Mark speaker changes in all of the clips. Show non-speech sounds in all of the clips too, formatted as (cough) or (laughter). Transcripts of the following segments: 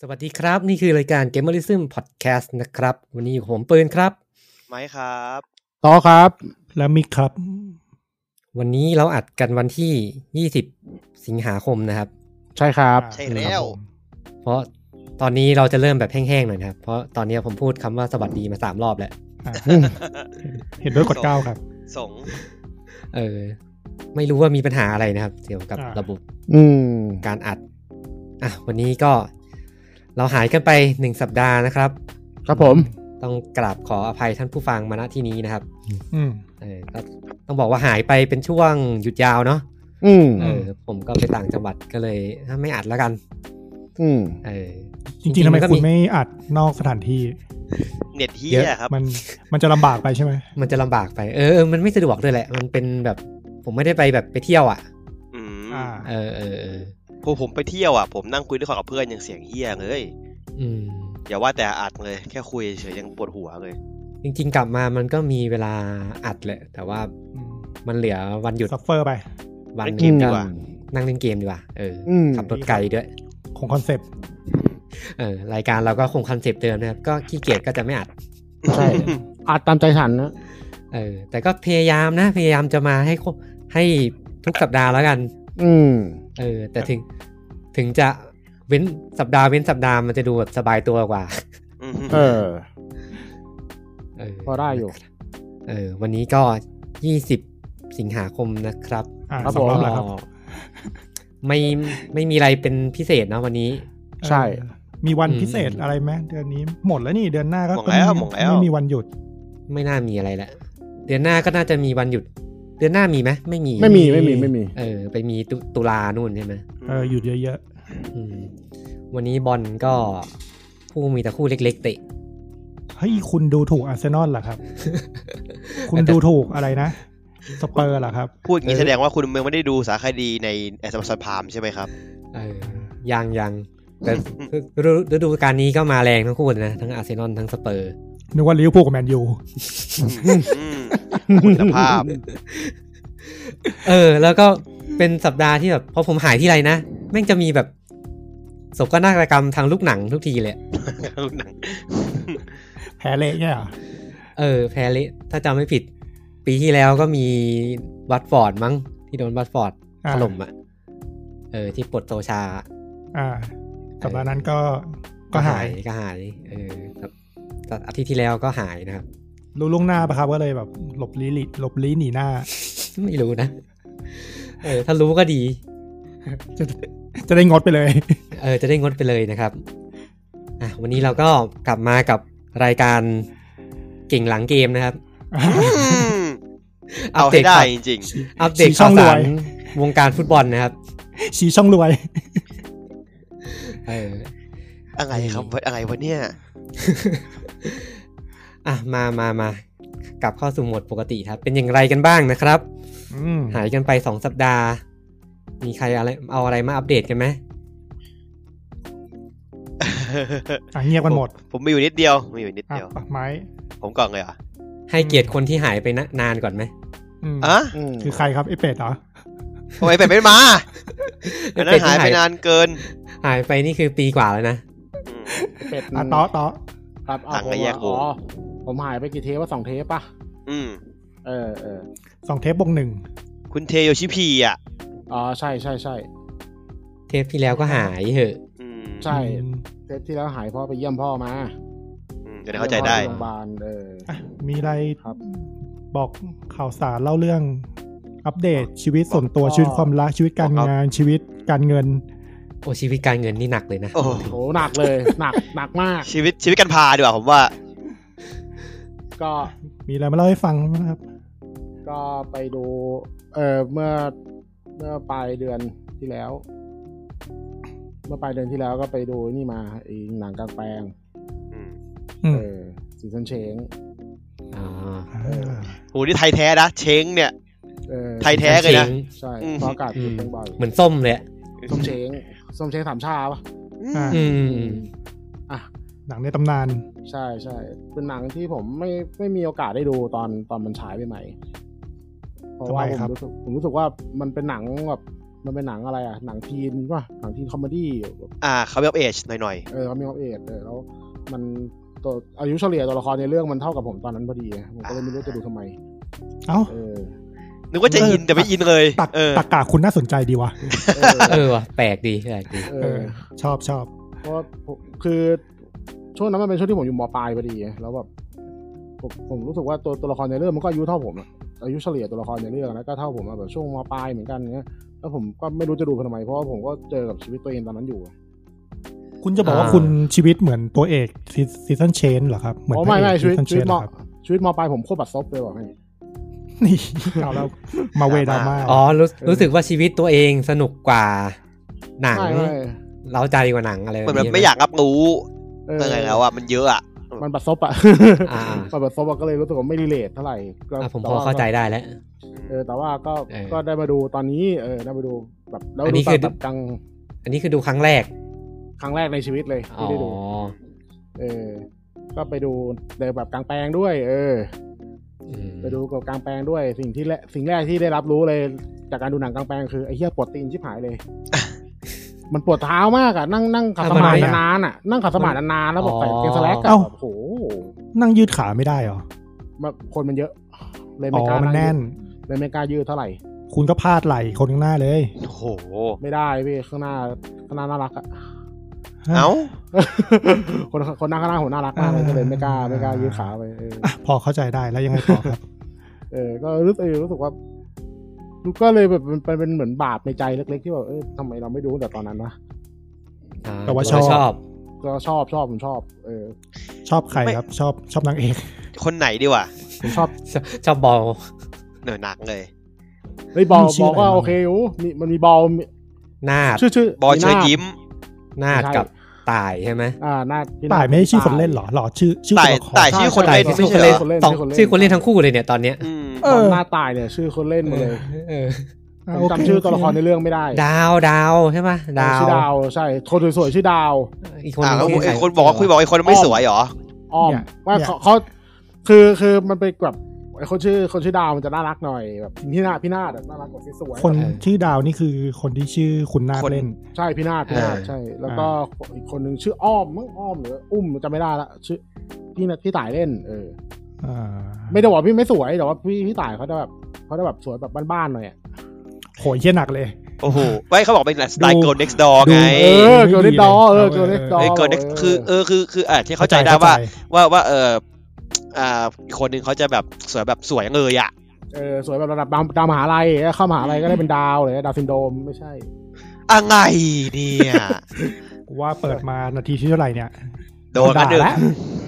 Speaker 1: สวัสดีครับ นี่คือรายการ Gamerism Podcast นะครับ วันนี้อยู่กับผมปืนครับ
Speaker 2: ไหมครับ
Speaker 3: ต่อครับ และมิกครับ
Speaker 1: วันนี้เราอัดกันวันที่ 20 สิงหาคมนะครับ
Speaker 3: ใช่ครับ
Speaker 2: ใช่แล้ว
Speaker 1: เพราะตอนนี้เราจะเริ่มแบบแห้งๆหน่อยนะครับ เพราะตอนนี้ผมพูดคำว่าสวัสดีมา 3 รอบแล้ว
Speaker 3: อ่ะเห็นด้วยกดเก้าครับ
Speaker 2: สง
Speaker 1: เออ ไม่รู้ว่ามีปัญหาอะไรนะครับ เกี่ยวกับ
Speaker 3: อ่า
Speaker 1: ระบบ
Speaker 4: อืม
Speaker 1: การอัด อ่ะ วันนี้ก็เราหายกันไป 1 สัปดาห์นะครับ
Speaker 4: ครับผม
Speaker 1: ต้องกราบขออภัยท่านผู้ฟังมาณที่นี้นะครับ
Speaker 3: อืม
Speaker 1: เออก็ต้องบอกว่าหายไปเป็นช่วงหยุดยาวเนาะ
Speaker 4: อืม
Speaker 1: เออผมก็ไปต่างจังหวัดก็เลยอ่ะไม่อัดแล้วกัน
Speaker 4: อืม
Speaker 1: เออ
Speaker 3: จริงๆทำไม
Speaker 1: จริงๆก็
Speaker 3: คุ
Speaker 1: มี
Speaker 3: ณไม่อัดนอกสถานที่
Speaker 2: เน็ตเฮี
Speaker 1: เย
Speaker 2: ย
Speaker 1: อะ
Speaker 2: ครับ
Speaker 3: มันมันจะลำบากไปใช่ไหม
Speaker 1: มันจะลำบากไปเออเออมันไม่สะดวกด้วยแหละ มันเป็นแบบผมไม่ได้ไปแบบไปเที่ยวอ่ะ
Speaker 2: อืม
Speaker 3: อ่า
Speaker 1: เออเออเออ
Speaker 2: พอผมไปเที่ยวอ่ะ ผมนั่งคุยด้วยคนกับเพื่อนยังเสียงเฮียเลย
Speaker 1: อืม
Speaker 2: อย่าว่าแต่อัดเลย แค่คุยเฉยยังปวดหัวเลย
Speaker 1: จริง ๆ กลับมามันก็มีเวลาอัดแหละ แต่ว่ามันเหลือวันหยุด
Speaker 3: ซัฟเฟอร์ไป
Speaker 1: วัน
Speaker 2: เล่น
Speaker 1: ห
Speaker 2: เก
Speaker 1: นึ่
Speaker 2: ม
Speaker 1: ง
Speaker 2: ดีกว่า
Speaker 1: นั่งเล่นเกมดีกว่าเอออ
Speaker 4: ม
Speaker 1: ขับรถไกลด้วย
Speaker 3: ของคอนเซปต์
Speaker 1: เออรายการเราก็คงคอนเซปต์เดิมนะครับ ก็ขี้เกียจก็จะไม่อัด
Speaker 4: ใช่ อาจตามใจฉันนะ
Speaker 1: เออ แต่ก็พยายามนะ พยายามจะมาให้ครบให้ทุกสัปดาห์แล้วกัน
Speaker 4: อืม
Speaker 1: เออแต่ถึงถึงจะเว้นสัปดาห์เว้นสัปดาห์มันจะดูแบบสบายตัวกว่า (laughs)
Speaker 2: อืม
Speaker 4: เออ
Speaker 1: เ
Speaker 4: พอได้อยู่
Speaker 1: เออวันนี้ก็ยี่สิบสิงหาคมนะครับ
Speaker 3: อ่า
Speaker 4: ครับ
Speaker 3: สองรอบ
Speaker 4: ผม
Speaker 3: แล้วครับ
Speaker 1: ก็ (laughs) ไม่ไม่มีอะไรเป็นพิเศษเนอะวันนี้
Speaker 4: ใช่
Speaker 3: เออมีวัน
Speaker 1: อืม
Speaker 3: พิเศษอะไรไหมเดือนนี้หมดแล้วนี่เดือนหน้าก็
Speaker 2: หมดแล้วหมดแล้ว
Speaker 3: ไม่มีวันหยุด
Speaker 1: ไม่น่ามีอะไรละเดือนหน้าก็น่าจะมีวันหยุด เดือนหน้ามีไหมไม่มี
Speaker 4: ไม่มีไม่มีไม่มี
Speaker 1: เออ ไปมีตุตุลานู่นใช่ไหม
Speaker 3: เออหยุดเยอะ
Speaker 1: อืมวันนี้บอลก็คู่มีแต่คู่เล็ก ๆ เตะ
Speaker 3: ๆเฮ้ยคุณดูถูกอาร์เซนอลเหรอครับ คุณดูถูกอะไรนะ สเปอร์เหรอครับ
Speaker 2: พูดอย่างนี้
Speaker 1: เออ
Speaker 2: แสดงว่าคุณเมืองไม่ได้ดูสารคดีในแอสซัมพามใช่ไหมครับ
Speaker 1: เออยังยังแต่ฤดูฤดูกาลนี้ก็มาแรงทั้งคู่เลยนะ ทั้งอาร์เซนอลทั้งสเปอร์
Speaker 3: นึกว่าลิเวอร์พูลกับแมนยู
Speaker 2: อืมคุณภ (laughs) าพ
Speaker 1: เออ แล้วก็เป็นสัปดาห์ที่แบบพอผมหายที่ไรนะ แม่งจะมีแบบโศกนาฏกรรมทางลูกหนังทุกทีเลย
Speaker 2: หนัง
Speaker 3: แพ้เละเนี่ยเหรอ
Speaker 1: เออ แพ้เละถ้าจำไม่ผิด ปีที่แล้วก็มีวัตฟอร์ดมั้ง ที่โดนวัตฟอร์ด
Speaker 3: อ่า
Speaker 1: ถล่มอ่ะ เออ ที่ปลดโซชา
Speaker 3: อ่าสัปดาห์นั้นก็ก็หาย
Speaker 1: ก็หาย เออครับแต่อาทิตย์ที่แล้วก็หายนะครับ
Speaker 3: รู้ล่วงหน้าปะครับก็เลยแบบหลบลี้หลีหลบลี้หนีหน้า
Speaker 1: ไม่รู้นะ เออ ถ้ารู้ก็ดี
Speaker 3: จะจะได้งดไปเลย
Speaker 1: เออจะได้งดไปเลยนะครับอ่ะวันนี้เราก็กลับมากับรายการเก่งหลังเกมนะครับ
Speaker 2: อืมเอาให้ได้จริง
Speaker 1: อัปเดต
Speaker 3: ช่
Speaker 1: ข่า
Speaker 3: อ
Speaker 1: ว
Speaker 3: งร
Speaker 1: สาว ร
Speaker 3: ย
Speaker 1: วงการฟุตบอลนะครับ
Speaker 3: ชี้ช่องรวย
Speaker 1: เออ
Speaker 2: ๆ อะไรครับอะไรวะเนี่ย (laughs)
Speaker 1: อ่ะมามามากลับเข้าสู่โหมดปกติครับ เป็นอย่างไรกันบ้างนะครับ
Speaker 3: อืม
Speaker 1: หายกันไปสองสัปดาห์ มีใครอะไรเอาอะไรมาอัปเดตกันไหม
Speaker 3: อ่ะเงียบกันหมด
Speaker 2: ผมมีอยู่นิดเดียวมีอยู่นิด
Speaker 3: อ่ะ
Speaker 2: เดียว
Speaker 3: ปักไม้
Speaker 2: ผมก่อนเลยเหรอ่ะ
Speaker 1: ให้เกียรติคนที่หายไปนะนานก่อนไหม
Speaker 3: อืม
Speaker 2: อ่ะ
Speaker 4: อืม
Speaker 3: คือใครครับไอเป็ดเหรอ
Speaker 2: ทำไมเป็ดไม่มาอันนั้น
Speaker 1: เป็ด
Speaker 2: หาย
Speaker 1: ที่
Speaker 2: ไปนานเกิน
Speaker 1: หายไปนี่คือปีกว่าแล้วนะ
Speaker 2: อืม
Speaker 4: เป็ด
Speaker 3: อ่ะต่อต่อ
Speaker 4: ครับเอา
Speaker 2: ต่าง
Speaker 4: ผม
Speaker 2: กับแยกวง
Speaker 4: อ๋อ ผมหายไปกี่เทปว่าสองเทปป่ะ
Speaker 2: อืม
Speaker 4: เออเออ
Speaker 3: สองเทปบวกหนึ่ง
Speaker 2: คุณเทโยชิพีอ่ะ
Speaker 4: อ๋อ ใช่ใช่ใช่
Speaker 1: เทปที่แล้วก็หายเหอะ
Speaker 2: อืม
Speaker 4: ใช่
Speaker 3: อืม
Speaker 4: เทปที่แล้วหายเพ่อไปเยี่ยมพ่อมา
Speaker 2: อืมเดี๋ยวนะเข้าใจได้
Speaker 4: เยี่ยมพ่อที่โรงพยาบาลเออ
Speaker 3: อ่ะมีอะไร
Speaker 4: ครับ
Speaker 3: บอกข่าวสารเล่าเรื่อง อัปเดตชีวิตส่วนตัวชีวิตความรักชีวิตการงานชีวิตการเงิน
Speaker 1: โอชีวิตการเงินนี่หนักเลยนะ
Speaker 2: โอ้โห
Speaker 4: โหหนักเลยหนักหนักมาก
Speaker 2: ชีวิตชีวิตกันพาดีกว่าผมว่า
Speaker 4: ก็
Speaker 3: มีอะไรมาเล่าให้ฟังไหมครับ
Speaker 4: ก็ไปดู เออเมื่อเมื่อปลายเดือนที่แล้ว เมื่อปลายเดือนที่แล้วก็ไปดูนี่มาไอีหนังกลางแปลง
Speaker 2: อืม
Speaker 3: อืม
Speaker 4: เออซีซันเชง
Speaker 1: อ่า
Speaker 3: เออ
Speaker 2: โหนี่ไทยแท้นะ เชงเนี่ย
Speaker 4: เออ
Speaker 2: ไทยแท้เลยนะ
Speaker 4: ใช่
Speaker 2: อืม
Speaker 4: เพราะอากาศ
Speaker 1: อื
Speaker 4: เปลี่ยน
Speaker 1: ม
Speaker 4: แปลงบ่อย
Speaker 1: เหมือนส้มเลยอะ
Speaker 4: ส้มเช้งส้มเช้งสามชาปะ
Speaker 3: อ่ะ
Speaker 1: อืม
Speaker 4: อ่ะ
Speaker 3: หนังในตำนาน
Speaker 4: ใช่ใช่เป็นหนังที่ผมไม่ไม่มีโอกาสได้ดูตอนตอนมันฉายใหม่ๆเพราะว่า
Speaker 3: ทำไม
Speaker 4: ผม
Speaker 3: ครับ
Speaker 4: รู้สึกผมรู้สึกว่ามันเป็นหนังแบบ มันเป็นหนังอะไรอ่ะ หนังทีนป่ะหนังทีนคอมเมดี้แบบ
Speaker 2: อ่าเขาแบบเอชหน่อย
Speaker 4: เออเขามีความเอทเออแล้ว มันตัวอายุเฉลี่ยตัวละครในเรื่องมันเท่ากับผมตอนนั้นพอดีไงผมก็เลยไม่รู้จะดูทำไม
Speaker 3: เอ้า
Speaker 4: เออ
Speaker 2: ๆนึกว่าจะอินแต่ไม่อินเลย
Speaker 3: ตัก
Speaker 2: เออ
Speaker 3: ตักกาคุณน่าสนใจดีวะ
Speaker 4: เออ
Speaker 1: เออว่ะ (laughs) แปลกดีแปลกดี
Speaker 4: เอ
Speaker 3: เอ
Speaker 4: อ
Speaker 3: อ ชอบชอบ
Speaker 4: เพราะผมคือช่วงนั้นมันเป็นช่วงที่ผมอยู่มปลายพอดีไงแล้วแบบผมผมรู้สึกว่าตัวตัวละครในเรื่องมันก็อายุเท่าผมอะอายุเฉลี่ยตัวละครในเรื่องแล้วก็เท่าผมอะแบบช่วงมปลายเหมือนกันเงี้ยแล้วผมก็ไม่รู้จะดูเพื่อทำไมเพราะว่าผมก็เจอกับชีวิตตัวเองตอนนั้นอยู่
Speaker 3: คุณจะบอกว่า
Speaker 1: อ่า
Speaker 3: คุณชีวิตเหมือนตัวเอกซีซันเชนเหรอครับเหมือน
Speaker 4: อ๋อ
Speaker 3: พระ
Speaker 4: ไม่
Speaker 3: เอก
Speaker 4: ไม่ชีวิต
Speaker 3: ซีซันเช
Speaker 4: ชีวิต
Speaker 3: น
Speaker 4: ม
Speaker 3: ครับ
Speaker 4: ชีวิตมปลายผมโคตรบัดซบเลยว่ะแม่ง
Speaker 3: นี่ (laughs) เอาแล้วมาเวดราม่า
Speaker 1: อ๋อรู้
Speaker 4: เออ
Speaker 1: รู้สึกว่าชีวิตตัวเองสนุกกว่าหนัง
Speaker 4: ไม่ไม่
Speaker 1: เราใจกว่าหนังอะไร
Speaker 2: เห
Speaker 1: แบ
Speaker 2: มือบ นแบบ
Speaker 1: นี้
Speaker 2: ไม่อยากรับรู้
Speaker 4: เออ
Speaker 2: เออแล้วอ่ะมันเยอะอ่ะ
Speaker 4: มันบัดซบอะ
Speaker 1: อ่า
Speaker 4: (laughs) มันบัดซบอะก็เลยรู้สึกว่าไม่รีเลทเท่าไหร่ก็
Speaker 1: อ่ะผม
Speaker 4: แต่
Speaker 1: พอ
Speaker 4: ว่
Speaker 1: เข้าใจได้แล้ว
Speaker 4: เออแต่ว่าก็
Speaker 1: เออ
Speaker 4: ก็ได้มาดูตอนนี้เออได้มาดูแบบแล้ว
Speaker 1: อันนี้
Speaker 4: ดู
Speaker 1: คือ
Speaker 4: แบบจัง
Speaker 1: อันนี้คือดูครั้งแรก
Speaker 4: ครั้งแรกในชีวิตเลย
Speaker 1: อ๋
Speaker 4: ที่
Speaker 1: อ
Speaker 4: ได้ดู เออ ก็ไปดูในแบบกลางแปลงด้วย เออ
Speaker 1: อืม
Speaker 4: ไปดูกับกลางแปลงด้วย สิ่งที่แรกสิ่งแรกที่ได้รับรู้เลย จากการดูหนังกลางแปลงคือไอ้เหี้ยปวดตีนชิบหาย
Speaker 1: (laughs)
Speaker 4: เลย มันปวดเท้ามากอะนั่งนั่งขัดสมาธินานๆอะนั่งขัดสมาธินานๆแล้วบอกใส่กางเกงสแลกอะ
Speaker 3: เอ้า
Speaker 4: โอ้โห
Speaker 3: นั่งยืดขาไม่ได้เหรอ
Speaker 4: มาคนมันเยอะ เลย
Speaker 3: อ๋
Speaker 4: ไม่
Speaker 3: อก
Speaker 4: ล้า
Speaker 3: มันแน่น
Speaker 4: ยืดเลยไม่กล้ายืดเท่าไหร่
Speaker 3: คุณก็พลาดไหลคนข้างหน้าเลย
Speaker 2: โอ้โห
Speaker 4: ไม่ได้พี่ข้างหน้าข้างหน้าน่ารักอะ (laughs)
Speaker 2: เอ้า
Speaker 4: คนคนหน้าข้างหน้าผมน่ารักมากเลยก็
Speaker 3: (laughs)
Speaker 4: เลยไม่กล้าไม่กล้ายืดขาไปเออ
Speaker 3: อ่ะพอเข้าใจได้แล้วยังไงต่อครับ
Speaker 4: เออ ก็รู้สึกเออรู้สึกว่าก็เลยแบบมันเป็นเหมือนบาปในใจเล็กๆที่แบบเออทำไมเราไม่ดูตั้งแต่ตอนนั้นวะ
Speaker 1: อ่
Speaker 3: แต่ว่า
Speaker 1: ผม
Speaker 3: ชอบ
Speaker 1: ก็ชอบ
Speaker 4: ก็ชอบชอบผมชอบ เออ
Speaker 3: ชอบใครครับ ชอบชอบนางเอก
Speaker 2: คนไหนดีวะ
Speaker 4: ผมชอบ
Speaker 1: ชอบชอบบอล
Speaker 2: เหนือหนักเลย
Speaker 4: เฮ้ยบอล
Speaker 3: มันชื่
Speaker 4: บ
Speaker 3: อ
Speaker 4: อ
Speaker 3: อะไรบ้าง
Speaker 4: ลก็โอเคอยู่มีมันมีบอลมี
Speaker 1: นาด
Speaker 4: ชื่อชื่อบ
Speaker 2: อลเชิญยิ้ม
Speaker 1: นาดกับตายใช่ไหม
Speaker 4: อ่าหน้าพี่
Speaker 3: ต่ายไม่ใช่ชื่อคนเล่นเหรอหรอชื่อชื่อตัวละคร
Speaker 2: ต่าย ชื่อคนเล่น
Speaker 1: ตาย
Speaker 2: ไม่
Speaker 1: ชื่อ
Speaker 2: ใช่
Speaker 1: คน
Speaker 2: เหร
Speaker 1: เล่
Speaker 2: อ
Speaker 1: นสองชื่อคนเล่นทั้งคู่เลยเนี่ยตอนเนี้ย
Speaker 2: อืม
Speaker 3: เออ
Speaker 4: บอลหน้าตายเนี่ยชื่อคนเล่นหมดเลย
Speaker 1: เออ
Speaker 4: ผ
Speaker 3: อ่ะโเ
Speaker 4: มจำชื่อตัวละครในเรื่องไม่ได้
Speaker 1: ดาวดาวใช่ไหมดาว
Speaker 4: ชื่อดาวใช่คนสวยๆชื่อดาว
Speaker 1: อีกคน
Speaker 2: อ่า
Speaker 1: ห
Speaker 2: แล้ว
Speaker 1: ง
Speaker 2: ไอ้
Speaker 1: ใร
Speaker 2: คนบอกว่าคุยบอกไอ้คนไม่สวยเหรอ
Speaker 4: อ้อม
Speaker 3: เนี่ย
Speaker 4: ว่า
Speaker 3: เนี่ย
Speaker 4: เขาเขาคือคือมันเป็นแบบไอ้คนชื่อคนชื่อดาวมันจะน่ารักหน่อยแบบพี่นาพี่นาแบบน่ารักกว่าสวยๆ
Speaker 3: คนชื่อดาวนี่คือคนที่ชื่อคุณนาค
Speaker 2: คน
Speaker 3: เล่น
Speaker 4: ใช่พี่นาฏพี่นาฏใช่ แล้วก็อีกคนหนึ่งชื่ออ้อมมั้งอ้อมหรืออุ้มจำไม่ได้ละชื่อพี่นาพี่ต่ายเล่นเออ
Speaker 3: อ่า
Speaker 4: ไม่ได้บอกพี่ไม่สวยแต่ว่าพี่พี่ต่ายเขาจะแบบเขาจะแบบสวยแบบบ้านๆหน่อยอะ
Speaker 3: โหยเหี้ยหนักเลย
Speaker 2: โอ้โหไม่เขาบอกเป็นสไตล์
Speaker 3: ดู
Speaker 2: เกิร์ล next door
Speaker 3: ดู
Speaker 2: ไง
Speaker 4: เอ
Speaker 3: เอ้
Speaker 4: อย เกิร์ลเล็กดอเออ
Speaker 3: เออ
Speaker 4: เกิร์ลเล็กดอ
Speaker 2: ไอ้เกิร์ล next คือเออคือคืออ่ะที่เข้าใจได้ว่า
Speaker 3: เข้ใจ
Speaker 2: ว่าว่าเอออ่าอีกคนนึงเขาจะแบบสวยแบบสวยเลยอ่ะ
Speaker 4: เออสวยแบบระดับดาวดาวมหาลัยเข้ามหาลัยก็ได้เป็นดาวเลยดาวซินโดรมไม่ใช่
Speaker 2: อะไรเนี่ย
Speaker 3: กูว่าเปิดมานาทีที่เท่าไหร่เนี่ย
Speaker 2: (laughs) โดนกันหนึ่ง
Speaker 3: ด่าละ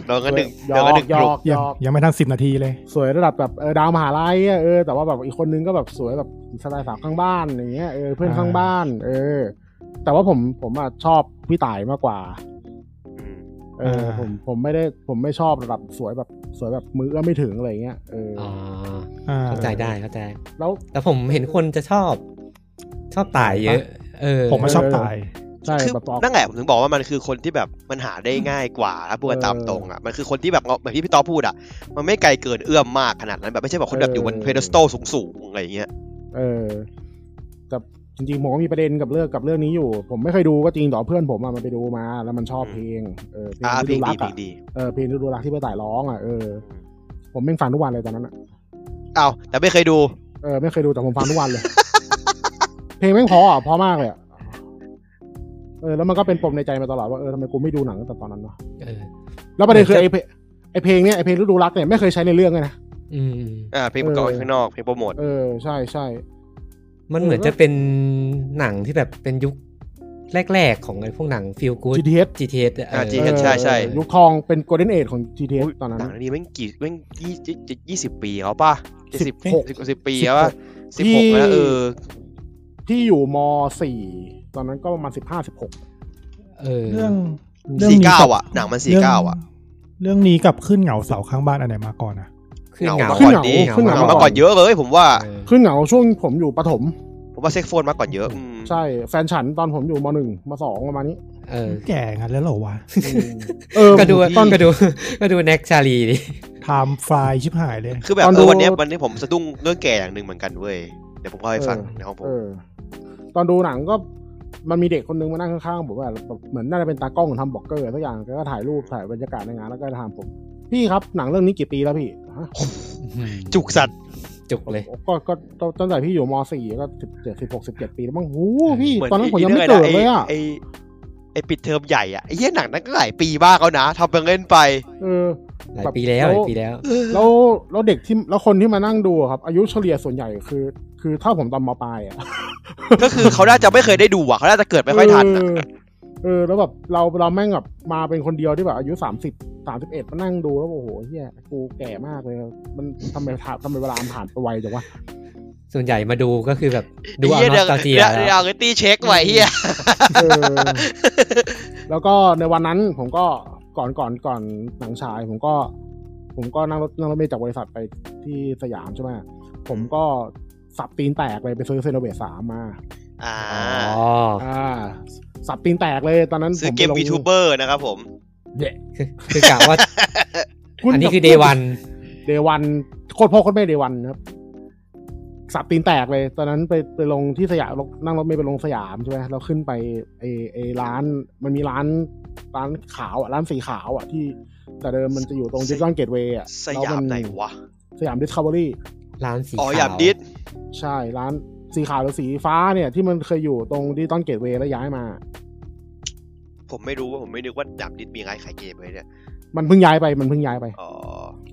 Speaker 2: โดนกันหนึ่ง
Speaker 4: หย
Speaker 2: โด
Speaker 4: อน
Speaker 2: กัน
Speaker 4: ก
Speaker 2: หนึ่ง
Speaker 4: หย
Speaker 2: กลุ่ม
Speaker 4: อกหย
Speaker 3: ยัง
Speaker 4: อก
Speaker 3: ยังไม่ทันสิบนาทีเลย
Speaker 4: สวยระดับแบบเออดาวมหาลัยอะเออแต่ว่าแบบอีกคนนึงก็แบบสวยแบบสไตล์สาวข้างบ้านอย่างเงี้ยเออเพื่อนข้างบ้าน เออ แต่ว่าผมผมอะชอบพี่ต่ายมากกว่า เออ
Speaker 3: อ่า
Speaker 4: ผมผมไม่ได้ผมไม่ชอบระดับสวยแบบสวยแบบมือเอื้อมไม่ถึงอะไรอย่างเงี้ยเอออ
Speaker 1: อ๋อ
Speaker 3: อ่า
Speaker 1: เข้าใจได้เข้าใจ
Speaker 4: แล้ว
Speaker 1: แต่ผมเห็นคนจะชอบ ชอบตายเยอะเออ
Speaker 3: ผมมาชอบ
Speaker 4: เออ
Speaker 3: ตาย
Speaker 4: ใช่
Speaker 2: คือ
Speaker 4: แบบออก
Speaker 2: นั่นแหละผมถึงบอกว่ามันคือคนที่แบบมันหาได้ง่ายกว่าพูดกันตามตรงอ่ะมันคือคนที่แบบเงาะแบบที่พี่ต้อพูดอ่ะมันไม่ไกลเกินเอื้อมมากขนาดนั้นแบบไม่ใช่แบบคนแบบอยู่บน
Speaker 4: เออ
Speaker 2: เพเดสโตสูงสูงๆอะไรอย่างเงี้ย
Speaker 4: เออแต่จริงๆผมก็มีประเด็นกับเรื่องกับเรื่องนี้อยู่ ผมไม่เคยดูก็จริงแต่ว่าเพื่อนผมอะมันไปดูมา แล้วมันชอบเพลงเออ
Speaker 2: อ่า
Speaker 4: เพล
Speaker 2: เพี
Speaker 4: ง
Speaker 2: ยง
Speaker 4: ที่ดูรั
Speaker 2: ดี
Speaker 4: ก
Speaker 2: เพียงดี
Speaker 4: อะเออเพลงที่ดูรักที่ไปต่ายร้องอ่ะเออผมแม่งฟังทุกวันเลยตอนนั้นอะ
Speaker 2: เอาแต่ไม่เคยดู
Speaker 4: เออไม่เคยดูแต่ผมฟังทุกวันเลย เพลงแม่งเพออ่ะเพอมากเลยอะเออแล้วมันก็เป็นปมในใจมาตลอดว่าเออทำไมกูไม่ดูหนังตั้งแต่ตอนนั้นวะ
Speaker 1: เออ
Speaker 4: แล้วประเด็นคือไอ้เพลงไอ้เพลงเนี้ยไอ้เพลงฤดูรักเนี่ยไม่เคยใช้ในเรื่องเลยนะ
Speaker 1: อืมอืม
Speaker 2: อ่าเพลงประกอบข้างนอกเพลงโปรโมท
Speaker 4: เออใช่ใช่
Speaker 1: มันเหมือนจะเป็นหนังที่แบบเป็นยุคแรก ๆ ของไอ้พวกหนังฟิลกู
Speaker 4: GTS
Speaker 1: GTS เออ
Speaker 2: อ่า GTS ใช่ใช่
Speaker 4: เออยุคทองเป็นโกลเด้นเอ e ของ GTS ตอนนั้
Speaker 2: หนัง
Speaker 4: น
Speaker 2: เรื่องนี้แม่งกี่แม่งยี่ยี่สิบปีแล้วป่ะจะสิบ
Speaker 4: 16
Speaker 2: สิบสิบปีแล้วป่ะสิบหกแล้วเออ
Speaker 4: ที่อยู่มสี่ตอนนั้นก็ประมาณสิบห้าสิบหก
Speaker 1: เออ
Speaker 3: เรื่อง
Speaker 2: สี่เก้า
Speaker 3: บ
Speaker 2: อะหนังมันสี่
Speaker 3: รื่อง
Speaker 2: เก้าอะ
Speaker 3: เรื่องนี้กับขึ้นเหงาเสาข้างบ้านอันไหนมาก่อนอะ
Speaker 1: ขึ้นเหงา
Speaker 2: มาก่อนดี
Speaker 1: ขึ้นเหงา
Speaker 2: เหงามาก่อนเยอะเลยผมว่า
Speaker 1: เออ
Speaker 4: ขึ้นเหงาช่วงผมอยู่ปฐม
Speaker 2: ผมว่าเซ็กโฟนมาก่อนเยอะอืม
Speaker 4: ใช่ แฟนฉันตอนผมอยู่มหนึ่งมสองประมาณนี้
Speaker 1: เออ
Speaker 3: แก่งั้นแล้วเหรอวะ
Speaker 4: อืมเออ
Speaker 1: ก็ดู
Speaker 4: ตอน
Speaker 1: ก็ดู ก็ดูแน็กชาลีดิ
Speaker 3: ไทม์ฟลายชิบหายเลย
Speaker 2: คือแบบ
Speaker 4: ตอน
Speaker 2: เอ
Speaker 4: ดู
Speaker 2: อวันเนี้ยวันนี้ผมสะดุ้งเรื่องแก่อย่างหนึ่งเหมือนกันเว้ยเดี๋ยวผมเล่าให้ฟังในห้องผม
Speaker 4: เออ ตอนดูหนังก็มันมีเด็กคนนึงมานั่งข้างๆผมว่าแบบเหมือนน่าจะเป็นตากล้องหรือทำบล็อกเกอร์สักอย่างก็ถ่ายรูปถ่ายบรรยากาศในงานแล้วก็ถามผม พี่ครับหนังเรื่องนี้กี่ปีแล้วพี่ฮะ
Speaker 2: จุกสัตว์
Speaker 1: จุกเลย
Speaker 4: ก็ก็ก็ตั้งแต่พี่อยู่มสี่ก็สิบเจ็ดสิบหกสิบเจ็ดปีแล้วมั้งโอ้โหพี่
Speaker 2: เหมือน
Speaker 4: ตอนนั้นผมยัง
Speaker 2: อ้
Speaker 4: ไม่เกิดเลยอ่ะ
Speaker 2: ไอไอปิดเทอมใหญ่อ่ะไอเหี้ยหนังนั้นก็หลายปีมากแล้วนะทำเป็นเล่นไป
Speaker 4: เออ
Speaker 1: หลายปีแล้วหลายปีแล้ว
Speaker 4: แล้วแล้วเด็กที่แล้วคนที่มานั่งดูอะครับ อายุเฉลี่ยส่วนใหญ่คือ คือถ้าผมตอนมปลายอ่ะ
Speaker 2: ก็คือเขาน่าจะไม่เคยได้ดูอ่ะเขาน่าจะเกิดไม่ค่อยทันอะ
Speaker 4: เออเออ แล้วแบบเราเราแม่งแบบมาเป็นคนเดียวที่แบบอายุสามสิบสามสิบเอ็ดมานั่งดูแล้วโอ้โหเฮียกูแก่มากเลย มันทำไมถามทำไมเวลามันผ่านไปไวจังวะ
Speaker 1: ส่วนใหญ่มาดูก็คือแบบดู
Speaker 2: ไอ้
Speaker 1: เอา
Speaker 2: เหี้ย
Speaker 1: นอสตาเจีย
Speaker 2: เด
Speaker 1: แล้ว
Speaker 2: เอาเงตี้เช็คไว้เหี้ย
Speaker 4: เออ แล้วก็ในวันนั้นผมก็ก่อนก่อนก่อนหนังฉาย ผมก็ ผมก็นั่งรถนั่งรถเมล์จากบริษัทไปที่สยามใช่ไหมผมก็สับตีนแตกเลยไปซื้อเซโนเบสามมา
Speaker 2: อ่า
Speaker 1: อ๋อ
Speaker 4: อ่าสับตีนแตกเลยตอนนั้น
Speaker 2: ซื้อ
Speaker 4: ผ
Speaker 2: เกม
Speaker 4: ไปลง
Speaker 2: วีทูเบอร์นะครับผม
Speaker 1: คือคือกะว่า อันนี้คือเดวัน
Speaker 4: เดวันโคตรพ่อโคตรแม่เดวันครับ สับตีนแตกเลย ตอนนั้นไปไปลงที่สยามนั่งรถเมล์ไปลงสยามใช่ไหมเราขึ้นไปไอไอร้าน มันมีร้านร้านขาวอ่ะร้านสีขาวอ่ะที่ แต่เดิมมันจะอยู่ตรงจิตรอนเกตเวย์อ่ะ
Speaker 2: สยามไหน
Speaker 4: แล้ว
Speaker 2: วะ
Speaker 4: สยามดิสคัฟเวอรี่
Speaker 1: ร้านสี
Speaker 2: อ๋อ
Speaker 1: ขาว
Speaker 2: หยามดิส
Speaker 4: ใช่ร้านสีขาวหรือสีฟ้าเนี่ยที่มันเคยอยู่ตรงดิจิตอลเกตเวย์แล้วย้ายมา
Speaker 2: ผมไม่รู้ว่าผมไม่นึกว่าหยามดิสมีร้านขายเกมเลยเนี่ย
Speaker 4: มันเพิ่งย้ายไปมันเพิ่งย้ายไป
Speaker 2: อ๋อ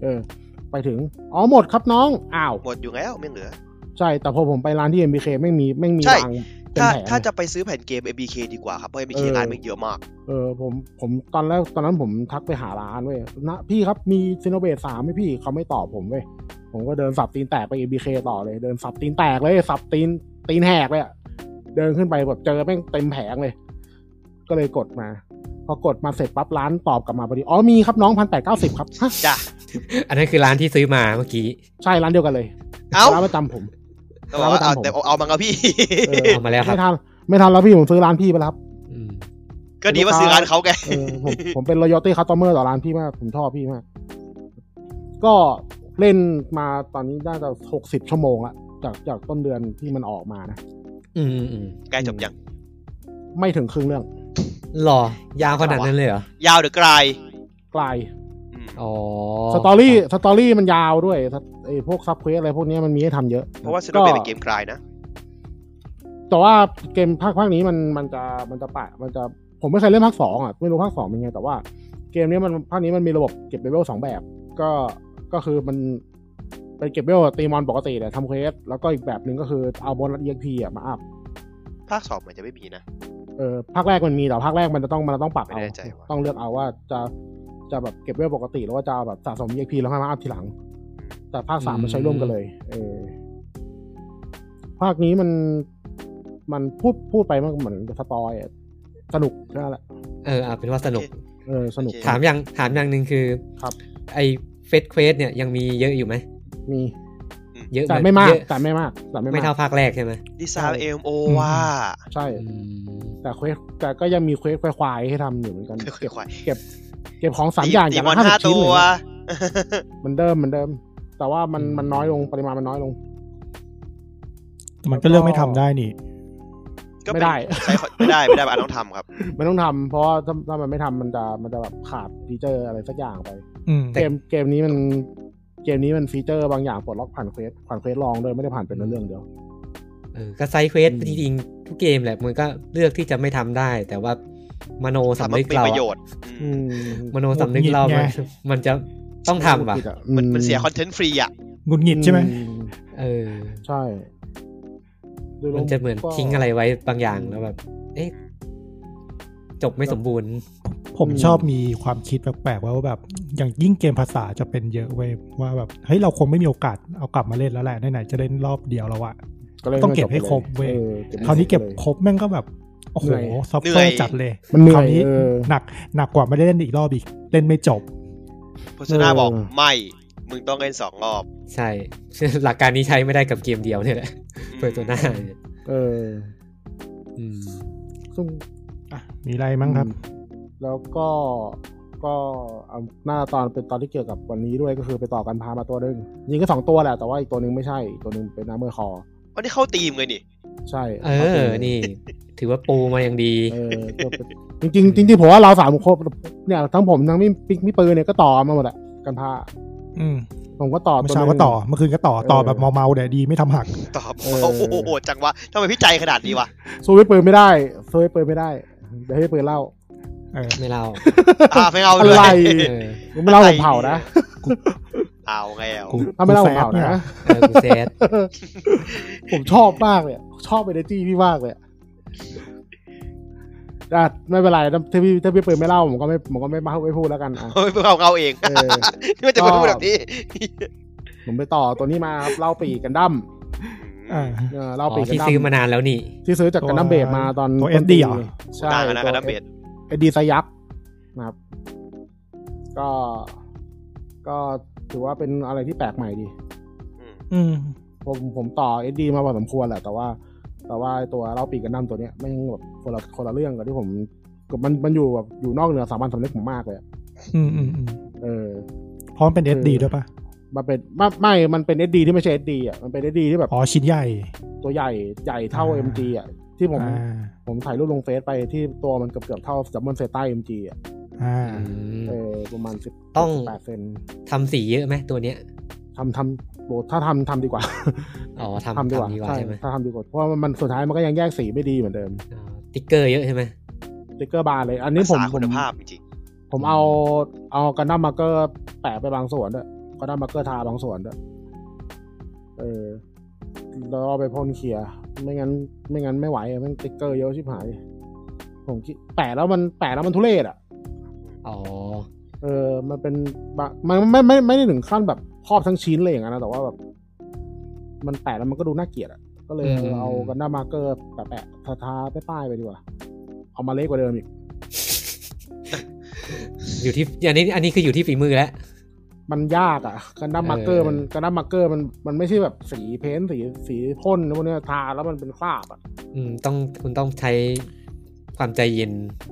Speaker 4: เออ ไปถึงอ๋อหมดครับน้องอ้าว
Speaker 2: หมดอยู่แล้วไม่เหลือ
Speaker 4: ใช่ แต่พอผมไปร้านที่ MBK ไม่งมีไม่งมี
Speaker 2: ใช่
Speaker 4: วางเป็น
Speaker 2: ถ้า
Speaker 4: แผง
Speaker 2: ถ้าจะ
Speaker 4: เลย
Speaker 2: ไปซื้อแผ่นเกม MBK ดีกว่าครับเพราะ MBK
Speaker 4: เออ
Speaker 2: ร้านมันเยอะมาก
Speaker 4: เออผมผมตอนแรกตอนนั้นผมทักไปหาร้านเว้ยนะพี่ครับมีซ i โนเบตสามไหมพี่เขาไม่ตอบผมเว้ยผมก็เดินสับตีนแตกไป MBK ต่อเลยเดินสับตีนแตกเลยสับตีนตีนแหกเลยอะเดินขึ้นไปแบบเจอแม่งเต็มแผงเลย ก็เลยกดมา พอกดมาเสร็จปั๊บร้านตอบกลับมาพอดีอ๋อมีครับน้องพันแปดเก้าสิบครับ (laughs) ฮะ
Speaker 2: จ้ะ
Speaker 1: อันนั้นคือร้านที่ซื้อมาเมื่อกี้
Speaker 4: ใช่ร้านเดียวกันเลย
Speaker 2: เอ้า
Speaker 4: ร้านประจำผม
Speaker 2: แต่บอกว่า
Speaker 4: ร้า
Speaker 2: เอา
Speaker 4: นประจำผม
Speaker 2: แต่เอาเอามังกรพี่ (laughs)
Speaker 4: เออ
Speaker 1: เอามาแล้วครับ
Speaker 4: ไม่ทันไม่ทันแล้วพี่ผมซื้อร้านพี่ไปแล้วครับ
Speaker 1: อืม
Speaker 2: ก็ดีว่าซื้อร้านเขาไง
Speaker 4: เออผมผมเป็นรอยัลตี้คัสตอมเมอร์ต่อร้านพี่มาก ผมชอบพี่มาก ก็เล่นมาตอนนี้น่าจะหกสิบชั่วโมงละจากจากต้นเดือนที่มันออกมานะ
Speaker 1: อืมอืมอืม
Speaker 2: (laughs) ใกล้จบยัง
Speaker 4: ไม่ถึงครึ่งเรื่อง
Speaker 1: หรอยาวขนาดนั้นเลยเหรอย
Speaker 2: าวหรือไกล
Speaker 4: ไกลาย
Speaker 2: อืม
Speaker 1: อ๋อ
Speaker 4: สตอรี่สตอรี่มันยาวด้วยไอพวกซับเควสอะไรพวกเนี้ยมันมีให้ทำเยอะ
Speaker 2: เพราะว่าสนุกเป็นเกมไกลนะ
Speaker 4: แต่ว่าเกมภาคภาคนี้มันมันจะมันจะปะมันจะผมไม่เคยเล่นภาคสองอ่ะ ไม่รู้ภาคสองเป็นไง แต่ว่าเกมเนี้ยมันภาคนี้มันมีระบบเก็บเลเวลสองแบบ ก็ก็คือมันเป็นเก็บเลเวลตีมอนปกติแต่ยทำเควสแล้วก็อีกแบบหนึ่งก็คือเอาบอลลัดเอ็กพีอ่ะมาอัพ
Speaker 2: ภาคสองเหมือนจะไม่มีนะ
Speaker 4: เออภาคแรกมันมีแต่ภาคแรกมันจะต้องมันจะต้องปรับเอา
Speaker 2: ไม่แน่ใจว่ะ
Speaker 4: ต้องเลือกเอาว่าจะจะแบบเก็บเลเวลปกติหรือว่าจะเอาแบบสะสมเอ็กพีแล้วค่อยมาอัพทีหลัง แต่ภาคสามมันใช้ร่วมกันเลย เออภาคนี้มันมันพูดพูดไปมันเหมือนสปอยอะสนุกนั่นแหละ
Speaker 1: เออเอาเป็นว่าสนุก
Speaker 2: โอเค
Speaker 4: เออสนุก
Speaker 2: โอเค
Speaker 1: ถามอย่างถามอย่างหนึ่งคือ
Speaker 4: ครับ
Speaker 1: ไอเฟสเควสเนี่ยยังมีเยอะอยู่ไหม
Speaker 4: มี
Speaker 1: เยอะ
Speaker 4: แต่
Speaker 1: ห
Speaker 4: ไม่มาก
Speaker 1: เยอะ
Speaker 4: แต่ไม่มากแต่ไม่
Speaker 1: ไม่
Speaker 4: มาก
Speaker 1: เท่าภาคแรกใช่ไหม
Speaker 2: ดีไซน์เอ็มโอว่า
Speaker 4: ใช่
Speaker 1: อืม
Speaker 4: แต่เควสแต่ก็ยังมีเควสควายๆให้ทำอยู่เหมือนกัน
Speaker 2: เควส
Speaker 4: เก็บ
Speaker 2: ควาย
Speaker 4: เก็บ เก็บของสามอย่างอ
Speaker 2: ตี
Speaker 4: ย่าง
Speaker 2: มอ
Speaker 4: ละ
Speaker 2: น
Speaker 4: ห้า
Speaker 2: ห้า
Speaker 4: สิบชิ้น
Speaker 2: ตั
Speaker 4: เล
Speaker 2: วย
Speaker 4: นะเหมันเดิมเหมันเดิม แต่ว่ามันมันน้อยลงปริมาณมันน้อยลง
Speaker 3: แต่มันก็เลือกไม่ทำได้นี่
Speaker 2: ก็
Speaker 4: ไม่
Speaker 2: เป็น
Speaker 4: ได้
Speaker 2: ใช้ขอไม่ได้ ไม่ได้อาจต้อง
Speaker 4: (laughs)
Speaker 2: ทำครับ
Speaker 4: มันต้องทำเพราะว่าถ้าถ้ามันไม่ทำมันจะมันจะแบบขาดฟีเจอร์อะไรสักอย่างไป
Speaker 3: อืม
Speaker 4: เกมเกมนี้มันเกมนี้มันฟีเจอร์บางอย่างปลดล็อกผ่านเควสผ่านเควสลองโดยไม่ได้ผ่านเป็นเรื่องเดียว
Speaker 1: เออก็ไซด์เควส
Speaker 4: อืม
Speaker 1: จริงๆทุกเกมแหละมันก็เลือกที่จะไม่ทำได้ แต่ว่ามโนสำนึก
Speaker 2: ทำให้มี
Speaker 1: เรา
Speaker 2: ประโย
Speaker 1: อะ
Speaker 2: ชน์
Speaker 4: อืม
Speaker 1: มโนสำนึกเรามันมันจะต้องทำว่ะ
Speaker 2: มันมันเสียคอนเทนต์ฟรีอ่ะ
Speaker 3: หงุดหงิดใช่ไหม
Speaker 4: อื
Speaker 1: เออ
Speaker 4: ใช่โดยรว
Speaker 1: มันจะเหมือน
Speaker 4: ก็
Speaker 1: ทิ้งอะไรไว้บางอย่างแล้วแบบ เอ๊ะ จบไม่สมบูรณ์
Speaker 3: ผม
Speaker 4: อืม
Speaker 3: ชอบมีความคิดแปลกๆว่าแบบ อย่างยิ่งเกมภาษาจะเป็นเยอะเว้ยว่าแบบเฮ้ยเราคงไม่มีโอกาสเอากลับมาเล่นแล้วแหละไหนๆจะเล่นรอบเดียวแล้วอะ
Speaker 4: ลย
Speaker 3: ต้องเก็บให้ครบเว้ย
Speaker 4: ออก็บให้
Speaker 3: คราวนี้เก็บ
Speaker 4: ลย
Speaker 3: ครบแม่งก็แบบโอ้โห
Speaker 4: เหนื่อย
Speaker 3: ซอฟต์
Speaker 2: เหนื่
Speaker 3: แว
Speaker 2: อย
Speaker 3: ร์จัดเลย
Speaker 4: มันเหนื่
Speaker 3: ค
Speaker 4: อย
Speaker 3: ราวนี้
Speaker 4: เออ
Speaker 3: หนักหนักกว่าไม่ได้เล่นอีกรอบอีก เล่นไม่จบ
Speaker 2: โฆษณา
Speaker 4: เออ
Speaker 2: บอกไม่ มึงต้องเล่นสองรอบ
Speaker 1: ใช่ (laughs) หลักการนี้ใช้ไม่ได้กับเกมเดียวเนี่ยแหละเปิดตัวหน้าเนี่ย
Speaker 4: เออ
Speaker 1: อืม
Speaker 4: ซึ่ง
Speaker 3: อ่ะ มีอะไรมั้งครับ
Speaker 4: แล้วก็ก็เอาหน้าตอนเป็นตอนที่เกี่ยวกับวันนี้ด้วยก็คือไปต่อกันพามาตัวหนึงยิงก็สองตัวแหละแต่ว่าอีกตัวหนึงไม่ใช่อีกตัวหนึงเป็นน้ำเมอร์คอร์
Speaker 2: วันนี้เข้าตีมเลยนี่
Speaker 4: ใช่
Speaker 1: เออ นี่ ถือว่าปูมาอย่างดี
Speaker 4: เออก็เป็นจริงๆจริงๆผมว่าเราสามคนเนี่ยทั้งผมทั้งมิปิกมิปืนเนี่ยก็ต่อมาหมดแหละกันพา
Speaker 3: อืม
Speaker 4: ผมก็ต่อ
Speaker 3: เมื่อ
Speaker 4: ตัว
Speaker 3: เช้า
Speaker 4: หนึ่ง
Speaker 3: ก็ต่อเมื่อคืนก็ต่อต่อแบบ
Speaker 4: เออ
Speaker 3: เมาๆเดี๋ยวดีไม่ทำหัก
Speaker 2: ตอบ
Speaker 4: เออ
Speaker 2: โอ้โหจังวะทำไมพี่ใจขนาดนี้วะ
Speaker 4: สู้ไว้ปืนไม่ได้สู้ไว้ปืนไม่ได้เดี๋ยวให้ปืนเล่า
Speaker 3: เออ
Speaker 1: ไม่เล่า
Speaker 2: อ่าไม่เอา
Speaker 4: อะ
Speaker 2: เลย
Speaker 4: ไร
Speaker 1: เออ
Speaker 4: ไม่เล่าผมเผานะ
Speaker 2: เอาไงเอา
Speaker 3: กู
Speaker 4: ถ้าไม่เล่าผม
Speaker 3: แซด
Speaker 4: เผา
Speaker 3: เนี่ย
Speaker 4: นะ
Speaker 1: เออกูเซต
Speaker 4: ผมชอบมากเลยอะชอบเอเนจีพี่มากเลยอะอ่ะไม่เป็นไรถ้าถ้าพี่ถ้าพี่ปืนไม่เล่าผมก็ไม่ผมก็ไม่มาไม่พูดแล้วกันอ่ะ
Speaker 2: ไม่เอาเอาเอง
Speaker 4: เออ
Speaker 2: นี่มันจะมาพูดแบบนี้
Speaker 4: ผมไปต่อตัวนี้มาครับเล่าปีกกันดั้ม
Speaker 3: อ่า
Speaker 4: เออ
Speaker 1: อ๋
Speaker 4: เล่า
Speaker 1: อ
Speaker 4: ปีกกั
Speaker 1: ที่
Speaker 4: นดั้
Speaker 1: ซื้อ
Speaker 4: ม
Speaker 1: มานานแล้วนี่
Speaker 4: ที่ซื้อจากกันดั้มเบดมาตอน
Speaker 3: ตัว
Speaker 4: ต้นปี
Speaker 3: SD เหรอ
Speaker 4: ใช่
Speaker 2: ต่างกันนะกระดับเบด
Speaker 4: เอดีไซยักษ์นะครับ ก็ ก็ถือว่าเป็นอะไรที่แปลกใหม่ดี
Speaker 3: อืม
Speaker 4: ผมผมต่อเอดีมาพอสมควรแหละแต่ว่า แต่ว่าตัวเล่าปีกกันดั้มตัวเนี้ยไม่งแบบคนละคนละเรื่องกับที่ผมกับมันมันอยู่แบบอยู่นอกเหนือสามัญสำนึกผมมากเลยอะ
Speaker 3: อืมอืมอืม
Speaker 4: เออ
Speaker 3: พร้อมนเป็น SD ด้วยปะ
Speaker 4: มันเป็นไม่ไม่มันเป็นเอดีที่ไม่ใช่เอดีอ่ะมันเป็นเอดีที่แบบ
Speaker 3: อ๋อชิ้นใหญ่
Speaker 4: ตัวใหญ่ใหญ่เท่า MG อ่ะที่ผม
Speaker 3: อ่า
Speaker 4: ผมถ่ายรูปลงเฟซไปที่ตัวมันเกือบเกือบๆเท่าจัมเบิลเซต้าเอ็มจีอ่ะ
Speaker 3: อ่า
Speaker 4: เออประมาณสิบ
Speaker 1: ต้อง
Speaker 4: แปดเซน
Speaker 1: ทำสีเยอะไหมตัวเนี้ย
Speaker 4: ทำทำโบถ้าทำทำดีกว่า
Speaker 1: อ๋อทำ
Speaker 4: ดีกว่า
Speaker 1: ทำดีกว่า
Speaker 4: ใช่
Speaker 1: ใช่ไหม
Speaker 4: ถ้าทำดีกว่าเพราะว่ามันสุดท้ายมันก็ยังแยกสีไม่ดีเหมือนเดิม
Speaker 1: อ๋อติ๊กเกอร์เยอะใช่ไหม
Speaker 4: สติ๊กเกอร์บาร์เลย อัน
Speaker 2: นี่
Speaker 4: นี้
Speaker 2: ผ
Speaker 4: ผม ม
Speaker 2: คุณภาพจริง
Speaker 4: ผมเอาเอากันดั้มมาร์เกอร์แปะไปบางส่วนด้วยกันดั้มมาร์เกอร์ทาบางส่วนด้วยเออแล้วเอาไปพ่นเคลียร์ไม่งั้น ไม่งั้นไม่ไหวอะแมันติ๊กเกอร์เยอะชิบหาย ผมคิดแปะแล้วมันแปะแล้วมันทุเรศอ่ะ
Speaker 1: อ๋อ
Speaker 4: เออมันเป็นบะมันไม่ไม่ไม่ได้ถึงขั้นแบบครอบทั้งชิ้นเลยอย่างนั้นนะแต่ว่าแบบ มันแปะแล้วมันก็ดูน่าเกลียดอ่ะก็เลย
Speaker 1: อืม
Speaker 4: เอากันดั้มมาร์เกอร์แปะแปะทาทาไปป้ายๆไปดีกว่าเอามาเล็กกว่าเดิมอีก
Speaker 1: อยู่ที่อันนี้อันนี้คืออยู่ที่ฝีมือแล้ว
Speaker 4: มันยากอะ่ะกันดั้มมาร์เกอร์
Speaker 1: เออ
Speaker 4: มันกันดั้มมาร์เกอร์มันมันไม่ใช่แบบสีเพ้นท์สีสีพ่นนะพวกเนี้ยทาแล้วมันเป็นคราบอะ่ะ
Speaker 1: อืมต้องคุณต้องใช้ความใจเย็น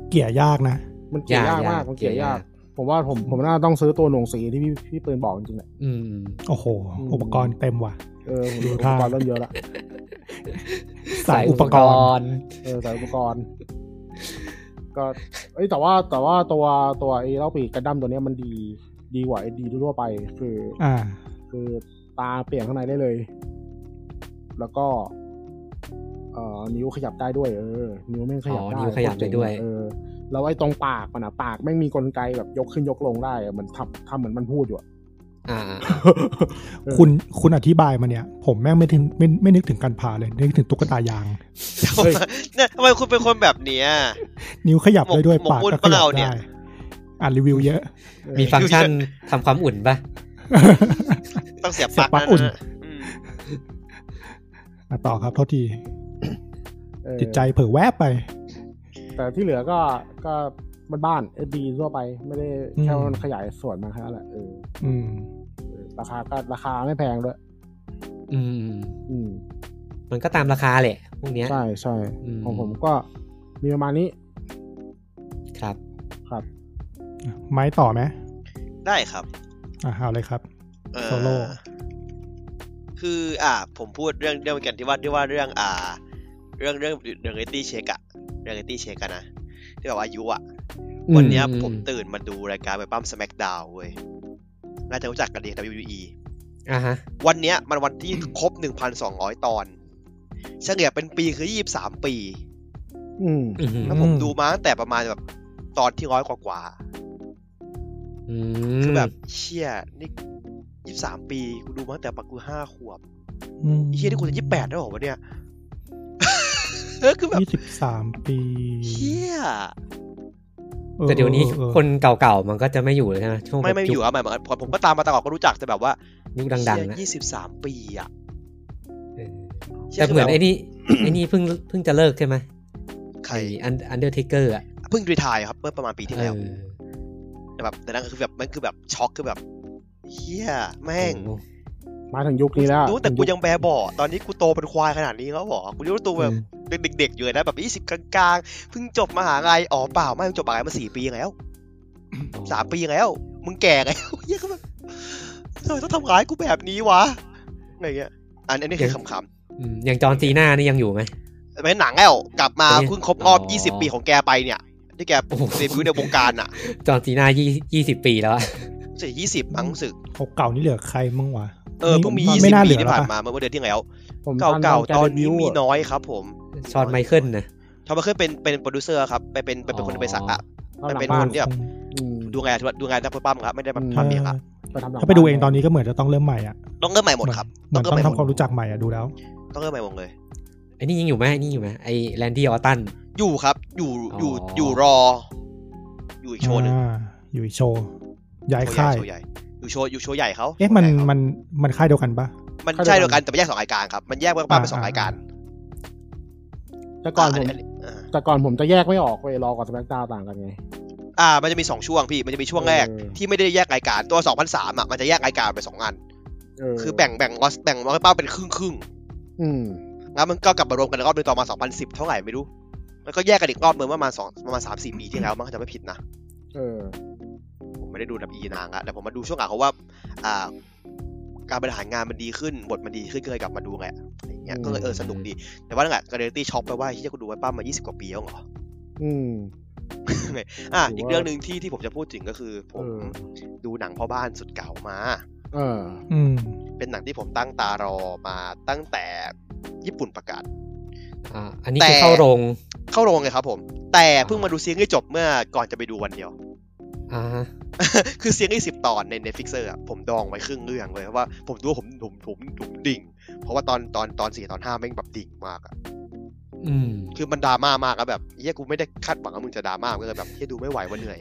Speaker 3: เกลี่ยยากนะ
Speaker 4: มันเกลี่ยยากมาก
Speaker 1: ยาก
Speaker 4: มันเกลี่ย
Speaker 1: เกลี่
Speaker 4: ยาย
Speaker 1: ยาก ก
Speaker 4: ผมว่าผมผมน่าต้องซื้อตัวหน่วงสีที่พี่พี่ปืนบอกจริงๆแหละ
Speaker 1: อืม
Speaker 3: โอ้โห
Speaker 4: อืม
Speaker 3: อุปกรณ์เต็มว่ะ
Speaker 4: เออผม
Speaker 3: ดู
Speaker 4: อุป
Speaker 3: ท่า
Speaker 4: กรณ์เริ่มเยอะละ
Speaker 3: สายอุปกรณ์
Speaker 1: รณ์
Speaker 4: เออสายอุปกรณ์ ก็เอ้ยแต่ว่าแต่ว่าตัวตัวไอ้เล่าปีกกันดั้มตัวเนี้ยมันดีดีกว่าไอ้ดีทั่วๆไปคือ
Speaker 3: อ่า
Speaker 4: คือตาเปลี่ยนข้างในได้เลย แล้วก็ เอ่อนิ้วขยับได้ด้วยเออ นิ้วแม่งขยับ
Speaker 1: อ๋อ
Speaker 4: ได้
Speaker 1: นิ้วขยับได้ด้วย
Speaker 4: เออแล้วไอ้ตรงปากมันอะปากแม่งมีกลไกแบบยกขึ้นยกลงได้อะมันทำทำเหมือนมันพูดอยู่อะ
Speaker 1: อ่า
Speaker 4: เออ
Speaker 3: คุณคุณอธิบายมาเนี่ย ผมแม่งไม่ถึงไม่ไม่นึกถึงการผ่าเลย นึกถึงตุ๊กตายาง
Speaker 4: เฮ้ย
Speaker 2: ๆเนี่ยทำไมคุณเป็นคนแบบเนี้ย
Speaker 3: นิ้วขยับได้ด้วย
Speaker 2: หมก
Speaker 3: ปาก
Speaker 2: มุ่น
Speaker 3: ก็ขยับ
Speaker 2: เปล่าเนี่ย
Speaker 3: ได้อ่านรีวิวเยอะ
Speaker 1: มีฟังก์ชัน (laughs) ทำความอุ่นปะ
Speaker 2: ต้องเสียบป
Speaker 3: เสีย
Speaker 2: ลั๊
Speaker 3: บ
Speaker 2: ก
Speaker 3: ปลั๊ก
Speaker 2: นะ
Speaker 3: อุ่น
Speaker 2: อืม
Speaker 3: อ่ะต่อครับเท่าที
Speaker 4: เออ
Speaker 3: จิตใจเผลอแวบไป
Speaker 4: แต่ที่เหลือก็ก็มันบ้านเอดีทั่วไป ไม่ได้
Speaker 3: อืม
Speaker 4: แค่ว่ามันขยายส่วนมาแค่นั้นแหละเออ
Speaker 3: อืม
Speaker 4: เออราคาก็ราคาไม่แพงด้วย
Speaker 1: อืม
Speaker 4: อืม
Speaker 1: มันก็ตามราคาแหละพวกเนี้ย
Speaker 4: ใช่ใช่
Speaker 1: อืม
Speaker 4: ของผมก็มีประมาณนี้
Speaker 1: ครับ
Speaker 4: ครับ
Speaker 3: ไม้ต่อไหม
Speaker 2: ได้ครับ
Speaker 3: อ่ะเอาเลยครับ
Speaker 2: เออ
Speaker 3: โซโล่
Speaker 2: คืออ่า ผมพูดเรื่องเรื่องกันที่ว่าที่ว่าเรื่องอ่า เรื่องเรื่องเรื่องเอตี้เช็คอะเรื่องเอตี้เช็คอะนะที่แบบว่าอายุอะ วันเนี้ย
Speaker 1: อืม
Speaker 2: ผมตื่นมาดูรายการไปปั้ม SmackDown เว้ย น่าจะรู้จักกันดี WWE
Speaker 1: อ่าฮะ
Speaker 2: วันเนี้ยมันวันที่ครบ 1,200 ตอน เฉลี่ยเป็นปีคือ 23 ปี
Speaker 4: อืม
Speaker 1: อืม
Speaker 2: แล้วผมดูมาตั้งแต่ประมาณแบบตอนที่ร้อยกว่ากว่า
Speaker 1: อื
Speaker 2: ๆ
Speaker 1: ม
Speaker 2: คือแบบเชี่ยนี่ 23 ปีกูดูมาตั้งแต่ปักกูห้าขวบ
Speaker 3: อืม
Speaker 2: ไอ้เชี่ยที่กูจะ28ได้วเหรอวะเนี่ย เออคือแบบ
Speaker 3: ยี่สิบสามปี
Speaker 2: เชี่ย
Speaker 3: ออ
Speaker 1: แต่เดี๋ยวนี้
Speaker 3: ออเออ
Speaker 1: คนเก่าๆมันก็จะไม่อยู่เลยใช่ไหมช่วง
Speaker 2: ไม่ไม่อยู่อะหมายความผมก็ตามมาตลอดก็รู้จักแต่แบบว่า
Speaker 1: ยุคดังๆนะ
Speaker 2: ยี่สิบสามปีอะ
Speaker 1: เออ
Speaker 2: ชี่ย
Speaker 1: แต่เหมือน
Speaker 2: คื
Speaker 1: ไอ้นี่ ไอ้นี่เพิ่งเพิ่งจะเลิกใช่ไหม
Speaker 2: ใคร
Speaker 1: อันอันเดอร์เทเกอร์อ่ะ
Speaker 2: เพิ่งรีไทายครับเมื่อประมาณปีที่แล้ว
Speaker 1: เออ
Speaker 2: แต่แบบแต่นั่นคือแบบมันคือแบบช็อกคือแบบเฮียแม่ง
Speaker 1: โอ้โห
Speaker 4: มาถึงยุคนี้แล้ว
Speaker 2: รู้แต่กูยังแบเบ่อตอนนี้กูโตเป็นควายขนาดนี้แล้วเหรอกูรู้ตัวแบบเป็นเด็กๆอยู่เลยนะแบบยี่สิบ20 กลางๆเพิ่งจบมหาลัยอ๋อเปล่าไม่เพิ่งจบมหาลัยมาสี่ปีแล้วสามปีแล้วมึงแก่แล้วเฮียก็แบบทำไมต้องทำร้ายกูแบบนี้วะอะไรเงี้ยอันอันนี้คือ
Speaker 1: เดี๋ยว
Speaker 2: ขำ
Speaker 1: อืมอย่างจอร์นซีน่านี่ยังอยู่ไหม
Speaker 2: ๆ เป็นหนังแล้ว กลับมา
Speaker 1: เป็นไง
Speaker 2: เพิ่งครบรอบ
Speaker 1: อ๋อ
Speaker 2: 20 ปีของแกไปเนี่ย ที่แก
Speaker 1: โอ้โห
Speaker 2: เดบิวต์ในวงการอ่ะ
Speaker 1: จอร์นซีนายี่ยี่สิบปีแล้วอะ
Speaker 2: สิยี่สิบมั้งรู้สึก
Speaker 3: เขาเก่านี่เหลือใครมั่งวะ
Speaker 2: เออเพิ่งมี
Speaker 3: น
Speaker 2: 20
Speaker 3: ไม่น่าเห
Speaker 2: ปี
Speaker 3: ลือ
Speaker 2: ที่
Speaker 3: แล้ว
Speaker 2: ผ่าน
Speaker 3: ปะ
Speaker 2: มาเมื่อเดือนที่แล้ว
Speaker 4: ผมทั
Speaker 2: เก่าๆ ตอนนี้
Speaker 4: แกเดบิ
Speaker 2: มี
Speaker 4: วต์
Speaker 2: น้อยครับผม
Speaker 1: ชอนไมเคิลนะ
Speaker 2: ทอมเบอร์เคิลเป็นเป็นโปรดิวเซอร์ครับ ไปเป็นไปเป็นคนบริษัทอะ
Speaker 4: ตอหลัง
Speaker 2: เป็น
Speaker 4: บ้า
Speaker 2: คน นที่แบบ
Speaker 4: อืม
Speaker 2: ดูงานดูงานทำปั้มครับ ไม่ได้แบบ
Speaker 4: อืม
Speaker 2: ทำเองครับ
Speaker 4: ไปทำหลัง
Speaker 3: ถ้าไปดู
Speaker 4: บ้
Speaker 3: เองตอนนี้ก็เหมือนจะต้องเริ่มใหม่อ่ะ
Speaker 2: ต้องเริ่มใหม่หมดครับ
Speaker 3: เหมือน
Speaker 2: ต้
Speaker 3: ต้
Speaker 2: อ
Speaker 3: อง ง
Speaker 2: เริ่มใหม่หมด
Speaker 3: ทำความรู้จักใหม่อ่ะดูแล้ว
Speaker 2: ต้องเริ่มใหม่หมดเลย
Speaker 1: ไอ้นี่ยังอยู่ไหมไอ้นี่อยู่ไหมไอ้แลนดี้ออตัน
Speaker 2: อยู่ครับอยู่อยู่
Speaker 1: อ๋อ
Speaker 2: อ
Speaker 1: อ
Speaker 2: ยู่รอ อยู่อีกโชว์หนึ่ง
Speaker 3: อ่าอยู่อีกโชว์ย้าย
Speaker 2: โชว์ใหญ่
Speaker 3: ค่าย
Speaker 2: โชว์ใหญ่อยู่โชว์อยู่โชว์ใหญ่เขา
Speaker 3: เอ๊ะมัน
Speaker 2: ใหญ่ขา
Speaker 3: มันมันค่ายเดียวกันปะ
Speaker 2: มันใช่เดียวกันแต่มันแยกสองรายการครับ มันแยกว่าปั้มเป็นสอ
Speaker 3: อ่าร
Speaker 2: งายการ
Speaker 4: แต่ก่อนผม
Speaker 2: นนี้อ่า
Speaker 4: แต่ก่อนผมจะแยกไม่ออกเว้ยรอกับสแปกตาต่างกันไง
Speaker 2: อ่า มันจะมีสองช่วงพี่ มันจะมีช่วงแรก
Speaker 4: เออ
Speaker 2: ที่ไม่ได้แยกรายการตัว 2003อ่ะมันจะแยกรายการไปสองอัน
Speaker 4: เออ
Speaker 2: คือแบ่งแบ่งออสแบ่งออสปั้มเป็นครึ่งครึ่ง
Speaker 4: อืม
Speaker 2: ๆแล้วมันก็กลับมารวมกันรอบหนึงตอนมา2010 เท่าไหร่ไม่รู้แล้วก็แยกกันอีกรอบเมื่อประมาณสองประมาณสามสี่ปีที่แล้วมั้งถ้าจะไม่ผิดนะ
Speaker 4: เออ
Speaker 2: ผมไม่ได้ดูแบบอีนางอะแต่ผมมาดูช่วงหลังเขาว่า อ่า การบริหารงานมันดีขึ้น บทมันดีขึ้นก็เลยกลับมาดูไงอะไรอย่างเงี้ย
Speaker 4: อืม
Speaker 2: ก็เลยเออสนุกดี แต่ว่านั่นแหละการเดตี้ช็อปแปลว่าที่กูดูไว้ป้ามา 20 กว่าปีแล้วเหรอ
Speaker 4: อืม
Speaker 2: อ่ะ
Speaker 4: ถือว่า
Speaker 2: อีกเรื่องหนึ่งที่ที่ผมจะพูดถึงก็คือ ผ
Speaker 4: เอ
Speaker 2: ม
Speaker 4: อ
Speaker 2: ดูหนังพ่อบ้านสุดเก่ามา
Speaker 4: เออ
Speaker 3: ืม
Speaker 2: เป็นหนังที่ผมตั้งตารอมาตั้งแต่ญี่ปุ่นประกาศ
Speaker 1: อ่าอันนี้
Speaker 2: แต่
Speaker 1: คือเข้าโรง
Speaker 2: เข้าโรงเลยครับผม แต่เพิ่งมาดูซีรีส์จบเมื่อก่อนจะไปดูวันเดียว
Speaker 1: อ่าฮะ
Speaker 2: คือซีรีส์สิบตอนในเน็ตฟิกเซอร์อะผมดองไว้ครึ่งเรื่องเลยเพราะว่าผมดูว่าผมผมผมผมดิ่ง เพราะว่าตอนตอนตอนสี่ตอนห้าแม่งแบบดิ่งมากอะ
Speaker 1: อืม
Speaker 2: คือมันดราม่ามากอะแบบเฮียกูไม่ได้คาดหวังว่ามึงจะดราม่ามันก็เลยแบบเฮียดูไม่ไหวว่าเหนื่อย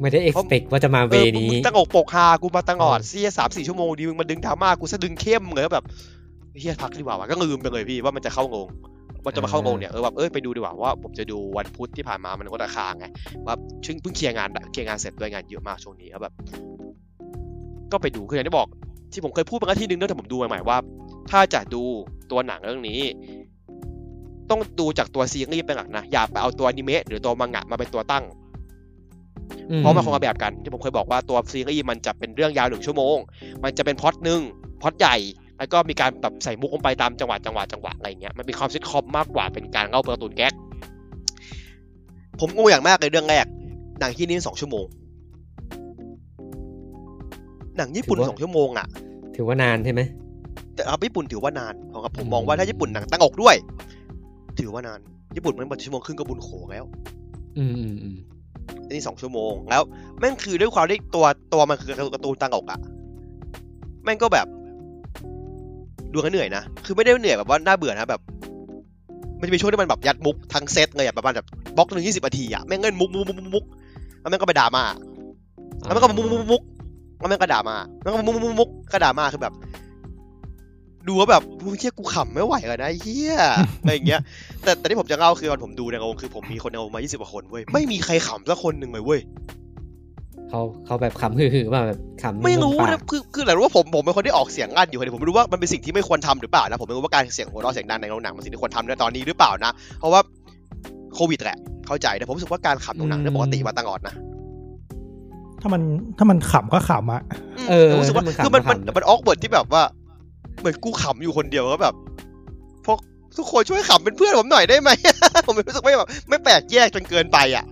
Speaker 1: ไม่ได้ expect ว่าจะมาเว
Speaker 2: เออมึง
Speaker 1: นี้
Speaker 2: มึงตั้งอกปกฮากูมาตั้งอดเสียสามสี่ชั่วโมงดีมึงมาดึงดราม่ากูซะดึงเข้มเลยแบบเฮียพักดีกว่าวะก็ลืมไปเลยพี่ว่ามันจะเข้างงว่าจะมาเข้างงเนี่ยเออแบบเอ้ยไปดูดีกว่าว่าผมจะดูวันพุธที่ผ่านมามันก็ราคางไงว่าชึ่งเพิ่งเคลียร์งานเคลียร์งานเสร็จด้วยงานเยอะมากช่วงนี้แล้วแบบ ก็ไปดูคืออย่างที่บอก ที่ผมเคยพูดไปแล้วที่หนึงเนื่องจากผมดูใหม่ๆว่า ถ้าจะดูตัวหนังเรื่องนี้ ต้องดูจากตัวซีรีส์เป็นหลักนะอย่าไปเอาตัวอนิเมะหรือตัวมังงะมาเป็นตัวตั้ง
Speaker 1: อืม
Speaker 2: เพราะมันคนละแบบกันที่ผมเคยบอกว่าตัวซีรีส์มันจะเป็นเรื่องยาวหนึ่งชั่วโมง มันจะเป็นพล็อตหนึ่งพล็อตใหญ่ แล้วก็มีการแบบใส่มุกลงไปตามจังหวะจังหวะจังหวะอะไรอย่างเงี้ยมันเป็นความซิทคอมมากกว่าเป็นการเล่าเปอร์ตูนแก๊กผมงงอย่างมากเลยเรื่องแรกหนังที่นี่สองชั่วโมง หนังญี่ปุ่นสองชั่วโมงอ่ะ
Speaker 1: ถือว่านานใช่ไหม
Speaker 2: แต่เอาญี่ปุ่นถือว่านานของผม
Speaker 1: อืม
Speaker 2: มองว่าถ้าญี่ปุ่นหนังตั้งอกด้วย ถือว่านานญี่ปุ่นมันบันชั่วโมงครึ่งก็บุญโขแล้ว
Speaker 1: อืมอืมอืม
Speaker 2: อันนี้สองชั่วโมงแล้วแม่งคือด้วยความที่ตัวตัวมันคือการ์ตูนตังอกอะแม่งก็แบบ ดูแล้วเหนื่อยนะคือไม่ได้เหนื่อยแบบว่าน่าเบื่อนะแบบ มันจะมีช่วงที่มันแบบยัดมุกทั้งเซตเลยอะประมาณแบบบล็อกหนึ่งยี่สิบนาทีอะแม่งเล่นมุกมุกมุกมุกมุกแล้วแม่งก็ไปด่ามาแล้วแม่งก็มุกมุกมุกมุกแล้วแม่งก็ด่ามาแล้วก็มุกมุกมุกมุกก็ด่ามาคือแบบ ดูว่าแบบอุ๊ยเฮียกูขำไม่ไหวเลยนะเฮียอะไรอย่างเงี้ย แต่แต่ที่ผมจะเล่าคือตอนผมดูในโรงคือผมมีคนในโรงมา20กว่าคนเว้ยไม่มีใครขำสักคนหนึ่งเลยเว้ย
Speaker 1: เขาเขาแบบขำฮือๆว่าแบบขำ
Speaker 2: ไม่รู้
Speaker 1: มุมปาก
Speaker 2: นะคือคือแต่รู้ว่าผมผมเป็นคนที่ออกเสียงลั่นอยู่คนเดียวผมไม่รู้ว่ามันเป็นสิ่งที่ไม่ควรทำหรือเปล่านะผมไม่รู้ว่าการเสียงหัวเราะเสียงดังในโรงหนังมันสิ่งที่ควรทำในตอนนี้หรือเปล่านะเพราะว่าโควิดแหละเข้าใจแต่ผมรู้สึกว่าการขับโรงหนังเนี่ยปกติมาตลอดนะ
Speaker 3: ถ้ามันถ้ามันขำก็ขำอะ
Speaker 2: อืม
Speaker 1: เออ
Speaker 2: แต่รู้สึกว่า
Speaker 1: ถ้
Speaker 2: คือมันมัน
Speaker 1: ขำ
Speaker 2: มันออกเบิร์ดที่แบบว่า เหมือนกูขำอยู่คนเดียวแล้วแบบพวกทุกคนช่วยขำเป็นเพื่อนผมหน่อยได้ไหม (laughs) ผมรู้สึกไม่แบบไม่แปลกแยกจนเกินไปอ่ะ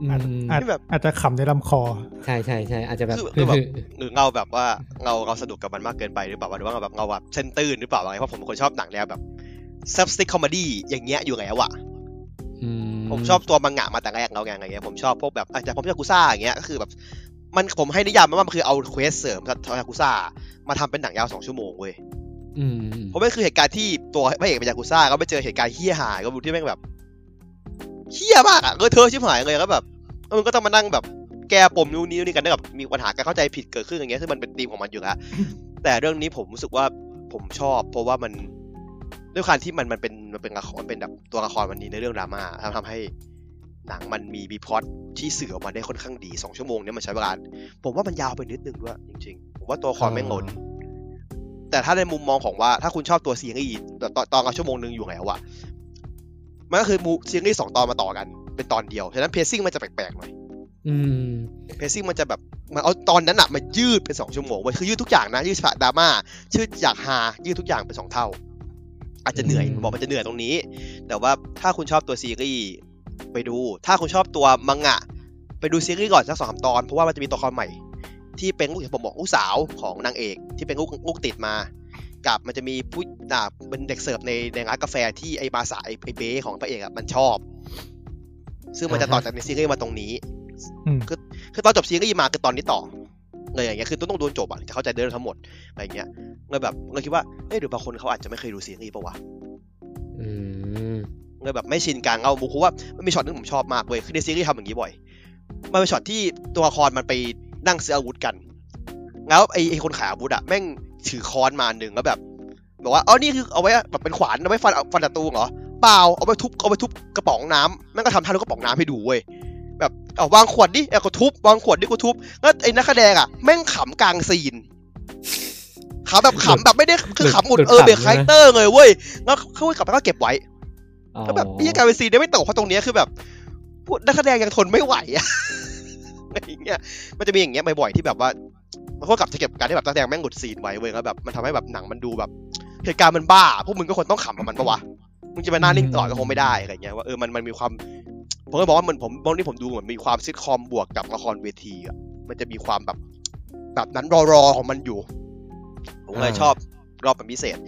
Speaker 1: อืม
Speaker 3: อาจ
Speaker 2: ที่แบบ
Speaker 3: อาจจะขำในลำคอ
Speaker 1: ใช่ใช่ใช่อาจจะแบบ
Speaker 2: คือคื
Speaker 1: ฮือ
Speaker 2: อแบบ (laughs)
Speaker 1: ๆ
Speaker 2: หรือเราแบบว่าเราเราสนุกกับมันมากเกินไปหรือเปล่าวะหรือว่าเราแบบเราแบบเส้นตื้นหรือเปล่าอะไรเพราะผมเป็นคนชอบหนังแนวแบบซับสติคคอมเมดี้อย่างเงี้ยอยู่แล้วอะ
Speaker 1: อื
Speaker 2: ผมชอบตัวมังงะมาแต่แรกแล้วไงอะไรเงี้ยผมชอบพวกแบบอาจจะผมชอบยากุซ่าอย่างเงี้ยก็คือแบบมันผมให้นิยามมันว่ามันคือเอาเควสเสริมจากยากุซ่ามาทำเป็นหนังยาวสองชั่วโมงเว้ย
Speaker 1: อืมอืม
Speaker 2: เพราะมันคือเหตุการณ์ที่ตัวพระเอกเป็นยากุซ่าก็ไปเจอเหตุการณ์เฮี้ยหายก็ดูที่แม่งแบบเฮี้ยมากอะเออเธอชิบหายเลยแล้วแบบแล้วมันก็ต้องมานั่งแบบแก้ปมนู่นนี่นี่กันได้แบบมีปัญหาการเข้าใจผิดเกิดขึ้นอย่างเงี้ยซึ่งมันเป็นธีมของมันอยู่แล้ว แต่เรื่องนี้ผมรู้สึกว่าผมชอบ เพราะว่ามันด้วยความที่มันมันเป็นมันเป็นละครเป็นแบบตัวละครมันนี้ในเรื่องดราม่าทำทำให้หนังมันมีบีพล็อตที่สื่อออกมาได้ค่อนข้างดีสองชั่วโมงเนี่ยมันใช้เวลาผมว่ามันยาวไปนิดนึงด้วยจริงๆผมว่าตัวละครไม่งงนแต่ถ้าในมุมมองของว่าถ้าคุณชอบตัวซีรีส์ตอนตอนละชั่วโมงหนึ่งอยู่แล้วอะมันก็คือมูซีรีส์สองตอนมาต่อกัน เป็นตอนเดียวฉะนั้นเพซซิ่งมันจะแปลกๆหน่อย
Speaker 1: อืม
Speaker 2: เพซซิ่งมันจะแบบมันเอาตอนนั้นอะมายืดเป็นสองชั่วโมงเว้ยคือยืดทุกอย่างนะยืดฉากดราม่ายืดฉากฮายืดทุกอย่างเป็นสองเท่า อาจจะเหนื่อย
Speaker 1: อืม
Speaker 2: บอกมันจะเหนื่อยตรงนี้ แต่ว่าถ้าคุณชอบตัวซีรีส์ไปดู ถ้าคุณชอบตัวมังงะ ไปดูซีรีส์ก่อนสักสองสามตอน เพราะว่ามันจะมีตัวละครใหม่ ที่เป็นลูกผมบอกลูกสาวของนางเอก ที่เป็นลูกลูกติดมา กับมันจะมีผู้อ่าเป็นเด็กเสิร์ฟในในร้านกาแฟที่ไอ้บาสาไอ้ไอ้เบ้ของพระเอกอะมันชอบ ซึ่งมันจะต่อจากในซีรีส์มาตรงนี้
Speaker 3: อืม
Speaker 2: คือตอนจบซีรีส์มาคือตอนนี้ต่อเลยอย่างเงี้ยคือต้องต้องดูจบอ่ะจะเข้าใจเรื่องทั้งหมดอะไรอย่างเงี้ยเลยแบบเลยคิดว่าเอ้ยหรือบางคนเขาอาจจะไม่เคยดูซีรีส์ปะวะ
Speaker 1: อืม
Speaker 2: เลยแบบไม่ชินการเอามุกเพราะว่ามันมีช็อตนึงผมชอบมากเว้ยคือในซีรีส์ทำอย่างนี้บ่อย มันเป็นช็อตที่ตัวละครมันไปนั่งซื้ออาวุธกัน แล้วไอ้ไอ้คนขายอาวุธอะแม่งถือค้อนมาหนึ่งแล้วแบบบอกว่าอ๋อนี่คือเอาไว้แบบเป็นขวานเอาไว้ฟันฟันศัตรูเหรอเปล่าเอาไปทุบเอาไปทุบกระป๋องน้ำแม่งก็ทำท่าทุบกระป๋องน้ำให้ดูเว้ยแบบเอาวางขวดดิเอาก็ทุบวางขวดดิก็ทุบแล้วไอ้นักแสดงอะแม่งขำกลางซีนขำแบบขำแบบไม่ได้คือขำหมุด
Speaker 1: หลุด
Speaker 2: เออเบรก
Speaker 1: ขำ
Speaker 2: คาแร
Speaker 1: ใช่
Speaker 2: ค
Speaker 1: ไหม
Speaker 2: เตอร์เลยเว้ยแล้วเขากลับไปก็เก็บไว้
Speaker 1: อ๋อ
Speaker 2: ก็แบบพี่กลายเป็นซีนได้ไม่ตกเพราะตรงเนี้ยคือแบบพวกนักแสดงยังทนไม่ไหวอะ (laughs) อะไรอย่างเงี้ยมันจะมีอย่างเงี้ยบ่อยๆที่แบบว่ามันก็กลับจะเก็บการที่แบบนักแสดงแม่งหลุดซีนไว้เว้ยแล้วแบบมันทำให้แบบหนังมันดูแบบเหตุการณ์มันบ้า พวกมึงก็ควรต้องขำกับมันปะวะมึงจะมาหน้านิ่งตลอดก็คงไม่ได้อะไรเงี้ยว่าเออมันมันมีความผมก็บอกว่ามันผมตอนนี้ผมดูเหมือนมีความซิทคอมบวกกับละครเวทีอะมันจะมีความแบบแบบนั้นรอๆของมันอยู่ผมเลยชอบรอบเป็นพิเศษ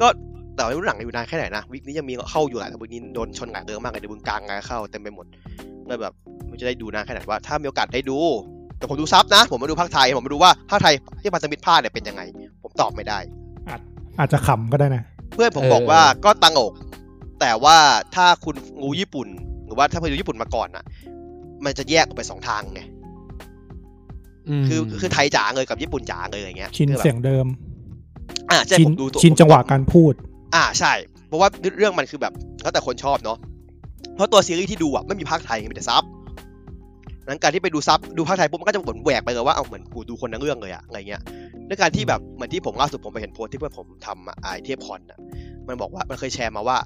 Speaker 2: ก็ แต่ไม่รู้หนังอยู่นานแค่ไหนนะวิกนี้ยังมีเข้าอยู่หลายแต่วิกนี้โดนชนหลายเรื่องมากเลยในบึงกลางงานเข้าเต็มไปหมดเลยแบบมันจะได้ดูนานแค่ไหนว่า ถ้ามีโอกาสได้ดู แต่ผมดูซับนะ ผมมาดูภาคไทย ผมมาดูว่าภาคไทยที่พันธมิตรภาคเนี่ยเป็นยังไง ผมตอบไม่ได้
Speaker 3: อาจจะขำก็ได้นะ
Speaker 2: เพื่อนผมบอกว่าก็ตังอก แต่ว่าถ้าคุณงูญี่ปุ่น หรือว่าถ้าคุณดูญี่ปุ่นมาก่อนน่ะ มันจะแยกออกไปสองทางไง
Speaker 1: ม
Speaker 2: คือคือไทยจ๋าเลยกับญี่ปุ่นจ๋าเลยอย่างเงี้ย
Speaker 3: ชิน
Speaker 2: คือแบบ
Speaker 3: เสียงเดิม
Speaker 2: อ่าใช่
Speaker 3: ชิ
Speaker 2: ผมดูตัว
Speaker 3: ชินจังหวะการพูด
Speaker 2: อ่าใช่ เพราะว่าเรื่องมันคือแบบแล้วแต่คนชอบเนาะเพราะตัวซีรีส์ที่ดูอ่ะไม่มีภาคไทยมีแต่ซับนั้นการที่ไปดูซับดูภาคไทยปุ๊บมันก็จะเหมือนแหวกไปเลยว่าเอาเหมือนกูดูคนทั้งเรื่องเลยอะอะไรเงี้ยด้วยการที่แบบเหมือนที่ผมล่าสุดผมไปเห็นโพสต์ที่เพื่อนผมทำอะไอเทียบคอนอะมันบอกว่ามันเคยแชร์มาว่า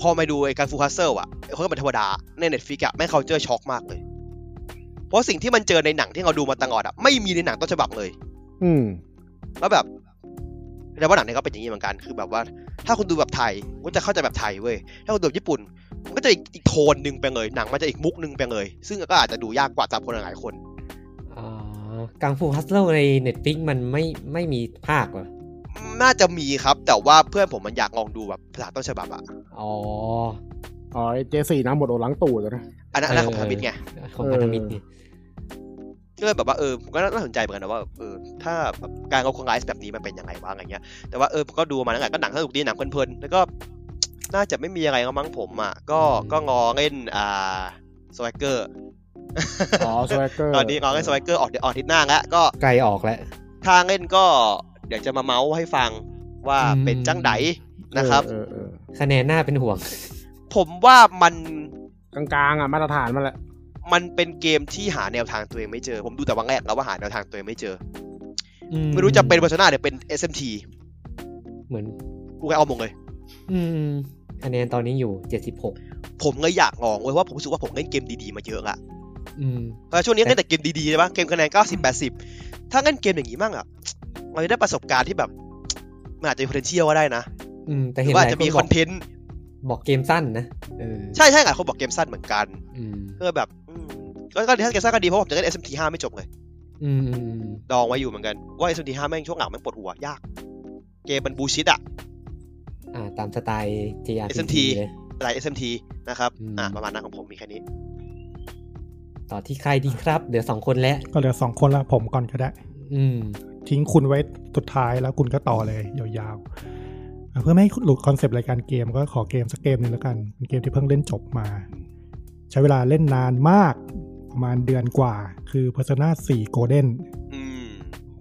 Speaker 2: พอมาดูไอ้การฟูลคัสเซิลอะไอ้คนก็เป็นธรรมดาในเน็ตฟิกอะแม่งเขาเจอช็อกมากเลย เพราะสิ่งที่มันเจอในหนังที่เราดูมาตลอดอะไม่มีในหนังต้นฉบับเลย
Speaker 4: อืม
Speaker 2: แล้วแบบแต่ว่าหนังเนี่ยก็เป็นอย่างนี้เหมือนกัน คือแบบว่า ถ้าคุณดูแบบไทยคุณก็จะเข้าใจแบบไทยเว้ย ถ้าคุณดูแบบญี่ปุ่น มันก็จะอีกอีกโทนหนึ่งไปเลย หนังมันจะอีกมุกหนึ่งไปเลย ซึ่งก็อาจจะดูยากกว่าสำหรับคนหลายๆคน
Speaker 1: อ๋อกางฟูฮัสเ l ลใน Netflix มันไม่ไม่มีภาคเหรอ
Speaker 2: น่าจะมีครับ แต่ว่าเพื่อนผมมันอยากลองดูแบบภาษาต้นฉบับอะ
Speaker 1: อ๋อ
Speaker 4: อ๋อไอ้เจสี่น้ำหมดโอล้างตูด
Speaker 2: (laughs)
Speaker 4: แล้วนะ
Speaker 2: อันนั้นอันนั้นของพันธมิตรไง
Speaker 1: ของพันธมิตรนี่
Speaker 2: ก็เลยแบบว่าเออผมก็น่าสนใจเหมือนกันนะว่าเออถ้าแบบการเอาคนร้ายแบบนี้มันเป็นยังไงบ้างอะไรเงี้ยแต่ว่าเออผมก็ดูมาแล้วไงก็หนังสนุกดีหนังเพลินๆแล้วก็ น่าจะไม่มีอะไรแล้วมั้งผมอ่ะก็ก็งอเล่นอ่าสวกเกอร์
Speaker 4: อ๋อ Swagger
Speaker 2: (laughs) ตอนนี้งอเล่นสวกเกอร์ออกเดี๋ยวออกอาทิศหน้าแล้วก็
Speaker 1: ไกลออกแล้ว
Speaker 2: ถ้าเล่นก็เดี๋ยวจะมาเมาส์ให้ฟังว่า
Speaker 1: อืม
Speaker 2: เป็นจังไดนะครับ
Speaker 4: เออเออเอ
Speaker 1: คะแนนหน้าเป็นห่วง
Speaker 2: ผมว่ามัน
Speaker 4: อกลางๆอ่ะมาตรฐานมันแหละ
Speaker 2: มันเป็นเกมที่หาแนวทางตัวเองไม่เจอ ผมดูแต่วันแรกแล้วว่าหาแนวทางตัวเองไม่เจอ ไม่รู้จะเป็น p ั r s o นาหรือเป็น SMT
Speaker 1: เหมือน
Speaker 2: กูแค่เอาหมดเลย
Speaker 1: อืม คะแนนตอนนี้อยู่เจ็ดสิบหก
Speaker 2: ผมเลยอยากลองเว้ยเพราะผมรู้สึกว่าผมเล่นเกมดีๆมาเยอะอะ
Speaker 1: อืม
Speaker 2: เพราะช่วงนี้เล่นแต่เกมดีๆใช่ปะเกมคะแนน 90 80 ถ้าเล่นเกมอย่างนี้มั่งอะเราจะได้ประสบการณ์ที่แบบ มันอาจจะมี potential ก็ได้นะ
Speaker 1: อืม แต่
Speaker 2: หรื
Speaker 1: เห็น
Speaker 2: อ
Speaker 1: ห
Speaker 2: ว่า
Speaker 1: ลาย
Speaker 2: จะ
Speaker 1: ค
Speaker 2: มี
Speaker 1: นบ
Speaker 2: ค
Speaker 1: อ
Speaker 2: อก นเทนต์
Speaker 1: บอกเกมสั้นนะเออ
Speaker 2: ใช่ใช่หลายคนบอกเกมสั้นเหมือนกัน
Speaker 1: อืม
Speaker 2: ก็แบบอืมก็ก็ถ้าเกมสั้นก็ดีเพราะผมจะเล่น SMT 5 ไม่จบเลย
Speaker 1: อืมอืมอืม
Speaker 2: ดองไว้อยู่เหมือนกันว่า SMT 5แม่งช่วงหลังแม่งปวดหัวยาก เกมมันบูชิดอะ
Speaker 1: อ่า ตามสไตล์ JRPG
Speaker 2: SMT
Speaker 1: เลย
Speaker 2: หลาย SMT นะครับ
Speaker 1: อืม
Speaker 2: อ่ะประมาณนั้นของผมมีแค่นี้
Speaker 1: ต่อที่ใครดีครับ เดี๋ยวสองคนแล้ว
Speaker 3: ก็เหลือสองคนละผมก่อนก็ได้
Speaker 1: อืม
Speaker 3: ทิ้งคุณไว้สุดท้ายแล้วคุณก็ต่อเลย ยาวๆอ่ะเพื่อไม่ให้หลุดคอนเซปต์รายการเกมก็ขอเกมสักเกมหนึ่งแล้วกัน เป็นเกมที่เพิ่งเล่นจบมา ใช้เวลาเล่นนานมากประมาณเดือนกว่า คือ Persona 4 Golden
Speaker 2: อืม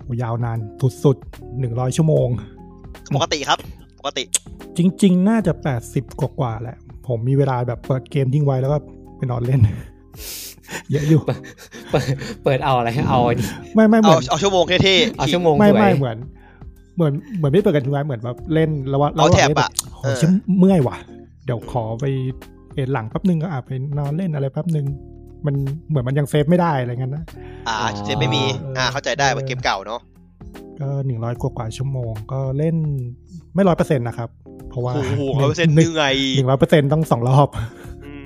Speaker 3: โอ้ยาวนานสุดๆ 100 ชั่วโมง
Speaker 2: ปกติครับปกติ
Speaker 3: จริงๆ น่าจะ 80 กว่ากว่าๆแหละ ผมมีเวลาแบบเปิดเกมทิ้งไว้แล้วก็ไปนอนเล่น (laughs) เยอะอยู่
Speaker 1: เปิด (laughs) เปิดเอา
Speaker 2: (laughs)
Speaker 1: อะไรเอาอันนี้
Speaker 3: ไม่ไม่เหมื
Speaker 2: เอา
Speaker 3: อน
Speaker 2: เอาชั่วโมงเท่ๆ
Speaker 1: เอา
Speaker 2: ขิง
Speaker 1: ชั่วโมง
Speaker 3: ไม่
Speaker 1: สวย
Speaker 3: ไม่เหมือน เหมือนเหมือนไม่เปิดกันทิ้งไว้เหมือนแบบเล่นแล้วว่า
Speaker 2: เอาแถบ
Speaker 3: เล่นแบ
Speaker 2: อะ
Speaker 3: บโอ้ย
Speaker 2: เออ
Speaker 3: ฉันเมื่อยว่ะ เดี๋ยวขอไปเอนหลังแป๊บนึงก็อาไปนอนเล่นอะไรแป๊บนึง มันเหมือนมันยังเซฟไม่ได้อะไรเงี้ยนะ
Speaker 2: อ่า
Speaker 1: อ๋อ
Speaker 2: เจนไม่มี
Speaker 3: เอออ่
Speaker 2: อ่าเข้าใจได้มันเกมเก่าเนาะ
Speaker 3: ก็หนึ่งร้อยกว่ากว่าชั่วโมง ก็เล่นไม่ร้อยเปอร์เซ็นต์นะครับ ราะว่า
Speaker 2: โอ้โหเขาเซ็นยังไง
Speaker 3: หนึ่งร้อยเปอร์เซ็นต้องสองรอบ (laughs)
Speaker 2: อืม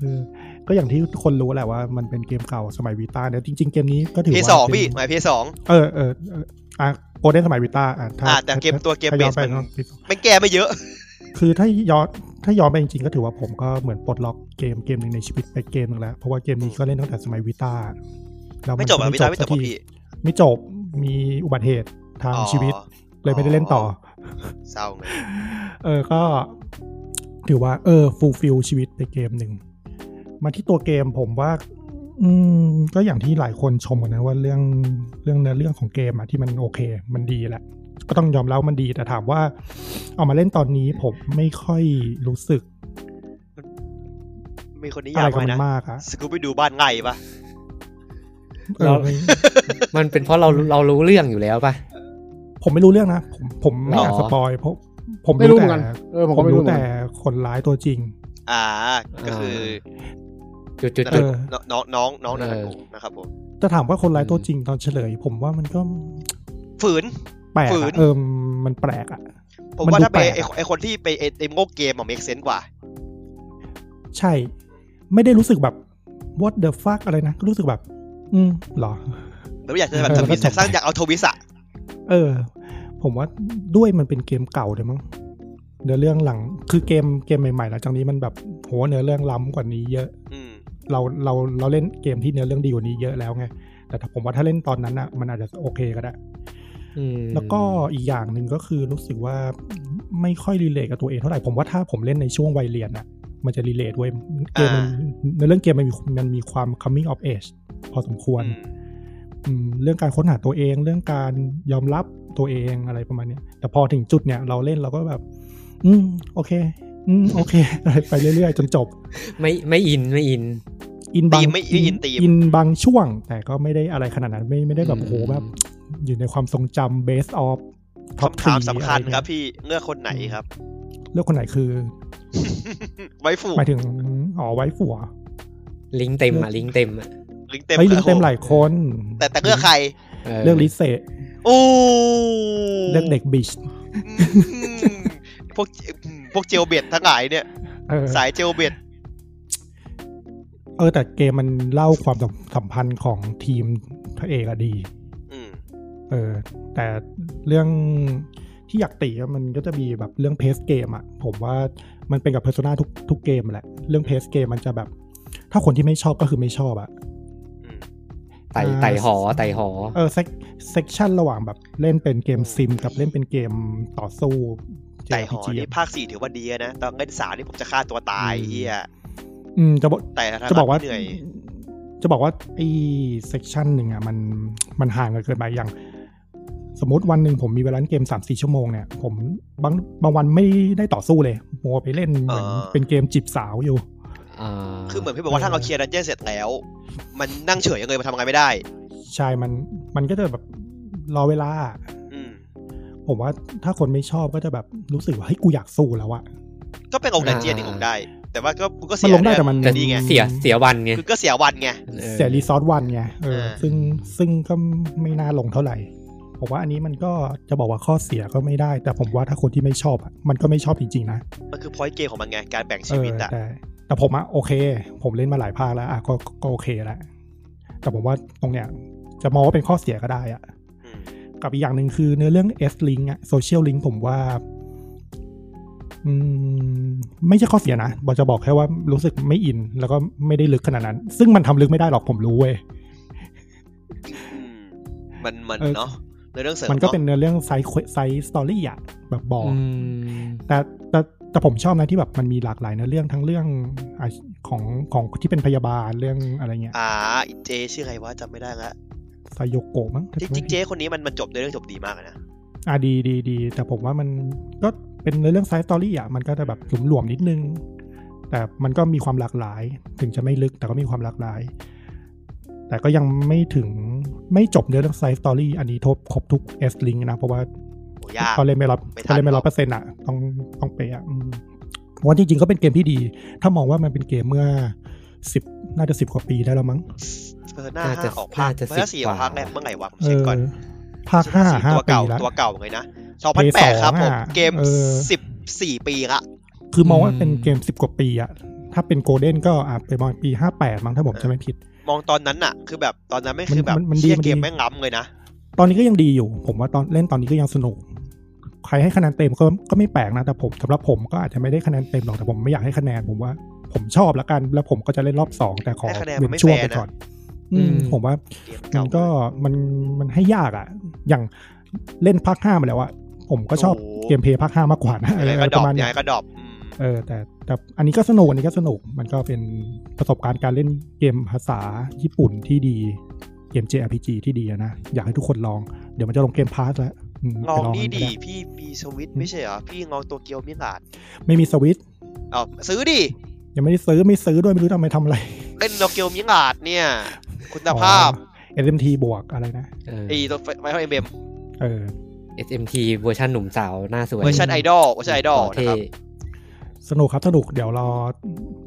Speaker 3: เออก็อย่างที่ทุกคนรู้แหละว่ามันเป็นเกมเก่าสมัยวีต้าเนี่ยจริง ๆ เกมนี้ก็ถือ
Speaker 2: เพ
Speaker 3: ว่า
Speaker 2: ย์สอง
Speaker 3: เป็น
Speaker 2: พี่หมายเพย์สอง
Speaker 3: เออเออเอออ่ะโอเดนสมัยวีต้าอ่ะถ้า
Speaker 2: อ่ะแต่เกมตัวเกม
Speaker 3: ถ้าย้อน
Speaker 2: base
Speaker 3: ไป
Speaker 2: มัน
Speaker 3: เนอะ PS2
Speaker 2: ไม่แก้ไม่เยอะ
Speaker 3: คือถ้าย้อนถ้าย้อนไปจริงๆ ก็ถือว่าผมก็เหมือนปลดล็อกเกมเกมหนึ่งในชีวิตไปเกมหนึ่งแล้ว เพราะว่าเกมนี้ก็เล่นตั้งแต่สมัยวิต้าแล้ว
Speaker 2: ไม่จบอ่ะพี่ตาไม่จบ
Speaker 3: สั
Speaker 2: อ่ะ
Speaker 3: กที
Speaker 2: พี่
Speaker 3: ไม่จบมีอุบัติเหตุทางชีวิต
Speaker 2: อ๋อ
Speaker 3: เลยไม่ได้เล่นต่อ
Speaker 2: เศร้าเลย
Speaker 3: เออก็ถือว่า เออฟูลฟิลชีวิตไปเกมหนึ่งมาที่ตัวเกมผมว่า อืม ก็อย่างที่หลายคนชมกันนะว่าเรื่องเรื่องเนื้อเรื่องของเกมอะที่มันโอเค มันดีแหละ ก็ต้องยอมแล้วามันดีแต่ถามว่า เอามาเล่นตอนนี้ผมไม่ค่อยรู้สึก
Speaker 2: มีคนนี้
Speaker 3: อะ
Speaker 2: ยา
Speaker 3: ไร
Speaker 2: ว
Speaker 3: กั
Speaker 2: ไป
Speaker 3: บมั
Speaker 2: นะ
Speaker 3: นมากอะ
Speaker 2: สกูไปดูบ้านไงปะ
Speaker 3: เออไม่
Speaker 1: มันเป็นเพราะเราเรารู้เรื่องอยู่แล้วป่ะ
Speaker 3: (laughs) ผมไม่รู้เรื่องนะ ผมผมไม่อยาก
Speaker 1: หรอ
Speaker 3: สปอยเพราะผม
Speaker 4: ไม่รู้
Speaker 3: รู้
Speaker 4: เหมือน
Speaker 3: แต่
Speaker 4: กันเออผม
Speaker 3: ผ
Speaker 4: ก็
Speaker 3: ม
Speaker 4: ไม่รู้
Speaker 3: รู้
Speaker 4: เหมือน
Speaker 3: แต่
Speaker 4: กัน
Speaker 3: คนร้ายตัวจริง
Speaker 2: อ่า ก็คือ
Speaker 1: จุดจุด
Speaker 2: นั่น
Speaker 1: จุด
Speaker 2: แหละน้องน้องน้องนั่นแหละ
Speaker 1: เออ
Speaker 2: นะครับผม
Speaker 3: จะถามว่าคนร้ายตัวจริงตอนเฉลย ผมว่ามันก็
Speaker 2: ฝืน
Speaker 3: แปลก
Speaker 2: ฝืน
Speaker 3: อะเออมันแปลกอะ
Speaker 2: ผม
Speaker 3: มัน
Speaker 2: ว่า
Speaker 3: ดู
Speaker 2: ถ้าไป
Speaker 3: แปลก
Speaker 2: ไอ้
Speaker 3: อะ
Speaker 2: ไอคนที่ไปไอ้ไอ้โงกเกมอะ make sense กว่า
Speaker 3: ใช่ ไม่ได้รู้สึกแบบ what the fuck อะไรนะก็รู้สึกแบบ อืมเหรอ
Speaker 2: แบบอยากจะแบบ
Speaker 3: เออ
Speaker 2: ทวิส
Speaker 3: แล้ว
Speaker 2: ส
Speaker 3: ก็จบ
Speaker 2: ร้างอยากเอาทวิสอะ
Speaker 3: เออ ผมว่าด้วยมันเป็นเกมเก่าเดี๋ยวมั้งเนื้อเรื่องหลัง คือเกมเกมใหม่ๆหลังจากนี้มันแบบโหเนื้อเรื่องล้ำกว่านี้เยอะ
Speaker 2: อืม
Speaker 3: เราเราเราเล่นเกมที่เนื้อเรื่องดีกว่านี้เยอะแล้วไง แต่ถ้าผมว่าถ้าเล่นตอนนั้นอ่ะ มันอาจจะโอเคก็ได้
Speaker 1: อืม
Speaker 3: แล้วก็อีกอย่างหนึ่งก็คือรู้สึกว่าไม่ค่อยรีเลทกับตัวเองเท่าไหร่ ผมว่าถ้าผมเล่นในช่วงวัยเรียนอ่ะ มันจะรีเลทเว้ยเกมมัน
Speaker 2: อ่
Speaker 3: ในเรื่องเกมมันมีมันมีความ coming of age พอสมควร
Speaker 2: อืม
Speaker 3: อืมเรื่องการค้นหาตัวเองเรื่องการยอมรับตัวเองอะไรประมาณเนี้ยแต่พอถึงจุดเนี่ยเราเล่นเราก็แบบ อืม โอเค อืม โอเค (laughs) อะไรไปเรื่อยๆ จนจบ
Speaker 1: ไม่ไม่อินไม่อิน
Speaker 3: อินบา
Speaker 2: ตี
Speaker 3: ง
Speaker 2: มไม่ไม่อินตีม
Speaker 3: อินบางช่วง แต่ก็ไม่ได้อะไรขนาดนั้นไม่ไม่ได้แบบ
Speaker 1: อืม
Speaker 3: โอ้โหแบบอยู่ในความทรงจำ base of top
Speaker 2: คำถาม
Speaker 3: three
Speaker 2: สำคัญ
Speaker 3: อะไเงี้ย
Speaker 2: ครับพี่เลือกคนไหนครับ
Speaker 3: เลือกคนไหนคือ
Speaker 2: ไว้ฝู
Speaker 3: หมายถึงอ๋อไว้ฝัว
Speaker 1: ลิงก์เต็มอ่ะลิงก์เต็มอ่ะ
Speaker 2: ลิงก์เต็ม
Speaker 3: เฮ้ยลิง
Speaker 2: โอ้
Speaker 3: เต็ม
Speaker 2: โ
Speaker 3: หลายคน
Speaker 2: แต่แต่เลือกใคร
Speaker 3: เลือกลิเซ
Speaker 2: โอ้
Speaker 3: เลือกเด็กบิช
Speaker 2: อืมพวกอืมพวกเจลเบดทั้งหลายเนี่ย
Speaker 3: เออ
Speaker 2: สายเจลเบด
Speaker 3: เออแต่เกมมันเล่าความสัมสัมพันธ์ของทีมพระเอกอะดี
Speaker 2: อืม
Speaker 3: เออ แต่เรื่องที่อยากตีอะมันก็จะมีแบบเรื่องเพสเกมอะผมว่ามันเป็นกับเพอร์โซนาทุกทุกเกมแหละ เรื่องเพสเกมมันจะแบบ ถ้าคนที่ไม่ชอบก็คือไม่ชอบอะ
Speaker 2: อืม
Speaker 1: ไต่ไต่หอไต่หอ
Speaker 3: เออเซกเซกชันระหว่างแบบเล่นเป็นเกมซิมกับเล่นเป็นเกมต่อสู้
Speaker 2: ไต่หอ
Speaker 3: JRPG
Speaker 2: นี่ภาคสี่ถือว่าดีนะ ตอนเล่นสามนี่ผมจะฆ่าตัวตาย
Speaker 3: อืม
Speaker 2: เฮีย
Speaker 3: อืมจะบอก
Speaker 2: แต่ถ้า
Speaker 3: จะบอกว่า
Speaker 2: เหนื่อย
Speaker 3: จะบอกว่าไอ้เซกชันหนึ่งอ่ะมันมันห่างกันเกินไปอย่าง สมมติวันหนึ่งผมมีเวลาเล่นเกมสามสี่ชั่วโมงเนี่ย ผมบางบางวันไม่ได้ต่อสู้เลยมัวไปเล่นเหมือน
Speaker 2: เออ
Speaker 3: เป็นเกมจีบสาวอยู่
Speaker 1: อ่า
Speaker 2: คือเหมือนพี่บอกว่าถ้าเราเคลียร์ดันเจี้ยนเสร็จแล้ว มันนั่งเฉยเลยมันทำอะไรไม่ได้
Speaker 3: ใช่มันมันก็จะแบบรอเวลา
Speaker 2: อืม
Speaker 3: ผมว่าถ้าคนไม่ชอบก็จะแบบรู้สึกว่าเฮ้ยกูอยากสู้แล้วอะ
Speaker 2: ก็เป็นองค์ดันเจียนอีกองค์ได้ แต่ว่าก็กูก็
Speaker 3: มั
Speaker 2: เสี
Speaker 3: น
Speaker 2: ย
Speaker 3: ลงได้แต่มัน
Speaker 2: แต่นี่ไง
Speaker 1: เสียเสียวันไง
Speaker 2: คือก็เสียวันไง
Speaker 1: ออ
Speaker 3: เสียรีซอสวันไงเออ
Speaker 2: เออ
Speaker 3: ซึ่งซึ่งก็ไม่น่าลงเท่าไหร่ผมว่าอันนี้มันก็จะบอกว่าข้อเสียก็ไม่ได้ แต่ผมว่าถ้าคนที่ไม่ชอบอะมันก็ไม่ชอบจริงๆนะ
Speaker 2: มันคือพอยต์เกมของมันไง การแบ่งชีวิตอะ
Speaker 3: เแต่แต่ผมอะโอเค ผมเล่นมาหลายภาคแล้วอะก็ก็ก็โอเคแล้วแต่ผมว่าตรงเนี้ยจะมองว่าเป็นข้อเสียก็ได้อะ
Speaker 2: ม
Speaker 3: กับอีกอย่างหนึ่งคือเนื้อเรื่อง S Link อะ Social Link ผมว่า อืม ไม่ใช่ข้อเสียนะบอกจะบอกแค่ว่ารู้สึกไม่อิน แล้วก็ไม่ได้ลึกขนาดนั้น ซึ่งมันทำลึกไม่ได้หรอกผมรู้เว้ย
Speaker 2: อืมมันมัน
Speaker 3: เออ
Speaker 2: เนาะในเรื่องเสริม
Speaker 3: มันก็เป็น
Speaker 2: อะ
Speaker 3: เนื้อเรื่องไซส์ไซส์สตอรี่อะแบบบอก
Speaker 1: อืม
Speaker 3: แต่แต่แต่ผมชอบนะที่แบบมันมีหลากหลายเนื้อเรื่องทั้งเรื่องอาชีพของของที่เป็นพยาบาลเรื่องอะไรเงี้ย
Speaker 2: อ่าอีเจชื่ออะไรวะจำไม่ได้ละ
Speaker 3: ไซโยโกะมั้งถ้า
Speaker 2: จ
Speaker 3: จำ
Speaker 2: ริ
Speaker 3: ไม่
Speaker 2: งๆ
Speaker 3: ผิ
Speaker 2: เจ๊
Speaker 3: ด
Speaker 2: คนนี้มันมันจบในเรื่องจบดีมากอะนะ
Speaker 3: อ่ะดีดีดีแต่ผมว่ามันก็เป็นเรื่องไซส์สตอรี่อ่ะ มันก็จะแบบหลวมๆนิดนึง แต่มันก็มีความหลากหลาย ถึงจะไม่ลึกแต่ก็มีความหลากหลาย แต่ก็ยังไม่ถึงไม่จบเนื้อเรื่องไซส์สตอรี่อันนี้ทบครบทุกเอสลิงนะ เพราะว่า
Speaker 2: โหยาก
Speaker 3: ก็เล่นไม่รับ
Speaker 2: ไม่ทัน
Speaker 3: ก็เล่นไม่รับเปอร์เซ็นต์อ่ะ ต้องต้องเปย์อ่ะอืมผมว่าจริงๆก็เป็นเกมที่ดี ถ้ามองว่ามันเป็นเกมเมื่อสิบน่าจะสิบกว่าปีได้แล้วมั้ง
Speaker 2: เออหน้า
Speaker 1: น่าจะ
Speaker 2: ห้าออกภาค
Speaker 1: น่าจะ
Speaker 2: เออหน้าสี่ออกภาค
Speaker 1: สิบกว่า
Speaker 2: แรกเมื่อไหร่วะผม
Speaker 3: เอ
Speaker 2: เช็ค
Speaker 3: อ
Speaker 2: ก่อน
Speaker 3: ภาคห้า
Speaker 2: สี่
Speaker 3: ห้า
Speaker 2: ตัว
Speaker 3: ปี
Speaker 2: เก่า
Speaker 3: แล้ว
Speaker 2: ตัวเก่าเลยนะสองพันแปด
Speaker 3: 2
Speaker 2: ครับผม
Speaker 3: อ่ะ
Speaker 2: เกม
Speaker 3: เออ
Speaker 2: สิบ สี่ปีละ
Speaker 3: คือมองว่าเป็น
Speaker 1: อืม
Speaker 3: เกมสิบกว่าปีอะถ้าเป็นโกลเด้นก็อ่ะไปประมาณปีห้าแปดมั้งถ้าผมจะไม่ผิด
Speaker 2: มองตอนนั้นน่ะ คือแบบตอนนั้นไม่งคือแบบ
Speaker 3: มันมันดี
Speaker 2: เชี่ย
Speaker 3: มันดี
Speaker 2: เกมแม่งล้ำเลยนะ
Speaker 3: ตอนนี้ก็ยังดีอยู่ ผมว่าตอนเล่นตอนนี้ก็ยังสนุก ใครให้คะแนนเต็มก็ก็ไม่แปลกนะแต่ผมสำหรับผมก็อาจจะไม่ได้คะแนนเต็มหรอกแต่ผมไม่อยากให้คะแนนผมว่า ผมชอบละกัน แล้วผมก็จะเล่นรอบสองแต่ขอ
Speaker 2: ให้คะแนนมั
Speaker 3: เว้
Speaker 2: น
Speaker 3: น
Speaker 2: ไม่
Speaker 3: ช่วง
Speaker 2: แฟร์
Speaker 3: ไป
Speaker 2: นะ
Speaker 3: ก่อน อืม
Speaker 1: อืม
Speaker 3: ผมว่า
Speaker 2: เกม
Speaker 3: มั
Speaker 2: เก่าน
Speaker 3: ก็มันมันให้ยากอะอย่างเล่นภาคห้ามาแล้วอะผมก็ชอบเกมเพลย์ภาคห้ามากกว่านะ
Speaker 2: ยังไง
Speaker 3: เอ
Speaker 2: ก็
Speaker 3: อ
Speaker 2: ด
Speaker 3: ป
Speaker 2: รอ
Speaker 3: ระ
Speaker 2: ป
Speaker 3: มาณ
Speaker 2: ยัง
Speaker 3: เนี้
Speaker 2: ไง
Speaker 3: ย
Speaker 2: ก็ดรอปอืม
Speaker 3: เออแต่แต่อันนี้ก็สนุกอันนี้ก็สนุกมันก็เป็นประสบการณ์การเล่นเกมภาษาญี่ปุ่นที่ดีเกม JRPG ที่ดีอะนะ อยากให้ทุกคนลอง เดี๋ยวมันจะลงเกมพาสแล้วม
Speaker 2: ลอง
Speaker 3: ไป
Speaker 2: นี่
Speaker 3: กั
Speaker 2: ดี
Speaker 3: ไ
Speaker 2: พี่มีสวิตช์ไม่ใช่เหรอ พี่ลองโตเกียวมิลาน
Speaker 3: ไม่มีสวิตช์
Speaker 2: เอาซื้อดิ
Speaker 3: ยังไม่ได้ซื้อไม่ซื้อด้วยไม่รู้ทำไมทำอะไร
Speaker 2: เล่นโตเกียวมิลานเนี่ย คุณภาพ
Speaker 3: เอ็มทีบวกอะไรนะ
Speaker 1: เออ
Speaker 2: ไอ้ตัวไฟเอ็มเอ็ม
Speaker 3: เออ
Speaker 1: SMT เวอร์ชันหนุ่มสาวหน้าสวย
Speaker 2: เวอร์ชันไอดอลเวอร์ชันไอดอล
Speaker 1: เท่
Speaker 2: นะครับ
Speaker 3: สนุกครับสนุกเดี๋ยวรอ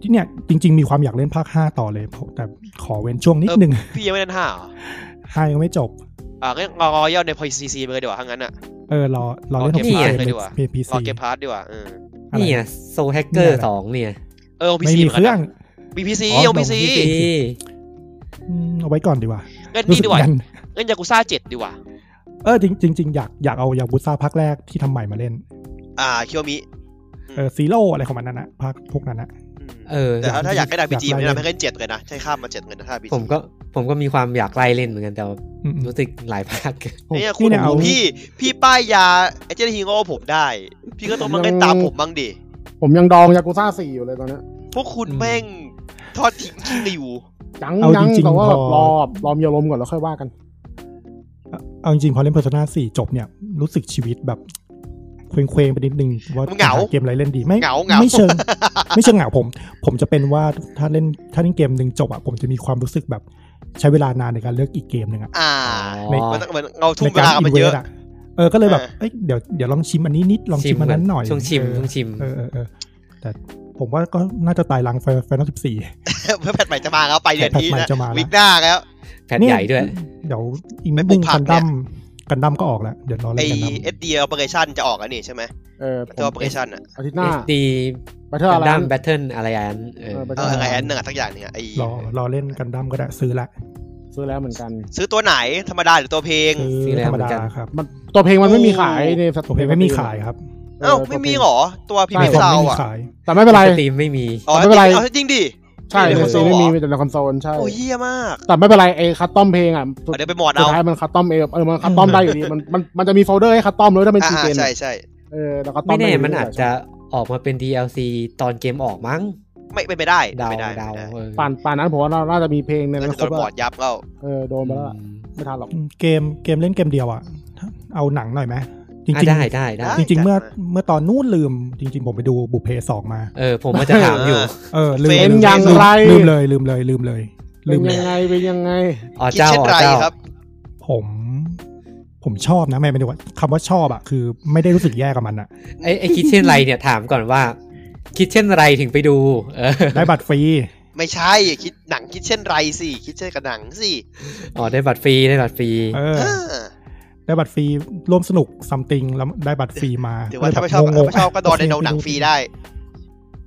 Speaker 3: ที่เนี่ยจริง ๆ มีความอยากเล่นภาค 5 ต่อเลยแต่ขอเว้นช่วงนิด
Speaker 2: เออ
Speaker 3: นึง (laughs)
Speaker 2: พี่ยังไม่เล่นห้าเหรอ
Speaker 3: ห้ายังไม่จบ
Speaker 2: อ่างั้นรอรอย่อในพอยซีซีไปเลยดีกว่าถ้างั้นอ่ะ
Speaker 3: เออรอรอเล่
Speaker 2: ร
Speaker 3: น
Speaker 2: อเกม
Speaker 3: ของ
Speaker 2: พาร์ท
Speaker 3: เก
Speaker 2: เลย
Speaker 3: ม
Speaker 2: ดีกว่า
Speaker 3: พีพี
Speaker 2: รอ
Speaker 3: ซี
Speaker 2: เกมพาร์ทดีกว่าเออ
Speaker 3: อะไร
Speaker 1: นี่ไงโซแฮกเกอร์สองเนี่ย
Speaker 2: เออของพี
Speaker 3: ไม่
Speaker 2: ซี
Speaker 3: มีเครื่อง
Speaker 2: มีพีซี
Speaker 3: อ๋อ
Speaker 2: ของพี
Speaker 3: ลง
Speaker 2: ซี
Speaker 1: พี่
Speaker 3: อืมเอาไว้ก่อนดีกว่า
Speaker 2: เล่น
Speaker 3: รู้
Speaker 2: นี่
Speaker 3: สึ
Speaker 2: ดีกว่า
Speaker 3: กัน
Speaker 2: เล่นยากุซ่าเจ็ดดีกว่า
Speaker 3: เออจริงจริงๆอยากอยากเอายาบุซ่าภาคแรกที่ทำใหม่มาเล่น
Speaker 2: อ่าเคียวมิ
Speaker 3: เออซีโร่อะไรของมันนั่นนะภาคพวกนั้นนะ
Speaker 2: อืม
Speaker 1: เออ
Speaker 2: แต่ถ้าถ้าอยากได้ดาบพีจี
Speaker 3: อ
Speaker 2: ผม
Speaker 3: ยากได้
Speaker 2: แนะนำให้เล่นเจ็ดเลยนะ ใช้ข้ามมาเจ็ดเลยนะถ้าพี
Speaker 1: ผมก็ผมก็มีความอยากไล่เล่นเหมือนกันแต่ว่า
Speaker 3: อืมๆ
Speaker 1: รู้สึกหลายภาคเกิน
Speaker 2: เนี่ย
Speaker 3: นี่
Speaker 2: คุณ
Speaker 3: เนี่ยเอา
Speaker 2: ผมพี่พี่ป้ายยาไอเจนฮีโร่ผมได้ พี่ก็ต้องมาเล่นตามผมบ้างดิ
Speaker 4: ผมยังดองยากุซ่าสี่อยู่เลยตอนเนี้ย
Speaker 2: พวกคุณแม่งทอดทิ้งคิงเลยอยู่
Speaker 4: ยัง
Speaker 3: เอา
Speaker 4: ยัง
Speaker 3: จริงๆ
Speaker 4: แต่ว่าแบบ
Speaker 3: พอ
Speaker 4: รอรอมีอารมณ์ก่อนแล้วค่อยว่ากัน
Speaker 3: เอาจริงๆพอเล่น Persona 4 จบเนี่ยรู้สึกชีวิตแบบเคว้งเคว้งๆไปนิดนึงว่า
Speaker 2: มันเหงา
Speaker 3: จะเกมอะไรเล่นดีไม่
Speaker 2: เหงาเหงา
Speaker 3: ไม่เชิง ไม่เชิงเหงาผม ผมจะเป็นว่าถ้าเล่นถ้าเล่นเกมหนึ่งจบอ่ะผมจะมีความรู้สึกแบบใช้เวลานานในการเลือกอีกเกมหนึ่งอ่ะ
Speaker 2: อ่า
Speaker 1: อ๋อ
Speaker 3: ใน
Speaker 2: มันต้องเหมือนเราทุ่ม
Speaker 3: ใน
Speaker 2: เวลากับมันเยอะ
Speaker 3: วทเออก็เลยแบบ
Speaker 2: เออ
Speaker 3: เอ้ยเดี๋ยวเดี๋ยวลองชิมอันนี้นิดลองชิมอันนั้นหน่อย
Speaker 1: ช่วงชิม
Speaker 3: เออ
Speaker 1: ช่วงชิม
Speaker 3: เออเออเออแต่ผมว่าก็น่าจะตายหลังไฟนอลสิบสี่
Speaker 2: เพื่อแพทใหม่จะมาแล้วไปเดือนนี้
Speaker 3: แพทใหม่
Speaker 2: นะ
Speaker 3: จะมาแล้ว
Speaker 2: วิกหน้าแล้ว
Speaker 1: แผ่นใหญ่ด้วย
Speaker 3: เดี๋ยวอีกนิด
Speaker 2: ไม่
Speaker 3: นึง
Speaker 2: ปลูกผัก
Speaker 3: กัน
Speaker 2: เนี่ย
Speaker 3: ดั้มกันดั้มก็ออกแล้ว เดี๋ยวรอ
Speaker 2: ไอ
Speaker 3: เล่นกันดั้ม
Speaker 2: เอสดีออปเปอเรชันจะออกอันนี้ใช่ไหม
Speaker 4: เออผม
Speaker 2: ตัวออปเปอเรชันอะ
Speaker 4: อาทิตย์หน้า
Speaker 1: SD
Speaker 4: ไปเท่าอะไร
Speaker 1: ดัมแบทเทิลอะไรอันเออ
Speaker 4: เออ Battle
Speaker 2: เอออะไรอันหนึ่งอะสักอย่างหนึ่งอะไอ
Speaker 3: รอรอเล่นกันดั้มก็ได้ซื้อละ
Speaker 4: ซื้อแล้วเหมือนกัน
Speaker 2: ซื้อตัวไหนธรรมดาหรือตัวเพลง
Speaker 3: ซื้อธรรมดาครับ
Speaker 4: มันตัวเพลงมันไม่มีขายในส
Speaker 3: ผมเองไม่มีขายครับ
Speaker 2: เอ้าไม่มีเหรอตัวพี
Speaker 3: ใน
Speaker 2: พี
Speaker 3: คอม
Speaker 2: เซา
Speaker 3: ไม่มี
Speaker 2: อะ
Speaker 3: ขาย
Speaker 4: แต่ไม่เป็นไร
Speaker 1: สตรีมไม่มี
Speaker 2: อ๋อ
Speaker 4: ไม่เป็นไร
Speaker 2: อาจริงดิ
Speaker 4: ใช่
Speaker 2: ไม่
Speaker 4: ใน
Speaker 2: มี
Speaker 4: คอนโซล
Speaker 2: ในคอนโซล
Speaker 4: ไม่มีมีแต่ในคอนโซลใช่
Speaker 2: โอ้ยเยี่ยมาก
Speaker 4: แต่ไม่เป็นไรไอ้คัสตอมเพลงอ่ะสุด
Speaker 2: เอาเดี๋ยวไปหมอด
Speaker 4: สุด
Speaker 2: เอา
Speaker 4: ท้ายมันคัสตอมเองเออมันคัสตอมได้อยู่ดีมันมันมันจะมีโฟลเดอร์ให้คัสตอมเลยถ้าเป็น
Speaker 2: อ่า
Speaker 4: ซีเกน
Speaker 2: ใช่ใช่
Speaker 4: เออแล้วคัสตอ
Speaker 1: ไม่
Speaker 4: ม
Speaker 1: แน่
Speaker 4: ด้ยู่ดี
Speaker 1: มันอาจจะออกมาเป็น DLC ตอนเกมออกมั้ง
Speaker 2: ไม่ไม่ไปได้
Speaker 1: เดา
Speaker 2: ไม่ได้
Speaker 1: เดา
Speaker 2: ไม่ได้
Speaker 1: เออ
Speaker 4: ป่านป่านนั้นผมว่าน่าจะมีเพลงในนั้
Speaker 2: น่าน จะ
Speaker 4: ค
Speaker 2: โด
Speaker 4: รบ
Speaker 2: นบอ
Speaker 4: แล้
Speaker 2: ร์
Speaker 4: ว
Speaker 2: ดยับแล้ว
Speaker 4: เออโดนไปแล้ว
Speaker 1: อืม
Speaker 4: ไม่ทันหรอก
Speaker 3: เกมเกมเล่นเกมเดียวอ่ะเอาหนังหน่อยไหมจริง
Speaker 1: อ่ะได้
Speaker 3: ๆ
Speaker 1: ได้ได้
Speaker 3: จริงๆเมื่อเมื่อตอนนู้นลืมจริง ๆ ผมไปดูบุพเพสองมา
Speaker 1: เออผมมันจะถามอยู่
Speaker 3: เออลืม
Speaker 4: เป็น
Speaker 3: ลืม
Speaker 4: อย่างไร
Speaker 3: ลืมเลยลืมเลยลืมเลย
Speaker 4: เป็
Speaker 3: ลื
Speaker 4: น
Speaker 3: มเล
Speaker 4: ยั
Speaker 3: ย
Speaker 4: งไงเป็นยังไง
Speaker 1: อ๋อ
Speaker 2: คิด
Speaker 1: เจ้า
Speaker 2: เช่น
Speaker 1: อ๋อ
Speaker 2: ไร
Speaker 1: เจ้า
Speaker 2: ครับ
Speaker 3: ผม ผมชอบนะไม่ไม่ได้ว่าคำว่าชอบอะคือไม่ได้รู้สึกแย่กับมัน
Speaker 2: (laughs)
Speaker 3: อะ
Speaker 1: ไอไอคิดเช่นไรเนี่ยถามก่อนว่า คิดเช่นไรถึงไปดูเออ
Speaker 3: ได้บัตรฟรี
Speaker 2: ไม่ใช่คิดหนังคิดเช่นไรสิคิดเช่นกับหนังสิ
Speaker 1: อ๋อได้บัตรฟรีได้บัตรฟรี
Speaker 3: เออ
Speaker 2: เออ
Speaker 3: ได้บัตรฟรีร่วมสนุกซัมติงแล้วได้บัตรฟรีมา
Speaker 2: หรือว่าถ้าไม่ช
Speaker 3: ก็
Speaker 2: อบ
Speaker 3: เลย
Speaker 2: ถ้า
Speaker 3: แบบ
Speaker 2: ไม่ชอบก็โดน
Speaker 3: โเค
Speaker 2: ในโรงหนังฟรีได้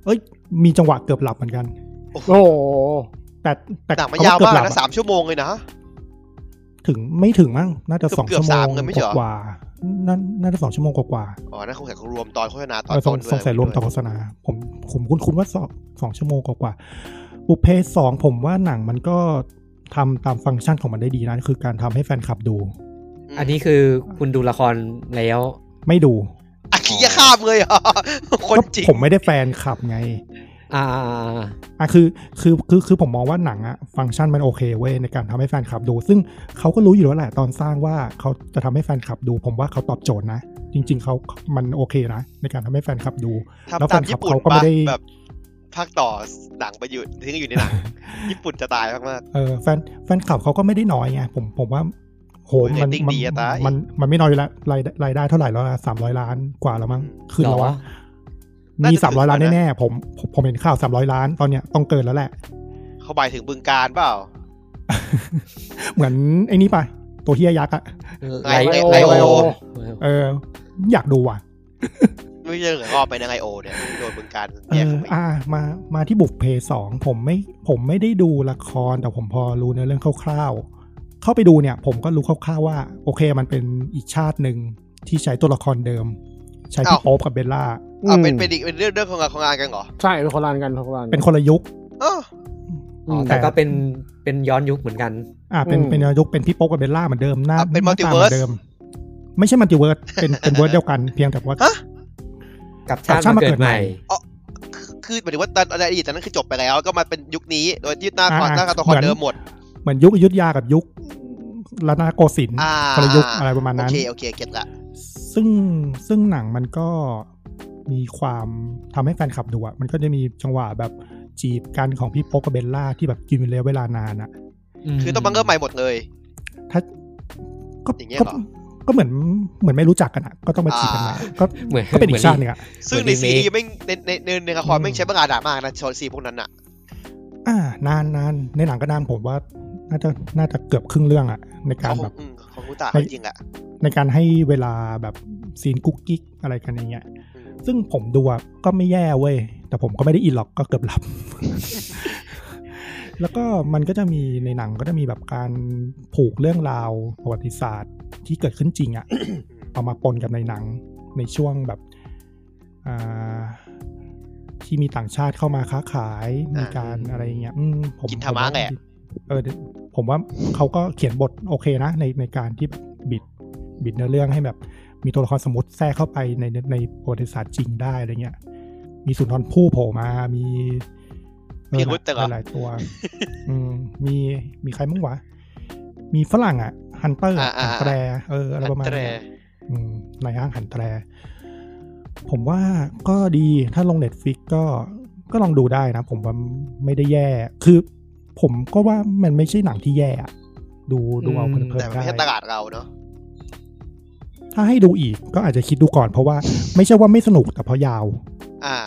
Speaker 3: เอ้ย มีจังหวะเกือบหลับเหมือนกัน
Speaker 4: โอ้โห
Speaker 3: แต่แต่
Speaker 2: หนังมัน
Speaker 3: คำ
Speaker 2: ยาว
Speaker 3: เกือ
Speaker 2: มาก
Speaker 3: บหลับ
Speaker 2: นะ
Speaker 3: อะ
Speaker 2: สามชั่วโมงเลยนะ
Speaker 3: ถึงไม่ถึงมั้งน่าจะสอง
Speaker 2: เกือบ
Speaker 3: ชั่วโม
Speaker 2: สาม
Speaker 3: ง
Speaker 2: เลยไม่ใช่เหรอ
Speaker 3: กว่าๆน่าน่าจะสองชั่วโมงกว่าๆ
Speaker 2: อ๋อนั่นคงแข่รวมตอนโฆษณาตอน
Speaker 3: เราส
Speaker 2: ต้
Speaker 3: ง
Speaker 2: นด้วย
Speaker 3: สงสัยรวมต่อโฆษณาผมผมคุ้นคุ้นๆว่าสองสองชั่วโมงกว่าๆบุพเพสองผมว่าหนังมันก็ทำตามฟังก์ชันของมันได้ดีนะ คือการทำให้แฟนคลับดู
Speaker 2: ม
Speaker 1: อันนี้คือคุณดูละครแล้ว
Speaker 3: ไม่ดู
Speaker 2: อันนี้จะข้ามเลยเหรอคนจริง
Speaker 3: ก็ผมไม่ได้แฟนคลับไง
Speaker 1: อ่าอ่าอ่าอ่า
Speaker 3: อ่ะคือคือคือคือผมมองว่าหนังอะฟังก์ชันมันโอเคเว้ยในการทำให้แฟนคลับดู ซึ่งเขาก็รู้อยู่แล้วแหละตอนสร้างว่าเขาจะทำให้แฟนคลับดู ผมว่าเขาตอบโจทย์นะ จริง ๆเขามันโอเคนะ ในการทำให้แฟนคลับดู
Speaker 2: ทำตามญี่ปุ่น
Speaker 3: แล้วแฟนคลับเขาก็ไม่
Speaker 2: ปะ
Speaker 3: ได้
Speaker 2: แบบภาคต่อหนังไปอยู่ทิ้งอยู่ใน
Speaker 3: (laughs)
Speaker 2: หนังญี่ปุ่นจะตายมาก
Speaker 3: เออแฟนแฟนคลับเขาก็ไม่ได้น้อยไงผมผมว่าโห
Speaker 2: โอ้ย
Speaker 3: มัน
Speaker 2: rating
Speaker 3: มั
Speaker 2: ดีอะตาย
Speaker 3: มันมันไม่น้อยอยู่และรายรายได้เท่าไหร่แล้วสามร้อยล้านกว่าแล้วมั้งขึ้นแล้วอะมีสามร้อยล้านแน่ๆผมผมผมเห็นข่าวสามร้อยล้านตอนเนี้ยต้องเกินแล้วแหละ
Speaker 2: ๆเขาหมายถึงบึงการเปล่า
Speaker 3: เหมือนไอ้นี่ไปะตัวเฮียยักษ์อะ
Speaker 1: ไลไลไลโอ
Speaker 3: เออ อยากดูว่ะ
Speaker 2: ไม่ใช่เหลือรอบไปในไอโอเนี่ยโดนบึงการ
Speaker 3: เอ
Speaker 2: แยก
Speaker 3: อ
Speaker 2: เข้าไป
Speaker 3: อ่ามามาที่บุกเพสองผมไม่ผมไม่ได้ดูละครแต่ผมพอรู้เนื้อเรื่องคร่าวๆ เข้าไปดูเนี่ย ผมก็รู้คร่าวๆว่า โอเคมันเป็นอีกชาติหนึ่งที่ใช้ตัวละครเดิม ใช้พี่โป๊ปกับเบลล่า
Speaker 2: อ่ะเป็น
Speaker 4: ม
Speaker 2: เป็นอีกเป็นเรื่องเรื่องของงานของงานกันเหรอ
Speaker 4: ใช่เป็นคนละอันกันคนละอันกั
Speaker 3: เป็นคนละยุค
Speaker 2: อ้อ
Speaker 4: อืม
Speaker 1: แต่ก็เป็นเป็นย้อนยุคเหมือนกัน
Speaker 3: อ่าเป็น
Speaker 4: อืม
Speaker 3: เป็นยุคเป็นพี่โป๊ปกับเบลล่าเหมือนเดิมหน้า
Speaker 2: อ่ะเป็น
Speaker 3: ห
Speaker 2: มัล
Speaker 3: น้า
Speaker 2: ติ
Speaker 3: ตา
Speaker 2: เวิ
Speaker 3: เหมื
Speaker 2: ร์ส
Speaker 3: อนเดิม ไม่ใช่มัลติเวิร์สเป็นเป็นเวิร์สเดียวกันเพียงแต่ว่า
Speaker 2: ฮะ
Speaker 1: กับชาติ
Speaker 3: กลับชาติ
Speaker 1: มา
Speaker 3: มาเกิ
Speaker 1: เกิ
Speaker 3: ด
Speaker 1: ดใหม่
Speaker 3: ใหม่
Speaker 2: คือหมายถึงว่าตอนในอดีตตอนนั้นคือจบไปแล้ว ก็มาเป็นยุคนี้โดยยึดหน้าคอน
Speaker 3: อ่า
Speaker 2: หน้าคอนตัวละค
Speaker 3: เหมื
Speaker 2: ร
Speaker 3: อน
Speaker 2: เดิมหมด
Speaker 3: เหมือนยุคอยุธยากับยุครัตนโกสินทร์
Speaker 2: อ่า
Speaker 3: คนละยุคอะไรประมาณนั้น
Speaker 2: โอเคโอเคเก็ตละ
Speaker 3: ซึ่งซึ่งหนังมันก็มีความทำให้แฟนคลับดูอะมันก็จะมีจังหวะแบบจีบกันของพี่โป๊กกับเบลล่าที่แบบกินเวลาเวลานานอะ
Speaker 2: คือต้องบังเกิลใหม่หมดเลย
Speaker 3: ถ้าก็
Speaker 2: อย่างเงี้ย
Speaker 3: ก็
Speaker 2: เหรอ
Speaker 3: ก็เหมือนเหมือนไม่รู้จักกันอะก็ต้องมาจีบกันใหม่ก็
Speaker 1: เหมือน
Speaker 3: ก็เป็นอีกชาติห
Speaker 1: เหมือ
Speaker 3: นึ
Speaker 1: น
Speaker 3: งอะ
Speaker 2: ซึ่ง
Speaker 1: เหมื
Speaker 2: ใน
Speaker 1: อน
Speaker 2: ซี
Speaker 1: remake
Speaker 2: รีส์ไม่งในในในในละครไม่งใช้เวลาด่ามากนะชอนซีพวกนั้นอ่ะ
Speaker 3: อ่านานนานในหนังก็นานผมว่าน่าจะน่าจะเกือบครึ่งเรื่องอะในกา
Speaker 2: เขาค
Speaker 3: รแบ
Speaker 2: ง
Speaker 3: บ
Speaker 2: อืมของกูตา
Speaker 3: ไม่
Speaker 2: เขาจริงแหละ
Speaker 3: ในการให้เวลาแบบซีนกุ๊กกิ๊กอะไรกันอย่างเงี้ย
Speaker 2: อืม
Speaker 3: ซึ่งผมดูอะก็ไม่แย่เว้ย แต่ผมก็ไม่ได้อินหรอกก็เกือบหลั (laughs) บ แล้วก็มันก็จะมีในหนังก็จะมีแบบการผูกเรื่องราวประวัติศาสตร์ที่เกิดขึ้นจริงอะ (coughs) เอามาปนกับในหนังในช่วงแบบอ่าที่มีต่างชาติเข้ามาค้าขายมีการอะไรอย่างเงี้ยอืมผม
Speaker 2: กินธรรมะ
Speaker 3: ผว่า
Speaker 2: แหละ
Speaker 3: เออผมว่าเขาก็เขียนบทโอเคนะในในการที่แบบบิดบิดเนื้อเรื่องให้แบบ มีตัวละครสมมติแทรกเข้าไปในในในประวัติศาสตร์จริงได้อะไรเงี้ย มีสุนทรภู่โผล่มา มี
Speaker 2: พิรุธแต่
Speaker 3: ห
Speaker 2: ละ
Speaker 3: ลายหลายตัว อืมมีมีใครมั้งวะ มีฝรั่งอ่ะฮันเตอร์
Speaker 2: อ่าอ่า
Speaker 3: แตรเอออะไรประมาณ
Speaker 2: แตร
Speaker 3: นั้น อืมนายห้างหันแตร ผมว่าก็ดีถ้าลงเน็ตฟิกก็ก็ลองดูได้นะ ผมว่าไม่ได้แย่ คือผมก็ว่ามันไม่ใช่หนังที่แย่อะดูดูเอา
Speaker 1: อืม
Speaker 3: เพลิ
Speaker 2: แต่
Speaker 3: น
Speaker 2: มัน
Speaker 3: ๆได้
Speaker 2: ไม่ใช่ตลาดเราเนาะ
Speaker 3: ถ้าให้ดูอีกก็อาจจะคิดดูก่อนเพราะว่า ไม่ใช่ว่าไม่สนุกแต่เพราะยาว
Speaker 2: อ่า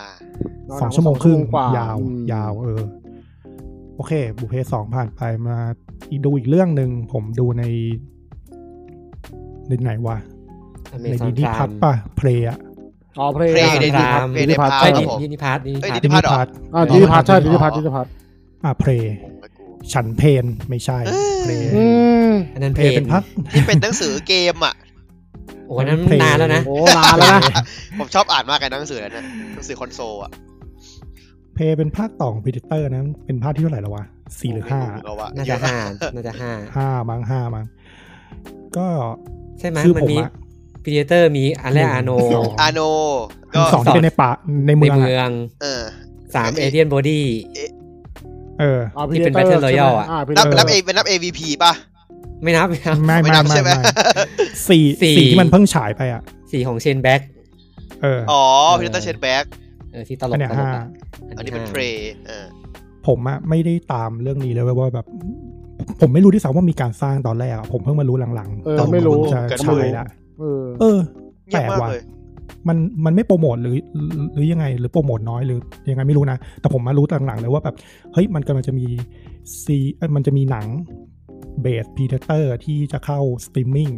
Speaker 4: นน
Speaker 3: สองชั่วโมงครึ่ง
Speaker 4: กว่าย
Speaker 3: าว
Speaker 4: อืม
Speaker 3: ยาว เออ โอเค บุพเพสองผ่านไปมาอีกดูอีกเรื่องหนึ่งผมดูในในไหนวะในดีดีพัทป่ะเพลอะ
Speaker 4: อ๋อเพลง
Speaker 2: Play ใน
Speaker 1: Disney Plus
Speaker 4: ในดิพัท
Speaker 1: ใช่
Speaker 4: ใช่
Speaker 1: ดิ
Speaker 2: ครับผม
Speaker 1: ดินิพาร์ตดินิ
Speaker 2: เอ้
Speaker 1: พา
Speaker 2: ย
Speaker 1: ร์ต
Speaker 2: Disney Plus เหรอ
Speaker 4: อ่าดิพัทใช่ดิพัทดิพัท
Speaker 3: อ่ะเพล
Speaker 2: งงเลยกู
Speaker 3: ฉันเพนไม่ใช่
Speaker 2: เอ้ย
Speaker 3: เพล
Speaker 4: อืม
Speaker 1: อันนั้น
Speaker 3: เพ
Speaker 1: เพ
Speaker 3: ล
Speaker 1: ลง
Speaker 3: เป็นพัก
Speaker 2: ที่เป็นหนังสือเกมอ่ะ
Speaker 1: โอ้โหอันนั้น
Speaker 3: เพลง
Speaker 1: นานแล้วนะ
Speaker 4: โอ้นานแล้วนะ
Speaker 2: ผมชอบอ่านมากเลยนะหนังสือนั้นนะหนังสือคอนโซลอ่ะ
Speaker 3: เพลเป็นภาคต่อของพีเตอร์นะ เป็นภาคที่เท่าไหร่แล้ววะสี่หรือห้า
Speaker 2: ไม่รู้เหมือนกันว่
Speaker 1: น่า
Speaker 2: เย
Speaker 1: จะ
Speaker 2: อะ
Speaker 1: ห้าน่าจะห้า
Speaker 3: ห้ามั้งห้ามั้งก็
Speaker 1: ใช่ไหม
Speaker 3: คือ
Speaker 1: มัน
Speaker 3: ผม
Speaker 1: มี
Speaker 3: อะ
Speaker 1: พีเดเตอร์มีอาร์เรอาโน
Speaker 3: สอง
Speaker 2: อาโนก็
Speaker 3: สองที่เป็นในป่าใน
Speaker 1: ใน
Speaker 3: เมือง
Speaker 1: เมื
Speaker 3: อะ
Speaker 1: อง
Speaker 2: เออ
Speaker 1: สาม
Speaker 2: เอ้
Speaker 1: เอย เดียนบอดี้
Speaker 3: เออ
Speaker 4: อ๋อ
Speaker 1: ที่เป็น
Speaker 4: Predator
Speaker 1: Battle Royale อะ
Speaker 4: ใช่ไหมอ่า
Speaker 2: นับนั
Speaker 4: Predator
Speaker 2: บเอเป็นนับ AVP ป่ะ
Speaker 1: ไม่นับไม่นับ
Speaker 3: ไม่
Speaker 2: ไม่
Speaker 3: ไม่
Speaker 2: นับ
Speaker 3: ไม่
Speaker 2: ใช่ไหม
Speaker 3: ไม่สี่
Speaker 1: สี่
Speaker 3: สี่ที่มันเพิ่งฉายไปอ่ะ
Speaker 1: สีของเชนแบ็ก
Speaker 3: เออ
Speaker 2: อ๋อพิลเตอร์เชนแบ็ก
Speaker 1: เออที่ตล
Speaker 3: อัน
Speaker 1: ก
Speaker 3: เนี้ย
Speaker 1: ตล
Speaker 3: ห้าก
Speaker 1: อะ
Speaker 2: อันนี้เป็น
Speaker 1: ห้า
Speaker 2: เพลย์เออ
Speaker 3: ผมอะไม่ได้ตามเรื่องนี้เลยเว้ยว่าแบบ ผมไม่รู้ที่สามว่ามีการสร้างตอนแรกอะผมเพิ่งมารู้หลังๆ
Speaker 4: เออ
Speaker 3: ตน
Speaker 4: ไม่รู้
Speaker 3: จะ
Speaker 2: กัน
Speaker 3: ฉา
Speaker 2: เลย ย
Speaker 3: ละ
Speaker 4: เออ
Speaker 3: เออ
Speaker 2: เงียบมากเลย (laughs)
Speaker 3: มันมันไม่โปรโมทหรือหรือยังไง หรือโปรโมทน้อยหรือยังไงไม่รู้นะ แต่ผมมารู้ตอนหลังเลยว่าแบบเฮ้ยมันกำลังจะมีซีเอ้ยมันจะมีหนังเบสพีเตอร์ที่จะเข้าสตรีมมิ่ง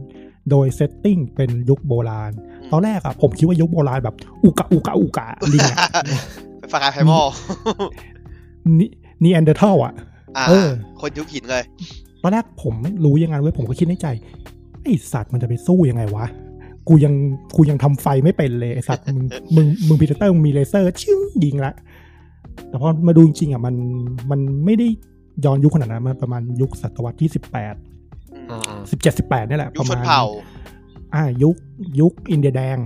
Speaker 3: โดยเซตติ้งเป็นยุคโบราณ
Speaker 2: อืม
Speaker 3: ตอนแรกอะผมคิดว่ายุคโบราณแบบอุกะอุกะอุกะลิงอะ
Speaker 2: เป็นฟาร์ไพมอล
Speaker 3: นีนีแอนเดอร์ทัลอะ
Speaker 2: อ่า
Speaker 3: เออ
Speaker 2: คนยุคหินเลย
Speaker 3: ตอนแรกผมไม่รู้ยังไงเว้ยผมก็คิดในใจไอสัตว์มันจะไปสู้ยังไงวะ กูยังกูยังทำไฟไม่เป็นเลยไอสัตว์มึง มึงมึงพีเตอร์มึงมีเลเซอร์ชิ้งยิงละแต่พอมาดูจริงๆอ่ะมันมันไม่ได้ย้อนยุคขนาดนั้นมันประมาณยุคศตวรรษที่สิบแปด
Speaker 1: อ่า
Speaker 3: สิบเจ็ดสิบแปดนี่ยแหละ
Speaker 2: ยุ
Speaker 3: ป
Speaker 2: คช
Speaker 3: ระมาณ
Speaker 2: นเผ่า
Speaker 3: อ่ายุคยุคอินเดียแดง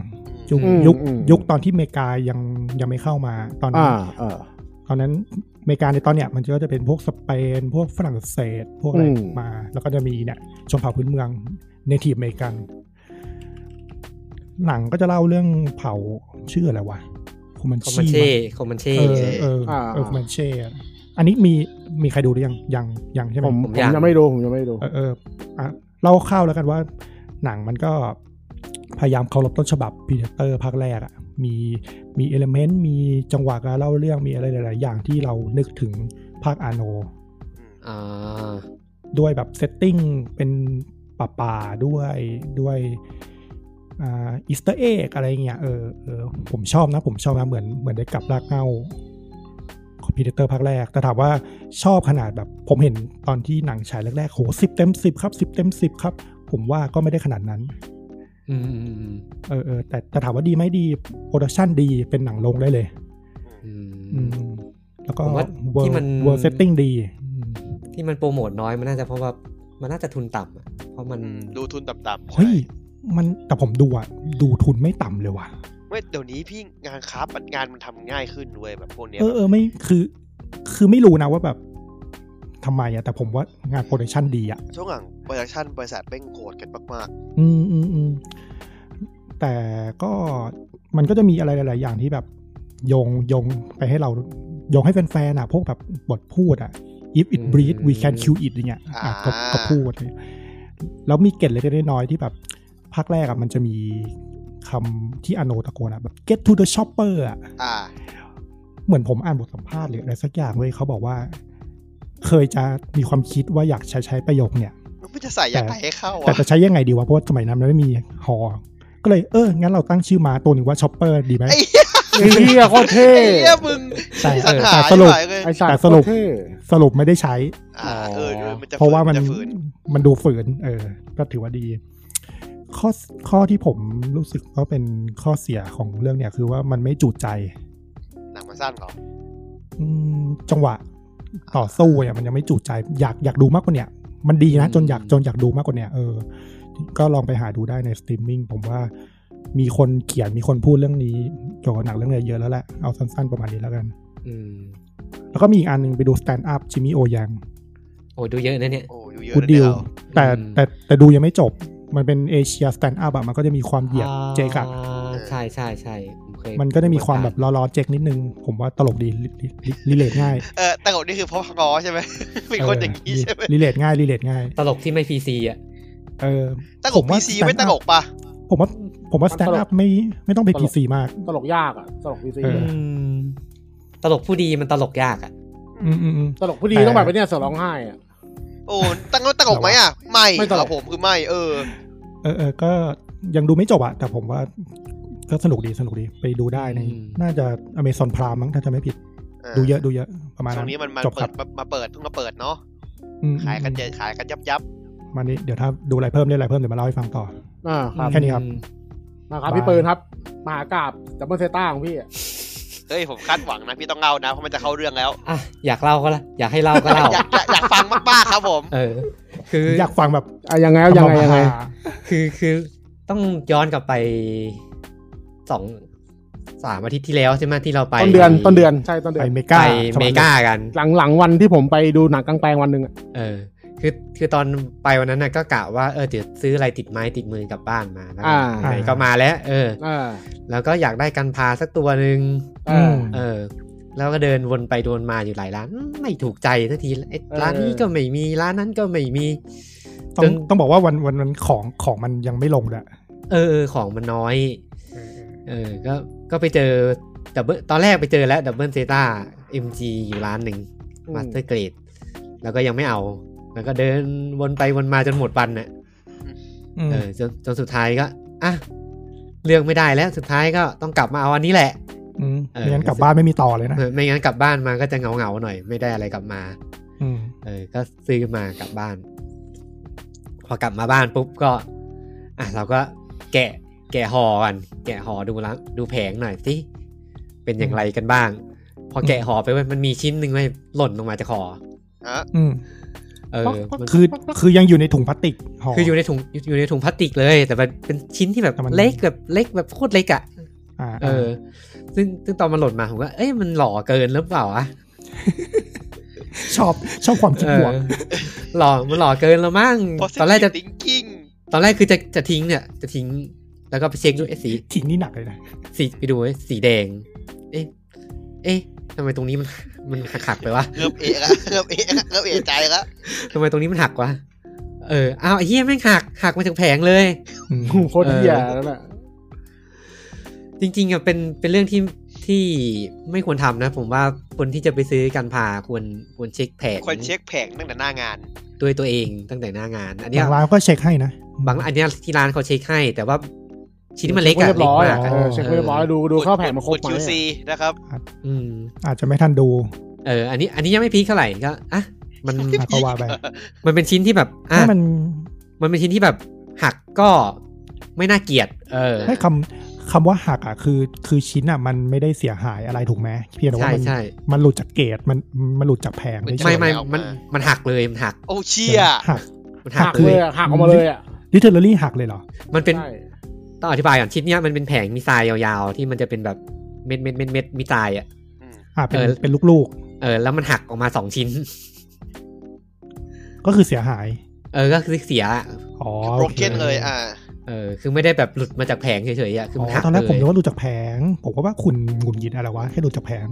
Speaker 3: ยุค
Speaker 4: อืม
Speaker 3: ยุค
Speaker 4: อืม
Speaker 3: ยุคตอนที่อเมริกายังยังไม่เข้ามาตอนนั้
Speaker 4: อ่าน เออ
Speaker 3: ตอนนั้นอเมริกาในตอนเนี้ยมันก็จะเป็นพวกสเปน พวกฝรั่งเศส พวกอะไร
Speaker 4: อืม
Speaker 3: มา แล้วก็จะมีเนี่ยชนเผ่าพื้นเมืองเนทีฟอเมริกัน หนังก็จะเล่าเรื่องเผ่าชื่ออะไรวะคอมัน
Speaker 1: คอมมัน
Speaker 3: ชี
Speaker 1: เช่คอมมันเช่
Speaker 3: เออเออเออคอมันเช่อันนี้มีมีใครดูหรือยังยังยังใช่ไหม
Speaker 4: ผม
Speaker 1: ผม
Speaker 4: ผม
Speaker 1: ยัง
Speaker 4: ยังไม่ดูผมยังไม่ดู
Speaker 3: เออเอออ่ะเล่าข้าวแล้วกันว่าหนังมันก็พยายามเคารพต้นฉบับพีเตอร์ภาคแรกอะ่ะมีมีเอลเมนต์มีจังหวะการเล่าเรื่องมีอะไรหลาย ๆ อย่างที่เรานึกถึงภาคอาโน
Speaker 1: อ่า
Speaker 3: ด้วยแบบเซตติ้งเป็นป่าป่าๆด้วยด้วย อิสเตอร์เอกอะไรเงี้ยเออเออผมชอบนะ ผมชอบนะเหมือนเหมือนได้กลับรากเหง้าคอมพิวเตอร์ภาคแรก แต่ถามว่าชอบขนาดแบบ ผมเห็นตอนที่หนังฉายแรกๆโหสิบเต็มสิบครับสิบเต็มสิบครับ ผมว่าก็ไม่ได้ขนาดนั้น
Speaker 1: อืมอืมอืม
Speaker 3: เออเออแต่แต่ถามว่าดีไหมดีโปรดักชันดีเป็นหนังลงได้เลย
Speaker 1: อื
Speaker 3: อื
Speaker 1: ม
Speaker 3: ม แล้วก็
Speaker 1: ผมว่า
Speaker 3: เวิ
Speaker 1: ที่
Speaker 3: ร์
Speaker 1: มัน
Speaker 3: เวิร์เซตติ้งดีอืม
Speaker 1: ที่มันโปรโมทน้อยมันน่าจะเพราะว่ามันน่าจะทุนต่ำอะเพราะมัน
Speaker 2: อืมดูทุนต่ำๆ
Speaker 3: เฮ้ย
Speaker 2: ใช่
Speaker 3: มันแต่ผมดูอะดูทุนไม่ต่ำเลยว่ะ
Speaker 2: เว้ยเดี๋ยวนี้พี่งานคราฟต์มันงานมันทำง่ายขึ้นเว้ยแบบพวกเนี้ย
Speaker 3: เออเออไม่คือคือไม่รู้นะว่าแบบทำไมอะแต่ผมว่างานโปรดักชันดีอะ
Speaker 2: ช่วงหลังบริษัทบริษัทเป้งโหดกันมาก
Speaker 3: อืมอืมอืมแต่ก็มันก็จะมีอะไรหลาย ๆ อย่างที่แบบโยงโยงไปให้เราโยงให้แฟนๆอะพวกแบบบทพูดอะ if it breathe we can kill it อย่างเงี้ยอ่ะก็ก็พูดเลยแล้วมีเกร็ดเล็กๆน้อยๆที่แบบภาคแรกอะมันจะมีคำที่อาโนตะโกนอะแบบ get to the shopper อะ
Speaker 2: ๆ อ่า
Speaker 3: เหมือนผมอ่านบทสัมภาษณ์หรืออะไรสักอย่างเว้ยเขาบอกว่า เคยจะมีความคิดว่าอยากใช้ใช้ประโยคเนี่ย
Speaker 2: มันจะใส่ยังไงให้เข้า
Speaker 3: แต่
Speaker 2: อ่ะ
Speaker 3: จะใช้ยังไงดีวะเพราะว่าสมัยนั้นมันไม่มีหอ ก็เลยเออ งั้นเราตั้งชื่อมาตัวหนึ่งว่าช็อปเปอร์ดีไหม
Speaker 2: ไอ้เหี้ย
Speaker 4: ไอ้เหี้ยโคตรเท่
Speaker 2: ไอ้เหี้ยมึง
Speaker 3: แต่
Speaker 2: ไอ้ (laughs) สัญหา
Speaker 3: แต่
Speaker 2: ส
Speaker 3: สรุ
Speaker 2: รุ
Speaker 3: ป
Speaker 2: ปเลย
Speaker 4: ไอ้สัต
Speaker 3: แต่
Speaker 4: ว์
Speaker 3: ส
Speaker 4: ส
Speaker 3: รุ
Speaker 4: รุ
Speaker 3: ป
Speaker 4: ปเท่
Speaker 3: สรุปไม่ได้ใช้
Speaker 2: อ่าเออเออมันจะ
Speaker 3: เพราะว่ามัน
Speaker 2: จฝืน
Speaker 3: มันดูฝืน เออ ก็ถือว่าดี ข้อข้อที่ผมรู้สึกว่าเป็นข้อเสียของเรื่องเนี่ย คือว่ามันไม่จูดใจ
Speaker 2: หนังมันสั้นเหรอ
Speaker 3: อืมจังหวะต่อสู้เนี่ยมันยังไม่จูดใจอยากอยากดูมากกว่าเนี้ยมันดีนะจนอยากจนอยากดูมากกว่าเนี้ยเออ ก็ลองไปหาดูได้ในสตรีมมิ่งผมว่ามีคนเขียนมีคนพูดเรื่องนี้เกี่ยวกับหนังเรื่องนี้เยอะแล้วแหละเอาสั้นๆประมาณนี้แล้วกัน
Speaker 1: อืม
Speaker 3: แล้วก็มีอีกอันหนึงไปดูสแตนด์อัพจิมมี่โอยัง
Speaker 1: โอ้ดูเยอะนะเนี่ย
Speaker 2: โอ้อยู่เยอะ
Speaker 3: กูด
Speaker 2: นะ
Speaker 3: ดิ
Speaker 2: เนี่
Speaker 3: วย แต่
Speaker 1: อืม
Speaker 3: แต่แต่ดูยังไม่จบ มันเป็นเอเชียสแตนด์อัพอะมันก็จะมีความเหยียบเจกอะ
Speaker 1: อ่าใช่ใช่ใช่ผมเคย
Speaker 3: มันก็จะมีความแบบล้อๆเจกนิดนึง ผมว่าตลกดีรีเลทง่าย
Speaker 2: เออแต่กนี่คือเพราะพักร้อใช่ไหม เป็นคนอย่างนี้ใช่ไหม
Speaker 3: รีเลทง่ายรีเลทง่าย
Speaker 1: ตลกที่ไม่พีซีอ่ะ
Speaker 3: เออ
Speaker 2: ตั้งอก
Speaker 3: ผม
Speaker 2: พี
Speaker 3: ว่า
Speaker 2: ซีไม่ตั้งอกปะ
Speaker 3: ผมว่าผมว่าสแตนด์อัพไม่ไม่ต้องเป็นพีซีมาก
Speaker 4: ตลกยากอ่ะตลกพีซี
Speaker 3: เออ
Speaker 1: ตลกผู้ดีมันตลกยากอ่ะ
Speaker 3: อืมอืมอืม
Speaker 4: ตลกผู้ดี
Speaker 3: แต่
Speaker 4: ต้องแบบไปเนี่ยเสือร้องไห้อ่ะ
Speaker 2: โอ้ตั้งตั้งอกไหมอ่ะไม่
Speaker 4: ไม่ตั้ง
Speaker 2: ค
Speaker 4: อก
Speaker 2: รับผมคือไม่เออ
Speaker 3: เออเออก็ยังดูไม่จบอะแต่ผมว่าก็สนุกดีสนุกดีไปดูได้ใน
Speaker 1: อืม
Speaker 3: น่าจะอเมซอนพรามมั้งถ้าจะไม่ผิด ดูเยอะดูเยอะประมาณ
Speaker 2: ช่วงนี้มันมา
Speaker 3: จบค
Speaker 2: เปิ
Speaker 3: รั
Speaker 2: ด
Speaker 3: บ
Speaker 2: มามาเปิดเพิ่งมาเปิดเนาะ
Speaker 3: อืม
Speaker 2: ขายกันเยอะขายกันยับยับ
Speaker 3: ประมาณนี้เดี๋ยวถ้าดูอะไรเพิ่มเล่นอะไรเพิ่มเดี๋ยวมาเล่าให้ฟังต่อ
Speaker 4: อ่าครับ
Speaker 3: แค่นี้ครับ
Speaker 4: นะครับ
Speaker 3: บาย
Speaker 4: พี่ปืนครับมหากราบดับเบิลเซต้าของพี่อะ
Speaker 2: เฮ้ยผมคาดหวังนะพี่ต้องเล่านะเพราะมันจะเข้าเรื่องแล้ว
Speaker 1: อ่ะอยากเล่าก็ละอยากให้เล่าก็เล่า
Speaker 2: อยากอยากอยากฟังมากๆครับผม
Speaker 1: เออ คือ
Speaker 3: อยากฟังแบบ
Speaker 4: อ่ะยังไงครับยังไงยังไง
Speaker 1: คือคือต้องย้อนกลับไปสองสามอาทิตย์ที่แล้วใช่ไหมที่เราไป
Speaker 4: ต้นเดือนต้นเดือนใช่ต้นเดือ
Speaker 3: ไป
Speaker 4: น
Speaker 3: เม
Speaker 1: ไป
Speaker 3: กา
Speaker 1: เมกากัน
Speaker 4: หลังหลังวันที่ผมไปดูหนังกลางแปลงวันหนึ่งอะ
Speaker 1: เออ คือคือตอนไปวันนั้นน่ะก็กะว่าเออเดี๋ยวซื้ออะไรติดไม้ติดมือกลับบ้านมาแล้วกันไหนๆก็มาแล้ว เออ
Speaker 4: อ่า
Speaker 1: แล้วก็อยากได้กันพาสักตัวหนึ่ง
Speaker 4: เอ
Speaker 3: อื
Speaker 4: อ
Speaker 3: ม
Speaker 1: เออ แล้วก็เดินวนไปวนมาอยู่หลายร้านอืมไม่ถูกใจสักทีไอ้
Speaker 4: เออ
Speaker 1: ร้านนี้ก็ไม่มีร้านนั้นก็ไม่มี
Speaker 3: ต้อ
Speaker 1: จ
Speaker 3: ง
Speaker 1: น
Speaker 3: ต้องบอกว่าวันวันวันของของมันยังไม่ลงด้วย
Speaker 1: เออเออของมันน้อย เออก็ก็ไปเจอดับเบิลตอนแรกไปเจอแล้วดับเบิลเซต้าเอ็มจีอยู่ร้านหนึ่ง
Speaker 4: อืม
Speaker 1: มาสเตอร์เกรดแล้วก็ยังไม่เอา แล้วก็เดินวนไปวนมาจนหมดวันน่ะ
Speaker 3: อืม
Speaker 1: เออจนจนสุดท้ายก็อ่ะเลือกไม่ได้แล้วสุดท้ายก็ต้องกลับมาเอาอันนี้แหละ
Speaker 3: ม
Speaker 1: เออ
Speaker 3: ไม่งั้นกลับบ้านไม่มีต่อเลยนะ
Speaker 1: เออไม่งั้นกลับบ้านมาก็จะเหงาเหงาๆหน่อยไม่ได้อะไรกลับมา
Speaker 3: อืม
Speaker 1: เออ ก็ซื้อมากลับบ้าน พอกลับมาบ้านปุ๊บก็ อ่ะเราก็แกะ แกะห่อกัน แกะห่อดูละดูแผงหน่อยสิ เป็นอย่างไรกันบ้าง พอแกะห่อไปเว้ยมันมีชิ้นหนึ่งไว้ยหล่นลงมาจากห่อ
Speaker 2: ฮะ
Speaker 3: อืม
Speaker 1: เออมัน
Speaker 3: คือคือยังอยู่ในถุงพลาสติกห่อ
Speaker 1: คืออยู่ในถุงอยู่อยู่ในถุงพลาสติกเลย แต่มันเป็นชิ้นที่แบบ
Speaker 3: แต่มัน
Speaker 1: เล็กแบบเล็กแบบโคตรเล็กอ่ะ
Speaker 3: อ่า
Speaker 1: เออ ซึ่งซึ่งตอนมันหล่นมาผมก็ เอ้ยมันหล่อเกินหรือเปล่าอะ
Speaker 3: ชอบชอบความคิดบวก
Speaker 1: เออหล่อมันหล่อเกินแล้วมั้ง ตอนแรกจะ
Speaker 2: ทิงกิ้ง
Speaker 1: ตอนแรกคือจะจะทิ้งเนี่ย จะทิ้ง แล้วก็ไปเช็คดูเอ๊ะสี
Speaker 3: ทิ้งนี่หนักเลยนะ
Speaker 1: สีไปดูไอ้สีแดง เอ๊ะ เอ๊ะทำไมตรงนี้มัน มันหักหักๆไปวะ
Speaker 2: เริ่มเอะ (laughs) ละเริ่มเอะละเริ่มเอะใจละ
Speaker 1: ทำไมตรงนี้มันหักวะ เออ เอาวไอ้เหี้ยแม่งหัก หักมาจากแผงเลย
Speaker 4: โคตรเหี้ยนั่นแหละ
Speaker 1: จริงๆอะเป็น เป็นเรื่องที่ ที่ไม่ควรทำนะ ผมว่าคนที่จะไปซื้อกันพาควร ควรเช็คแผง
Speaker 2: คนเช็คแผงตั้งแต่หน้างาน
Speaker 1: ด้วยตัวเองตั้งแต่หน้างาน อันเนี้ย
Speaker 3: บางร้านก็เช็คให้นะ
Speaker 1: บางอันเนี้ยที่ร้านเขาเช็คให้ แต่ว่า ชิ้นมันเล็กอะ
Speaker 4: เรียบ
Speaker 1: เล็ก
Speaker 4: ร้อย
Speaker 1: มากอะ
Speaker 4: เออเช็คเรียบร้อยดูดูเข้าแผนมาครบ
Speaker 2: กด
Speaker 4: ไหม
Speaker 2: QC นะครับ
Speaker 1: อืม
Speaker 3: อาจจะไม่ทันดู
Speaker 1: เอออันนี้อันนี้ยังไม่พีคเท่าไหร่ก็อ่ะมัน
Speaker 3: อ่ะก็ว่าไป
Speaker 1: มันเป็นชิ้นที่แบบอ่ะ
Speaker 3: ถ้ามัน
Speaker 1: มันเป็นชิ้นที่แบบหักก็ไม่น่าเกลียด เออ
Speaker 3: ให้คำคำว่าหักอ่ะคือคือชิ้นอ่ะมันไม่ได้เสียหายอะไรถูกไหมเพียงแต่
Speaker 1: ใช่
Speaker 3: ว่ามัน
Speaker 1: ใช่
Speaker 3: มันหลุดจากเกรดมันมันหลุดจากแผง
Speaker 2: มัน
Speaker 3: เฉยๆ
Speaker 1: ไม่ไม่
Speaker 2: เอามามั
Speaker 1: มันมันหักเลยมันหัก
Speaker 2: โอ้เชี่ย
Speaker 3: หัก
Speaker 1: มัน
Speaker 4: หั
Speaker 1: หั
Speaker 4: ก
Speaker 1: ก
Speaker 4: เล
Speaker 1: เลย ย
Speaker 4: อะหักออกมาเลยอ่ะ
Speaker 3: ลิเทอรี่หักเลยเหรอ
Speaker 1: มันเป็น
Speaker 4: ใช่
Speaker 1: ต้องอธิบายก่อนชิ้นเนี้ยมันเป็นแผงมีทรายยาวๆ ที่มันจะเป็นแบบเม็ดเม็ดเม็ดเม็ดมีทรายอ่ะ
Speaker 2: อืม
Speaker 3: อ่าเป็น
Speaker 1: เออ
Speaker 3: เป็นลูก
Speaker 1: เออแล้วมันหักออกมาสองชิ้น
Speaker 3: ๆ ก็คือเสียหาย
Speaker 1: เออก็คือเสียอะ
Speaker 3: อ๋อ
Speaker 2: คือ broken
Speaker 3: โอค
Speaker 2: เลยอ่า
Speaker 1: เออคือไม่ได้แบบหลุดมาจากแผงเฉยๆอ่ะคือ
Speaker 3: อ๋
Speaker 1: มันหั
Speaker 3: อก ตอนแรกผม
Speaker 1: เล
Speaker 3: นึ
Speaker 1: ย
Speaker 3: กว่ารู้จากแผง ผมก็ว่าคุณหงุนยิดอะไรวะแค่รู้จากแผง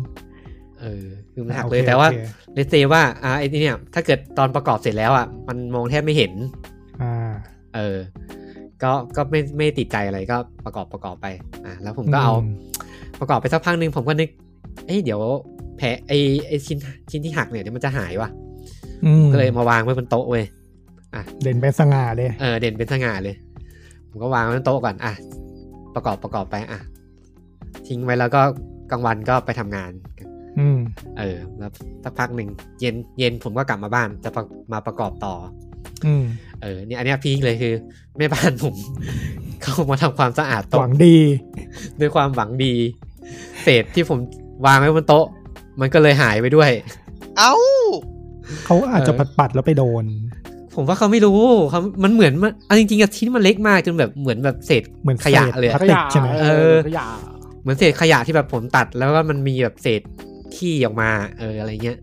Speaker 1: เออคือมันหัก
Speaker 3: อ่ะ
Speaker 1: เลย
Speaker 3: โอค
Speaker 1: แต่ว่า
Speaker 3: โอเค
Speaker 1: เลสเซว่าอ่าไอ้นี่เนี่ยถ้าเกิดตอนประกอบเสร็จแล้วอ่ะมันมองแทบไม่เห็น
Speaker 3: อ่า
Speaker 1: เออ ก็ก็ไม่ไม่ติดใจอะไรก็ประกอบประกอบไปอ่ะแล้วผมก็เอา
Speaker 3: อืม
Speaker 1: ประกอบไปสักพักหนึ่งผมก็นึกเอ้ยเดี๋ยวแผลไอ้ไอ้ชิ้นชิ้นที่หักเนี่ยเดี๋ยวมันจะหายว่ะ
Speaker 3: อืม
Speaker 1: ก็เลยมาวางไว้บนโต๊ะเว้ย
Speaker 3: เด่นเป็นสง่าเลย
Speaker 1: เออเด่นเป็นสง่าเลย ผมก็วางไว้บนโต๊ะก่อน อ่ะ ประกอบประกอบไป อ่ะ ทิ้งไว้แล้วก็กลางวันก็ไปทำงาน
Speaker 3: อืม
Speaker 1: เออ แล้วสักพักหนึ่งเย็นเย็นผมก็กลับมาบ้านจะประมาประกอบต่อ
Speaker 3: อืม
Speaker 1: เออเนี่ยอันเนี้ยพีคเลยคือแม่บ้านผม (laughs) เข้ามาทำความสะอาด
Speaker 3: ห
Speaker 1: โต๊ะ
Speaker 3: วังดี
Speaker 1: ด้วยความหวังดี เศษที่ผมวางไว้บนโต๊ะ มันก็เลยหายไปด้วย
Speaker 2: เอ้า
Speaker 3: เขาอาจจะ
Speaker 1: เอ
Speaker 3: ปั
Speaker 1: อ
Speaker 3: ดๆแล้วไปโดน
Speaker 1: ผมว่าเขาไม่รู้เขามันเหมือนมันเอาจริงๆอะชิ้นมันเล็กมากจนแบบเหมือนแบบเศษ
Speaker 3: เหมือน
Speaker 1: ขยะเลยอะ
Speaker 3: พลาสติกใช่ไหม
Speaker 4: เอ
Speaker 1: เอ
Speaker 4: อ
Speaker 1: อ
Speaker 4: ขยะ
Speaker 1: เหมือนเศษขยะที่แบบผมตัดแล้วก็มันมีแบบเศษขี้ออกมา เอออะไรเงี้ย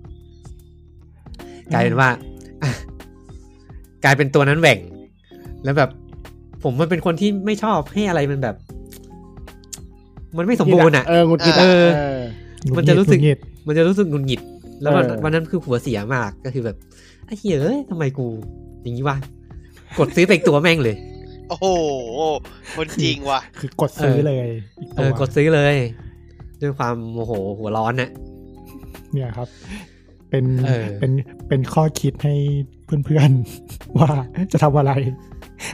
Speaker 1: กลายเป็นว่า (laughs) อ่ะกลายเป็นตัวนั้นแหว่ง แล้วแบบผมมันเป็นคนที่ไม่ชอบให้อะไรมันแบบ มันไม่สมบูรณ์อ่ะ
Speaker 4: เออหงุดหงิดะ
Speaker 1: เออ
Speaker 4: เออ
Speaker 3: หด
Speaker 1: มัน
Speaker 3: หงิด
Speaker 1: จะรู้สึก
Speaker 3: หงุดหงิด
Speaker 1: มันจะรู้สึกหงุนหงิด แล้ววัน
Speaker 4: เออ
Speaker 1: วันนั้นคือหัวเสียมากก็คือแบบไอ้เหี้ยเอ้ยทำไมกู อย่างนี้วะกดซื้อไปอีกตัวแม่งเลย
Speaker 2: โอ้โห คนจริงว่ะ
Speaker 3: คือกดซื้อเลยอีก
Speaker 1: เอ
Speaker 3: ตัว
Speaker 1: อกดซื้อเลย ด้วยความโมโหหัวร้อนน่ะ
Speaker 3: เนี่ยครับ เป็น
Speaker 1: เออ
Speaker 3: เป็นเป็นข้อคิดให้เพื่อนๆ (laughs) ว่าจะทำอะไร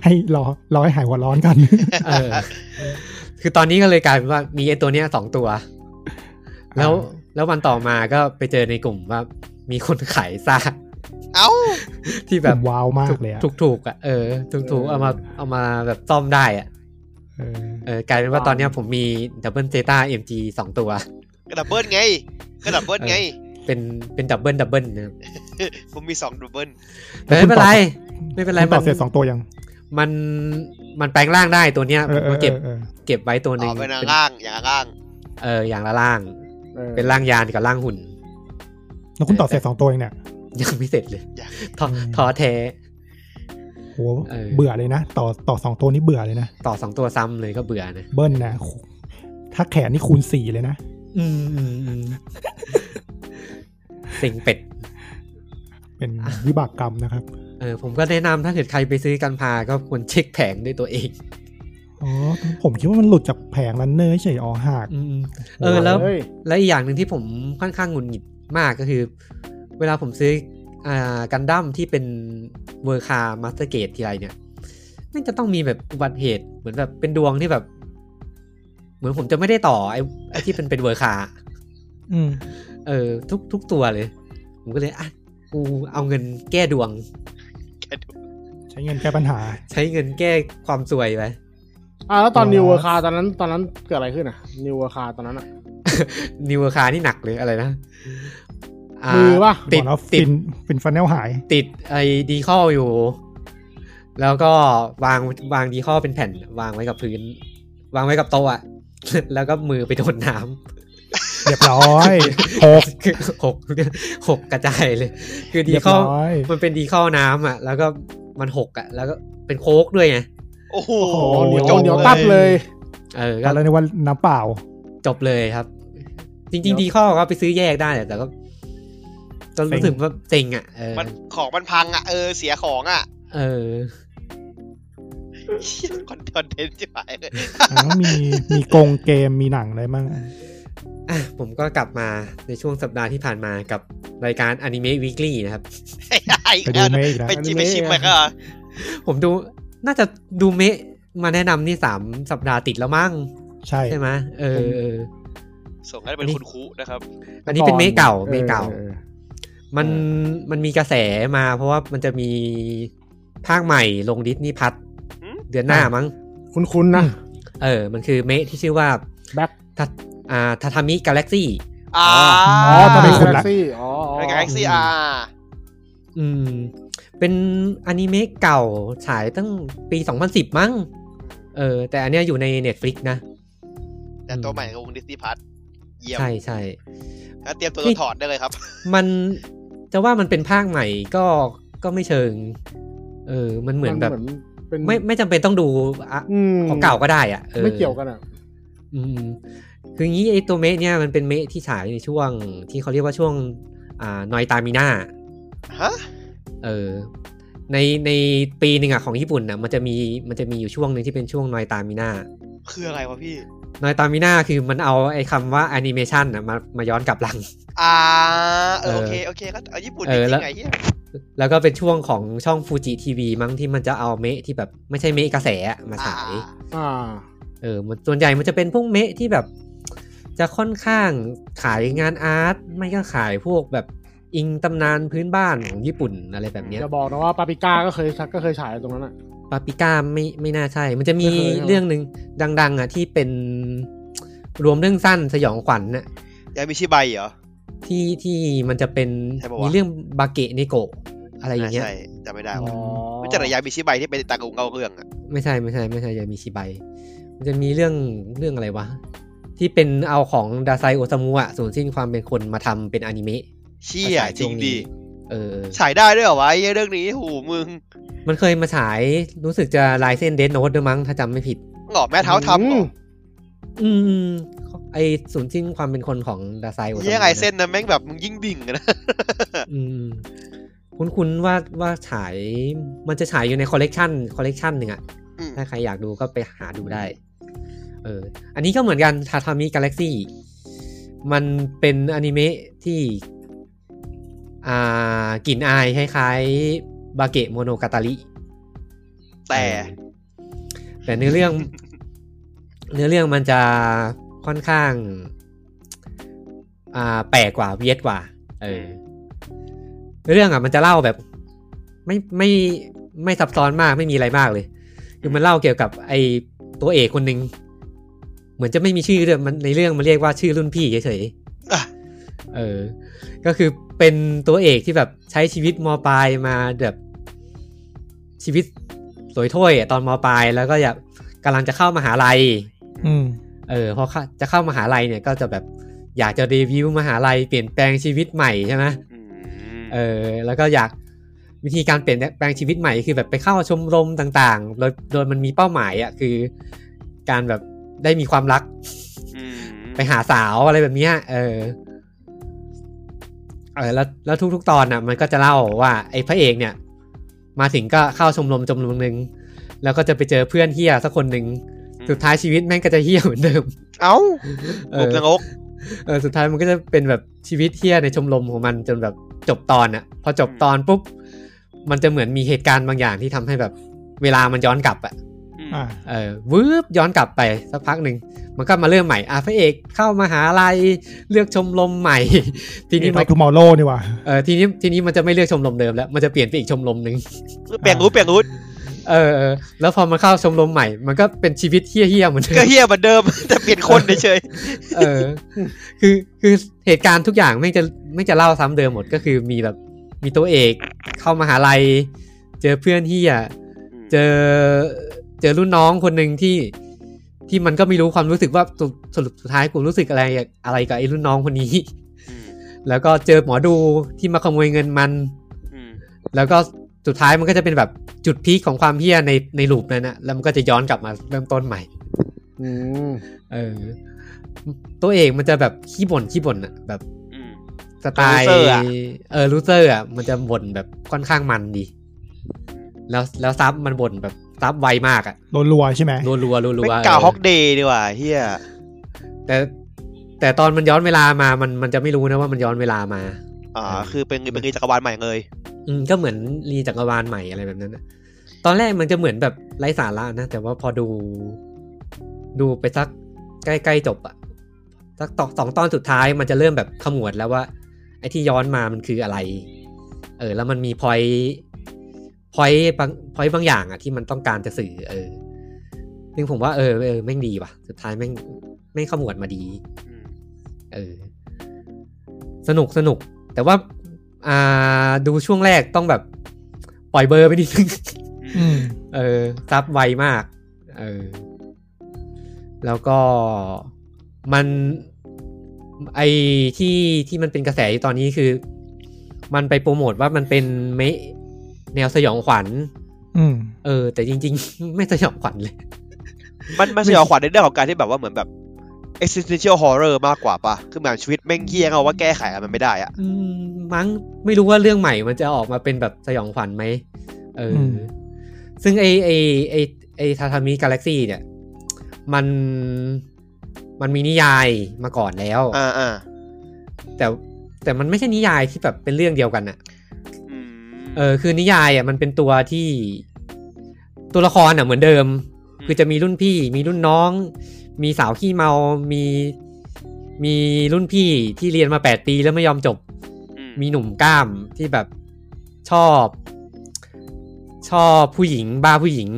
Speaker 3: ให้รอรอให้หายหัวร้อนกัน
Speaker 1: เออ คือตอนนี้ก็เลยกลายเป็นว่ามีไอ้ตัวเนี้ยสองตัว แล้ว
Speaker 3: อ่
Speaker 1: แล้ววันต่อมาก็ไปเจอในกลุ่มว่า มีคนขายซาก
Speaker 2: เอ้า
Speaker 1: ที่
Speaker 3: แบ
Speaker 1: แบบ บ
Speaker 3: ว้าวมาก
Speaker 1: ถูก
Speaker 3: เลยอะ
Speaker 1: ถูกถูกๆอ่ะเออถูกถูกๆเอามาเอามาแบบซ่อมได้อ่ะ
Speaker 3: เออ
Speaker 1: เออกลายเป็นว่าตอนเนี้ยผมมีดับเบิลเซต้าเอ็มจีสองตัว
Speaker 2: กระดับเบิลไง กระดับเบิลไง
Speaker 1: เป็นเป็นดับเบิลดับเบิลนะครับ
Speaker 2: ผมมีสองดับเบิล
Speaker 1: แต่ไม่เป็นไร
Speaker 3: คุณตอบ
Speaker 1: ไม่เป็นไร
Speaker 3: คุณต
Speaker 1: มั
Speaker 3: อบเสร็จสองตัวยัง
Speaker 1: มันมันแปลงร่างได้ตัวเนี้ย
Speaker 3: เอ
Speaker 1: ผม
Speaker 3: อเอ
Speaker 1: ก็
Speaker 3: อ
Speaker 1: เก็บ
Speaker 3: เออ
Speaker 1: เก็บไว้ตัวหนึ่
Speaker 2: เอา
Speaker 1: ง
Speaker 2: ไปนาง
Speaker 1: เป็น
Speaker 2: ล่าง อย่างล่าง
Speaker 1: เอออย่างละร่าง
Speaker 4: เออ
Speaker 1: เป็นร่างยานกับร่างหุ่น
Speaker 3: แล้วคุณตอบเสร็จสองตัวเองเนี่ย
Speaker 1: ยังไม่เสร็จเลย
Speaker 2: ยัง
Speaker 1: ท้อ
Speaker 3: อืม
Speaker 1: ท้อแท้
Speaker 3: โห
Speaker 1: เออ
Speaker 3: เบื่อเลยนะ ต่อต่อสองตัวนี้เบื่อเลยนะ
Speaker 1: ต่อสองตัวซ้ำเลยก็เบื่อนะ
Speaker 3: เบิ้ลนะโหถ้าแขนนี่คูณสี่เลยนะ
Speaker 1: อืมอืมอืมสิ่งเป็ด
Speaker 3: เป็นวิบากกรรมนะครับ
Speaker 1: เออผมก็แนะนำถ้าเกิดใครไปซื้อกันพาก็ควรเช็คแผงด้วยตัวเอง
Speaker 3: อ๋อ ผมคิดว่ามันหลุดจากแผงลันเนอร์เฉยๆอ๋อหัก
Speaker 1: อืม เออแล้ว
Speaker 4: เฮ้ย
Speaker 1: และอีกอย่างหนึ่งที่ผมค่อนข้างหงุดหงิดมากก็คือ เวลาผมซื้ออ่ากันดั้มที่เป็นเวอร์คามาสเตอร์เกตทีไรเนี่ยแมันจะต้องมีแบบอุบัติเหตุเหมือนแบบเป็นดวงที่แบบ เหมือนผมจะไม่ได้ต่อไอ้ไอ้ที่เป็นเป็นเวอร์คา
Speaker 3: อืม
Speaker 1: เออทุกทุกตัวเลย ผมก็เลยอ่ะกูเอาเงินแก้ดวง
Speaker 2: ๆแค่ดู
Speaker 3: ใช้เงินแก้ปัญหา
Speaker 1: ใช้เงินแก้ความซวยไป
Speaker 4: อ่ะแล้วตอน
Speaker 3: ตัว
Speaker 4: นิวเวอร์คาตอนนั้นตอนนั้นเกิดอะไรขึ้นอ่ะนิวเวอร์คาตอนนั้นอ่ะ
Speaker 1: นิวคานี่หนักเลยอะไรนะา
Speaker 4: มือปะ
Speaker 1: ติด
Speaker 3: บอกแล้ว
Speaker 1: ติ
Speaker 3: ฟิ
Speaker 1: ด
Speaker 3: นฟินฟันแนลหาย
Speaker 1: ติดไอ้ดีข้ออยู่ แล้วก็วางวางดีข้อเป็นแผ่น วางไว้กับพื้น วางไว้กับโต๊ะอะ (laughs) แล้วก็มือไปโดนน้
Speaker 3: เรียบร้อย
Speaker 1: ำห (laughs) กหกหกกระจายเลย คือดี
Speaker 3: เรียบ
Speaker 1: ข้อ
Speaker 3: ร้อย
Speaker 1: มันเป็นดีข้อน้ำอะแล้วก็มันหกอะแล้วก็เป็นโค้กด้วยไง
Speaker 2: โอ้โห
Speaker 4: โอ้โหเหนียว
Speaker 2: จบ
Speaker 4: เหนียว
Speaker 2: ล
Speaker 4: ตับเลย
Speaker 1: เออก็
Speaker 3: แล้วในวันน้ำเปล่า
Speaker 1: จบเลยครับ จ
Speaker 4: เดี๋
Speaker 1: ริง
Speaker 4: ยว
Speaker 1: ๆดีข้อก็ไปซื้อแยกได้แหละแต่ก็ก็รู้สึกว่าเต็งอ่ะเออ
Speaker 2: มันของมันพังอ่ะ เออ เสียของอ่ะ (laughs)
Speaker 1: เออ
Speaker 2: คอนเทนต์ที่ไปเลย
Speaker 3: อ่ะแล้วมีมีกงเกมมีหนังอะไรบ้างอ่ะ
Speaker 1: อ่ะผมก็กลับมาในช่วงสัปดาห์ที่ผ่านมากับรายการอนิเมะวีคลี่นะครับ
Speaker 2: (laughs) ไอ้
Speaker 3: ไปดู
Speaker 2: แล้ว
Speaker 3: ไหมอีกแล้ว
Speaker 2: ไปจิมไปชิมไปก็
Speaker 1: ผมดูน่าจะดูเมะ มาแนะนำนี่สามสัปดาห์ติดแล้วมั้ง
Speaker 3: ใช่
Speaker 1: ใช่ไหมเออเออ
Speaker 2: ส่งให้
Speaker 1: อั
Speaker 2: เป็น
Speaker 1: นนี้
Speaker 2: คุณครูนะครับ
Speaker 1: อันนี้เป็นเมฆเก่าเมฆเก่า
Speaker 4: ออ
Speaker 1: มันมันมีกระแสมาเพราะว่ามันจะมีภาคใหม่ลงดิสนีย์พัท
Speaker 2: หืม
Speaker 1: เดือนหน้ามั้ง
Speaker 4: คุ้นคุ้นๆนะ
Speaker 1: เออ มันคือเมฆที่ชื่อว่า
Speaker 4: Back
Speaker 1: ทัทอ่าทาทามิกาแล็กซี่
Speaker 2: อ่า
Speaker 3: อ๋อทำไมคุณล่ะ
Speaker 4: Galaxy อ๋อ
Speaker 2: ในกาแล็กซี่อา
Speaker 1: อืม เป็นอนิเมะเก่าฉายตั้งปี 2010 มั้ง เออ แต่อันเนี้ยอยู่ใน Netflix นะ
Speaker 2: แต่ตัวใหม่ของดิสนีย์พัทเยี่ยม
Speaker 1: ใช่ใช่
Speaker 2: แล้วเตรียมตัว
Speaker 1: นี่
Speaker 2: ถอดได้เลยครับ
Speaker 1: มันจะว่ามันเป็นภาคใหม่ก็ก็ไม่เชิง เออ มันเหมือนแบบ
Speaker 4: เป็น
Speaker 1: ไม่ไม่จำเป็นต้องดูอะ
Speaker 4: อืม
Speaker 1: ของเก่าก็ได้อะออ
Speaker 4: ไม่เกี่ยวกันอ่ะ
Speaker 1: อืมคืองี้ไอตัวเมะเนี่ยมันเป็นเมะที่ฉายในช่วงที่เขาเรียกว่าช่วง อ่านอยตามิน่า
Speaker 2: ฮะ
Speaker 1: เออในในปีหนึ่งอะของญี่ปุ่นนะมันจะมีมันจะมีอยู่ช่วงหนึ่งที่เป็นช่วงนอยตามิน่า
Speaker 2: คืออะไรวะพี่
Speaker 1: นอยตามิน่าคือมันเอาไอคำว่าแอนิเมชันอะมามาย้อนกลับหลัง
Speaker 2: อ่าเออโอเค
Speaker 1: เออ
Speaker 2: โอเคก็เอาญี่ปุ่น
Speaker 1: เอ
Speaker 2: จ
Speaker 1: อ
Speaker 2: ริ
Speaker 1: แล้ว
Speaker 2: งๆไงเฮีย
Speaker 1: แล้วก็เป็นช่วงของช่องฟูจิทีวีมั้งที่มันจะเอาเมะที่แบบไม่ใช่เมะกระแสอะมา
Speaker 2: อ่า
Speaker 1: ฉาย
Speaker 4: อ่า
Speaker 1: เออมันส่วนใหญ่มันจะเป็นพวกเมะที่แบบ จะค่อนข้างขายงานอาร์ต ไม่ก็ขายพวกแบบอิงตำนานพื้นบ้านของญี่ปุ่นอะไรแบบเนี้ย
Speaker 4: จะบอกนะว่าปาปิก้าก็เคยก็เคยฉายตรงนั้นอ่ะ
Speaker 1: ปาปิก้าไม่ไม่น่าใช่ มันจะมี
Speaker 4: ไม่เคยเหรอ
Speaker 1: เรื่องหนึ่งดัง ๆ อ่ะ ที่เป็นรวมเรื่องสั้นสยองขวัญน่ะ
Speaker 2: ยามิชิไบเหรอ
Speaker 1: ที่ที่มันจะเป็น
Speaker 2: ใช่ปะวะ
Speaker 1: มีเรื่องบาเกะเนโกะอะไรอย่างเงี้ย
Speaker 2: ใช่จำไม่ได้
Speaker 1: อ๋อ
Speaker 2: ว่ะรู้จักแต่ยามิชิไบที่เป็นตากงเกาเรื่องอะ
Speaker 1: ไม่ใช่ไม่ใช่ไม่ใช่ยามีชิไบมันจะมีเรื่องเรื่องอะไรวะ ที่เป็นเอาของดาไซโอซามุอะสูญสิ้นความเป็นคนมาทำเป็นอนิเมะ
Speaker 2: เชี่
Speaker 1: มา
Speaker 2: ย
Speaker 1: ฉาย
Speaker 2: จริง
Speaker 1: ช่ว
Speaker 2: ดี
Speaker 1: นี้เออ
Speaker 2: ฉายได้ด้วยเหรอวะไอ้เรื่องนี้โหมึง
Speaker 1: มันเคยมาฉายรู้สึกจะลายเส้นเดนโนดด้วยมั้งถ้าจำไม่ผิด
Speaker 2: หล่อแม่เท้าทำเหรอ
Speaker 1: อืม ไอสูญสิ้นความเป็นคนของดาไซโอซามุ
Speaker 2: เยี่ยไงเส้นนะแม่งแบบมึงยิ่งดิ่ง
Speaker 1: (laughs)
Speaker 2: อะนะ
Speaker 1: อืมคุ้นคุ้นๆว่าว่าฉาย มันจะฉายอยู่ในคอลเลกชันคอลเลกชันหนึ่งอะ
Speaker 2: อืม
Speaker 1: ถ้าใครอยากดูก็ไปหาดูได้ เออ อันนี้ก็เหมือนกันทาทามิกาแล็กซี่ มันเป็นอนิเมะที่ อ่ากลิ่นอายคล้ายๆบาเกะโมโนกาตาริ
Speaker 2: แต่
Speaker 1: แต่เนื้อเรื่อง
Speaker 2: (laughs)
Speaker 1: เนื้อเรื่องมันจะค่อนข้าง อ่า แปลกกว่าเวียดกว่า เออ เรื่องอ่ะ มันจะเล่าแบบ ไม่ไม่ไม่ซับซ้อนมากไม่มีอะไรมากเลย คือมันเล่าเกี่ยวกับ ไอตัวเอกคนหนึ่งเหมือนจะไม่มีชื่อด้วยมันในเรื่องมันเรียกว่าชื่อรุ่นพี่เฉย
Speaker 2: อ่ะ
Speaker 1: ๆเออ ก็คือเป็นตัวเอกที่แบบใช้ชีวิตมปลายมาแบบชีวิตสวยถ้วยอะตอนมปลายแล้วก็อยากกำลังจะเข้ามหาลัย
Speaker 3: อืม
Speaker 1: เออพอเข้าจะเข้ามหาลัยเนี่ยก็จะแบบอยากจะรีวิวมหาลัยเปลี่ยนแปลงชีวิตใหม่ใช่ไหม
Speaker 2: อืม
Speaker 1: เออ แล้วก็อยากวิธีการเปลี่ยนแปลงชีวิตใหม่คือแบบไปเข้าชมรมต่างๆ โดยโดยมันมีเป้าหมายอะ่ะคือ การแบบได้มีความรัก
Speaker 2: ม
Speaker 1: ไปหาสาวอะไรแบบเนี้ยเออ เออแล้วแล้วทุกๆตอนน่ะ มันก็จะเล่าว่า ไอ้พระเอกเนี่ย มาถึงก็เข้าชมรมชมรมหนึ่งแล้วก็จะไปเจอเพื่อนเฮียสักคนหนึ่งสุดท้ายชีวิตแม่งก็จะเฮียเหมือนเดิม
Speaker 2: เอ้า
Speaker 1: เอ
Speaker 2: ผม
Speaker 1: อ
Speaker 2: นรก
Speaker 1: เออสุดท้ายมันก็จะเป็นแบบชีวิตเที่ยในชมรมของมันจนแบบจบตอนอะพอจบตอนปุ๊บ มันจะเหมือนมีเหตุการณ์บางอย่างที่ทำให้แบบเวลามันย้อนกลับอะ
Speaker 3: อ่า
Speaker 1: เออวืบย้อนกลับไปสักพักหนึ่งมันก็มาเริ่มใหม่อ่ะพระเอกเข้ามาหาลัยเลือกชมรมใหม่ (laughs) ทีนี้
Speaker 3: นี่
Speaker 1: มั
Speaker 3: มาน ทูมอโลนี่หว่า
Speaker 1: เออทีนี้ทีนี้มันจะไม่เลือกชมรมเดิมแล้วมันจะเปลี่ยนไปอีกชมรมหนึ่ง
Speaker 2: เปลี่ยนรู้เปลี่ยนรู้
Speaker 1: เออเออแล้วพอมันเข้าชมรมใหม่ มันก็เป็นชีวิตเที่ยๆเหมือนเดิ
Speaker 2: ก็
Speaker 1: ม
Speaker 2: เฮียเหมือนเดิม (laughs) แต่เปลี่ยนคนเฉย
Speaker 1: เออ คือคือเหตุการณ์ทุกอย่างไม่งจะไม่งจะเล่าซ้ำเดิมหมดก็คือมีแบบมีตัวเอกเข้ามหาลัย เจอเพื่อนที่อ่ะ
Speaker 2: ๆ
Speaker 1: เจอเจอรุ่นน้องคนหนึ่งที่ที่มันก็ไม่รู้ความรู้สึกว่าสุดสรุปสุดท้ายกูรู้สึกอะไรอะไรกับไอ้รุ่นน้องคนนี้ (laughs)
Speaker 2: ม
Speaker 1: แล้วก็เจอหมอดูที่มาขโมยเงินมัน
Speaker 2: อืม
Speaker 1: แล้วก็สุดท้ายมันก็จะเป็นแบบจุดพีคของความเฮี้ยในในลูปนั้นนะแล้วมันก็จะย้อนกลับมาเริ่มต้นใหม่
Speaker 4: อืม
Speaker 1: เออ ตัวเอกมันจะแบบขี้บ่นขี้บ่นอะแบบ
Speaker 2: อืม
Speaker 1: สไตล์
Speaker 2: loser อะ
Speaker 1: เออลูเซอร์อ่ะมันจะบ่นแบบค่อนข้างมันดี แล้วแล้วซับมันบ่นแบบซับไวมากอ่ะ
Speaker 3: โลลัวๆใช่ไหม
Speaker 1: รัวรัวรัวรั
Speaker 2: แม่
Speaker 1: ว
Speaker 2: งกล่าว
Speaker 1: เออ
Speaker 2: ฮอกเดย์ดีกว่าเฮีย
Speaker 1: แต่ แต่ตอนมันย้อนเวลามามันมันจะไม่รู้นะว่ามันย้อนเวลามา
Speaker 2: อ่า
Speaker 1: เออ
Speaker 2: คือเป็นเป็นจักรวาลใหม่เลย
Speaker 1: อืมก็เหมือนรีจักรวาลใหม่อะไรแบบนั้นน่ะ ตอนแรกมันจะเหมือนแบบไร้สาระนะ แต่ว่าพอดู ดูไปสักใกล้ๆจบอะสักตอนสองตอนสุดท้ายมันจะเริ่มแบบขมวดแล้วว่า ไอ้ที่ย้อนมามันคืออะไร เออ แล้วมันมีพอยพอยบางพอยบางอย่างอะที่มันต้องการจะสื่อ เออซึ่งผมว่าเออเออแม่งดีว่ะ สุดท้ายแม่งแม่งขมวดมาดี
Speaker 2: อืม
Speaker 1: เออ สนุกสนุก แต่ว่า อ่าดูช่วงแรกต้องแบบปล่อยเบอร์ไปนิดนึง (laughs)
Speaker 2: อืม
Speaker 1: เออซับไวมาก เออ แล้วก็มันไอที่ที่มันเป็นกระแสอยู่ตอนนี้คือ มันไปโปรโมทว่ามันเป็นเมะแนวสยองขวัญ
Speaker 3: อืม
Speaker 1: เออ แต่จริง ๆ (laughs) ไม่สยองขวัญเลย
Speaker 2: มันมันสยองขวัญในเรื่องของการที่แบบว่าเหมือนแบบ existential horror มากกว่าปะคือเหมือนชีวิตแม่งเฮี้ยงเอาว่าแก้ไขอะไรมันไม่ได้อะ
Speaker 1: อืมมั้งไม่รู้ว่าเรื่องใหม่มันจะออกมาเป็นแบบสยองขวัญไหมเอออ
Speaker 3: ม
Speaker 1: ซึ่งไอไอไอไอทาทามิกาแล็กซี่เนี่ย มันมันมีนิยายมาก่อนแล้ว
Speaker 2: อ่าอ่า
Speaker 1: แต่แต่มันไม่ใช่นิยายที่แบบเป็นเรื่องเดียวกันอะ
Speaker 2: อืม
Speaker 1: เออคือนิยายอะมันเป็นตัวที่ตัวละครอะเหมือนเดิม คือจะมีรุ่นพี่ มีรุ่นน้อง มีสาวขี้เมา มีมีรุ่นพี่ที่เรียนมาแปดปีแล้วไม่ยอมจบ มีหนุ่มกล้ามที่แบบชอบ ชอบผู้หญิงบ้าผู้หญิง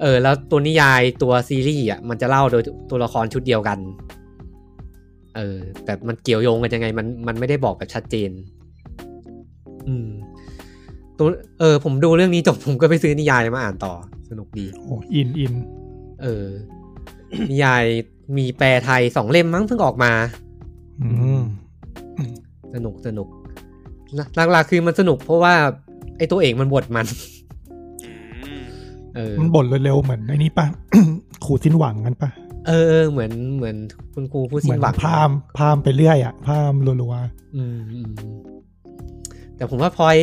Speaker 1: เออ แล้วตัวนิยายตัวซีรีส์อ่ะมันจะเล่าโดยตัวละครชุดเดียวกัน เออ แต่มันเกี่ยวโยงกันยังไง มันมันไม่ได้บอกแบบชัดเจน อืม ตัวเออ ผมดูเรื่องนี้จบ (laughs) ผมก็ไปซื้อนิยายมาอ่านต่อ สนุกดี
Speaker 3: โอ้อินอิน
Speaker 1: เออ (coughs) นิยายมีแปลไทยสองเล่มมั้งเพิ่งออกมา
Speaker 3: อืม
Speaker 1: สนุกสนุกหลักๆคือมันสนุกเพราะว่า ไอ้ตัวเอกมันบทมัน
Speaker 2: อืม
Speaker 1: เออ
Speaker 3: มันบ่นเร็วๆเหมือนไอ้นี้ปะ (coughs) ขู่สิ้นหวังกันปะ
Speaker 1: เออเออเหมือนเหมือนคุณครูผู้
Speaker 3: เหมื
Speaker 1: สิ้
Speaker 3: อน
Speaker 1: นหวัง
Speaker 3: พามพามไปเรื่อยอะพามรัว
Speaker 1: อืมอืมแต่ผมว่าพอย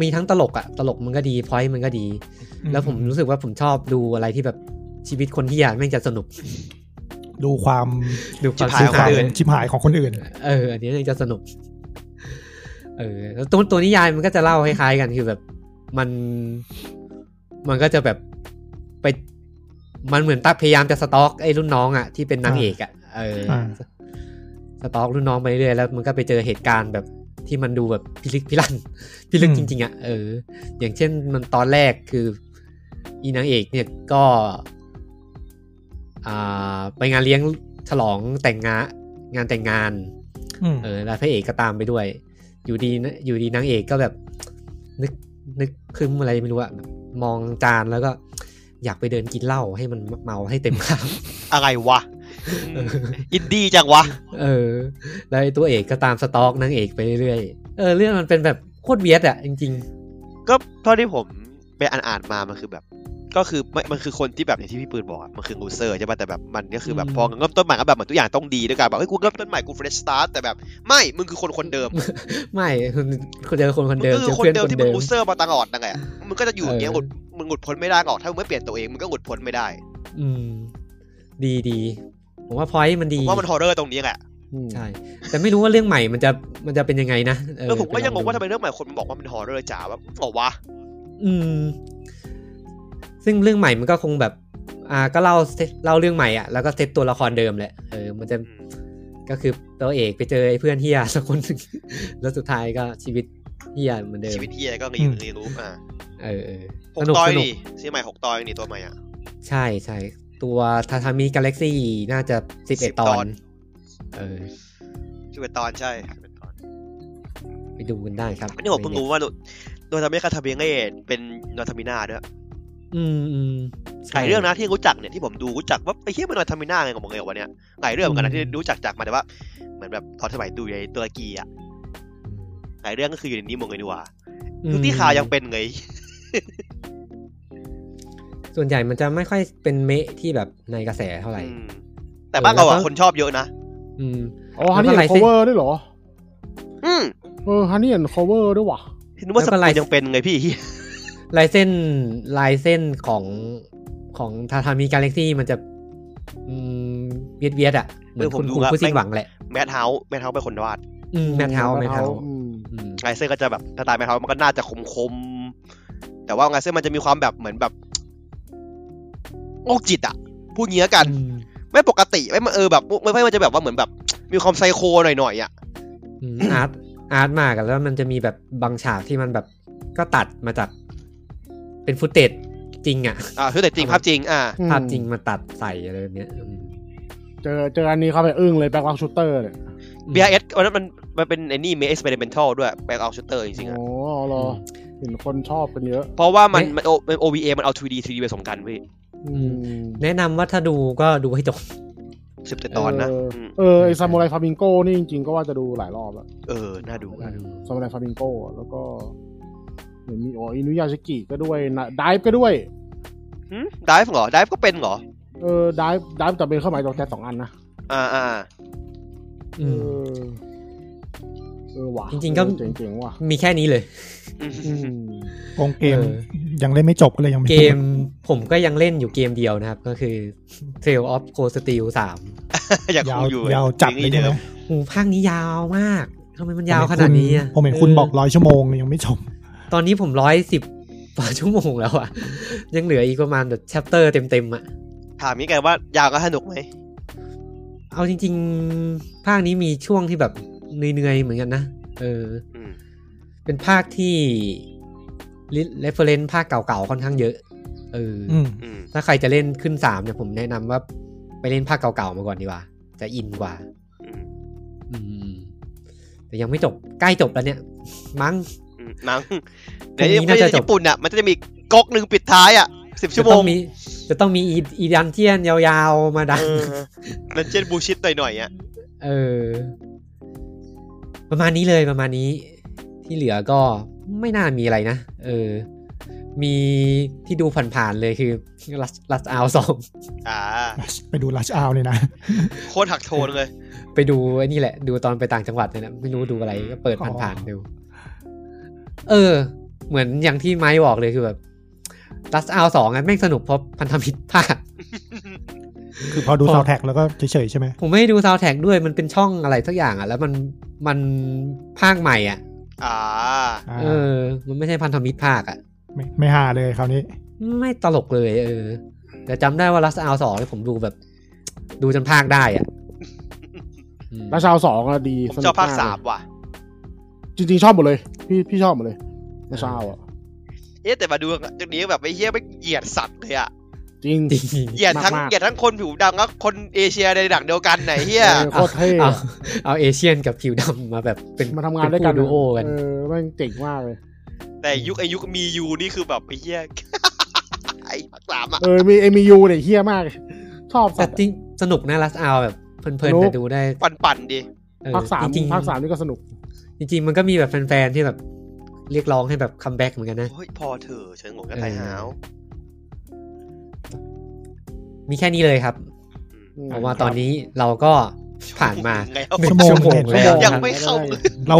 Speaker 1: มีทั้งตลกอะตลกมันก็ดีพอยมันก็ดี
Speaker 3: ๆ
Speaker 1: แล้วผมรู้สึกว่าผมชอบดูอะไรที่แบบชีวิตคนที่อยากแม่งจะสนุก
Speaker 3: ดูความ
Speaker 1: ดูความ
Speaker 2: าย
Speaker 1: สุข
Speaker 2: ของคนอื่น
Speaker 3: ชิบหายของคนอื่น
Speaker 1: เออ อันนี้ยังจะสนุก เออ แล้วตัวตัวนิยายมันก็จะเล่าคล้ายๆกันคือแบบมันมันก็จะแบบไป มันเหมือนตักพยายามจะสต็อกไอ้รุ่นน้องอ่ะที่เป็นนางเอกอ่ะเอออา สต็อกรุ่นน้องไปเรื่อยแล้ว มันก็ไปเจอเหตุการณ์แบบที่มันดูแบบพิลึกพิลั่น (laughs) พิลึกจริง ๆอ่ะเออ อย่างเช่นมันตอนแรกคืออีนางเอกเนี่ยก็ อ่า ไปงานเลี้ยงฉลองแต่งงานงานแต่งงาน
Speaker 3: อืม
Speaker 1: เออแล้วพระเอกก็ตามไปด้วย อยู่ดีนะอยู่ดีนางเอกก็แบบ นึกนึกครึ้มอะไรไม่รู้อะมองจานแล้วก็ อยากไปเดินกินเหล้าให้มันเมาให้เต็มค
Speaker 2: อะไรวะ
Speaker 1: ำ
Speaker 2: อื
Speaker 1: เอ
Speaker 2: ม
Speaker 1: อ
Speaker 2: อินดี้จังวะ
Speaker 1: (laughs) เออ แล้วไอ้ตัวเอกก็ตามสตอกนางเอกไปเรื่อยๆเออเรื่องมันเป็นแบบโคตรเวียดอะจริง
Speaker 2: ก็เท่าที่ผมไปอ่านอ่านๆมามันคือแบบ ก็คือมันมันคือคนที่แบบอย่างที่พี่ปืนบอกอะมันคือลูเซอร์ใช่ป่ะแต่แบบมันก็คือแบบ
Speaker 1: อืม
Speaker 2: พอเริ่มต้นใหม่ก็แบบเหมือนทุกอย่างต้องดีด้วยกันแบบเฮ้ยกูเริ่มต้นใหม่กูเฟรชสตาร์ทแต่แบบไม่มึงคือคนคนเดิม
Speaker 1: ๆ ไม่เจอคนคน
Speaker 2: มึง
Speaker 1: เดิม
Speaker 2: ก็คื
Speaker 1: เจ
Speaker 2: อ
Speaker 1: อ
Speaker 2: คน
Speaker 1: เพื่อน
Speaker 2: เดิม
Speaker 1: คน
Speaker 2: ที่มึ
Speaker 1: เดิ
Speaker 2: ง
Speaker 1: ม
Speaker 2: ลูเซอร์มาตลอดนั่นแหละมึงก็จะอยู่อย่างเงี้ย
Speaker 1: เออ
Speaker 2: หลุดมึงหลุดพ้นไม่ได้หรอกถ้ามึงไม่เปลี่ยนตัวเองมึงก็หลุดพ้นไม่ได้
Speaker 1: อืม ดีดีผมว่าพอยต์มัน
Speaker 2: ผ
Speaker 1: ดี
Speaker 2: มว่ามันฮอร์เรอร์ตรงนี้แหละ
Speaker 4: อืม
Speaker 1: ใช่แต่ไม่รู้ว่าเรื่องใหม่มันจะมันจะเป็นยังไงนะเออ
Speaker 2: แล้วผมก็ยังง
Speaker 1: ปลอ
Speaker 2: งว่าทำไมเรื่องใหม่คนมันบอกว่ามันฮอร์เรอร์จ๋าแบบเหรอวะ
Speaker 1: อืม ซึ่งเรื่องใหม่มันก็คงแบบ อ่า ก็เล่าเซตเล่าเรื่องใหม่อ่ะ แล้วก็เซตตัวละครเดิมแหละ เออ มันจะ
Speaker 2: อืม
Speaker 1: ก็คือตัวเอกไปเจอไอ้เพื่อนเฮีย (laughs) สักคนหนึ่ง แล้วสุดท้ายก็ชีวิตเฮียเหมือนเดิม
Speaker 2: ชีวิตเฮียก็เรียนเรียนรู้อ่ะ
Speaker 1: เออเออ
Speaker 2: ห
Speaker 1: ส
Speaker 2: ก
Speaker 1: นุก
Speaker 2: ตอย
Speaker 1: สนุก
Speaker 2: นี่ซีใหม่หกตอยนี่ตัวใหม่อ่ะ
Speaker 1: ใช่ใช่ ตัวทาทามิกาแล็กซี่น่าจะสิบเอ็ดต
Speaker 2: 10ต
Speaker 1: อ
Speaker 2: อน น
Speaker 1: เออ
Speaker 2: คือเป็นตอนใช่เป็นตอน
Speaker 1: ไปดูกันได้ครับ
Speaker 2: อันนี้ผมเพิ่งรู้ว่าโดนทำให้คาทาเบเง่เป็นนอร์ทามิน่าด้วย
Speaker 1: อืมอืม
Speaker 2: หลายเรื่องนะที่รู้จักเนี่ยที่ผมดูรู้จักว่าไอ้เฮียมันนอร์ทามิน่าไงของมึงเลยวะเนี่ยหลายเรื่องเหมือนกันนะที่รู้จักจากมาแต่ว่าเหมือนแบบตอนสมัยดูในตุรกีอะหลายเรื่องก็คืออยู่ในนี้หมดเลยดีกว่า
Speaker 1: อืม
Speaker 2: ทุกที่ข่าวยังเป็นเลย
Speaker 1: ส่วนใหญ่มันจะไม่ค่อยเป็นเมะที่แบบในกระแสเท่าไหร่
Speaker 2: อืมแต่บ้านเราอะคนชอบเยอะนะ
Speaker 1: อืม
Speaker 4: อ๋อฮันนี่
Speaker 1: แล้วก็
Speaker 4: เห็น
Speaker 1: license
Speaker 4: cover ด้วยเหรอ
Speaker 2: อืม
Speaker 4: เออฮันนี่เห็น cover ด้วยว่ะ
Speaker 2: เห็นว่าส
Speaker 1: แล้วก็
Speaker 2: ป
Speaker 1: ลาย
Speaker 2: นยังเป็นไงพี่เฮีย
Speaker 1: ลายเส้นลายเส้นของของทาทามิกาแล็กซี่มันจะอืมเวียดเวียดๆอะเหมือนคุณครูผู้สิ้นหวังแหละ
Speaker 2: แมทเฮาส์แมทเฮาส์เป็นคนวาด
Speaker 1: อืมแมทเฮาส์แมทเฮา
Speaker 4: อืม
Speaker 2: ไอเซอร์ก็จะแบบสไตล์แมทเฮาส์มันก็น่าจะคมคม แต่ว่างานเส้นมันจะมีความแบบเหมือนแบบโรคจิตอะพูดงี้แล้วกัน
Speaker 1: อืม
Speaker 2: ไม่ปกติไม่เออแบบไม่ไม่มันจะแบบว่าเหมือนแบบ มีความไซโคหน่อยๆอ่ะ
Speaker 1: อืมอาร์ตอาร์ตมากอะแล้วมันจะมีแบบบางฉากที่มันแบบก็ตัดมาจาก เป็นฟุตเตจจริงอะ
Speaker 2: อ่าคือแต่จริงภาพจริง อ่า
Speaker 4: อืม
Speaker 1: ภาพจริงมาตัดใส่อะไรแบบเนี้ยอืม
Speaker 4: เจอเจออันนี้เข้าไปอึ้งเลยแบ็ควักชูเตอร์เนี่ย
Speaker 2: BIS วันนั้นมันมันเป็นไอ้นี่เม e x p e r i m e n t a l ด้วยแบล็กเอาชูเตอร์จริงๆอ่ะ
Speaker 4: โอ้รอเห็นคนชอบกันเยอะ
Speaker 2: เพราะว่ามันมัน O- มัน OVA มันเอา 3D 3D ผสมกันพี่
Speaker 4: อืม
Speaker 1: แนะนำว่าถ้าดูก็ดูให้จบ
Speaker 2: สิบตตอนนะ
Speaker 4: เออ
Speaker 2: อืม
Speaker 4: เออไอซามูไรฟามิงโก้นี่จริงๆก็ว่าจะดูหลายรอบแล้ว
Speaker 2: เออ น่าดู
Speaker 4: ซามูไรฟามิงโก้แล้วก็เห็นมีอ๋ออินุยาชิกิก็ด้วยนะดิฟก็ด้วย
Speaker 2: ดิฟเหรอดิฟก็เป็นเหรอ
Speaker 4: เออดิฟดิฟแต่เป็นเครื่องหมายดอกจันสองอันนะ
Speaker 2: อ่า (laughs) อ่า
Speaker 1: อืม
Speaker 4: เออเออว่ะ
Speaker 1: จริงๆก็
Speaker 4: เออเจ๋งๆว่ะ
Speaker 1: มีแค่นี้เลย
Speaker 2: อืม
Speaker 4: อืม
Speaker 3: โกงเกม
Speaker 1: เอ
Speaker 3: ยังเล่นไม่จบก็เลยยังไ
Speaker 1: เกมผมก็ยังเล่นอยู่เกมเดียวนะครับ ก็คือ Trail of Cold Steel 3
Speaker 2: อยาก
Speaker 3: ยา
Speaker 2: คุ
Speaker 3: วย
Speaker 2: อยู่
Speaker 3: ยาวจัดเลย
Speaker 2: นี่
Speaker 3: ใช่
Speaker 2: เดิ
Speaker 3: ไหม
Speaker 2: ม
Speaker 1: โอ้ภาคนี้ยาวมากทำไมมันยาวขนาดนี้อะ
Speaker 3: ผมเห็นคุณ
Speaker 1: เ
Speaker 3: บอกร้อยชั่วโมงเลยยังไม่จบ
Speaker 1: ตอนนี้ผมร้อยสิบกว่าชั่วโมงแล้วอะยังเหลืออีกประมาณแบบแชปเตอร์เต็มๆอะ
Speaker 2: ถามนี้กันว่ายาวก็สนุกไหม
Speaker 1: เอาจริง ๆ ภาคนี้มีช่วงที่แบบเหนื่อยๆเหมือนกันนะเออ
Speaker 2: อืม
Speaker 1: เป็นภาคที่เรฟเฟรนซ์ภาคเก่าๆค่อนข้างเยอะเอออ
Speaker 3: อืม
Speaker 2: อืม
Speaker 1: ถ้าใครจะเล่นขึ้นสามเนี่ยผมแนะนำว่าไปเล่นภาคเก่าๆมาก่อนดีกว่า จะอินกว่า
Speaker 2: อืม
Speaker 1: อืม แต่ยังไม่จบใกล้จบแล้วเนี่ย มั้ง
Speaker 2: อืมหนัง
Speaker 1: พ
Speaker 2: เดี๋
Speaker 1: รุ่
Speaker 2: ยว
Speaker 1: งนี้น่าจะจบ
Speaker 2: ญี่ปุ่นอ่ะมันจะมีก๊อกหนึ่งปิดท้ายอ่ะสิบชั่วโม
Speaker 1: จะต้
Speaker 2: ง
Speaker 1: อมีจะต้องมีอีอีดันเจียนยาวๆมาดัน
Speaker 2: นั่นเช่นบูชิตหน่อยๆอ่ะ
Speaker 1: เออ ประมาณนี้เลยประมาณนี้ ที่เหลือก็ไม่น่ามีอะไรนะ เออ มีที่ดูผ่านๆเลยคือลัสลัสอาวสอง
Speaker 2: อ่า
Speaker 3: ไปดูลัชอาวเลยนะ
Speaker 2: โคตรหักโทนเลย
Speaker 1: (laughs) ไปดูไอ้นี่แหละ ดูตอนไปต่างจังหวัดเนี่ยนะไม่รู้ดูอะไรก็เปิดผ่านๆดู เออ เหมือนอย่างที่ไม้บอกเลยคือแบบลัสอาวสองอ่ะแม่งสนุกเพราะพันธมิตรภาค
Speaker 3: คือพอดู
Speaker 1: พอ
Speaker 3: ซาวแท็กแล้วก็เฉยๆใช่ไหม
Speaker 1: ผมไม่ได้ดูซาวแท็กด้วยมันเป็นช่องอะไรสักอย่างอ่ะ แล้วมันมันภาคใหม่อ่ะ
Speaker 2: อ่า
Speaker 3: อ่า
Speaker 1: เออ มันไม่ใช่พันธมิตรภาคอ่ะ
Speaker 3: ไม่ไม่หาเลยคราวนี้
Speaker 1: ไม่ตลกเลย เออ แต่จำได้ว่าลัสอาสองผมดูแบบ ดูจนภาคได้
Speaker 4: (laughs)
Speaker 1: อ่ะอืม
Speaker 4: แล้วชาวสองอะดี
Speaker 2: ผมชอบภาค
Speaker 4: นุก
Speaker 2: สามว่ะ
Speaker 4: จริงๆชอบหมดเลย พี่พี่ชอบหมดเลยแล้วชาวอะ
Speaker 2: เอ๊ะแต่มาดูจากนี้แบบไอ้เหี้ยไม่งเหยียดสัตว์เลยอ่ะ
Speaker 4: จริง
Speaker 1: จริง
Speaker 2: เหยียดทั้ง
Speaker 4: มากๆ
Speaker 2: เหยียดทั้งคนผิวดำและคนเอเชียในดังเดียวกันไหนเหี้ย
Speaker 4: เออโคตรเท่
Speaker 1: เอา
Speaker 4: อะ
Speaker 1: เอาเอเชียนกับผิวดำมาแบบเป็น
Speaker 4: มาทำงานด้วยกัน
Speaker 1: เป็คู่ดูโอกัน
Speaker 4: เออแม่งเจ๋งมากเลย
Speaker 2: แต่ยุคไอยุคมียูนี่คือแบบไอ้เหี้ย (laughs) ไอ้ภาคสามอ่ะ
Speaker 4: เออมีเอมียูเนี่ยเฮี้ยมาก ชอบสั
Speaker 1: แต่
Speaker 4: ตว์
Speaker 1: จริงสนุกนะลัสอาแบบเพลิน
Speaker 4: สนุ
Speaker 1: ๆ
Speaker 4: ก
Speaker 1: ไปดูได้
Speaker 2: ปั่นปั่นๆดิ
Speaker 1: เออ
Speaker 4: ภาคสาม
Speaker 1: จริงๆ
Speaker 4: ภาคสามนี่ก็สนุก
Speaker 1: จริง ๆ มันก็มีแบบแฟนๆ ที่แบบ เรียกร้องให้แบบคัมแบ็กเหมือนกันนะ
Speaker 2: เฮ้ยพอเถอะเฉินหงกับไทยหาว
Speaker 1: มีแค่นี้เลยครับ
Speaker 4: อืม
Speaker 1: เพราะว่าตอนนี้เราก็ผ่านมา
Speaker 2: แล้ว
Speaker 1: หนึ่ง
Speaker 3: ชั่วโมง
Speaker 1: ชั่วโมงแล้ว
Speaker 2: ยังไม่เข้า
Speaker 3: เรา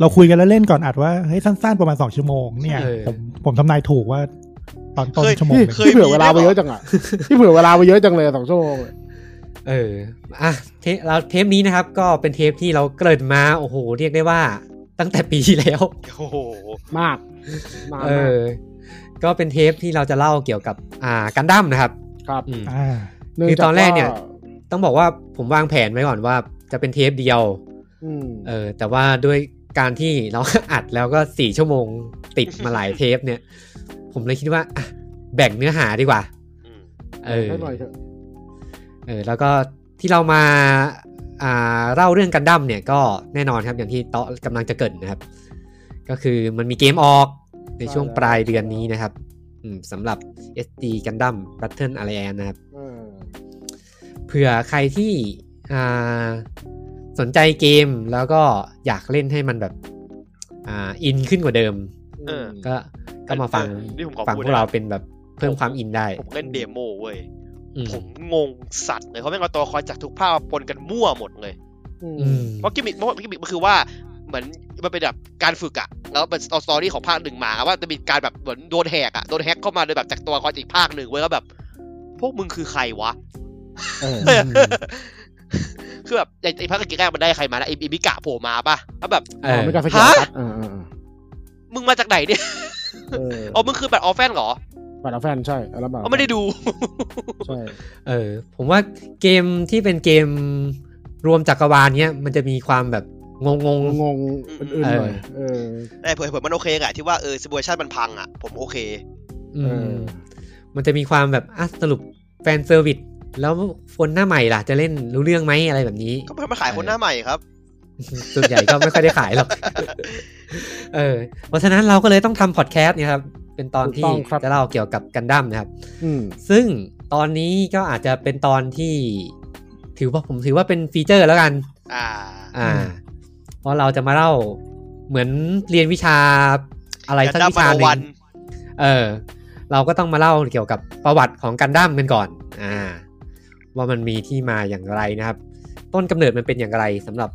Speaker 3: เราคุยกันแล้วเล่นก่อนอัดว่าเฮ้ยสั้นๆประมาณสองชั่วโมงเนี่ย
Speaker 1: เออ
Speaker 3: ผมผมทำนายถูกว่า ตอนต้น
Speaker 2: เคย
Speaker 3: ชั่วโมง
Speaker 4: ที่
Speaker 3: หนึ่ง
Speaker 2: เคย
Speaker 4: ที่เผื่อเวลาไปเยอะจังอ่ะที่เผื่อเวลาไปเยอะจังเลยอะสองชั่วโมงเลย
Speaker 1: เออ อ่ะเทปเราเทปนี้นะครับ ก็เป็นเทปที่เราเกริดมา โอ้โห เรียกได้ว่า ตั้งแต่ปีที่แล้ว
Speaker 2: โอ้โห
Speaker 4: มากนาน
Speaker 1: เอ
Speaker 4: มาก
Speaker 1: อ ก็เป็นเทปที่เราจะเล่าเกี่ยวกับ อ่ากันดั้มนะครับ
Speaker 4: ครับ
Speaker 1: อืม
Speaker 3: อ่า
Speaker 4: เง
Speaker 1: คือ
Speaker 4: จา
Speaker 1: ตอนแรกเนี่ย
Speaker 4: ว่า
Speaker 1: ต้องบอกว่าผมวางแผนไว้ก่อนว่าจะเป็นเทปเดียว
Speaker 4: อืม
Speaker 1: เออ แต่ว่าด้วยการที่เรา อัดแล้วก็ (laughs) สี่ชั่วโมงติดมาหลายเทปเนี่ย ผมเลยคิดว่าอ่ะแบ่งเนื้อหาดีกว่า เออ
Speaker 4: ให้หน่อยเถอะ
Speaker 1: เออแล้วก็ที่เรามาอ่าเล่าเรื่องกันดั้มเนี่ยก็แน่นอนครับอย่างที่เตาะกำลังจะเกริดนะครับ ก็คือมันมีเกมออกในช่วงปลายเดือนนี้นะครับอืมสำหรับ SD Gundam Battle Alliance นะครับ
Speaker 4: เออ
Speaker 1: เผื่อใครที่อ่าสนใจเกมแล้วก็อยากเล่นให้มันแบบอ่าอินขึ้นกว่าเดิม
Speaker 4: อื
Speaker 2: เอ
Speaker 4: ม
Speaker 2: อ
Speaker 1: ก็ก็มาฟัง
Speaker 2: เออนี่ผมขอ
Speaker 1: ฟัง
Speaker 2: พูด
Speaker 1: พวกเรา
Speaker 2: ได้ไหม
Speaker 1: เป็นแบบเพิ่มความอินได้
Speaker 2: ผมเล่นเดโมเว้ย
Speaker 1: อืม
Speaker 2: ผมงงสัตว์เลยเขาแม่งเอาตัวละคอยจากทุกภาคมาปนกันมั่วหมดเลย
Speaker 1: อืม
Speaker 2: เพราะกิมมิคเพราะว่ากิมมิคมันคือว่าเหมือนมันเป็นแบบการฝึกอะแล้วเป็นสตอรี่ของภาคหนึ่งมาว่าจะมีการแบบเหมือนโดนแหกอะโดนแฮกเข้ามาโดยแบบจากตัวละครอีกภาคหนึ่งเว้ยก็แบบ พวกมึงคือใครวะ (laughs)
Speaker 4: เออ
Speaker 1: อืม
Speaker 2: คือแบบไอ้ไอ้ภาคเมื่อกี้แรกมันได้ใครมานะไอ้ไอ้มิกะโผล่มาป่ะแล้วแบบ
Speaker 1: เออ
Speaker 4: ไม่กล้าสกิล
Speaker 2: ฮะ
Speaker 4: ครับเออเออเออ
Speaker 2: (laughs) มึงมาจากไหนเนี่ย
Speaker 4: เออ
Speaker 2: อ๋อมึงคือแบบออฟแฟนเหรอ
Speaker 4: บัตรแฟนใช่อัลบั้ม
Speaker 2: อ๋อไม่ได้ดู
Speaker 4: ใช่
Speaker 1: เออ ผมว่าเกมที่เป็นเกมรวมจักรวาลเนี้ยมันจะมีความแบบงงง
Speaker 4: งงๆอื่นๆหน่อยเออ
Speaker 2: แต่เผื่อๆมันโอเคอะที่ว่าเออซิบูชันมันพังอะผมโอเค
Speaker 1: ๆอื
Speaker 4: เอ
Speaker 1: ม
Speaker 4: อ
Speaker 1: มันจะมีความแบบอ่ะสรุปแฟนเซอร์วิสแล้วคนหน้าใหม่ล่ะจะเล่นรู้เรื่องไหมอะไรแบบนี้
Speaker 2: ก็เพื่อมาขายคนหน้าใหม่ครับ
Speaker 1: ส่วนใหญ่ก็ไม่ค่อยได้ขายหรอก
Speaker 4: (laughs)
Speaker 1: เออ เพราะฉะนั้นเราก็เลยต้องทำพอดแคสต์เนี่ยครับ เป็นตอน
Speaker 4: ถูกต้
Speaker 1: ที่
Speaker 4: องครับ
Speaker 1: จะเล่าเกี่ยวกับกันดั้มนะครับ
Speaker 4: อืม
Speaker 1: ซึ่งตอนนี้ก็อาจจะเป็นตอนที่ ถือว่าผมถือว่าเป็นฟีเจอร์แล้วกัน
Speaker 2: อ่า
Speaker 1: อ่า เพราะเราจะมาเล่าเหมือนเรียนวิชาอะไรสักวิชาหนึ่ง
Speaker 2: Gundam
Speaker 1: เออ เราก็ต้องมาเล่าเกี่ยวกับประวัติของกันดั้มกันก่อน อ่า ว่ามันมีที่มาอย่างไรนะครับ ต้นกำเนิดมันเป็นอย่างไรสำหรับ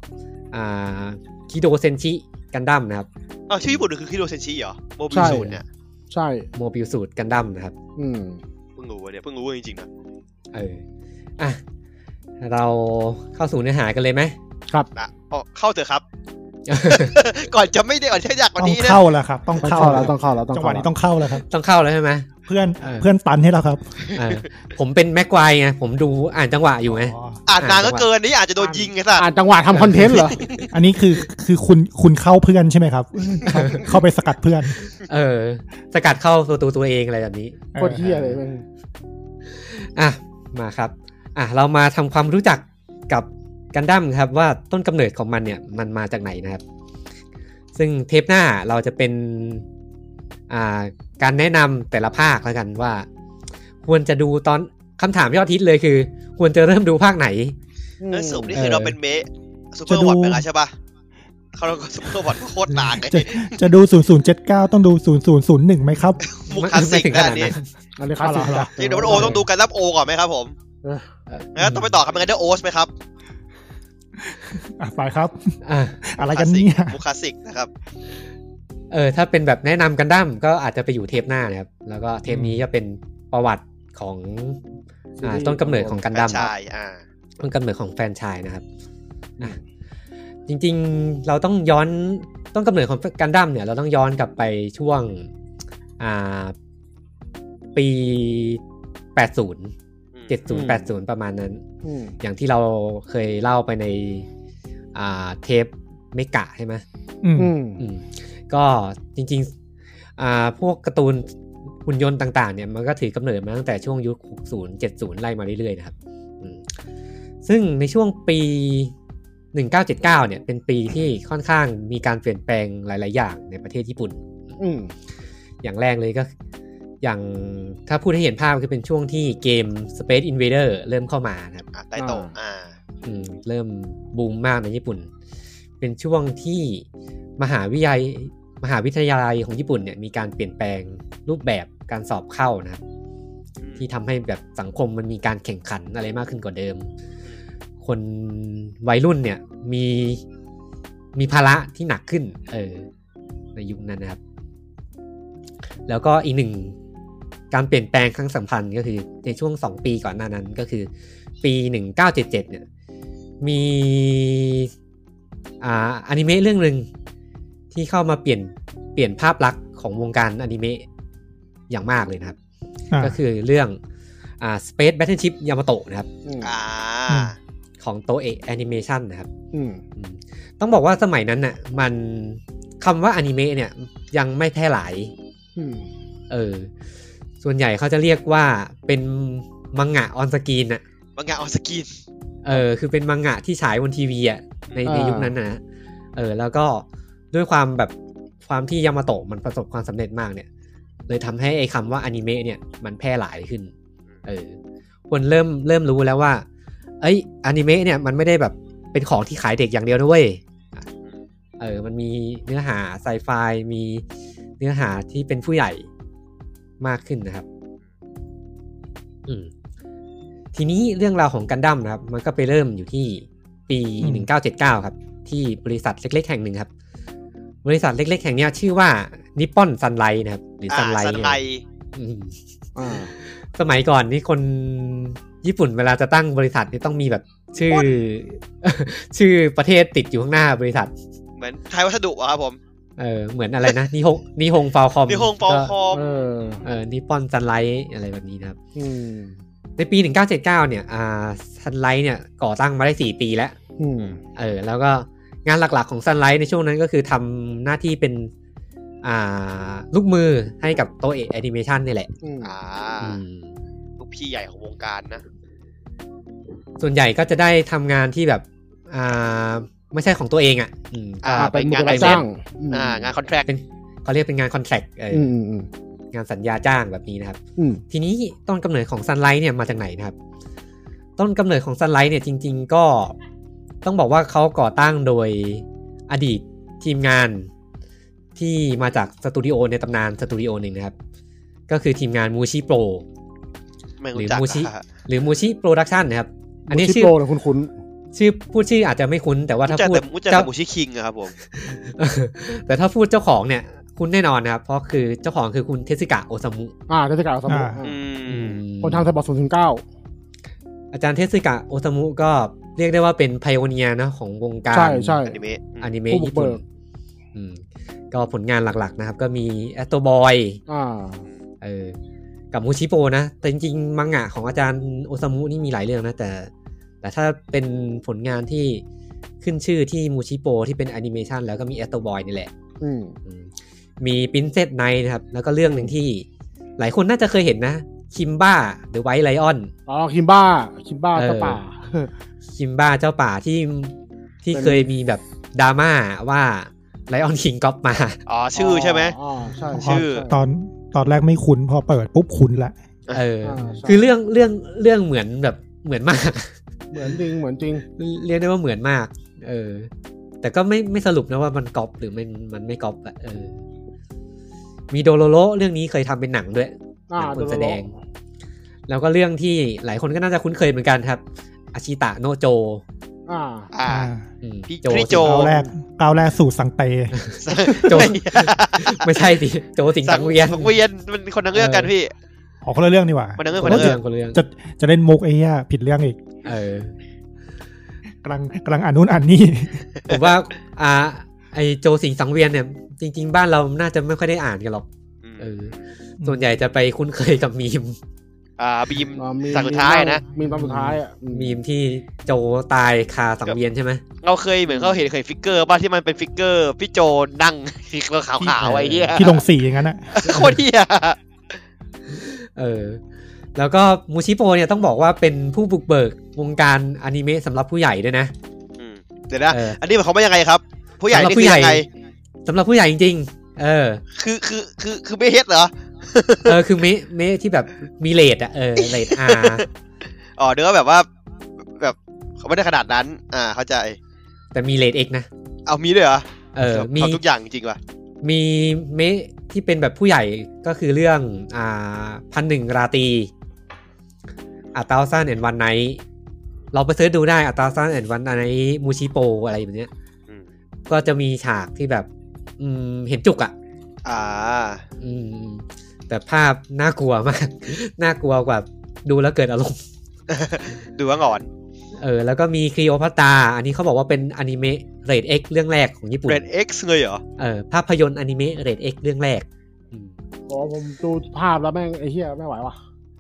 Speaker 1: อ่าคิโดเซนชิกันดั้มนะครับ
Speaker 2: เออชื่อญี่ปุ่นคือคิโดเซนชิเหรอโมบิ
Speaker 4: ใช่
Speaker 2: สูนเนี่ย
Speaker 4: ใช่
Speaker 1: โมบิลสูตรกันดั้มนะครับ
Speaker 4: อืม
Speaker 2: เพิ่งรู้อะเนี่ยเพิ่งรู้จริงๆนะ
Speaker 1: เออ อ่ะ เราเข้าสู่เนื้อหากันเลยไหม (laughs)
Speaker 2: นะอ๋อเข้าเถอะครับ (laughs) ก่อนจะไม่ได้ก่อนจะอยากกว่า
Speaker 3: ต้อง
Speaker 2: นี้นะ
Speaker 3: เข้าแล้วครับ ต้อง
Speaker 4: ต้อง
Speaker 3: เข้า
Speaker 4: เข้าแล้
Speaker 3: แล้ว ว
Speaker 4: ต้องเข้าแล้วต้อง
Speaker 3: จังหะ
Speaker 4: เข้าวแล้ว
Speaker 3: นี้ต้องเข้าแล้วครับ
Speaker 1: ต้องเข้าแล้วใช่ไหม
Speaker 3: เพื่อน
Speaker 1: เออ
Speaker 3: เพื่อนตันให้เราครับ
Speaker 1: เออ ผมเป็นแม็กไกวายไง ผมดูอ่านจังหวะอยู่ไง
Speaker 3: อ๋อ
Speaker 2: อ่านนานก็เกินนี่อาจจะโดนยิงไงสัต
Speaker 4: อ่าน
Speaker 2: ว์
Speaker 4: จังหวะทำคอนเทนต์เหรอ
Speaker 3: อันนี้คือคือคุณคุณเข้าเพื่อนใช่ไหมครับเข้าเข้าไปสกัดเพื่อน
Speaker 1: เออ สกัดเข้าตัวตัวตัวเองอะไรแบบนี้
Speaker 4: โคตรเฮี้ยเลยแม่ง
Speaker 1: อ่ะมาครับ อ่ะเรามาทำความรู้จักกับกันดั้มครับว่าต้นกำเนิดของมันเนี่ยมันมาจากไหนนะครับ ซึ่งเทปหน้าเราจะเป็นอ่าการแนะนำแต่ละภาคแล้วกันว่า ควรจะดูตอนคำถามยอดฮิตเลยคือ ควรจะเริ่มดูภาคไหน
Speaker 4: อืม
Speaker 2: เออสุปนี่
Speaker 1: เออ
Speaker 2: คือเราเป็นเมะซูเปอร์วอตไปแล้วใช่ปะเขาเราก็ซูเปอร์วอตโคตรนานเลย
Speaker 3: จะจะดู 0079 ต้องดู 0001ไหมครับ
Speaker 2: มุกคลาสสิก
Speaker 1: ไม่ถึงข
Speaker 2: นะ
Speaker 1: นา
Speaker 2: อั
Speaker 1: ด
Speaker 2: น
Speaker 1: นั้
Speaker 2: นี้
Speaker 1: น
Speaker 4: อันนี้คลาสสิก
Speaker 3: เอาล่ะ
Speaker 4: จัด
Speaker 2: เดี๋ยวมันโอต้องดูกันรับโอก่อนไหมครับผมแล้วต้องไปต่อครับเป็นไงได้โอสไหมครับ
Speaker 3: อ่ะไปครับ
Speaker 1: อ่ะ
Speaker 3: อะไรกันเนี่ย
Speaker 2: มุกคลาสสิกนะครับ
Speaker 1: เออถ้าเป็นแบบแนะนำกันดั้มก็อาจจะไปอยู่เทปหน้านะครับ แล้วก็เทปนี้จะเป็นประวัติของอ่า
Speaker 4: ซีรีส์
Speaker 1: ต้นกำเนิดของกันดั้มครับ
Speaker 2: ชายอ่า
Speaker 1: ต้นกำเนิดของแฟรนไชายนะครับอ่ะจริงๆเราต้องย้อนต้นกำเนิดของกันดั้มเนี่ย เราต้องย้อนกลับไปช่วงอ่าปี 80
Speaker 2: อืม
Speaker 1: 70 80 ประมาณนั้น
Speaker 4: อืม
Speaker 1: อย่างที่เราเคยเล่าไปในอ่าเทปเมกะใช่ไหม
Speaker 3: อืม
Speaker 4: อืม
Speaker 1: อืมก็จริงๆอ่าพวกการ์ตูนหุ่นยนต์ต่างๆเนี่ยมันก็ถือกำเนิดมาตั้งแต่ช่วงยุค 60 70 ไล่มาเรื่อยๆนะครับอืมซึ่งในช่วงปี 1979 เนี่ยเป็นปีที่ค่อนข้างมีการเปลี่ยนแปลงหลาย ๆ อย่างในประเทศญี่ปุ่น
Speaker 4: อืม
Speaker 1: อย่างแรกเลยก็อย่างถ้าพูดให้เห็นภาพคือเป็นช่วงที่เกม Space Invader เริ่มเข้ามานะครับ
Speaker 2: อ่ะไตโตะอ่า
Speaker 1: อืมเริ่มบูมมากในญี่ปุ่น เป็นช่วงที่มหาวิทยาลัยมหาวิทยาลัยของญี่ปุ่นเนี่ยมีการเปลี่ยนแปลงรูปแบบการสอบเข้านะครับ
Speaker 2: อืม
Speaker 1: ที่ทำให้แบบสังคมมันมีการแข่งขันอะไรมากขึ้นกว่าเดิม คนวัยรุ่นเนี่ยมีมีภาระที่หนักขึ้น เออ ในยุคนั้นนะครับ แล้วก็อีกหนึ่งการเปลี่ยนแปลงครั้งสำคัญก็คือในช่วง 2 ปีก่อนหน้านั้นก็คือ ปี 1977เนี่ยมีอ่าอนิเมะเรื่องหนึ่งที่เข้ามาเปลี่ยนเปลี่ยนภาพลักษณ์ของวงการอนิเมะอย่างมากเลยนะครับ
Speaker 3: อ่ะ
Speaker 1: ก็คือเรื่องอ่า Space Battleship Yamato นะครับ
Speaker 4: อืม
Speaker 2: อ่า
Speaker 3: อืม
Speaker 1: ของโตเอะแอนิเมชันนะครับ
Speaker 4: อืม
Speaker 1: อืมต้องบอกว่าสมัยนั้นน่ะมันคำว่าอนิเมะเนี่ยยังไม่แพร่หลาย
Speaker 4: อืม
Speaker 1: เออ ส่วนใหญ่เขาจะเรียกว่าเป็นมังงะออนสกรีนอะ
Speaker 2: มังงะออนสกิน
Speaker 1: เออ คือเป็นมังงะที่ฉายบนทีวีอะในใน
Speaker 4: อ่า
Speaker 1: ยุคนั้นนะเออ แล้วก็ด้วยความแบบความที่ยามาโตะมันประสบความสำเร็จมากเนี่ย เลยทำให้ไอ้คำว่าอนิเมะเนี่ยมันแพร่หลายขึ้น เออ คนเริ่มเริ่มรู้แล้วว่า เอ้ยอนิเมะเนี่ยมันไม่ได้แบบเป็นของที่ขายเด็กอย่างเดียวนะเว้ย เออ มันมีเนื้อหาไซไฟ มีเนื้อหาที่เป็นผู้ใหญ่มากขึ้นนะครับ อืม ทีนี้เรื่องราวของกันดั้มนะครับ มันก็ไปเริ่มอยู่ที่ปี
Speaker 3: อืม
Speaker 1: 1979 ครับ ที่บริษัทเล็ก ๆ แห่งหนึ่งครับ บริษัทเล็ก ๆ แห่งเนี้ยชื่อว่านิปปอนซันไลนะครับ หรือ
Speaker 2: อ่า
Speaker 1: ซันไล
Speaker 2: ซันไลท์
Speaker 4: อ่า
Speaker 1: สมัยก่อนนี่คนญี่ปุ่นเวลาจะตั้งบริษัทนี่ต้องมีแบบชื่อ (laughs) ชื่อประเทศติดอยู่ข้างหน้าบริษัท
Speaker 2: เหมือนไทยวัสดุอะครับผม
Speaker 1: เออเหมือนอะไรนะนิ (laughs) ฮงนิฮงฟาวคอม
Speaker 2: นิฮงฟอลคอม
Speaker 4: เออ
Speaker 1: เออนิปอนซันไลท์อะไรแบบนี้นะครับ
Speaker 4: อืม
Speaker 1: ในปี 1979 เนี่ย อ่าซันไลท์เนี่ยก่อตั้งมาได้ 4 ปีแล้ว
Speaker 4: อืม
Speaker 1: เออ แล้วก็งานหลักๆของซันไลท์ในช่วงนั้นก็คือทำหน้าที่เป็น อ่า ลูกมือให้กับโตเอะแอนิเมชันนี่ยแหละ
Speaker 4: อืม
Speaker 2: อ่า
Speaker 1: อืม
Speaker 2: ลูกพี่ใหญ่ของวงการนะ
Speaker 1: ส่วนใหญ่ก็จะได้ทำงานที่แบบ อ่า ไม่ใช่ของตัวเองอ่ะอืม
Speaker 2: อ่า
Speaker 1: ก็
Speaker 4: อ่า เป็น
Speaker 2: เป็นงา
Speaker 4: มือน รับจ้าง
Speaker 2: อ่างานคอนแทรค
Speaker 1: เป็นเขาเรียกเป็นงานคอนแทคเออ
Speaker 4: อื
Speaker 1: อ
Speaker 4: มอืมอืม
Speaker 1: งานสัญญาจ้างแบบนี้นะครับ
Speaker 4: อืม
Speaker 1: ทีนี้ต้นกำเนิดของซันไลท์เนี่ยมาจากไหนนะครับ ต้นกำเนิดของซันไลท์เนี่ยจริง ๆ ก็ต้องบอกว่าเขาก่อตั้งโดยอดีตทีมงานที่มาจากสตูดิโอในตำนานสตูดิโอหนึ่งนะครับ ก็คือทีมงานมูชิโปร
Speaker 2: ไม่
Speaker 1: หรื
Speaker 2: รู้จัก
Speaker 1: มูชิ
Speaker 2: อะ
Speaker 1: หรือมูชิโปรดักชันนะครับ อันนี้
Speaker 4: ชื่
Speaker 1: ชื่
Speaker 4: อ
Speaker 1: อ
Speaker 4: โปรนะคุณคุณ
Speaker 1: ชื่อพูดชื่ออาจจะไม่คุ้น แต่ว่า
Speaker 2: รู้
Speaker 1: ถ้า
Speaker 2: จัก
Speaker 1: พูด
Speaker 2: แต่รู้จัก
Speaker 1: เจ้า
Speaker 2: แต่หมู ชิคิงอะครับผม
Speaker 1: (laughs) แต่ถ้าพูดเจ้าของเนี่ยคุ้นแน่นอนนะครับ เพราะคือเจ้าของคือคุณเทสึกะโอซามุ
Speaker 4: อ่าเทศกาลสมุทร
Speaker 3: อ่า
Speaker 2: อืม
Speaker 4: คนทำสปอร์ตศูนย์ถึงเก้า
Speaker 1: อาจารย์เทสึกะโอซามุก็เรียกได้ว่าเป็นไพโอเนียนะของวงการ
Speaker 4: ใช่ใช่
Speaker 2: อนิเมะ
Speaker 1: อ
Speaker 2: อันนี้
Speaker 1: นิ
Speaker 4: ผู้
Speaker 1: เมะ
Speaker 4: บุก
Speaker 1: ญี่
Speaker 4: เบิ
Speaker 1: ปุ่น
Speaker 4: ก
Speaker 1: อืมก็ผลงานหลักๆนะครับ ก็มีแอตโตบอย
Speaker 4: อ่า
Speaker 1: เออกับมูชิโปนะ แต่จริงๆ มังงะของอาจารย์โอซามุนี่มีหลายเรื่องนะ แต่ แต่ถ้าเป็นผลงานที่ขึ้นชื่อที่มูชิโปที่เป็นแอนิเมชันแล้วก็มีแอตโตบอยนี่แหละ
Speaker 4: อืม
Speaker 1: อืมมีปินเซตไนนะครับ แล้วก็เรื่องหนึ่งที่หลายคนน่าจะเคยเห็นนะคิมบ้าหรือไวไลออน
Speaker 4: อ๋อ คิมบ้า คิมบ้าเจ้าป่า
Speaker 1: คิมบ้าเจ้าป่าที่ที่
Speaker 4: เป็น
Speaker 1: เคยมีแบบดราม่าว่าไลออนคิงก๊อปมา
Speaker 2: อ๋อชื่อใช่ไหม
Speaker 4: อ๋อใช่
Speaker 3: พอ
Speaker 4: ใช่
Speaker 2: ชื่อ
Speaker 4: ใช่
Speaker 3: ตอนตอนแรกไม่คุ้นพอเปิดปุ๊บคุ้นละ
Speaker 1: เออ
Speaker 4: อ่าใช่
Speaker 1: คือเรื่องเรื่องเรื่องเหมือนแบบเหมือนมาก
Speaker 4: เหมือนจริง เหมือนจริง
Speaker 1: เรียกได้ว่าเหมือนมาก เออ แต่ก็ไม่ไม่สรุปนะว่ามันก๊อปหรือมันมันไม่ก๊อปอะเออ มีโดโลโลเรื่องนี้เคยทำเป็นหนังด้วย
Speaker 4: อ่า
Speaker 1: หนังคน
Speaker 4: โดน
Speaker 1: แสด
Speaker 4: ล้อง
Speaker 1: แล้วก็เรื่องที่หลายคนก็น่าจะคุ้นเคยเหมือนกันครับอาชิตะโนโจ
Speaker 4: อ่า
Speaker 2: อ่า
Speaker 1: อืม
Speaker 2: พี่พี่โจ
Speaker 3: ก้าวแรกก้าวแรกสู่สังเต
Speaker 1: โจ
Speaker 2: (laughs)
Speaker 1: (laughs) ไม่ใช่สิโจสิงห์สังเวียน
Speaker 2: สังเวียนมันคนละเรื่องกันพี่
Speaker 3: ออกคนละเรื่องดีกว่า
Speaker 2: คนละเรื่อง
Speaker 1: ค
Speaker 2: คน น
Speaker 1: ละ
Speaker 2: ละ
Speaker 1: เรื่อ
Speaker 2: เรื่อง ง
Speaker 1: คนละเรื่อง
Speaker 3: จะจะเล่นมุกไอ้เหี้ยผิดเรื่องอีก
Speaker 1: เออ
Speaker 3: กำลังกำลังอ่านนู่นอ่านนี่
Speaker 1: ผมว่า อ่า ไอโจสิงห์สังเวียนเนี่ย จริง ๆ บ้านเราน่าจะไม่ค่อยได้อ่านกันหรอก เออ ส่วนใหญ่จะไปคุ้นเคยกับมีม
Speaker 2: อ่าบีม
Speaker 4: อ่ามี
Speaker 2: สักสุดท้ายนะ
Speaker 4: มีตอนสุดท้ายอ่ะอื
Speaker 1: มีมที่โจตายคาสังเวียนใช่ไหม
Speaker 2: เราเคยเหมือนเขาเห็นเคยฟิกเกอร์บ้างที่มันเป็นฟิกเกอร์ พี่โจนั่ง (laughs) ฟิกเกอร์ขาวๆไว้เหี้ย
Speaker 3: ที่ลงสีอย่างนั้นอ่ะ
Speaker 2: โคตรเหี้ย
Speaker 1: เออ แล้วก็มูชิโปเนี่ยต้องบอกว่าเป็นผู้บุกเบิกวงการอนิเมะสำหรับผู้ใหญ่ด้วยนะ
Speaker 2: อืมเดี๋ยวนะ
Speaker 1: เออ
Speaker 2: อันนี้หมายความว่ายังไงครับ ผู้ใหญ่
Speaker 1: สำหรับ
Speaker 2: นี่
Speaker 1: ผู้
Speaker 2: คือ
Speaker 1: ใหญ่
Speaker 2: ยังไง
Speaker 1: สำหรับผู้ใหญ่จริงๆ เออ
Speaker 2: คือคือคือคือไม่เฮ็ดเหรอ
Speaker 1: เออ คือเมะเมะที่แบบมีเลดอะเออเลดอา
Speaker 2: อ๋อเดี๋ยวแบบว่า แบบเขาไม่ได้ขนาดนั้น อ่า เข้าใจ
Speaker 1: แต่มีเลดเอกนะ
Speaker 2: เอามีด้วยเหรอ
Speaker 1: เออ มี
Speaker 2: ทำทุกอย่างจริงว่ะ
Speaker 1: มีเมะที่เป็นแบบผู้ใหญ่ก็คือเรื่องอ่าพันหนึ่งราตรีอัตาซันแอนวันไนเราไปเซิร์ชดูได้อัตาซันแอนวันไนมูชิโปอะไรแบบเนี้ย
Speaker 2: อืม
Speaker 1: ก็จะมีฉากที่แบบ อืมเห็นจุกอะ
Speaker 2: อ่า
Speaker 1: อืม แต่ภาพน่ากลัวมาก (laughs) น่ากลัวกว่าดูแล้วเกิดอารมณ์
Speaker 2: ดูว่าก่อน
Speaker 1: เออ แล้วก็มีคลีโอพัตา อันนี้เขาบอกว่าเป็นอนิเมะเรดเอ็กเรื่องแรกของญี่ปุ่น
Speaker 2: เรนเอ็กซ์เลยเหรอ
Speaker 1: เออภาพยนตร์อนิเมะเรดเอ็กเรื่องแรกอืม
Speaker 4: บอกว่าผมดูภาพแล้วแม่งไอ้เหี้ยไม่ไหวว่ะ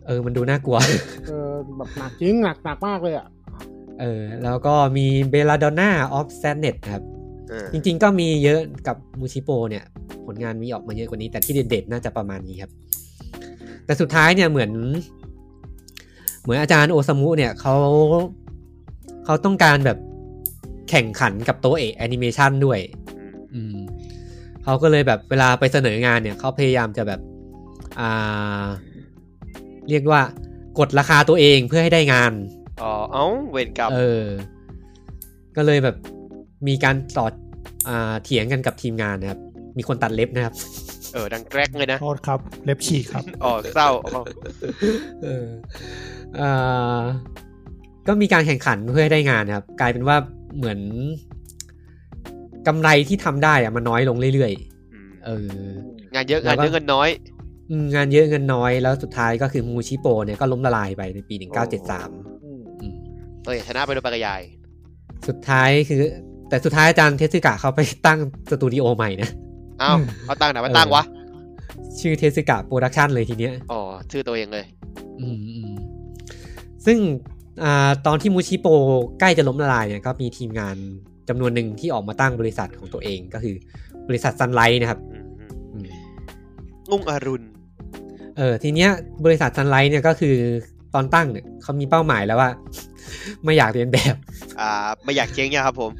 Speaker 1: เออ มันดูน่ากลัว (laughs)
Speaker 4: เออแบบหนักจริงหนักหนักมากเลยอ่ะ
Speaker 1: เออแล้วก็มีเบลาดอน่าออฟแซนเนตครับ
Speaker 2: เออ
Speaker 1: จริงๆก็มีเยอะกับมูชิโปเนี่ย ผลงานมีออกมาเยอะกว่านี้ แต่ที่เด็ดๆน่าจะประมาณนี้ครับ แต่สุดท้ายเนี่ยเหมือน เหมือนอาจารย์โอซามุเนี่ยเขาเขาต้องการแบบแข่งขันกับโตเอะแอนิเมชันด้วย
Speaker 2: อืม
Speaker 1: อืมเขาก็เลยแบบเวลาไปเสนองานเนี่ยเขาพยายามจะแบบอ่าเรียกว่ากดราคาตัวเองเพื่อให้ได้งาน
Speaker 2: อ๋อเอ้าเวรกรรม
Speaker 1: เออ ก็เลยแบบมีการต่ออ่าเถียงกันกับทีมงานนะครับ มีคนตัดเล็บ (laughs) นะครับ
Speaker 2: เออดังแกรกเลยนะ
Speaker 3: โทษครับ เล็บฉีกครับ
Speaker 2: อ๋อเศร้าอ๋อ
Speaker 1: เอออ่าก็มีการแข่งขันเพื่อให้ได้งานนะครับ กลายเป็นว่าเหมือนกำไรที่ทำได้อะมันน้อยลงเรื่อย
Speaker 2: อืม
Speaker 1: ๆ เออ
Speaker 2: งานเยอะ
Speaker 1: แล้
Speaker 2: งา
Speaker 1: วน ก็
Speaker 2: เยอะเงินน้อย
Speaker 1: อืมงานเยอะเงินน้อยแล้วสุดท้ายก็คือมูชิโปเนี่ยก็ล้มละลายไปในปี 1973
Speaker 4: อืม
Speaker 1: อืม
Speaker 2: เออชนะไปโดยปริยาย
Speaker 1: สุดท้ายคือ แต่สุดท้ายอาจารย์เทสึกะเขาไปตั้งสตูดิโอใหม่นะ (laughs)
Speaker 2: อ้าวเอาตั้งไหนมาตั้งวะ
Speaker 1: ชื่อเทสกะโปรดักชันเลยทีเนี้ย
Speaker 2: อ๋อชื่อตัวเองเลย
Speaker 1: อืมอืมซึ่งอาตอนที่มูชิโปใกล้จะล้มละลายเนี่ยก็มีทีมงานจำนวนหนึ่งที่ออกมาตั้งบริษัทของตัวเองก็คือบริษัทซันไลท์นะครับ
Speaker 2: อืมอืม
Speaker 1: อืม
Speaker 2: รุ่งอรุณ
Speaker 1: เออทีเนี้ยบริษัทซันไลท์เนี่ยก็คือตอนตั้งเนี่ยเขามีเป้าหมายแล้วว่า (laughs) ไม่อยากเรียนแบบ
Speaker 2: อ่าไม่อยากเจ๊งเนี่ยครับผม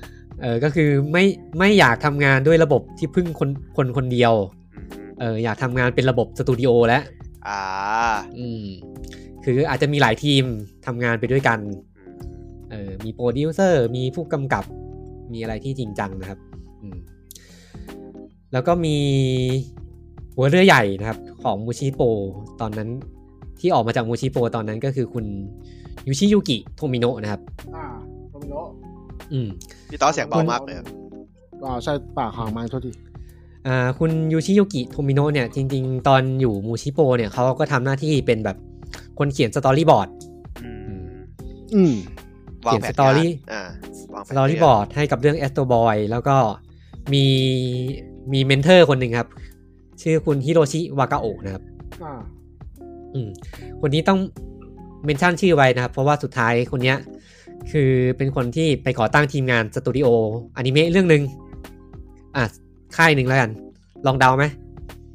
Speaker 1: เออก็คือไม่ไม่อยากทำงานด้วยระบบที่พึ่งคนคนคนเดียว
Speaker 2: อืมอืม
Speaker 1: เอออยากทำงานเป็นระบบสตูดิโอแล้ว
Speaker 2: อ่า
Speaker 1: อืมคืออาจจะมีหลายทีมทำงานไปด้วยกัน
Speaker 2: อืม
Speaker 1: เออมีโปรดิวเซอร์ มีผู้กำกับ มีอะไรที่จริงจังนะครับอืมแล้วก็มีหัวเรือใหญ่นะครับ ของมูชิโปตอนนั้นที่ออกมาจากมูชิโปตอนนั้นก็คือคุณยูชิยุกิโทมิโนะนะครับ
Speaker 4: อ่าโดมิโน
Speaker 1: อืม
Speaker 2: พี่ต้อเสียงเบามากเลยอะ
Speaker 4: อ่าใช่ปากห่างไมาโทษที
Speaker 1: อ่าคุณยูชิยุกิโทมิโนะเนี่ยจริง ๆ ตอนอยู่มูชิโปเนี่ยเขาก็ทำหน้าที่เป็นแบบคนเขียนสตอรี่บอร์ด
Speaker 2: อืม
Speaker 4: อืม
Speaker 2: วางแผน
Speaker 1: เขียนสตอรี่
Speaker 2: งานอ่า
Speaker 1: สตอรี่บอร์ดให้กับเรื่องแอสโตบอยแล้วก็มีมีเมนเทอร์คนหนึ่งครับ ชื่อคุณฮิโรชิวากาโอะนะครับ
Speaker 4: อ่า
Speaker 1: อืมคนนี้ต้องเมนชั่นชื่อไว้นะครับ เพราะว่าสุดท้ายคนเนี้ย คือเป็นคนที่ไปก่อตั้งทีมงานสตูดิโออนิเมะเรื่องหนึ่งอ่ะ ค่ายหนึ่งแล้วกัน ลองเดาไหม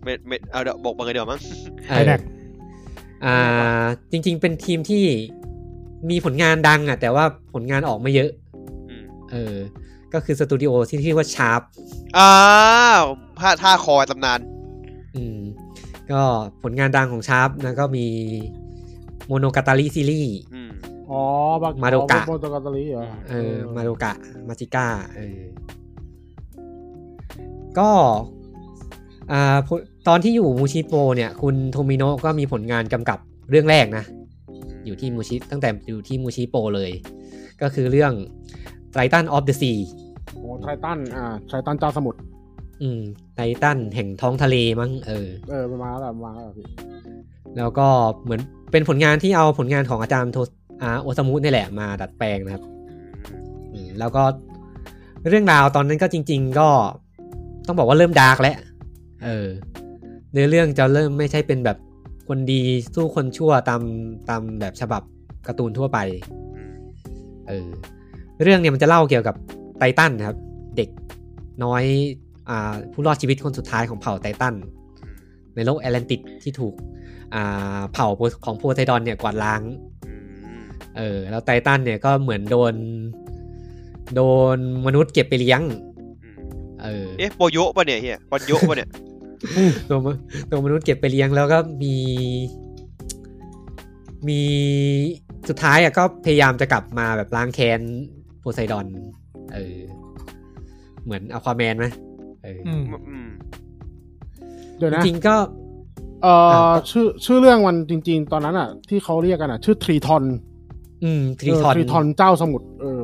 Speaker 2: เม็ดเม็ดเอาเดี๋ยวบอกมาเลยเดี๋ยวมั้ง
Speaker 1: เอ
Speaker 3: ไอ
Speaker 1: อ
Speaker 3: แนก
Speaker 1: อ่า จริง ๆ เป็นทีมที่มีผลงานดังอ่ะ แต่ว่าผลงานออกไม่เยอะ
Speaker 2: อืม
Speaker 1: เออ ก็คือสตูดิโอที่ชื่อว่าชาร์ป
Speaker 2: อ้าวท่าท่าคอยตำนาน
Speaker 1: อืม ก็ผลงานดังของชาร์ปนะก็มีโมโนกาตาลิซีรีส์
Speaker 2: อืม
Speaker 4: อ๋อบัก
Speaker 1: มาโดกะ
Speaker 4: โมโตกาตาลีเหรอ
Speaker 1: เออมาโดกะ มาจิก้าเออก็อ่าผลตอนที่อยู่มูชิโปเนี่ย คุณโทมิโนะก็มีผลงานกำกับเรื่องแรกนะ อยู่ที่มูชิตั้งแต่อยู่ที่มูชิโปเลย ก็คือเรื่อง Titan of the Sea
Speaker 4: โอ้ไททันอ่าไททันเจ้าสมุทร
Speaker 1: อืมไททันแห่งท้องทะเลมั้งเออ
Speaker 4: เออประมาณนั้นแหละประมาณนั้นแหละพี่
Speaker 1: แล้วก็เหมือนเป็นผลงานที่เอาผลงานของอาจารย์โทอ่าโอซามุนี่แหละมาดัดแปลงนะครับ อืมแล้วก็เรื่องราวตอนนั้นก็จริง ๆ ก็ต้องบอกว่าเริ่มดาร์กแล้วเออเนื้อเรื่องจะเริ่มไม่ใช่เป็นแบบคนดีสู้คนชั่วตามตามแบบฉบับการ์ตูนทั่วไป
Speaker 2: อืม
Speaker 1: เออเรื่องเนี่ยมันจะเล่าเกี่ยวกับไททันนะครับ เด็กน้อยอ่าผู้รอดชีวิตคนสุดท้ายของเผ่าไททันในโลกแอตแลนติกที่ถูกอ่าเผ่าของโพไซดอนเนี่ยกวาดล้าง
Speaker 2: อืม
Speaker 1: เออแล้วไททันเนี่ยก็เหมือนโดน โดนมนุษย์เก็บไปเลี้ยง
Speaker 2: อืม
Speaker 1: เออ
Speaker 2: เอ๊ะโปโยะปะเนี่ยเฮียบอลโยะปะเนี่ย
Speaker 1: โดนมโดนมนุษย์เก็บไปเลี้ยงแล้วก็มี มีสุดท้ายอ่ะก็พยายามจะกลับมาแบบล้างแค้นโพไซดอน เออ เหมือนอควาแมนไหมเออ
Speaker 3: อืม
Speaker 2: อืม
Speaker 4: เดี๋ยวนะ
Speaker 1: จริงๆก็
Speaker 4: เอ่
Speaker 1: อ่
Speaker 4: อะ ชื่อชื่อเรื่องมันจริง ๆ ตอนนั้นอ่ะ ที่เขาเรียกกันอ่ะ ชื่อทรีทอน
Speaker 1: อืมทรีทอน
Speaker 4: ทรีทอนเจ้าสมุทรเออ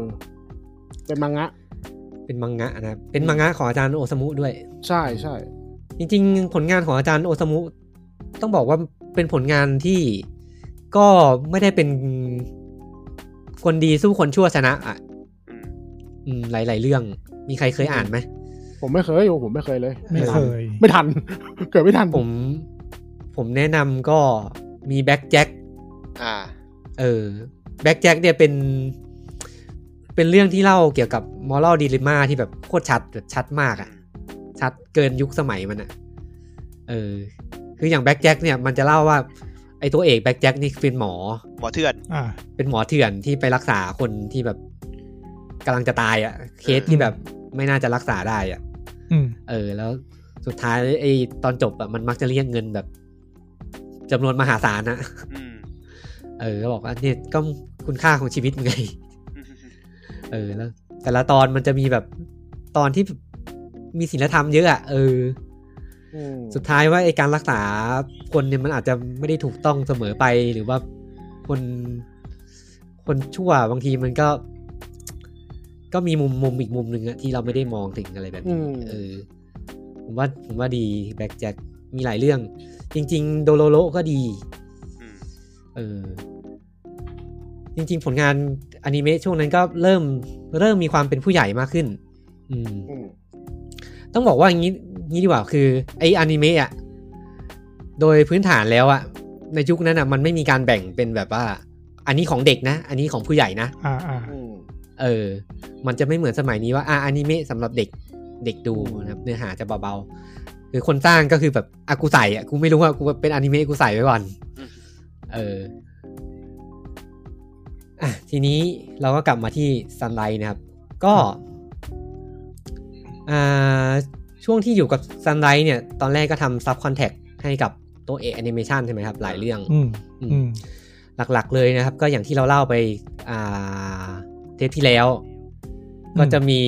Speaker 4: เป็นมังงะ
Speaker 1: เป็นมังงะนะครับ เป็นมังงะของอาจารย์โอซามุด้วย
Speaker 4: ใช่ใช่
Speaker 1: จริงๆ ผลงานของอาจารย์โอซามุต้องบอกว่าเป็นผลงานที่ก็ไม่ได้เป็นคนดีสู้คนชั่วชนะอ่ะ
Speaker 2: อืม
Speaker 1: อืมหลาย ๆ เรื่อง มีใครเคยอ่านไหม
Speaker 4: ผมไม่เคยโอ้ผมไม่เคยเลย
Speaker 3: ไม่เคย
Speaker 4: ไม่ทัน เกิดไม่ทัน (laughs)
Speaker 1: ผมผมแนะนำก็มีแบ็กแจ็ค
Speaker 2: อ่า
Speaker 1: เออแบ็กแจ็คเนี่ยเป็น เป็นเรื่องที่เล่าเกี่ยวกับมอรัลดิลิม่าที่แบบโคตรชัดแบบชัดมากอ่ะ ชัดเกินยุคสมัยมันอะเออ คืออย่างแบ็กแจ็คเนี่ยมันจะเล่าว่าไอตัวเอกแบ็กแจ็คนี่เป็นหมอ
Speaker 2: หมอเถื่อน
Speaker 3: อ่า
Speaker 1: เป็นหมอเถื่อนที่ไปรักษาคนที่แบบกำลังจะตายอะเคสที่แบบไม่น่าจะรักษาได้อะ
Speaker 3: อืม
Speaker 1: เออ แล้วสุดท้ายไอตอนจบอะมันมักจะเรียกเงินแบบจำนวนมหาศาลนะ
Speaker 2: อืม
Speaker 1: เออก็บอกว่าเนี่ยก็คุณค่าของชีวิตไง เออแล้ว แต่ละตอนมันจะมีแบบตอนที่มีศีลธรรมเยอะอะเออ
Speaker 4: อืม
Speaker 1: สุดท้ายว่าไอการรักษาคนเนี่ยมันอาจจะไม่ได้ถูกต้องเสมอไปหรือว่าคน คนชั่วบางทีมันก็ ก็มีมุมมุมอีกมุมหนึ่งอะที่เราไม่ได้มองถึงอะไรแบบนี้เออผมว่าผมว่าดีแบ็กแจ็คมีหลายเรื่อง จริง ๆ โดโลโลก็ดี
Speaker 2: อืม
Speaker 1: เออ จริง ๆ ผลงานอนิเมะช่วงนั้นก็เริ่มเริ่มมีความเป็นผู้ใหญ่มากขึ้น อืม
Speaker 4: อืม
Speaker 1: ต้องบอกว่าอย่างนี้ งี้ดีกว่าคือไออนิเมะอ่ะโดยพื้นฐานแล้วอ่ะในยุคนั้นอ่ะมันไม่มีการแบ่งเป็นแบบว่า อันนี้ของเด็กนะ อันนี้ของผู้ใหญ่นะ
Speaker 3: อ่าอ่า
Speaker 4: อืม
Speaker 1: เออ มันจะไม่เหมือนสมัยนี้ว่าอ่ะอนิเมะสำหรับเด็กเด็กดู
Speaker 4: อืม
Speaker 1: นะครับเนื้อหาจะเบาๆคือคนสร้างก็คือแบบอากูใส่อ่ะกูไม่รู้ว่ากูเป็นอนิเมะกูใส่ไว้ก่อน
Speaker 2: อืม
Speaker 1: เอออ่ะทีนี้เราก็กลับมาที่ซันไลท์นะครับ ก็อ่าช่วงที่อยู่กับซันไลท์เนี่ย ตอนแรกก็ทำซับคอนแทคให้กับตัวเอแอนิเมชันใช่ไหมครับ หลายเรื่อง
Speaker 3: อืมอืม
Speaker 1: หลักๆเลยนะครับ ก็อย่างที่เราเล่าไปอ่าเทปที่แล้ว ก็จะมี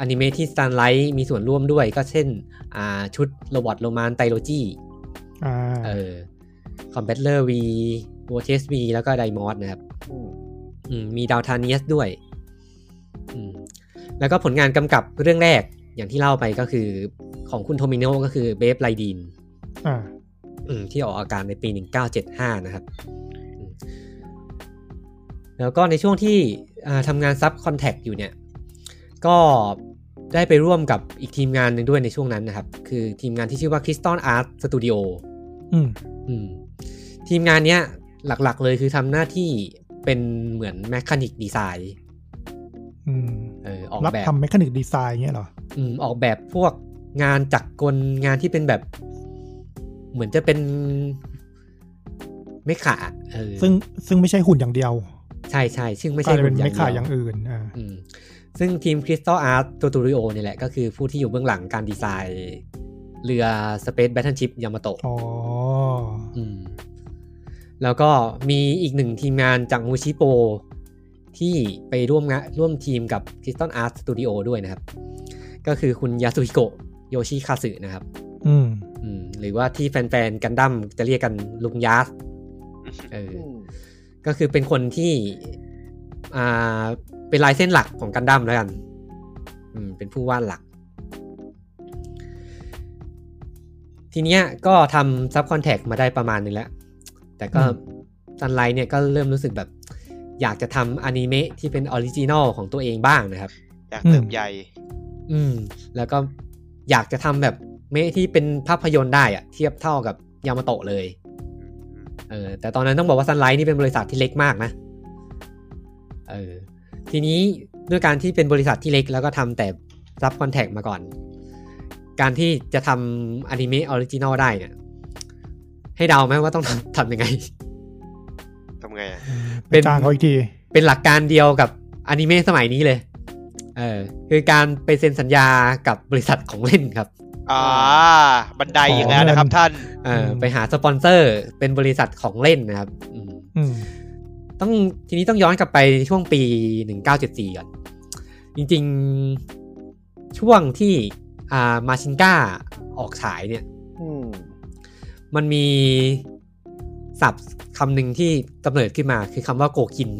Speaker 1: อนิเมะที่ซันไลท์มีส่วนร่วมด้วย ก็เช่นอ่าชุดโรบอทโรมานไตโลจี
Speaker 3: อ่า
Speaker 1: เออคอมแบทเลอร์วีโวเทสวีแล้วก็ไดมอสนะครับ
Speaker 4: อืม
Speaker 1: อืมมีดาวทาเนียสด้วยอืมแล้วก็ผลงานกำกับเรื่องแรกอย่างที่เล่าไปก็คือของคุณโทมิโนก็คือเบฟไลดีน
Speaker 3: อ่า
Speaker 1: อืมที่ออกอาการในปี 1975 นะครับอืมแล้วก็ในช่วงที่อ่าทำงานซับคอนแทคอยู่เนี่ย ก็ได้ไปร่วมกับอีกทีมงานหนึ่งด้วยในช่วงนั้นนะครับ คือทีมงานที่ชื่อว่า Crystal Art Studio
Speaker 3: อืม
Speaker 1: อืมทีมงานเนี้ยหลักๆเลยคือทำหน้าที่เป็นเหมือนแม h a นิกดีไซน์
Speaker 3: อืม
Speaker 1: เออออก
Speaker 3: รับ
Speaker 1: แบบ
Speaker 3: ทำ m ม c h a นิกดีไซน์เงี้ยเหรอ
Speaker 1: อืมออกแบบพวกงานจักรกลงานที่เป็นแบบ เหมือนจะเป็นเมฆะเออ
Speaker 3: ซึ่งซึ่งไม่ใช่หุ่นอย่างเดียว
Speaker 1: ใช่ใช่ซึ่งไม่
Speaker 3: ก็
Speaker 1: ใช่
Speaker 3: เลยเป็น
Speaker 1: หุ่
Speaker 3: เม
Speaker 1: ดีว
Speaker 3: คาอย่างอื่นอ่า
Speaker 1: อืมซึ่งทีม Crystal Art Studio นี่แหละ ก็คือผู้ที่อยู่เบื้องหลังการดีไซน์ เรือ Space Battleship Yamato
Speaker 3: อ๋อ
Speaker 1: อืมแล้วก็มีอีกหนึ่งทีมงานจากมูชิโป ที่ไปร่วมงานร่วมทีมกับ Crystal Art Studio ด้วยนะครับ ก็คือคุณยาสุฮิโกะโยชิคาสึนะครับ
Speaker 3: อืม
Speaker 1: อืมหรือว่าที่แฟนๆกันดั้มจะเรียกกันลุงยาสเออ
Speaker 4: อืม
Speaker 1: ก็คือเป็นคนที่อ่าเป็นลายเส้นหลักของกันดั้มแล้วกัน อืมเป็นผู้วาดหลัก ทีเนี้ยก็ทำซับคอนแทคมาได้ประมาณหนึงแล้ว แต่ก็ซันไลท์เนี่ยก็เริ่มรู้สึกแบบ อยากจะทำอนิเมะที่เป็นออริจินอลของตัวเองบ้างนะครับ
Speaker 2: อยากเติบใหญ่
Speaker 1: อืม แล้วก็อยากจะทำแบบเมะที่เป็นภาพยนตร์ได้อะเทียบเท่ากับยามาโตะเลย เออแต่ตอนนั้นต้องบอกว่าซันไลท์นี่เป็นบริษัทที่เล็กมากนะ เออ ทีนี้ด้วยการที่เป็นบริษัทที่เล็กแล้วก็ทำแต่รับคอนแทคมาก่อน การที่จะทำอนิเมะออริจินอลได้เนี่ยให้เดาไหมว่าต้องทำท (laughs) ำยังไง
Speaker 2: ทำไงอะ
Speaker 3: ไปจ้างเขาอีกที
Speaker 1: เป็นหลักการเดียวกับอนิเมะสมัยนี้เลย เออ คือการไปเซ็นสัญญากับบริษัทของเล่นครับ
Speaker 2: อ่า บันไดอีกแล้วนะครับท่าน
Speaker 1: เอ่อ
Speaker 3: อืม
Speaker 1: ไปหาสปอนเซอร์เป็นบริษัทของเล่นนะครับอืม
Speaker 3: อืม
Speaker 1: ต้องทีนี้ต้องย้อนกลับไปช่วงปี 1974 ก่อน จริงๆช่วงที่อ่ามาชินก้าออกฉายเนี่ย
Speaker 4: อืม
Speaker 1: มันมีศัพท์คำหนึ่งที่กำเนิดขึ้นมาคือคำว่าโกคิน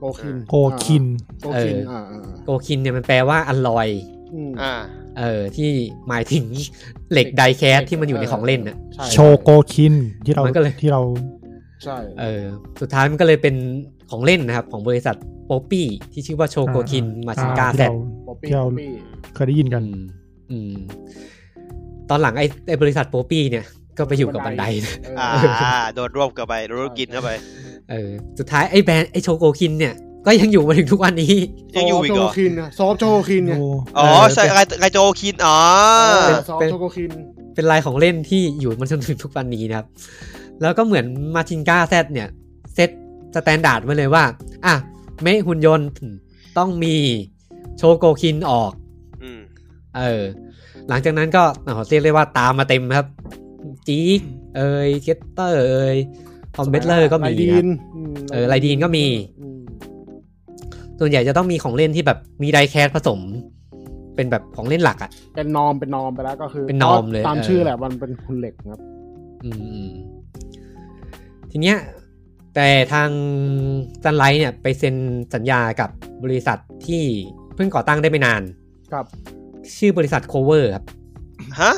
Speaker 4: โกคิน
Speaker 3: โกคิน
Speaker 4: โกคิน
Speaker 1: เอออ่
Speaker 4: อ่าอ่าอ่า
Speaker 1: โกคินเนี่ยมันแปลว่าอัลลอย
Speaker 4: อืม
Speaker 2: อ่า
Speaker 1: เออที่หมายถึงเหล็กไดแคสที่มันอยู่ในของเล่นน่ะ
Speaker 4: ใช่
Speaker 3: โชโกคินที่เราม
Speaker 1: นก็เลย
Speaker 3: ที่เรา
Speaker 4: ใช่
Speaker 1: เออสุดท้ายมันก็เลยเป็นของเล่นนะครับ ของบริษัทโปปี้ที่ชื่อว่าโชโกคินมาชินกา
Speaker 3: อ่ที่
Speaker 1: แซ
Speaker 3: เร
Speaker 1: ด
Speaker 4: ป๊อปปี้
Speaker 3: ที่เรา
Speaker 4: ป๊อปปี้
Speaker 3: เคยได้ยินกัน
Speaker 1: อืมอืม ตอนหลังไอ้ไอ้บริษัทโปปี้เนี่ย ก็ไปอยู่กับบันไดนะ
Speaker 4: เออ
Speaker 2: อ่า โดนรวบเข้าไปโดนรวบกินเข้าไป
Speaker 1: เออ สุดท้ายไอ้แบรนด์ไอ้โชโกคินเนี่ย ก็ยังอยู่มาถึงทุกวันนี้ (laughs)
Speaker 2: ยังอยู่อีกเหรอ
Speaker 4: โชโคินนะซอฟต์โชโกคินไง
Speaker 2: อ๋อ
Speaker 1: เออ
Speaker 2: ใช่ไงไงโจคิน อ๋อ
Speaker 4: เออซอฟต์โชโกคิน
Speaker 1: เป็นลายของเล่นที่อยู่มันจนถึงทุกวันนี้นะครับ แล้วก็เหมือนมาชินกาแซดเนี่ยเซตสแตนดาร์ดไว้เลยว่า อ่ะเมะหุ่นยนต์ต้องมีโชโกคินออก
Speaker 2: อืม
Speaker 1: เออ หลังจากนั้นก็อ๋อเรียกได้ว่าตามมาเต็มครับ จีกเอยเทสเตอร์เอยคอมเบตเลอร์ก็มี
Speaker 4: ไลดี
Speaker 1: ครับ
Speaker 4: น
Speaker 1: เออไลดีนก็มี
Speaker 4: อืม
Speaker 1: ส่วนใหญ่จะต้องมีของเล่นที่แบบมีไดแคสผสม เป็นแบบของเล่นหลักอะ่ะ
Speaker 4: เป็นนอมเป็นนอมไปแล้วก็คือ
Speaker 1: เป็นนอมเลย
Speaker 4: ตาม
Speaker 1: เออ
Speaker 4: ชื่อแหละมันเป็นคุณเหล็กครับ
Speaker 1: อืมทีเนี้ยแต่ทางซันไลท์เนี่ยไปเซ็นสัญญากับบริษัทที่เพิ่งก่อตั้งได้ไม่นาน
Speaker 4: กับ
Speaker 1: ชื่อบริษัทโคเวอร์ครับ
Speaker 2: ฮะ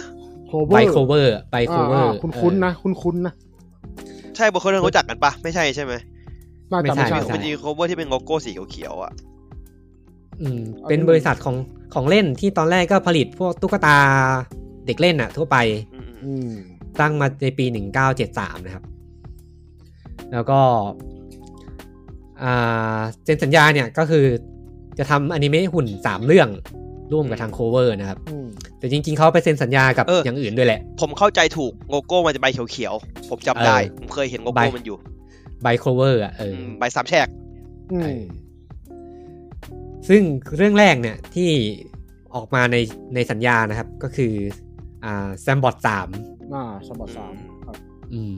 Speaker 4: โคเวอ
Speaker 1: ไบ
Speaker 4: ร์
Speaker 1: โคเวอร์ไบโคเวอร์
Speaker 4: คุณคุ้นๆนะ คุณคุ้นๆนะ
Speaker 2: ใช่บุคคลที่รู้จักกันปะ ไม่ใช่ใช่ไหม
Speaker 4: น่าจะไม่
Speaker 1: ไม่
Speaker 4: ใช่
Speaker 1: ใช่
Speaker 2: มันมีโคเวอร์ที่เป็นโลโก้สีเขียวๆอ่ะ
Speaker 1: อืมเป็นบริษัทของของเล่นที่ตอนแรกก็ผลิตพวกตุ๊กตาเด็กเล่นอะทั่วไป
Speaker 2: อืม
Speaker 4: อืม
Speaker 1: ตั้งมาในปี 1973 นะครับ แล้วก็อ่าเซ็นสัญญาเนี่ยก็คือจะทำอนิเมะหุ่น 3 เรื่องร่วมกับทางโคเวอร์นะครับ
Speaker 4: อืม
Speaker 1: แต่จริงๆ เขาไปเซ็นสัญญากับ
Speaker 2: เอออ
Speaker 1: อย่างอื่นด้วยแหละ
Speaker 2: ผมเข้าใจถูกโกโก้มันจะใบเขียวๆ ผมจำได้
Speaker 1: เออ
Speaker 2: ผมเคยเห็นโก
Speaker 1: ใบ
Speaker 2: โก้มันอยู่
Speaker 1: ไบโคเวอร์อ่ะเอออ
Speaker 2: มใบสามแฉก
Speaker 4: อืม
Speaker 1: เออซึ่งเรื่องแรกเนี่ยที่ออกมาในในสัญญานะครับ ก็คืออ่าแซมบอทสาม
Speaker 4: อ่าสมบัติสามครับ
Speaker 1: อืม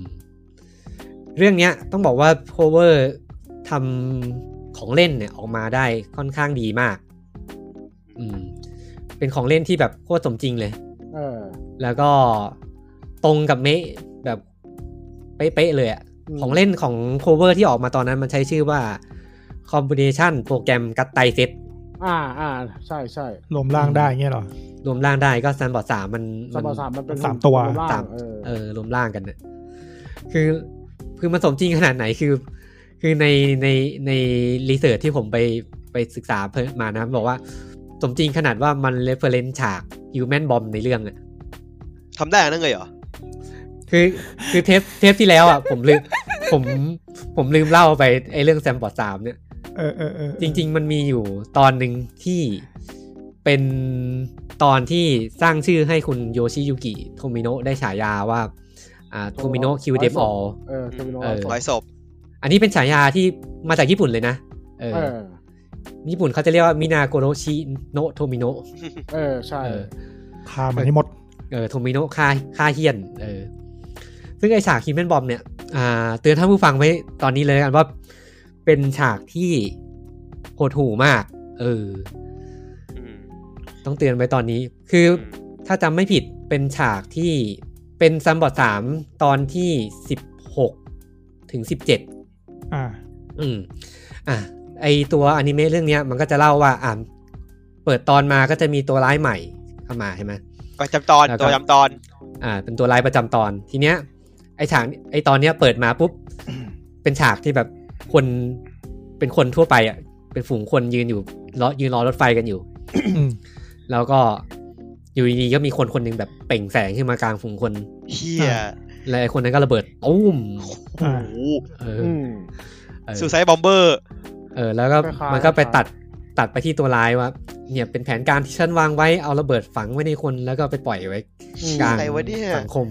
Speaker 1: เรื่องเนี้ยต้องบอกว่าโคเวอร์ทำของเล่นเนี่ยออกมาได้ค่อนข้างดีมาก อืม เป็นของเล่นที่แบบโคตรสมจริงเลย
Speaker 4: เออ
Speaker 1: แล้วก็ตรงกับเมะแบบเป๊ะๆเลยอะ
Speaker 4: ม
Speaker 1: ของเล่นของโคเวอร์ที่ออกมาตอนนั้นมันใช้ชื่อว่า Combination โปรแกรมกัตไตเซต
Speaker 4: อ่าอ่าใช่ใช่
Speaker 3: รวมร่างได้เงี้ยเหรอ
Speaker 1: รวมร่างได้ก็ซันบอร์ดสามมัน
Speaker 4: สมบัติสามมันเป็น
Speaker 3: สามตัว
Speaker 4: รูปร่ง
Speaker 1: สาม
Speaker 4: เออ
Speaker 1: เออรวมร่างกันเนี่ยคือคือมันสมจริงขนาดไหนคือ คือในในในรีเสิร์ชที่ผมไปไปศึกษาเพิ่มมานะบอกว่าสมจริงขนาดว่ามันเรฟเฟรนซ์ฉากฮิวแมนบอมในเรื่องอะ
Speaker 2: ทำได้นั่นเลยเหรอ
Speaker 1: คือคือเทปเทปที่แล้วอ่ะผมลืมผมผมลืมเล่าไปไอเรื่องแซมบอร์ดสามเนี่ย
Speaker 3: เออเออเออ
Speaker 1: จริง ๆ มันมีอยู่ตอนหนึ่งที่เป็นตอนที่สร้างชื่อให้คุณโยชิยุกิโทมิโนะได้ฉายาว่าอ่าโทมิโนะคิวเดฟออล
Speaker 4: เออโทมิโนะ
Speaker 1: เออ
Speaker 4: ส
Speaker 2: ร้อยศพ
Speaker 1: อันนี้เป็นฉายาที่มาจากญี่ปุ่นเลยนะ เออ
Speaker 4: เออ
Speaker 1: ญี่ปุ่นเขาจะเรียกว่ามินาโกโรชิโนะโทมิโนะ
Speaker 4: เออใช่
Speaker 1: เออ
Speaker 3: พามันให้หมด
Speaker 1: เออโทมิโนะค่าค่าเฮียนเออซึ่งไอฉากคิมเมนบอมเนี่ยอ่าเตือนท่านผู้ฟังไว้ตอนนี้เลยแล้วกันว่าเป็นฉากที่โหดหู่มาก เออ
Speaker 2: ม
Speaker 1: ต้องเตือนไว้ตอนนี้ คืออ ถ้าจำไม่ผิดเป็นฉากที่เป็นซัมบอดสามตอนที่สิบหกถึงสิบเจ็ด
Speaker 3: อ่า
Speaker 1: อืมอ่ะไอตัวอนิเมะเรื่องเนี้ยมันก็จะเล่าว่าอ่ะเปิดตอนมาก็จะมีตัวร้ายใหม่เข้ามาใช่ไหม
Speaker 2: ประจำตอน
Speaker 1: แล้วก็
Speaker 2: ตัวประจำตอน
Speaker 1: อ่า เป็นตัวร้ายประจำตอนทีเนี้ย ไอฉากไอตอนเนี้ยเปิดมาปุ๊บ (coughs) เป็นฉากที่แบบคนเป็นคนทั่วไปอ่ะเป็นฝูงคนยืนอยู่รอยืนรอรถไฟกันอยู่
Speaker 3: อืม
Speaker 1: แล้วก็อยู่ดีๆก็มีคนคนหนึ่งแบบเปล่งแสงขึ้นมากลางฝูงคน
Speaker 2: เฮีย
Speaker 3: อ่า
Speaker 1: และไอ้คนนั้นก็ระเบิดตุ้ม
Speaker 2: โอ้
Speaker 3: อ่า
Speaker 2: โห
Speaker 1: เออ
Speaker 4: อืม
Speaker 1: เออ
Speaker 2: ซูไซบอมเบอร์
Speaker 1: เออ แล้วก็
Speaker 4: คล้ายๆ
Speaker 1: มันก็ไป
Speaker 4: คล้ายๆ
Speaker 1: ตัดตัดไปที่ตัวร้ายว่า เนี่ยเป็นแผนการที่ฉันวางไว้เอาระเบิดฝังไว้ในคนแล้วก็ไปปล่อยไว้กลาง
Speaker 2: อะไรวะเนี่ย
Speaker 1: สังคม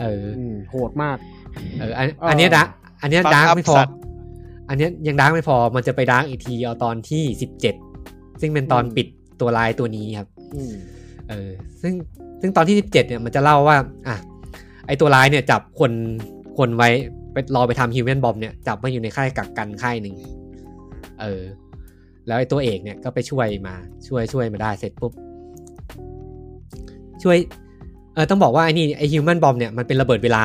Speaker 1: เออ
Speaker 4: อืมโหดมาก
Speaker 1: เอออัน
Speaker 4: เอออั
Speaker 1: อันเนี้ยดะอันเนี้ยดาร์กไม่พอ
Speaker 2: Fuck up สัตว์
Speaker 1: อันเนี้ยยังดาร์กไม่พอมันจะไปดาร์กอีกทีเอาตอนที่สิบเจ็ดซึ่งเป็นตอนปิดตัวร้ายตัวนี้ครับ
Speaker 4: อืม
Speaker 1: เออซึ่งซึ่งตอนที่ 17 เนี่ยมันจะเล่าว่า อ่ะ ไอตัวร้ายเนี่ยจับคนคนไว้ไปรอไปทำฮิวแมนบอมเนี่ยจับมาอยู่ในค่ายกักกันค่ายหนึ่งเออ แล้วไอตัวเอกเนี่ยก็ไปช่วยมาช่วยช่วยมาได้เสร็จปุ๊บ ช่วย เออต้องบอกว่าไอนี่ไอฮิวแมนบอมเนี่ยมันเป็นระเบิดเวลา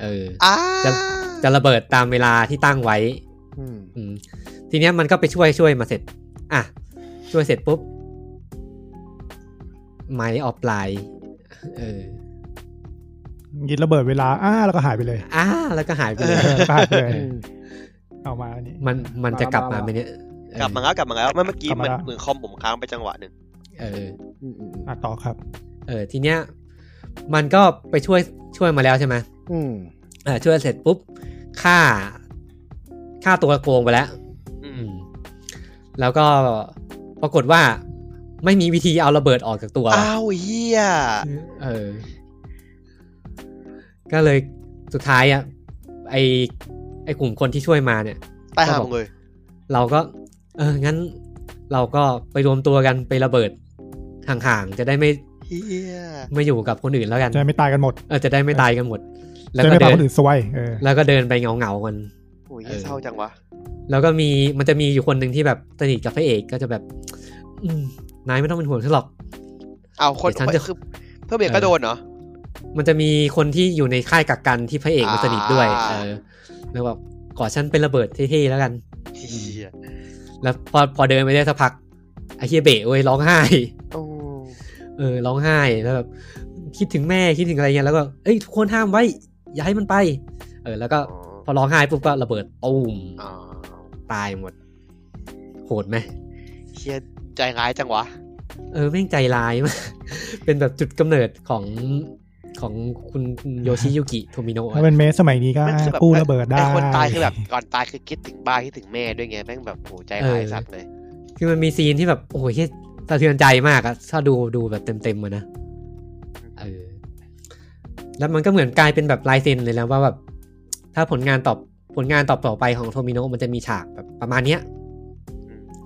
Speaker 1: เออ
Speaker 2: อ้า
Speaker 1: จะจะระเบิดตามเวลาที่ตั้งไว้
Speaker 4: อืม
Speaker 1: อืมทีเนี้ยมันก็ไปช่วยช่วยมาเสร็จ อ่ะ ช่วยเสร็จปุ๊บ ไม้ออฟไลน์ เออ
Speaker 3: ยิดระเบิดเวลา อ้า แล้วก็หาย
Speaker 2: (laughs)
Speaker 3: ไปเลย
Speaker 1: อ้า แล้วก็หายไปเลย
Speaker 3: เออ แล้วก็หายไปเลย
Speaker 4: อืม
Speaker 3: เอามาอันนี้
Speaker 1: มัน มันจะกลับมาไหมเนี่ยเออก
Speaker 2: ลับมาแล้วกลับมาแล้วไม่เมื่อกี้
Speaker 3: กลับ
Speaker 2: มั
Speaker 3: มาน แล้ว
Speaker 2: เหมือนคอมผมค้างไปจังหวะหนึ่ง
Speaker 1: เออ
Speaker 4: อืมอืม
Speaker 3: อ่ะต่อครับ
Speaker 1: เออ ทีเนี้ย มันก็ไปช่วย ช่วยมาแล้วใช่ไหม
Speaker 4: อืม
Speaker 1: เออช่วยเสร็จปุ๊บ ฆ่า ฆ่าตัวโกงไปแล้ว
Speaker 2: อื
Speaker 1: อื
Speaker 2: ม
Speaker 1: ม แล้วก็ปรากฏว่า ไม่มีวิธีเอาระเบิดออกจากตัว
Speaker 2: อ้าวเฮีย
Speaker 1: เออ ก็เลยสุดท้ายอ่ะไอไอกลุ่มคนที่ช่วยมาเนี่ย
Speaker 2: ตายห่าหมดเลย
Speaker 1: เราก็ เออ งั้น เราก็ไปรวมตัวกันไประเบิดห่างๆ จะได้ไม่
Speaker 2: เฮีย
Speaker 1: ไม่อยู่กับคนอื่นแล้วกัน
Speaker 3: จะได้ไม่ตายกันหมด
Speaker 1: เออ จะได้ไม่ตายกันหมด แล้
Speaker 3: จะ
Speaker 1: ว
Speaker 3: ได้
Speaker 1: ก็เดิ
Speaker 3: ไม่พาน คนอื่นซวย เออ
Speaker 1: แล้วก็เดินไปเงาเงาๆกัน
Speaker 2: โอ้ย
Speaker 1: เออ
Speaker 2: เศร้าจังวะ
Speaker 1: แล้วก็มีมันจะมีอยู่คนหนึ่งที่แบบสนิทกับพระเอกก็จะแบบ อืมนายไม่ต้องเป็นห่วงฉันหรอก
Speaker 2: เอาคน
Speaker 1: เดี๋ยวฉันจะ
Speaker 2: คือเพื่อนเบรกก็โดนเหรอ
Speaker 1: มันจะมีคนที่อยู่ในค่ายกักกันที่พระเอกมันสนิทด้วย
Speaker 2: อ่า
Speaker 1: เออ แล้วแบบขอฉันเป็นระเบิดเท่ๆแล้วกัน
Speaker 2: เฮีย
Speaker 1: แล้วพอพอเดินไปได้สักพักไอ้เฮียเบะเว้ยร้องไห้
Speaker 2: โอ้
Speaker 1: เออร้องไห้แล้วแบบคิดถึงแม่คิดถึงอะไรเงี้ยแล้วก็เอ้ยทุกคนห้ามไว้ อย่าให้มันไป เออ แล้วก็พอร้องไห้ปุ๊บก็ระเบิดตูม
Speaker 2: อ้าว
Speaker 1: ตายหมด โหดไหม
Speaker 2: เฮียใจร้ายจังวะ
Speaker 1: เออแม่งใจร้ายมาก (laughs) เป็นแบบจุดกำเนิดของของคุณโยชิยุกิโทมิโนะ
Speaker 3: ถ้าเป็นเมสสมัยนี้ก็
Speaker 2: มันคือแบบ
Speaker 3: กู้ระเบิดได้
Speaker 2: ไอ้คนตายคือแบบก่อนตายคือคิดถึงบ้านคิดถึงแม่ด้วยไงแม่งแบบโอ้ใจร้ายสัตว์เลย
Speaker 1: คือมันมีซีนที่แบบโอ้ยเหี้ยสะเทือนใจมากอะถ้าดูดูแบบเต็มๆอะนะเออแล้วมันก็เหมือนกลายเป็นแบบลายเซ็นเลยนะว่าแบบถ้าผลงานตอบผลงานตอบต่อไปของโทมิโนะมันจะมีฉากแบบประมาณเนี้ย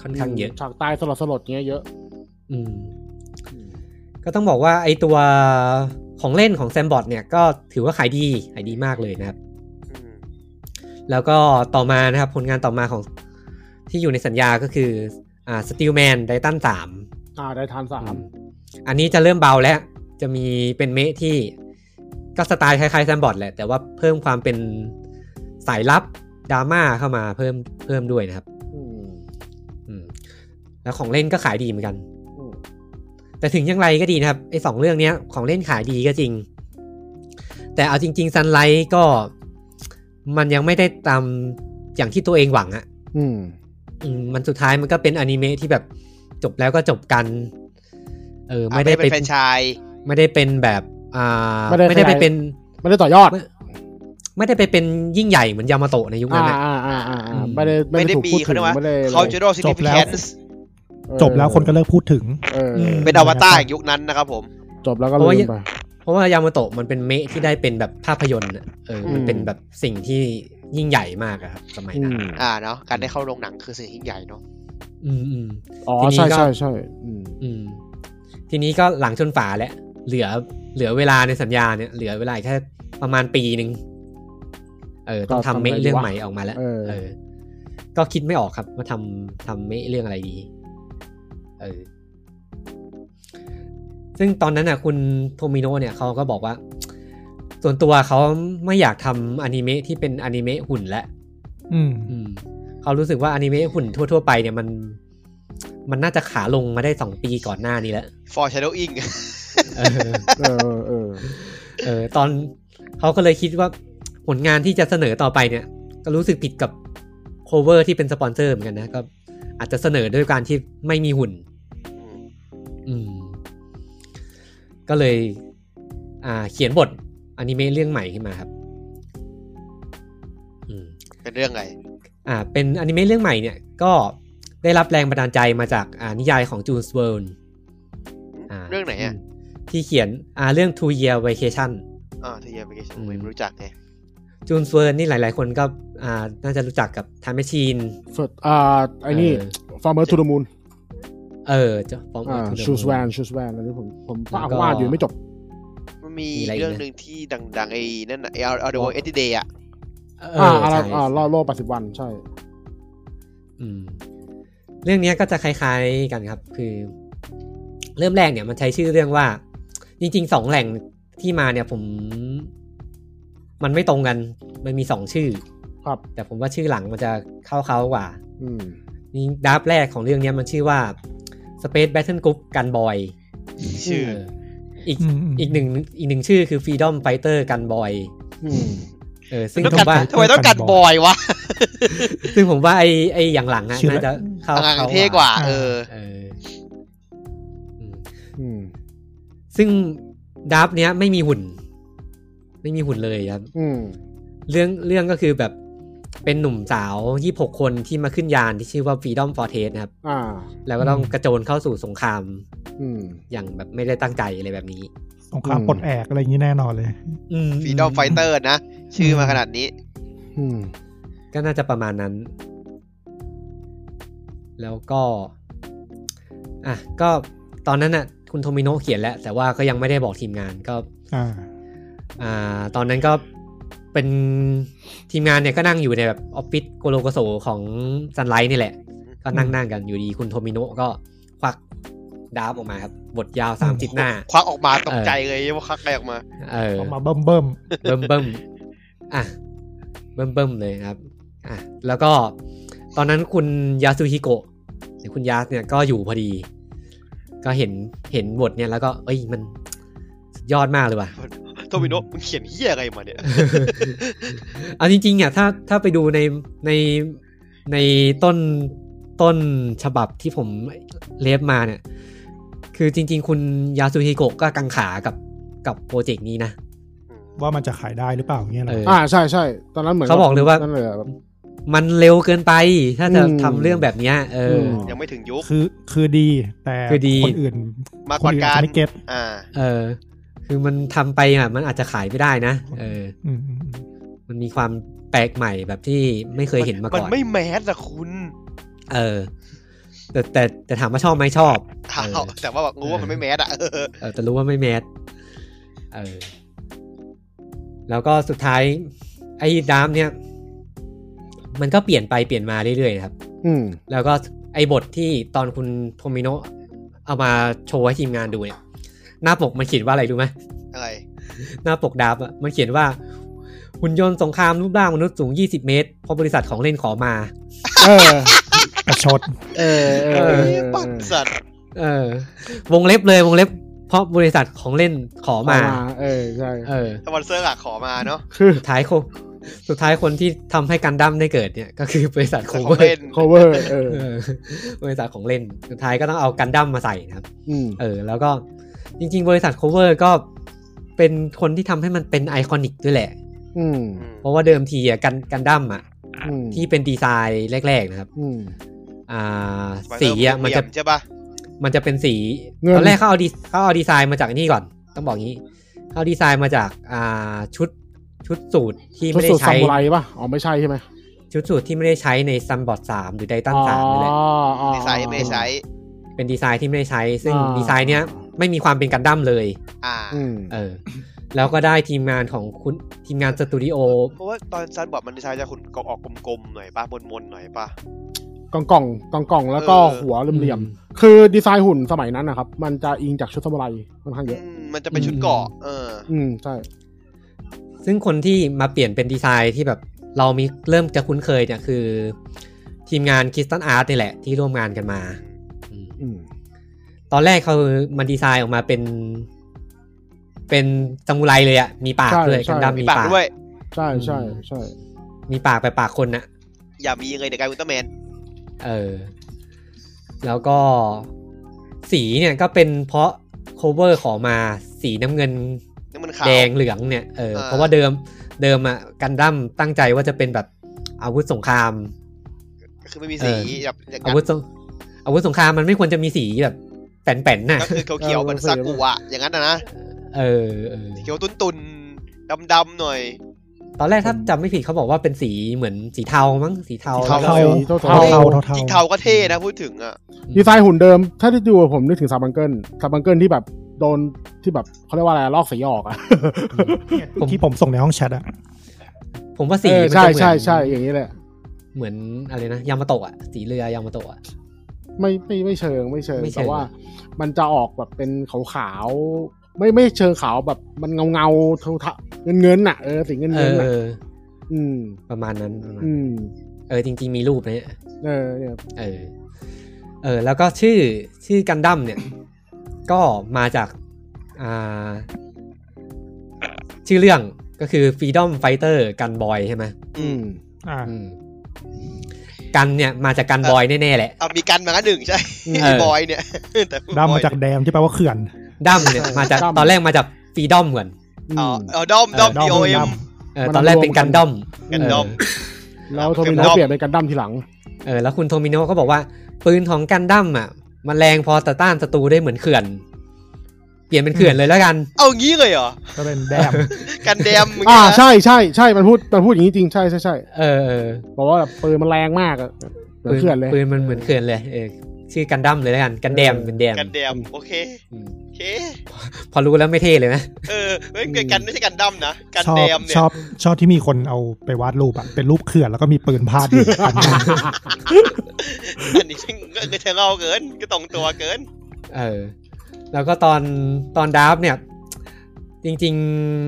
Speaker 1: ค่อนข้างเยอะ
Speaker 4: ฉากตายสลดสลดๆเงี้ยเยอะ
Speaker 1: อืม ก็ต้องบอกว่าไอตัวของเล่นของแซมบอทเนี่ยก็ถือว่าขายดีขายดีมากเลยนะครับ
Speaker 2: อืม
Speaker 1: แล้วก็ต่อมานะครับ ผลงานต่อมาของที่อยู่ในสัญญาก็คืออ่าสตีลแมนไดตันสาม
Speaker 4: อ่าได้ทานสาม
Speaker 1: อันนี้จะเริ่มเบาแล้ว จะมีเป็นเมะที่ก็สไตล์คล้ายๆแซมบอทแหละ แต่ว่าเพิ่มความเป็นสายลับดราม่าเข้ามาเพิ่มเพิ่มด้วยนะครับ
Speaker 4: อืม
Speaker 1: อืม แล้วของเล่นก็ขายดีเหมือนกัน
Speaker 4: อืม
Speaker 1: แต่ถึงอย่างไรก็ดีนะครับไอ้สองเรื่องเนี้ยของเล่นขายดีก็จริง แต่เอาจริง ๆซันไลท์ก็มันยังไม่ได้ตามอย่างที่ตัวเองหวังอะ
Speaker 4: อืม
Speaker 1: อืมมันสุดท้ายมันก็เป็นอนิเมะที่แบบจบแล้วก็จบกัน เออ
Speaker 2: อ่ะ
Speaker 1: ไม่
Speaker 2: ไม่
Speaker 1: ได้
Speaker 2: ได้
Speaker 1: ไป
Speaker 2: เป็นแฟรนไชาย
Speaker 1: ไม่ได้เป็นแบบอ่า
Speaker 4: ไม่
Speaker 1: ไม่ได้ไปเป็น
Speaker 4: ไม่ได้ต่อยอด
Speaker 1: ไม่ ไม่ได้ไปเป็นยิ่งใหญ่เหมือนยามาโตะในยุคนั้
Speaker 4: อ่าน
Speaker 1: อะ
Speaker 4: อ่าอ่าอ่า
Speaker 1: อืม
Speaker 4: ไม่ได้ไม่
Speaker 2: ไม่
Speaker 4: ได้
Speaker 2: ได้
Speaker 4: ถูก
Speaker 2: มี
Speaker 4: พูดถึ
Speaker 2: เขา
Speaker 4: ง
Speaker 2: เรียกว่า
Speaker 4: ไม่ได้อะไร
Speaker 2: cultural
Speaker 3: จบแล้ว
Speaker 2: significance
Speaker 4: เออ
Speaker 3: จบแล้วคนก็เลิกพูดถึง
Speaker 4: เอออ
Speaker 1: ม
Speaker 2: เป็นอวตารยุคนั้นนะครับผม
Speaker 4: จบแล้วก็
Speaker 1: เพราะ
Speaker 4: ลื
Speaker 1: ว่า
Speaker 4: มไป
Speaker 1: เพราะว่ายามาโตะมันเป็นเมะที่ได้เป็นแบบภาพยนตร์อะเออมัน
Speaker 4: อืม
Speaker 1: เป็นแบบสิ่งที่ยิ่งใหญ่มากอะครับสมัย
Speaker 4: อื
Speaker 1: นั้น
Speaker 4: ม
Speaker 2: อ่าเนาะการได้เข้าโรงหนังคือสิ่งที่ใหญ่เนาะ
Speaker 1: อืมอืม
Speaker 4: อ๋อ
Speaker 1: ทีนี้
Speaker 4: ใช่
Speaker 1: ก็
Speaker 4: ใช่ใช่อืม
Speaker 1: อืมทีนี้ก็หลังชนฝาแล้วเหลือเหลือเวลาในสัญญาเนี่ย เหลือเวลาอีกแค่ประมาณปีหนึ่งเออ ต้องทำเมะเรื่องใหม่ออกมาแล้ว
Speaker 4: เออ
Speaker 1: เออ ก็คิดไม่ออกครับว่าทำทำเมะเรื่องอะไรดี เออ ซึ่งตอนนั้นน่ะ คุณโทมิโนะเนี่ยเขาก็บอกว่า ส่วนตัวเขาไม่อยากทำอนิเมะที่เป็นอนิเมะหุ่นแล้ว
Speaker 3: อืม
Speaker 1: อืมเขารู้สึกว่าอนิเมะหุ่นทั่ว ๆ ไปเนี่ยมัน มันน่าจะขาลงมาได้สองปีก่อนหน้านี้แล้ว
Speaker 2: ฟอร์ชาโดอิ (laughs) ง
Speaker 1: เออ
Speaker 4: เออเออ
Speaker 1: เออตอนเขาก็เลยคิดว่าผลงานที่จะเสนอต่อไปเนี่ย ก็รู้สึกผิดกับโคเวอร์ที่เป็นสปอนเซอร์เหมือนกันนะ ก็อาจจะเสนอด้วยการที่ไม่มีหุ่น อืม ก็เลย อ่า เขียนบทอนิเมะเรื่องใหม่ขึ้นมาครับ อืม
Speaker 2: เป็นเรื่องอะไร
Speaker 1: อ่า เป็นอนิเมะเรื่องใหม่เนี่ยก็ได้รับแรงบันดาลใจมาจากอ่านิยายของจูนสเวิร์นอ่า
Speaker 2: เรื่องไหนอ่ะ
Speaker 1: ที่เขียนอ่าเรื่อง Two Year Vacation
Speaker 2: อ่าทะเยอไปเกช
Speaker 1: อืม
Speaker 2: ไม่รู้จักไง
Speaker 1: จูนสเวิร์นนี่หลาย ๆ คนก็อ่าน่าจะรู้จักกับ Time Machine
Speaker 4: สุดอ่าไอ้นี่
Speaker 1: เออ
Speaker 4: ฟาร์มเมอร์ทูดมูน
Speaker 1: เออเจ้าฟอร์ม
Speaker 4: อ่าชูสแวนชูสแวนอันนี้ผมผม
Speaker 1: แล้วก็
Speaker 4: วาดอยู่ไม่จบ
Speaker 2: มันมี
Speaker 1: มีอะไรอีกนะ
Speaker 2: เรื่องหนึ่งที่ดังๆไอ้นั่นน่ะไอ้เอาเอาเดอะเอ็ดดี้เดย์อ่ะ
Speaker 1: เอ
Speaker 4: อ่า
Speaker 1: อ
Speaker 4: อะไร
Speaker 1: ใช่
Speaker 4: อ่าล่อโลกแปดสิบวันใช่
Speaker 1: อืมเรื่องเนี้ยก็จะคล้ายๆกันครับ คือ เริ่มแรกเนี่ยมันใช้ชื่อเรื่องว่า จริงๆสองแหล่งที่มาเนี่ยผม มันไม่ตรงกัน มันมีสองชื่อ
Speaker 4: ครับ
Speaker 1: แต่ผมว่าชื่อหลังมันจะเข้าเขากว่า
Speaker 4: อืม
Speaker 1: นี่ดับแรกของเรื่องเนี้ยมันชื่อว่า Space Battle Group กันบอย
Speaker 2: ชื่อ
Speaker 1: เอออีก
Speaker 3: อืมอืม
Speaker 1: อีกหนึ่งอีกหนึ่งชื่อคือ Freedom Fighter กันบอย
Speaker 4: อืม
Speaker 1: เออซึ่ง
Speaker 2: ต้อ
Speaker 1: ผ
Speaker 2: งกั
Speaker 1: มว่า
Speaker 2: ทำไมต้องกัดบอยวะ
Speaker 1: ซึ่งผมว่าไอ้ไอ้อย่างหลังอะ
Speaker 3: ชื่ออะ
Speaker 1: น่า
Speaker 3: ไร
Speaker 1: จะเข้า
Speaker 2: อ่าง
Speaker 1: เข้า
Speaker 2: เท่กว่า
Speaker 3: อ่า
Speaker 2: เออ
Speaker 1: เอออืม
Speaker 4: อืม
Speaker 1: ซึ่งดับเนี้ยไม่มีหุ่น ไม่มีหุ่นเลยครับ
Speaker 4: อืม
Speaker 1: เรื่องเรื่องก็คือแบบเป็นหนุ่มสาวยี่หกคนที่มาขึ้นยานที่ชื่อว่า Freedom Fortress นะครับ
Speaker 4: อ่า
Speaker 1: แล้วก็ต้องกระโจนเข้าสู่สงคราม
Speaker 4: อืม
Speaker 1: อย่างแบบไม่ได้ตั้งใจอะไรแบบนี้
Speaker 3: สงคราม
Speaker 4: อืม
Speaker 3: ปลดแอกอะไรอย่างนี้แน่นอนเลย
Speaker 1: อืม
Speaker 2: Freedom Fighter นะ ชื่อมาขนาดนี้
Speaker 4: อืม
Speaker 1: ก็น่าจะประมาณนั้น แล้วก็อ่ะก็ตอนนั้นน่ะ คุณโทมิโนะเขียนแล้ว แต่ว่าก็ยังไม่ได้บอกทีมงานก็
Speaker 3: อ่า
Speaker 1: อ่า ตอนนั้นก็เป็นทีมงานเนี่ยก็นั่งอยู่ในแบบออฟฟิศโกโลโกโซของซันไลท์นี่แหละ ก็นั่งนั่งๆกันอยู่ดีคุณโทมิโนะก็ควักดาบออกมาครับ บทยาวสามจิตหน้า
Speaker 2: ควักออกมาตกใจเลยว่าควักอะไรออกมา
Speaker 1: เออ
Speaker 3: เอามาเบิ่มเบิ่ม
Speaker 1: เบิ่มเบิ่มอ่ะ เบิ่มเบิ่มเลยนะครับ อ่ะ แล้วก็ตอนนั้นคุณยาซูฮิโกะหรือคุณยาสเนี่ยก็อยู่พอดี ก็เห็นเห็นบทเนี่ยแล้วก็ เอ้ยมันสุดยอดมากเลยว่ะ
Speaker 2: โทมิโนะมึงเขียนเฮียอะไรมาเนี่ย
Speaker 1: เอาจริงๆอ่ะถ้าถ้าไปดูในในในต้น ต้นฉบับที่ผมเลฟมาเนี่ย คือจริง ๆ คุณยาสุฮิโกะก็กังขากับกับโปรเจกต์นี้นะ
Speaker 3: ว่ามันจะขายได้หรือเปล่าอย่างเงี้ยเหร
Speaker 1: เอ
Speaker 3: อ
Speaker 1: อ
Speaker 4: อ่าใช่ใช่ตอนนั้นเหมือน
Speaker 1: เขาบอกเลยว่า
Speaker 4: นั่นเลยอะแบบ
Speaker 1: มันเร็วเกินไป ถ้าจะ
Speaker 4: อืม
Speaker 1: ทำเรื่องแบบเนี้ยเอออ
Speaker 4: ม
Speaker 2: ยังไม่ถึงยุค
Speaker 3: คือคือดีแต่
Speaker 1: คือดี
Speaker 3: คนอื่น
Speaker 2: มากก
Speaker 3: คน
Speaker 2: ว่ากา
Speaker 3: อื่นอาร จจะไม่เก็ต
Speaker 2: อ่า
Speaker 1: เออ คือมันทำไปอ่ะมันอาจจะขายไม่ได้นะเออ
Speaker 3: อืมอืมอืม
Speaker 1: มันมีความแปลกใหม่แบบที่ไม่เคยเห็นมาก่อน
Speaker 2: นไม่แมสนะคุณ
Speaker 1: เออ แต่แต่แต่ถามว่าชอบไหมชอบ
Speaker 2: อ้า
Speaker 1: เอ
Speaker 2: ว
Speaker 1: อ
Speaker 2: แต่ว่าแบบรู้ว่ามันไม่แมสอ่ะเอ (laughs) อ
Speaker 1: เออแต่รู้ว่าไม่แมสเออ แล้วก็สุดท้าย ไอ้ดามเนี่ย มันก็เปลี่ยนไปเปลี่ยนมาเรื่อยๆครับ
Speaker 4: อืม
Speaker 1: แล้วก็ไอ้บทที่ตอนคุณโทมิโนะเอามาโชว์ให้ทีมงานดูเนี่ย หน้าปกมันเขียนว่าอะไรรู้ไหม (laughs)
Speaker 2: อะไร
Speaker 1: หน้าปกดาบอะมันเขียนว่า หุ่นยนต์สงครามรูปร่างมนุษย์สูง 20 เมตรเพราะบริษัทของเล่นขอมา
Speaker 4: เออ
Speaker 3: ประชด
Speaker 4: เออเออ
Speaker 1: เอ
Speaker 4: เออ
Speaker 2: เอ๊ะปั่นสัตว์
Speaker 1: เออ วงเล็บเลยวงเล็บ เพราะบริษัทของเล่นขอ
Speaker 4: ออก
Speaker 1: มา
Speaker 4: มาเออใช่
Speaker 1: เออ
Speaker 2: สปอนเซอร์หลักขอมาเนาะ
Speaker 4: คือ
Speaker 1: สุดท้ายคนสุดท้ายคนที่ทำให้กันดั้มได้เกิดเนี่ย ก็คือบริษัทโค
Speaker 2: ของ
Speaker 1: เวอ
Speaker 2: เล่
Speaker 1: ร์
Speaker 2: น
Speaker 4: cover เออ
Speaker 1: เออบริษัทของเล่น สุดท้ายก็ต้องเอากันดั้มมาใส่นะครับ
Speaker 4: อืม
Speaker 1: เออ แล้วก็จริง ๆ บริษัทโคเวอร์ก็เป็นคนที่ทำให้มันเป็นไอคอนิกด้วยแหละ
Speaker 4: อืม
Speaker 2: อืม
Speaker 1: เพราะว่าเดิมทีอะกันกันดั้มอะ
Speaker 4: อืม
Speaker 1: ที่เป็นดีไซน์แรก ๆ นะครับ
Speaker 4: อืม
Speaker 1: อ่า
Speaker 2: สปอนเซ
Speaker 1: สี
Speaker 2: ร์
Speaker 1: อะมันจะ
Speaker 2: เหลี่ยใช่ปะ
Speaker 1: มันจะเป็นสี
Speaker 4: เงิน
Speaker 1: ตอนแรกเขาเอาดีเขาเอาดีไซน์มาจากนี่ก่อน ต้องบอกงี้เขาดีไซน์มาจากอ่าชุดชุดสูตรที่
Speaker 4: ชุด
Speaker 1: ไม่ได้
Speaker 4: สูตรซา
Speaker 1: ใช้
Speaker 4: มูไรป่ะอ๋อไม่ใช่ใช่ไหม
Speaker 1: ชุดสูตรที่ไม่ได้ใช้ในซัมบอร์ดสามหรือไดตัน
Speaker 4: อ๋อ
Speaker 1: สามนี่แหละ
Speaker 4: อ๋อ
Speaker 2: ดีไซน์ไม่ได้ใช้
Speaker 1: เป็นดีไซน์ที่ไม่ได้ใช้ ซึ่ง
Speaker 4: อ่า
Speaker 1: ดีไซน์เนี้ยไม่มีความเป็นกันดั้มเลย
Speaker 2: อ่า
Speaker 4: อืม
Speaker 1: เออ แล้วก็ได้ทีมงานของคุณทีมงานสตูดิโอ
Speaker 2: เพราะว่าตอนซันบอกมันดีไซน์จะขุนกออกกลมๆหน่อยปะมนๆหน่อยปะ
Speaker 4: กล่องกล่องกล่องกล่องแล้วก็
Speaker 2: เออ
Speaker 4: หัวเหลี่ยมๆคือดีไซน์หุ่นสมัยนั้นนะครับ มันจะอิงจากชุดซามูไรค่อนข้างเยอะ
Speaker 2: อืมมันจะเป็นชุดเกราะเออ
Speaker 4: อืม ใช่
Speaker 1: ซึ่งคนที่มาเปลี่ยนเป็นดีไซน์ที่แบบเรามีเริ่มจะคุ้นเคยเนี่ยคือ ทีมงานคิสตันอาร์ตนี่แหละที่ร่วมงานกันมาอืม
Speaker 4: อืม
Speaker 1: ตอนแรกเขามันดีไซน์ออกมาเป็น เป็นซามูไรเลยอะมีปาก
Speaker 4: ใช่
Speaker 1: ด้วย
Speaker 4: ใช่
Speaker 1: กันดั้ม
Speaker 2: มี
Speaker 1: มี
Speaker 2: ปาก
Speaker 1: ปาก
Speaker 2: ด้วย
Speaker 4: ใช่ใช่ใช่
Speaker 1: มีปากไปปากคนน่ะ
Speaker 2: อย่ามีเลยเดี๋ยวกลายเป็นอุลตร้าแมน
Speaker 1: เออ แล้วก็สีเนี่ยก็เป็นเพราะ cover ขอมาสีน้ำเงิน
Speaker 2: นี่มันขาว
Speaker 1: แดงเหลืองเนี่ยเออ
Speaker 2: อ่า
Speaker 1: เพราะว่าเดิมเดิมอะกันดั้มตั้งใจว่าจะเป็นแบบอาวุธสงคราม
Speaker 2: คือไม่มีสี
Speaker 1: เออ
Speaker 2: แบบอย่าง
Speaker 1: อา
Speaker 2: นั้น
Speaker 1: วุธสงอาวุธสงครามมันไม่ควรจะมีสีแบบแป่นๆน่ะ
Speaker 2: ก็คือเขียวๆเหมือนซากุอะอย่างนั้นนะนะ
Speaker 1: เออเออ
Speaker 2: เขียวตุนๆดำๆหน่อย
Speaker 1: ตอนแรกถ้าจำไม่ผิดเขาบอกว่าเป็นสีเหมือนสีเทามั้งสีเทา
Speaker 2: สีเทา
Speaker 1: แล้วก็
Speaker 4: เท่า
Speaker 3: เท่า
Speaker 4: เท่า
Speaker 3: เท่าเท่า
Speaker 2: จริงเทาก็เท่นะพูดถึงอ่ะ
Speaker 4: ดีไซน์หุ่นเดิม ถ้าที่ดูผมนึกถึงซาบังเกิลซาบังเกิลที่แบบโดนที่แบบเขาเรียกว่าอะไรลอกสีออกอ่ะ
Speaker 3: ที่ผมส่งในห้องแชทอะ
Speaker 1: ผมว่าสี
Speaker 4: เออ
Speaker 1: มันจะเหมือน
Speaker 4: ใช่ใช่ใช่อย่างนี้แหละ
Speaker 1: เหมือนอะไรนะยามาโตะอะสีเรือยามาโตะอะ
Speaker 4: ไม่ไม่ไม่เชิงไม่เชิง
Speaker 1: ไม่เชิง
Speaker 4: แต่ว่ามันจะออกแบบเป็นขาวขาวๆไม่ไม่เชิงขาวแบบมันเงาเงาๆเทาเงินเงินๆน่ะเออสีเงิน
Speaker 1: เอ
Speaker 4: เงินน่ะ
Speaker 1: อ
Speaker 4: อืม
Speaker 1: ประมาณนั้นประมาณ
Speaker 4: อื
Speaker 1: นั้น
Speaker 4: ม
Speaker 1: เออจริง ๆมีรูปนะเนี่ย
Speaker 4: เออเนี่ย
Speaker 1: เออ เออ แล้วก็ชื่อชื่อกันดั้มเนี่ย (coughs) ก็มาจากอ่าชื่อเรื่องก็คือ Freedom Fighter กันบอยใช่ไหม
Speaker 4: อืม
Speaker 3: อ่า
Speaker 1: อืมกันเนี่ยมาจากกันบอยแน่ๆแหละ
Speaker 2: เอามีกันมาก็หนึ่งใช่
Speaker 4: อืม
Speaker 2: ไอ้บอยเนี่ย แต่พู
Speaker 3: ดำ
Speaker 2: บอ
Speaker 3: มาย จากแดมที่แปลว่าเขื่อน
Speaker 1: ดั้มเนี่ยมาจาก
Speaker 4: ดั้ม
Speaker 1: ตอนแรกมาจากฟรีดอมก่อน
Speaker 4: อื
Speaker 2: อ๋อ
Speaker 4: ม
Speaker 2: เอาดอมดอม
Speaker 3: เออดอม
Speaker 2: ดีโอเอ็
Speaker 3: ดอ
Speaker 2: ม
Speaker 3: ม
Speaker 1: เออตอนแรกเป็นกันดั้ม
Speaker 2: กันดั้ม
Speaker 1: เออ
Speaker 4: แล้วโท
Speaker 2: เป็
Speaker 4: มิ
Speaker 2: น
Speaker 4: โนะ
Speaker 2: รอบ
Speaker 4: เปลี่ยนเป็นกันดั้มทีหลัง
Speaker 1: เออ แล้วคุณโทมิโนะก็บอกว่า ปืนของกันดั้มอ่ะ มันแรงพอต่อต้านศัตรูได้เหมือนเขื่อน เปลี่ยนเป็นเขื่อนเลยแล้วกัน
Speaker 2: เอางี้เลยเหรอ
Speaker 3: ก็เป็นแดม
Speaker 2: กันแดมมึง
Speaker 4: อ่า
Speaker 2: นะ
Speaker 4: ใช่ใช่ใช่มันพูดมันพูดอย่างนี้จริงใช่ใช่ใช่
Speaker 1: เออเออ
Speaker 4: บอกว่าแบบปืนมันแรงมากอะเหมือนเขื่อนเลย
Speaker 1: ปืนมันเหมือนเขื่อนเลยเออชื่อกันดั้มเลยแล้วกัน กันแดม
Speaker 4: เออ
Speaker 1: เป็นแดม
Speaker 2: กันแดมโอเค
Speaker 1: อืม
Speaker 2: โอเค
Speaker 1: พอรู้แล้วไม่เท่เลยนะ
Speaker 2: เออเฮ้ยเกิดกันไม่ใช่กันดั้มนะ กัน
Speaker 3: ชอบ
Speaker 2: แดมเนี่
Speaker 3: ช
Speaker 2: ย
Speaker 3: อบชอบที่มีคนเอาไปวาดรูปอะเป็นรูปเขื่อนแล้วก็มีปืนพาด
Speaker 2: (laughs)
Speaker 3: อยู่ อันหนึ่ง
Speaker 2: อันนี้ซึ่งก็คือเธอเราเกินก็ตรงตัวเกิน
Speaker 1: เออ แล้วก็ตอนตอนดาร์ฟเนี่ย จริง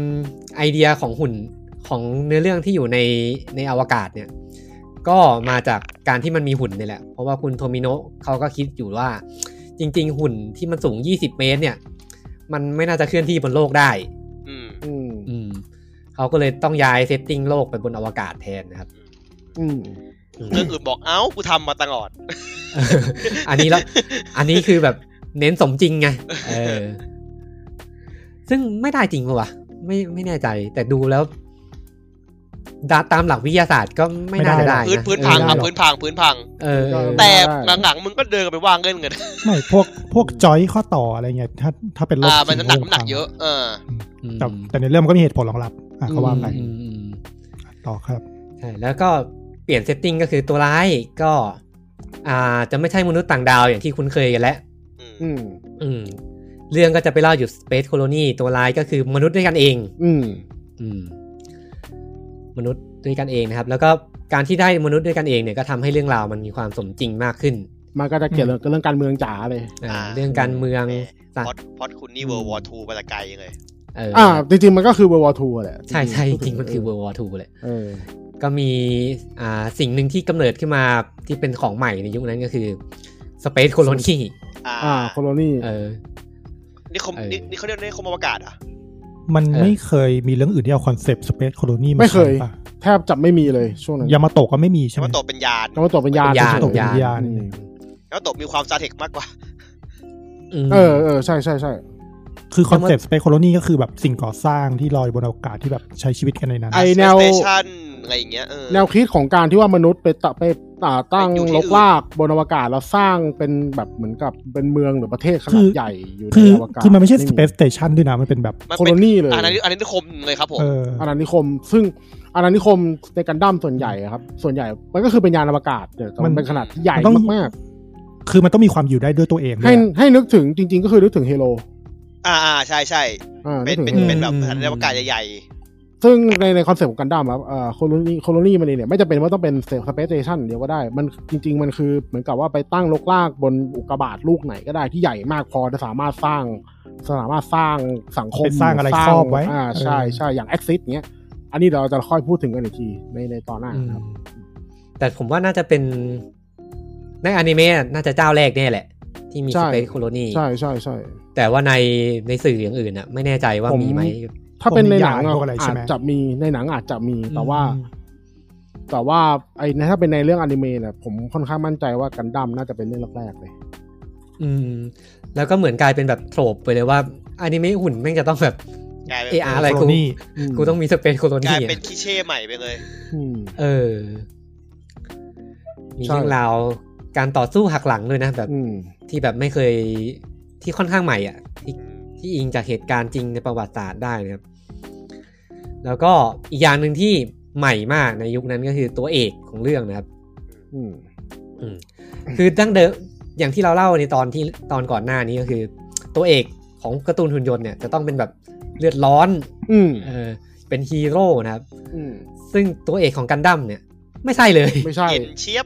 Speaker 1: ๆไอเดียของหุ่นของเนื้อเรื่องที่อยู่ในในอวกาศเนี่ย ก็มาจากการที่มันมีหุ่นนี่แหละ เพราะว่าคุณโทมิโนะเขาก็คิดอยู่ว่า จริง ๆ หุ่นที่มันสูง 20 เมตร เนี่ย มันไม่น่าจะเคลื่อนที่บนโลกได้
Speaker 2: อืม
Speaker 4: อืม
Speaker 1: อืมเขาก็เลยต้องย้ายเซตติ้งโลกไปบนอวกาศแทนนะครับ
Speaker 4: อืม
Speaker 2: เรื่องอื่นบอกเอ้ากูทำมาตลอด
Speaker 1: (laughs) อันนี้แล้ว อันนี้คือแบบเน้นสมจริงไง
Speaker 2: (laughs)
Speaker 1: เออ ซึ่งไม่ได้จริงปะวะ ไม่ไม่แน่ใจ แต่ดูแล้วดาตามหลักวิทยาศาสตร์ก็ไม่น่าจะได้
Speaker 2: พื้
Speaker 1: นะ
Speaker 2: นพื้นพังครับ
Speaker 3: เออ
Speaker 2: พื้นพังพื้นพัง
Speaker 1: เออเออ
Speaker 2: แต่หลังๆมึงก็เดินกันไปว่างเงินกัน
Speaker 3: ไม่พวกพวกจอยข้อต่ออะไรเงี้ยถ้าถ้าเป็นโรค
Speaker 2: อ่ามันน้ำหนัก
Speaker 3: จริง
Speaker 2: น้ำหนักเยอะเออ
Speaker 3: แต่แต่ในเรื่องมันก็มีเหตุผลรองรับ อ่ะเขาว่าไป
Speaker 1: อืมอืมอืม
Speaker 3: ต่อครับ
Speaker 1: ใช่แล้วก็เปลี่ยนเซตติ้งก็คือตัวร้ายก็ อ่าจะไม่ใช่มนุษย์ต่างดาวอย่างที่คุ้นเคยกันแล้ว
Speaker 2: อืม
Speaker 4: อืม
Speaker 1: อืม เรื่องก็จะไปเล่าอยู่สเปซโคโลนีตัวร้ายก็คือมนุษย์ด้วยกันเอง
Speaker 4: อืม
Speaker 1: อืม มนุษย์ด้วยกันเองนะครับ แล้วก็การที่ได้มนุษย์ด้วยกันเองเนี่ยก็ทำให้เรื่องราวมันมีความสมจริงมากขึ้น
Speaker 4: มันก็จะเกี่ยวเรื่องเรื่องการเมืองจ๋าเลย
Speaker 1: อ่าเรื่องการเมืองสัต
Speaker 2: พอด
Speaker 1: ว์
Speaker 2: พอดคุณนี่เวอร์วอร์ทูไปละไกลยังไง
Speaker 1: เอออ
Speaker 4: อ่า จริงๆ มันก็คือ World War II แหละ
Speaker 1: ใช่ใช่จริงๆมันคือ World War II เลย
Speaker 4: เออ
Speaker 1: ก็มีอ่าสิ่งหนึ่งที่กำเนิดขึ้นมาที่เป็นของใหม่ในยุคนั้นก็คือ Space Colony
Speaker 2: อ่า
Speaker 4: อ่า โคโลนี่
Speaker 1: เออ
Speaker 2: นี่เขา
Speaker 1: เออ
Speaker 2: นี่นี่เขาเรียกนี่คมอวกาศเหรอ่ะ
Speaker 3: มัน
Speaker 1: เออ
Speaker 3: ไม่เคยมีเรื่องอื่นที่เอาคอนเซปต์สเปซโคโลนีมา
Speaker 4: ไม่เคย
Speaker 3: ใช้ปะ
Speaker 4: แทบจะไม่มีเลยช่วงนั้น
Speaker 3: ยามาโตะก็ไม่มีใช่ไหม
Speaker 2: มันตกเป็นยาน
Speaker 4: ก็มาตกเป็นยาน
Speaker 1: ยาน
Speaker 4: เฉยๆ
Speaker 1: ตกเป็นยาน
Speaker 4: อืม
Speaker 2: แล้วตกมีความซาเทคมากกว่า
Speaker 1: ม
Speaker 4: เออเออใช่ใช่ใช่
Speaker 3: คือคอนเซปต์สเปซโคโลนีก็คือแบบสิ่งก่อสร้างที่ลอยบนอวกาศที่แบบใช้ชีวิตกันในนั้น
Speaker 4: ไอแนว
Speaker 2: Space Station อะไรอย่างเงี้ยเออ
Speaker 4: แนวคิดของการที่ว่ามนุษย์ไปตะไปอ่าตั้ง
Speaker 2: ไปอยู่ที่
Speaker 4: ล
Speaker 2: อื่น
Speaker 4: กลากบนอวกาศแล้วสร้างเป็นแบบเหมือนกับเป็นเมืองหรือประเทศข
Speaker 3: คื
Speaker 4: นาด
Speaker 3: อ
Speaker 4: ใหญ่อยู่ใน
Speaker 3: คือ
Speaker 4: อวกาศ
Speaker 3: คือมันไม่ใช่สเปซสเตชันด้วยนะ มันเป็นแบบ
Speaker 2: มัน
Speaker 4: โค
Speaker 2: เป็
Speaker 4: โล
Speaker 2: น
Speaker 4: นี่เลย
Speaker 2: อันนั้นอันนั้นนิคมเลยครับผม
Speaker 3: เออ
Speaker 4: อาณานิคม ซึ่งอาณานิคมในกันดั้มส่วนใหญ่อะครับ ส่วนใหญ่มันก็คือเป็นยานอวกาศเดี๋ยวแต่มันเป็นขนาดที่ใหญ่
Speaker 3: มันต้อง
Speaker 4: มาก
Speaker 3: คือมันต้องมีความอยู่ได้ด้วยตัวเอง
Speaker 4: ๆ
Speaker 3: ด้
Speaker 4: ให้
Speaker 3: วย
Speaker 4: ให้นึกถึงจริง ๆ ก็คือนึกถึงเฮโล
Speaker 2: อ่าอ่าใช่ใช่
Speaker 4: อ่า
Speaker 2: เป็น
Speaker 4: กถึ
Speaker 2: เป็น
Speaker 4: ง Halo
Speaker 2: เป็นแบบ
Speaker 3: อืม
Speaker 2: สถานีอวกาศใหญ่
Speaker 4: ซึ่งในในคอนเซ็ปต์ของกันดั้มครับเอ่อโคโลนีโคโลนีมันเองเนี่ยไม่จำเป็นว่าต้องเป็นสเปซสเตชันเดียวก็ได้ มันจริง ๆ มันคือเหมือนกับว่าไปตั้งลกลากบนอุกกาบาตลูกไหนก็ได้ที่ใหญ่มากพอจะสามารถสร้างสามารถสร้างสังคม
Speaker 3: ไปสร้างอะไรครอบไว้
Speaker 4: อ่าใช่
Speaker 3: เออ
Speaker 4: ใช่อย่างแอคซิสเนี้ย อันนี้เดี๋ยวเราจะค่อยพูดถึงกันอีกทีในในตอนหน้า
Speaker 1: อืม
Speaker 4: ครับ
Speaker 1: แต่ผมว่าน่าจะเป็นในอนิเมะน่าจะเจ้าแรกเนี่ยแหละ ที่มีส
Speaker 4: ใช่
Speaker 1: เปซโคโลนี
Speaker 4: ใช่ใช่ใช่
Speaker 1: แต่ว่าในในสื่ออย่างอื่นอ่ะ ไม่แน่ใจว่า
Speaker 4: ผม
Speaker 1: มีไหม
Speaker 4: ถ้าเป็นในหนังอะ
Speaker 3: พวกอะไรใช่
Speaker 4: อาจ
Speaker 3: ไหม
Speaker 4: จะมีในหนังอาจจะมีแต่ว่า แต่ว่าไอ้ถ้าเป็นในเรื่องอนิเมะเนี่ยผมค่อนข้างมั่นใจว่ากันดั้มน่าจะเป็นเรื่องแรกๆเลย
Speaker 1: อืม แล้วก็เหมือนกลายเป็นแบบโถบไปเลยว่าอนิเมะหุ่นแม่งจะต้องแบบ
Speaker 2: ๆกลายเป็น
Speaker 1: เออาอะไรกู
Speaker 3: โคโลนี่
Speaker 4: อืม
Speaker 1: กูต้องมีสเปซโคโล
Speaker 2: ก
Speaker 1: นี
Speaker 2: ลาย
Speaker 1: อะ
Speaker 2: เป็นคลิเช่ใหม่ไปเลย
Speaker 4: อืม
Speaker 1: เออ มี
Speaker 4: ใช่
Speaker 1: เรื่องราวการต่อสู้หักหลังด้วยนะแบบ
Speaker 4: อืม
Speaker 1: ที่แบบไม่เคยที่ค่อนข้างใหม่อ่ะที่ที่อิงจากเหตุการณ์จริงในประวัติศาสตร์ได้นะครับ แล้วก็อีกอย่างหนึ่งที่ใหม่มากในยุคนั้นก็คือตัวเอกของเรื่องนะครับ
Speaker 4: อืม
Speaker 1: อืม (laughs) คือตั้งเดิมอย่างที่เราเล่าในตอนที่ตอนก่อนหน้านี้ก็คือ ตัวเอกของการ์ตูนหุ่นยนต์เนี่ยจะต้องเป็นแบบเลือดร้อน
Speaker 4: อืม
Speaker 1: เออเป็นฮีโร่นะครับ
Speaker 4: อืม
Speaker 1: ซึ่งตัวเอกของกันดั้มเนี่ย ไม่ใช่
Speaker 4: (laughs)
Speaker 1: เลย
Speaker 4: ไม่ใช่
Speaker 2: เย็นเชียบ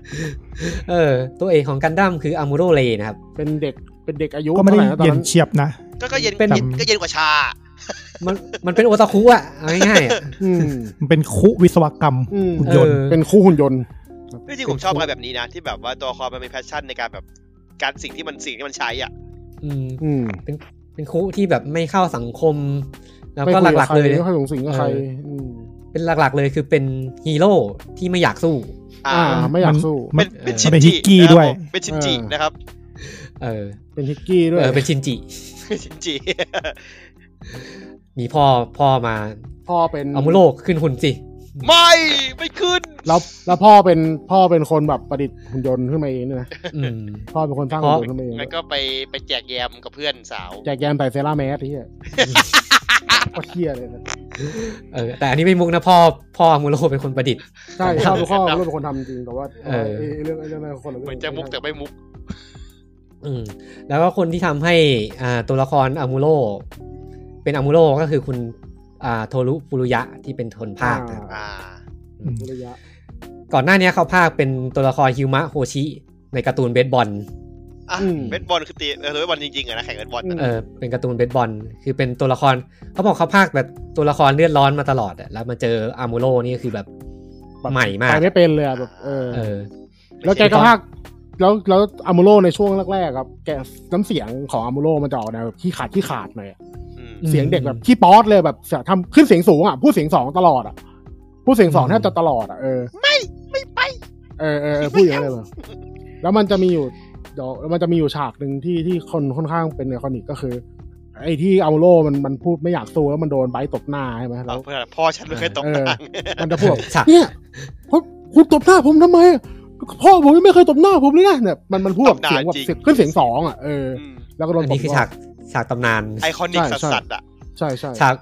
Speaker 1: เออ ตัวเอกของกันดั้มคืออามูโรเลนะครับ
Speaker 4: เป็นเด็ก เป็นเด็กอายุ
Speaker 3: ก็ไม่ได้
Speaker 4: เท่าหร่ะตอ
Speaker 3: เย็นเฉียบนะ
Speaker 2: ก็ก็เย็น
Speaker 1: เป็น
Speaker 2: เย็นก็เย็นกว่าชา
Speaker 1: มันมันเป็นโอตาคุอ่ะเอาง่ายๆอะ
Speaker 4: อืม
Speaker 3: มันเป็นคุวิศวกรรม
Speaker 4: อืม
Speaker 3: หุ่นยนต์
Speaker 1: เออ
Speaker 4: เป็นคู่หุ่นยนต์
Speaker 2: จริงๆผมชอบอะไรแบบนี้นะที่แบบว่าตัวละครมันมีแพชชั่นในการแบบการสิ่งที่มันสิ่งที่มันใช้อ่ะ
Speaker 1: อืม
Speaker 4: อืม
Speaker 1: เป็นเป็นครูที่แบบไม่เข้าสังคม แล้ว
Speaker 4: ไม่
Speaker 1: ก็
Speaker 4: คุ
Speaker 1: ห
Speaker 4: ยบ
Speaker 1: ลัก
Speaker 4: ใคร
Speaker 1: ๆเลย
Speaker 4: ไม่ค่อยสงสิงกับใคร
Speaker 1: เออ
Speaker 4: อืม
Speaker 1: เป็นหลักๆเลยคือเป็นฮีโร่ที่ไม่อยากสู้
Speaker 2: อ่า
Speaker 4: อ่า ไม่อยากสู้
Speaker 3: มั
Speaker 2: เป็น นเป็นชิ
Speaker 3: มัน น
Speaker 2: จิ
Speaker 3: เป็นฮิกกี้ด้วย
Speaker 2: นะครับผมเป็นชินจิ
Speaker 4: เออ
Speaker 2: นะครับ (laughs)
Speaker 1: เออ
Speaker 4: เป็นฮิกกี้ด้วย
Speaker 1: เออเป็นชินจิ
Speaker 2: เป็นชินจิ
Speaker 1: มีพ่อพ่อมา
Speaker 4: พ่อเป็น
Speaker 1: เอามุโลกขึ้นหุ่นสิ
Speaker 2: ไม่ไม่ขึ้น
Speaker 4: แล้วแล้วพ่อเป็นพ่อเป็นคนแบบประดิษฐ์หุ่นยนต์ขึ้นมาเองด้วยนะ
Speaker 1: อืม
Speaker 4: พ่อเป็นคนสร้างหุ่นยนต์ขึ้นมาเอง
Speaker 2: แล้วก็ไปไปแจกแยมกับเพื่อนสาว
Speaker 4: แจกแยมใส่เซราแมสที่
Speaker 2: (laughs)
Speaker 4: ก็เที่ยเลยนะ
Speaker 1: เออ แต่อันนี้ไม่มุกนะพ่อพ่ออามูโลเป็นคนประดิษฐ์
Speaker 4: ใช่พ่อเป็นพ่อเป็นคนทำจริงแต่ว่า
Speaker 1: เออ
Speaker 4: ไอ้เรื่องไอ้เรื่องอะไรคนละ
Speaker 2: เหมื
Speaker 4: เรื่อ
Speaker 2: อน
Speaker 4: ง
Speaker 2: จะมุกแต่ไม่มุก
Speaker 1: อืม แล้วก็คนที่ทำให้อ่าตัวละครอามูโลเป็นอามูโลก็คือคุณอ่าโทรุปุรุยะที่เป็นคนภาคนะครับ
Speaker 2: อ่า
Speaker 1: อืม
Speaker 4: ระยะ
Speaker 1: ก่อนหน้านี้เขาภาคเป็นตัวละครฮิวมะโฮชิ ในการ์ตูนเบสบอล
Speaker 2: อ่ะ
Speaker 4: อืม
Speaker 2: เบสบอลคือตีเออเบสบอลจริงๆอะนะแข่งเบสบอลอะ
Speaker 1: เออเป็นการ์ตูนเบสบอล คือเป็นตัวละครเขาบอกเขาภาคแบบตัวละครเลือดร้อนมาตลอดอะแล้วมาเจออามูโรนี่ก็คือแบบใหม่มา
Speaker 4: ไป
Speaker 1: ก
Speaker 4: ไม่เป็นเลยอะแบบเออ
Speaker 1: เออ
Speaker 4: แล้วแกก็พากย์แล้วแล้วอามูโรในช่วงแรกๆครับ แกน้ำเสียงของอามูโรมันจะออกแนวแบบขี้ขาดขี้ขาดหน่อยอะ
Speaker 2: อืม
Speaker 1: อืม
Speaker 4: เสียงเด็กแบบขี้ป๊อดเลยแบบเสียงทำขึ้นเสียงสูงอ่ะพูดเสียงสองตลอดอ่ะพูดเสียงสองแทบจะตลอดอ่ะเออไม่ไม่ไปเออเออเออพูดอย่างนั้นเลยแบบ แล้วมันจะมีอยู่เดี๋ยวแล้วมันจะมีอยู่ฉากหนึ่งที่ที่คนค่อนข้างเป็นไอคอนิกก็คือ ไอ้ที่อัลโลมันมันพูดไม่อยากสู้แล้วมันโดนไบร์ทตบหน้าใช่ไหมแล้ว
Speaker 2: เพื่อนพ่อฉันไม่เคยตก
Speaker 4: เออ
Speaker 2: ตัง
Speaker 4: มันจะพูดแบบ
Speaker 1: ฉาก
Speaker 4: เนี่ยคุณคุณตบหน้าผมทำไมอะพ่อผมยังไม่เคยตบหน้าผมเลยนะเนี่ยมันมันพูดแบบ
Speaker 2: ตบหน้า
Speaker 4: เสียงแบบ
Speaker 2: จริง
Speaker 4: เสียงขึ้นเสียงสองอ่ะเอออแล้วก็โดน
Speaker 1: อัน
Speaker 4: ผม
Speaker 1: นี้คือ
Speaker 4: ว่า
Speaker 1: ฉากฉากตำนาน
Speaker 2: ไอคอนิก
Speaker 4: ใช่ใช่
Speaker 2: สัตว์ๆอ่ะ
Speaker 4: ใช่ใช่
Speaker 1: ฉาก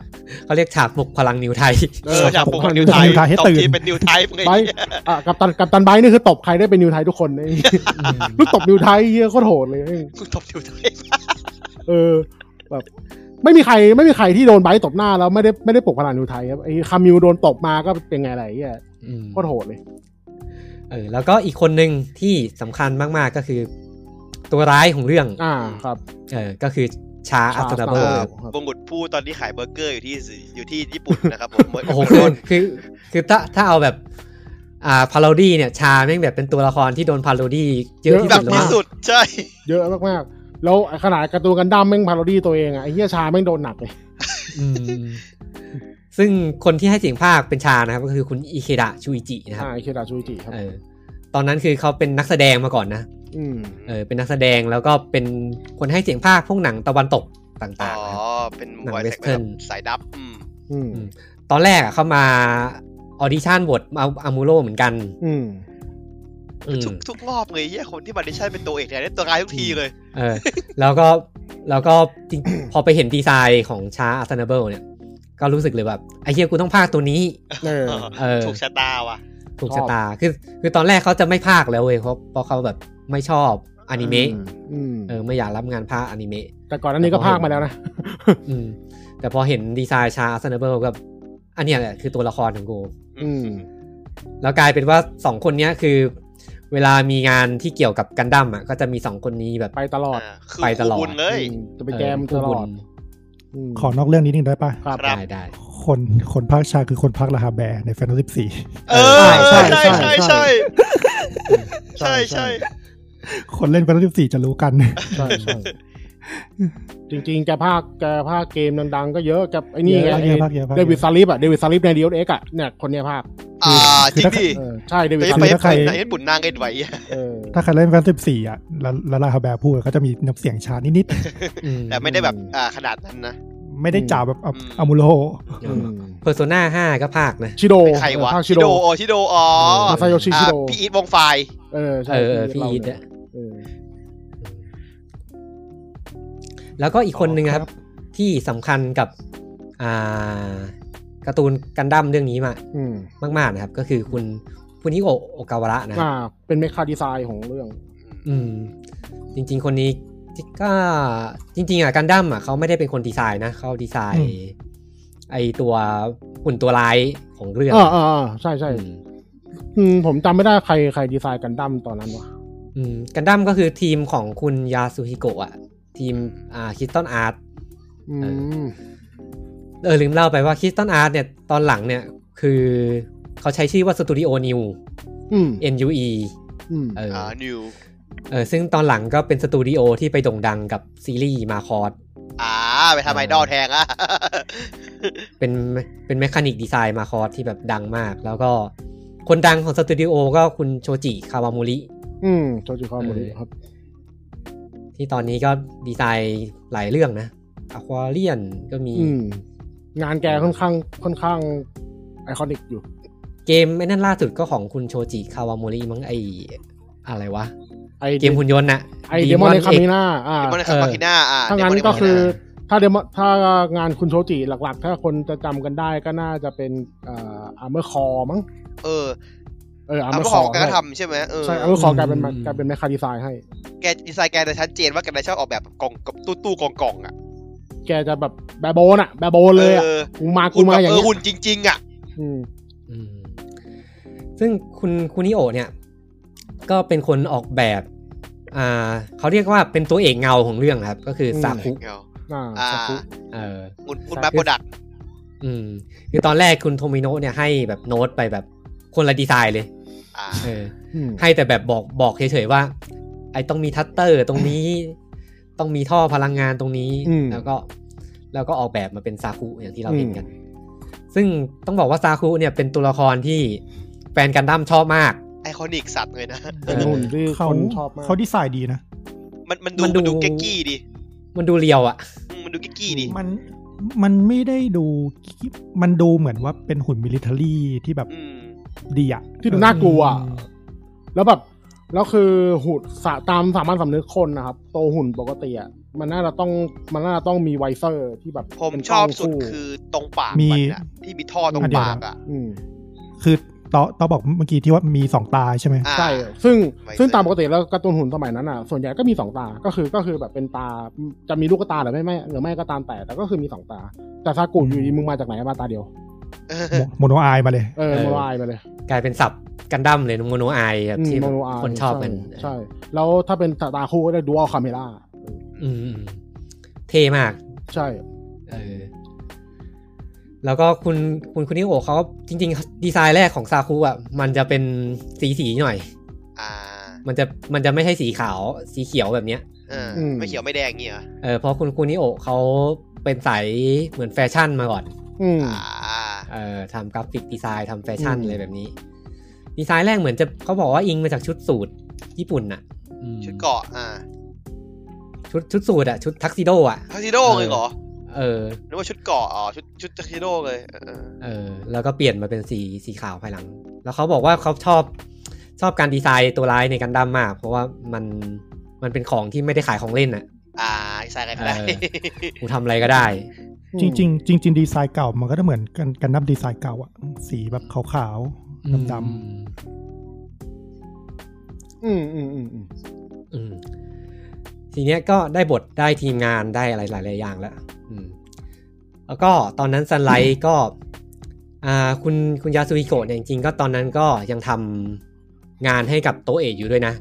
Speaker 1: เขาเรียกฉากปลุกพลังนิวไทย
Speaker 2: เอออยากปลุก
Speaker 4: ฉากปลุก
Speaker 2: นิว
Speaker 4: นิว
Speaker 2: ไท
Speaker 4: ไทย
Speaker 2: ย
Speaker 3: ให้
Speaker 2: ตบ
Speaker 3: ตื่น
Speaker 2: ทีเป็นนิวไทยไง
Speaker 4: ไบร์ท อ่ะกับตันกับตันไบร์ทนี่คือตบใครได้เป็นนิวไทยทุกคน
Speaker 1: (laughs)
Speaker 4: เลยลูกตบนิวไทยเฮียโคตรโหดเลย
Speaker 2: กูตบนิวไทย
Speaker 4: เออแบบไม่มีใครไม่มีใครที่โดนไบร์ทตบหน้าแล้วไม่ได้ไม่ได้ปลุกพลังนิวไทยครับไอ้คามิวโดนตบมาก็เป็นไงอะไรเฮีย
Speaker 1: อืม
Speaker 4: โคตรโหดเลย
Speaker 1: เออแล้วก็อีกคนหนึ่งที่สำคัญมากๆก็คือ ตัวร้ายของเรื่อง
Speaker 4: อ่าครับ
Speaker 1: เออก็คือชาอัตนา
Speaker 4: เอ
Speaker 1: เบิ
Speaker 4: อ
Speaker 1: ร์
Speaker 4: ชา
Speaker 1: ด
Speaker 2: บงกุฎผู้ตอนนี้ขายเบอร์เกอร์อยู่ที่อยู่ที่ญี่ปุ่นนะครับผม
Speaker 1: โอ้โหคือคือคือถ้าถ้าเอาแบบอ่าพาโรดี้เนี่ย ชาแม่งแบบเป็นตัวละครที่โดนพาโรดี้เยอะที่
Speaker 2: แบ
Speaker 1: สุ
Speaker 2: บ
Speaker 1: ดแล้ว
Speaker 2: ที่
Speaker 1: มั้ง
Speaker 2: สุดใช่
Speaker 4: เยอะมากๆแล้วขนาดการ์ตูนกันดั้มแม่งพาโรดี้ตัวเองอ่ะไอ้เฮียชาแม่งโดนหนักเลย
Speaker 1: อืมซึ่งคนที่ให้เสียงภาคเป็นชานะครับ ก็คือคุณอิเคดะชูอิจินะครับ
Speaker 4: อ่าไอ้เคดาชูอิจิครับ
Speaker 1: เออตอนนั้นคือเขาเป็นนักแสดงมาก่อนนะ
Speaker 4: อืม
Speaker 1: เออเป็นนักแสดงแล้วก็เป็นคนให้เสียงภาคพวกหนังตะวันตก
Speaker 2: อ๋
Speaker 1: ต่า
Speaker 2: อ
Speaker 1: งๆนะครับ
Speaker 2: เป็น
Speaker 1: หนัง
Speaker 2: วอย
Speaker 1: Western
Speaker 2: แแบบสายดับอืม
Speaker 4: อืม
Speaker 1: ตอนแรกอะเข้ามาออดิชั่นบทมาอามูโรเหมือนกัน
Speaker 4: อืม
Speaker 1: อืม
Speaker 2: ทุกทุกรอบเลยเหี้ยคนที่บัตดิชั่นเป็นตัวเอกเนี่ยได้ตัวร้ายทุกทีเลย
Speaker 1: เออ แล้วก็แล้วก็ (coughs) จริง พอไปเห็นดีไซน์ของชาอัสนาเบิลเนี่ย ก็รู้สึกเลยแบบ ไอ้เฮียกูต้องภาคตัวนี้
Speaker 4: เออ
Speaker 2: (laughs)
Speaker 1: เออ
Speaker 2: ถูกชะตาว่ะ
Speaker 1: ถูก
Speaker 4: ช
Speaker 1: ชะ
Speaker 4: อบ
Speaker 1: ตาคือคือตอนแรกเขาจะไม่ภาคแล้วเว้ยเพราะเพราะเขาแบบไม่ชอบอนิเมะ
Speaker 4: อืม
Speaker 1: เออไม่อยากรับงานภาคอนิเมะ
Speaker 4: แต่ก่อนอันนี้ก็พากมาแล้วนะ
Speaker 1: อืม แต่พอเห็นดีไซน์ชาอัสนาเบิลกับอันเนี้ยแหละคือตัวละครของกู
Speaker 4: อืม
Speaker 1: แล้วกลายเป็นว่าสองคนเนี้ยคือ เวลามีงานที่เกี่ยวกับกันดั้มอ่ะก็จะมีสองคนนี้แบบ
Speaker 4: ไปตลอด
Speaker 2: อ่าคือ
Speaker 1: ไปตลอด
Speaker 2: คูณเลย
Speaker 4: อืมจะไปแจมตลอดม
Speaker 3: ขอนอกเรื่องนิดนึงได้ปะ
Speaker 4: ครับ
Speaker 2: ครั
Speaker 1: ได้
Speaker 2: บ
Speaker 1: ได้
Speaker 3: คนคนภาคชาคือคนภาคลาฮาแบร์ในแฟนตาซีสี่
Speaker 2: เออ
Speaker 4: ใช่
Speaker 2: ใช่
Speaker 4: ใช่
Speaker 2: ใช่ใช่ใช่
Speaker 4: ใช่
Speaker 2: ใช่ใช่
Speaker 3: (laughs) คนเล่นแฟนตาซีสี่จะรู้กัน (laughs)
Speaker 4: ใช่ใช่จริงๆ แกภาคแกภาคเกมดังๆ ก็เยอะกับไอ้นี่ไง
Speaker 3: เยอะเยอะภาคเยอะภาคเยอะ
Speaker 4: เดวิดซาลิปอ่ะเดวิดซาลิปในดีเอ็กอ่ะเนี่ยคนเนี้ยภาค
Speaker 2: อ่าจริงดิ
Speaker 4: เออใช่เดวิด
Speaker 2: ไป
Speaker 4: ซา
Speaker 2: ไป
Speaker 4: ลิป
Speaker 2: ไปไหนญี่ปุ่นนางกันไหวอ่ะ
Speaker 4: เออ
Speaker 3: ถ้าใครเล่นแฟนตาซีสี่อ่ะแล้วแล้วลาฮาแบร์พูดก็จะมีน้ำเสียงชานิด
Speaker 1: อืม
Speaker 2: แต่ไม่ได้แบบอ่าขนาดนั้นนะ
Speaker 3: ๆ ไม่ได้จ่าแบบ
Speaker 2: อืม
Speaker 3: อามูโร
Speaker 4: อืม
Speaker 1: เพอร์โซนาห้าก็ภาคนะ
Speaker 4: ชิโด
Speaker 2: เป็นใครวะ
Speaker 4: ภาค
Speaker 2: ชิ
Speaker 4: ชิ
Speaker 2: โด
Speaker 4: โด
Speaker 2: อ๋อชิโดอ๋อ
Speaker 4: มาซาโยชิชิ
Speaker 2: อ่า
Speaker 4: โด
Speaker 2: พี่อีทวงไฟล์
Speaker 4: เออใช่
Speaker 1: เออเออพี่อีท
Speaker 4: เราเนี่
Speaker 1: อะ
Speaker 4: ยเออ
Speaker 1: แล้วก็อีกคนนึงครับ ที่สำคัญกับอ่าการ์ตูนกันดั้มเรื่องนี้มา
Speaker 4: อืม
Speaker 1: มาก ๆ นะครับ ก็คือคุณคุนิโกะโอกาวาระนะครับ
Speaker 4: อ่า เป็นเมคาดีไซน์ของเรื่อง
Speaker 1: อืม จริง ๆ คนนี้ก็จริง ๆอ่ะกันดั้มอ่ะเขาไม่ได้เป็นคนดีไซน์นะเขาดีไซน์ ไอตัวหุ่นตัวร้ายของเรื่อง
Speaker 4: อ่าอ่าอ่าใช่ใช่
Speaker 1: อืม
Speaker 4: อืมผมจำไม่ได้ใครใครดีไซน์กันดั้มตอนนั้นวะ
Speaker 1: อืมกันดั้มก็คือทีมของคุณยาสุฮิโกะอ่ะ ทีมอ่าคิสตันอาร์ต
Speaker 4: อื
Speaker 1: เอ
Speaker 4: ม
Speaker 1: เออลืมเล่าไปว่าคิสตันอาร์ตเนี่ยตอนหลังเนี่ยคือเขาใช้ชื่อว่าสตูดิโอนิว
Speaker 4: อืม
Speaker 1: NUE
Speaker 4: อืม
Speaker 1: เออ
Speaker 2: อ่านิว
Speaker 1: เออซึ่งตอนหลังก็เป็นสตูดิโอที่ไปโด่งดังกับซีรีส์มาคอส
Speaker 2: อ่าไปทำไอดอลแทงอ่ะ
Speaker 1: เป็นเป็นแมคานิกดีไซน์มาคอสที่แบบดังมาก แล้วก็คนดังของสตูดิโอก็คุณโชจิคาวามูริ
Speaker 4: อืมโชจิคาโมริ
Speaker 1: เออ
Speaker 4: ครับ
Speaker 1: ที่ตอนนี้ก็ดีไซน์หลายเรื่องนะอควาเรียนก็มี
Speaker 4: อืม งานแกค่อนข้างค่อนข้างไอคอนิกอยู่
Speaker 1: เกมไอ้นั่นล่าสุดก็ของคุณโชจิคาวามูริมั้งไออะไรวะ
Speaker 4: ไอ
Speaker 1: เกมหุ่นยนต์น่ะ
Speaker 4: ไอเดมอนในคา
Speaker 1: X
Speaker 4: มิน่าอ่า
Speaker 2: เดมอนคามาคิน่าอ่า
Speaker 4: ถ้างั้น
Speaker 2: เดมอ
Speaker 4: ก็คือ
Speaker 2: มา
Speaker 4: ถ้าเดมอนถ้างานคุณโชจิหลักๆ ถ้าคนจะจำกันได้ก็น่าจะเป็นอ่าอาร์เมอร์คอมั้ง
Speaker 2: เออ
Speaker 4: เอออา
Speaker 2: เอา
Speaker 4: ร์เมอ
Speaker 2: มา
Speaker 4: ร์
Speaker 2: ข
Speaker 4: ค
Speaker 2: อ
Speaker 4: อง
Speaker 2: แกก็ทำใช่ไหมเออ
Speaker 4: ใช่อาร์เมอร์คอ
Speaker 1: อืม
Speaker 4: กลายเป็นมากลายเป็นแมคคาดีไซน์ให้
Speaker 2: แกดีไซน์แกจะชัดเจนว่าแกชอบออกแบบกล่องกับตู้ตู้ๆกล่องกล่องๆอ่ะ
Speaker 4: แกจะแบบแบบโบนอะแบบโบนเลยอะ
Speaker 2: ออ
Speaker 4: กูมากู
Speaker 2: หุ่น
Speaker 4: มา
Speaker 2: แบบ
Speaker 4: อย่าง
Speaker 2: เออ
Speaker 4: เงี้ย
Speaker 2: หุ่นจริงๆอ่ะ
Speaker 4: อืม
Speaker 1: อืมซึ่งคุณคุณนิโอะเนี่ย ก็เป็นคนออกแบบอ่าเขาเรียกว่าเป็นตัวเอกเงาของเรื่องครับ ก็คืออ
Speaker 4: ม
Speaker 1: ซาคุ
Speaker 4: อ่า
Speaker 2: อ่า
Speaker 4: สักครู่
Speaker 1: เออ
Speaker 2: หุ่นหุ่นแบบโปรดักต์
Speaker 1: อืมคือตอนแรกคุณโทมิโนะเนี่ยให้แบบโน้ตไปแบบคนละดีไซน์เลย
Speaker 2: อ่า
Speaker 1: เออ
Speaker 4: อืม
Speaker 1: ให้แต่แบบบอกบอกเฉยๆว่า ไอ้ต้องมีทัตเตอร์ตรงนี้ (laughs) ต้องมีท่อพลังงานตรงนี้ แล้วก็แล้วก็ออกแบบมาเป็นซาคุอย่างที่เราเห็นกัน ซึ่งต้องบอกว่าซาคุเนี่ยเป็นตัวละครที่แฟนกันดั้มชอบมาก
Speaker 2: ไอคอนิกสัตว์เลยนะ
Speaker 4: เป็นหุ่นที่
Speaker 3: เขา
Speaker 4: คนชอบมาก
Speaker 3: เขาดีไซน์ดีนะ
Speaker 2: มันมันดู
Speaker 1: มันดู
Speaker 2: มันดูเก๊กกี้ดิ
Speaker 1: มันดูเรียวอะ
Speaker 2: อืมมันดูเก๊กกี้ดิ
Speaker 3: มันมันไม่ได้ดูมันดูเหมือนว่าเป็นหุ่นมิลิเทอรี่ที่แบบ
Speaker 2: อืม
Speaker 3: ดีอะ
Speaker 4: ที่ดูน่ากลัวอะแล้วแบบแล้วคือหุ่นสะตามสามัญสำนึกคนนะครับโตหุ่นปกติอ่ะมันน่าจะต้องมันน่าจะต้องมีไวเซอร์ที่แบบ
Speaker 2: ผม
Speaker 4: เป็นก
Speaker 2: ช
Speaker 4: ล้
Speaker 2: อบ
Speaker 4: ง
Speaker 2: สุด
Speaker 4: คู่
Speaker 2: คือตรงปาก
Speaker 3: มี
Speaker 2: มันอะที่มีท่อตรง
Speaker 3: อ่ะเดี๋ยว
Speaker 2: ปากอะ
Speaker 4: อืม
Speaker 3: คือตอตอบอกเมื่อกี้ที่ว่ามีสองตาใช่ไหม
Speaker 2: อ่า
Speaker 4: ใช่ครับซึ่ง
Speaker 2: ไว้
Speaker 4: ซึ่ง
Speaker 2: เลย
Speaker 4: ตามปกติแล้วการ์ตูนหุ่นสมัยนั้นอ่ะ ส่วนใหญ่ก็มีสองตา ก็คือก็คือแบบเป็นตา จะมีลูกตาหรือไม่ไม่หรือไม่ก็ตามแต่ แต่ก็คือมีสองตา แต่ซากุ
Speaker 3: อืม
Speaker 4: อยู่ดีมึงมาจากไหนมาตาเดียว
Speaker 2: เอ
Speaker 3: โม
Speaker 2: อ
Speaker 3: โมโนอายมาเลย
Speaker 4: เออโมโนอายไปเลย
Speaker 1: กลายเป็นสับกันดั้มเลยนะโมโนอายแบบ
Speaker 4: อืม
Speaker 1: ที่
Speaker 4: โมโนอาย
Speaker 1: คนชอบกัน
Speaker 4: ใช่ใช่ แล้วถ้าเป็นตาคู่ก็ได้ดูอัลคาเมล่า
Speaker 1: อืมเท่มาก
Speaker 4: ใช่
Speaker 1: เออแล้วก็คุณคุณคุณนิโอเขาจริงๆ ดีไซน์แรกของซาคุอ่ะ มันจะเป็นสีสีหน่อย
Speaker 2: อ่า
Speaker 1: มันจะมันจะไม่ใช่สีขาวสีเขียวแบบเนี้ย
Speaker 2: เอออไม่เขียวไม่แดงอย่างงี้เหรอ
Speaker 1: เออเพราะคุณคุณนิโอเขาเป็นสายเหมือนแฟชั่นมาก่อน
Speaker 4: อืม
Speaker 2: อ่า
Speaker 1: เออทำกราฟิกดีไซน์ทำแฟชั่น
Speaker 4: อืม
Speaker 1: อะไรแบบนี้ ดีไซน์แรกเหมือนจะเขาบอกว่าอิงมาจากชุดสูทญี่ปุ่นน่ะอืม
Speaker 2: ชุดเกาะอ่า
Speaker 1: ชุดชุดสูทอ่ะ ชุดทักซิโดอ่ะ
Speaker 2: ทักซิโดเลยเหรอ
Speaker 1: เออ
Speaker 2: หรือว่าชุดเกาะอ๋อชุดชุดทักซิโดเลยเออ
Speaker 1: เออแล้วก็เปลี่ยนมาเป็นสีสีขาวภายหลัง แล้วเขาบอกว่าเขาชอบชอบการดีไซน์ตัวร้ายในกันดั้มมาก เพราะว่ามันมันเป็นของที่ไม่ได้ขายของเล่นน่ะ
Speaker 2: อ่าใส่อะไรก็ได้
Speaker 1: เออ กูทำอะไรก็ได้
Speaker 3: จริงๆจริงจริงๆดีไซน์เก่ามันก็จะเหมือนกันกันนับดีไซน์เก่าอะสีแบบขาวๆดำ
Speaker 4: อืมอืมอืมอืม
Speaker 1: อืมทีเนี้ยก็ได้บทได้ทีมงานได้อะไรหลายๆอย่างแล้วอืม แล้วก็ตอนนั้นซันไลท์ก็อ่าคุณคุณยาสุฮิโกะเนี่ยจริงๆก็ตอนนั้นก็ยังทำงานให้กับโตะเอกอยู่ด้วยนะ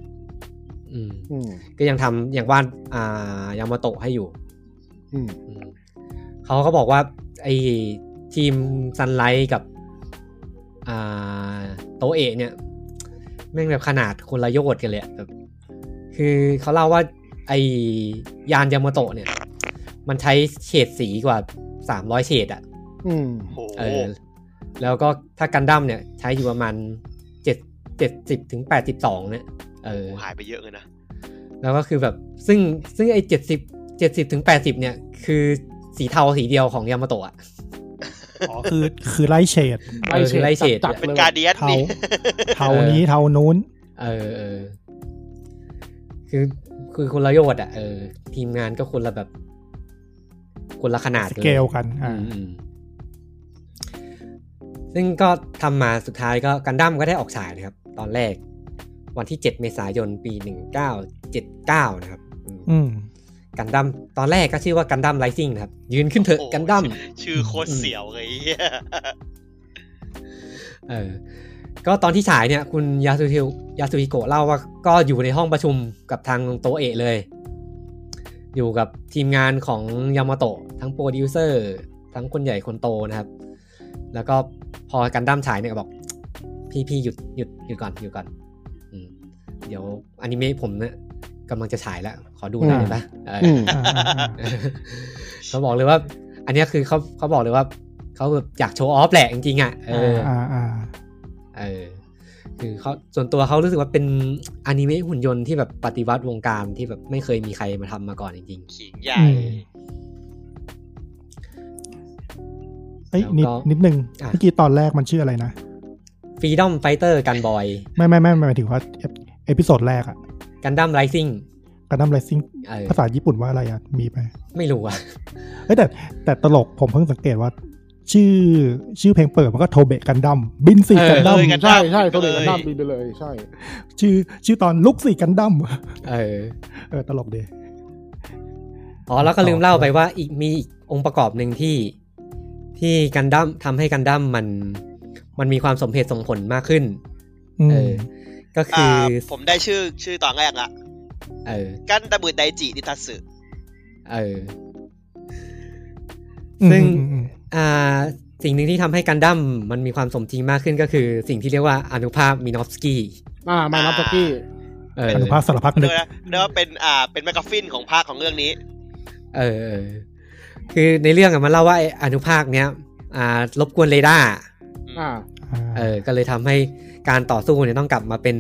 Speaker 1: อืม
Speaker 4: อืม
Speaker 1: ก็ยังทำอย่างวาดอ่ายามาโตะให้อยู่
Speaker 4: อืม
Speaker 1: อืมเขาก็บอกว่าไอ้ทีมซันไลท์กับอ่าโตเอะเนี่ยแม่งแบบขนาดคนละโยชน์กันเลยอะแบบคือเขาเล่าว่าไอ้ยานยามาโตะเนี่ย มันใช้เฉดสีกว่า 300 เฉดอะ
Speaker 4: อืม
Speaker 2: โอ้โห
Speaker 1: เออแล้วก็ถ้ากันดั้มเนี่ย ใช้อยู่ประมาณ7 70ถึง82เนี่ยเออ
Speaker 2: หายไปเยอะเลยนะ
Speaker 1: แล้วก็คือแบบซึ่งซึ่งไอ้เจ็ดสิบเจ็ดสิบถึงแปดสิบเนี่ย คือสีเทาสีเดียวของยามาโตะอะ
Speaker 3: ๆอ๋อคือคือไล่เฉด
Speaker 1: เออคือไล่เฉด
Speaker 4: จัด
Speaker 2: เป็น
Speaker 4: ลย
Speaker 2: การเดียน
Speaker 3: เทา
Speaker 2: นี่ (laughs)
Speaker 3: เทานี้เทานู้น
Speaker 1: เออเออคือคือคนละโยชน์อะเออ ทีมงานก็คนละแบบ คนละขนาด
Speaker 3: ส
Speaker 1: นย
Speaker 3: เกลกันอ่า
Speaker 1: อืมอืมซึ่งก็ทำมาสุดท้ายก็กันดั้มก็ได้ออกฉายนะครับ ตอนแรก วันที่ 7 เมษายนปี 1979 นะครับอืม
Speaker 3: อืม
Speaker 1: กันดั้มตอนแรกก็ชื่อว่ากันดั้มไ i ซิ่งนะครับ ยืนขึ้นเถอะ
Speaker 2: โอ้โห
Speaker 1: กันดั้ม
Speaker 2: ชื่อโคตรเสียวเลยเหี้ย
Speaker 1: เออ ก็ตอนที่ฉายเนี่ยคุณยาสุฮิยาสุฮิโกะเล่าว่าก็อยู่ในห้องประชุมกับทางโตเอะเลย อยู่กับทีมงานของยามาโตะทั้งโปรดิวเซอร์ ทั้งคนใหญ่คนโตนะครับ แล้วก็พอกันดั้มฉายเนี่ยก็บอก พี่พี่หยุดหยุดหยุดก่อนหยุดก่อนอืมเดี๋ยวอนิเมะผมเนี่ยกำลังจะฉายแล้ว ขอดูหน่อยได้ปะเอออ
Speaker 4: อืม
Speaker 3: อ่าอ่าอ่า
Speaker 1: (laughs) เขาบอกเลยว่า อันเนี้ยคือเขาเขาบอกเลยว่าเขาแบบอยากโชว์ออฟแหละจริงๆอ่ะเออ
Speaker 3: อ่าอ่า
Speaker 1: เออคือเขาส่วนตัวเขารู้สึกว่าเป็นอนิเมะหุ่นยนต์ที่แบบปฏิวัติวงการที่แบบไม่เคยมีใครมาทำมาก่อนจริง
Speaker 2: ขิงใหญ่
Speaker 3: อืมเอ้ยนิด
Speaker 1: แล้วก็
Speaker 3: นิดนึง
Speaker 1: อ่ะ
Speaker 3: เมื่อกี้ตอนแรกมันชื่ออะไรนะ
Speaker 1: ๆ Freedom Fighter กันบอย
Speaker 3: ไม่ไม่ไม่ไม่หมายถึงว่าเอพเอพิโซดแรกอะ
Speaker 1: กันดั้มไรซิ่ง
Speaker 3: กันดั้มไรซิ่ง
Speaker 1: เออ
Speaker 3: (laughs) ภาษาญี่ปุ่นว่าอะไรอะมีไหม
Speaker 1: ไม่รู้อ่ะ
Speaker 3: เอ้ยแต่แต่ตลกผมเพิ่งสังเกตว่า ชื่อชื่อเพลงเปิดมันก็โทเบะกันดั้มบินสี่
Speaker 1: เออ
Speaker 3: กันดั้ม
Speaker 2: เอ้ย
Speaker 4: ใช่ใช่
Speaker 2: ไป
Speaker 4: ตัว
Speaker 2: เลย
Speaker 4: เด็กกันดั้มบินไปเลยใช่
Speaker 3: ชื่อชื่อตอนลุกสี่กันดั้ม
Speaker 1: เออ
Speaker 3: เออตลกดี
Speaker 1: อ๋อแล้วก็ลืมเล่าไปว่าอีกมีอีกองค์ประกอบหนึ่งที่ที่กันดั้มทำให้กันดั้มมัน มันมีความสมเหตุสมผลมากขึ้น
Speaker 3: อืม
Speaker 1: เออ ก็คื
Speaker 2: อ่า
Speaker 1: อ
Speaker 2: ผมได้ชื่อชื่อตอนแรกละ
Speaker 1: เออ
Speaker 2: กันตะบืดไดจินิทัศสึ
Speaker 1: เออ
Speaker 3: ม
Speaker 1: ซึ่ง
Speaker 3: อืมอืม
Speaker 1: อ่าสิ่งหนึ่งที่ทำให้กันดั้มมันมีความสมจริงมากขึ้นก็คือ สิ่งที่เรียกว่าอนุภาพมินอฟสกี้
Speaker 4: อ่ามานับสกี้
Speaker 1: เออ
Speaker 3: อนุภาพสารพัดนึ
Speaker 2: เรีย
Speaker 3: ก
Speaker 2: กว่าเรียกว่าเป็นอ่าเป็นแมกกาฟินของภาคของเรื่องนี้
Speaker 1: เออเออ คือในเรื่องอะมันเล่าว่าไอ้อนุภาคเนี้ยอ่ารบกวนเรดาร์
Speaker 4: อ่า
Speaker 3: อ่า
Speaker 1: เออก็เลยทำให้ การต่อสู้เนี่ยต้องกลับมาเป็น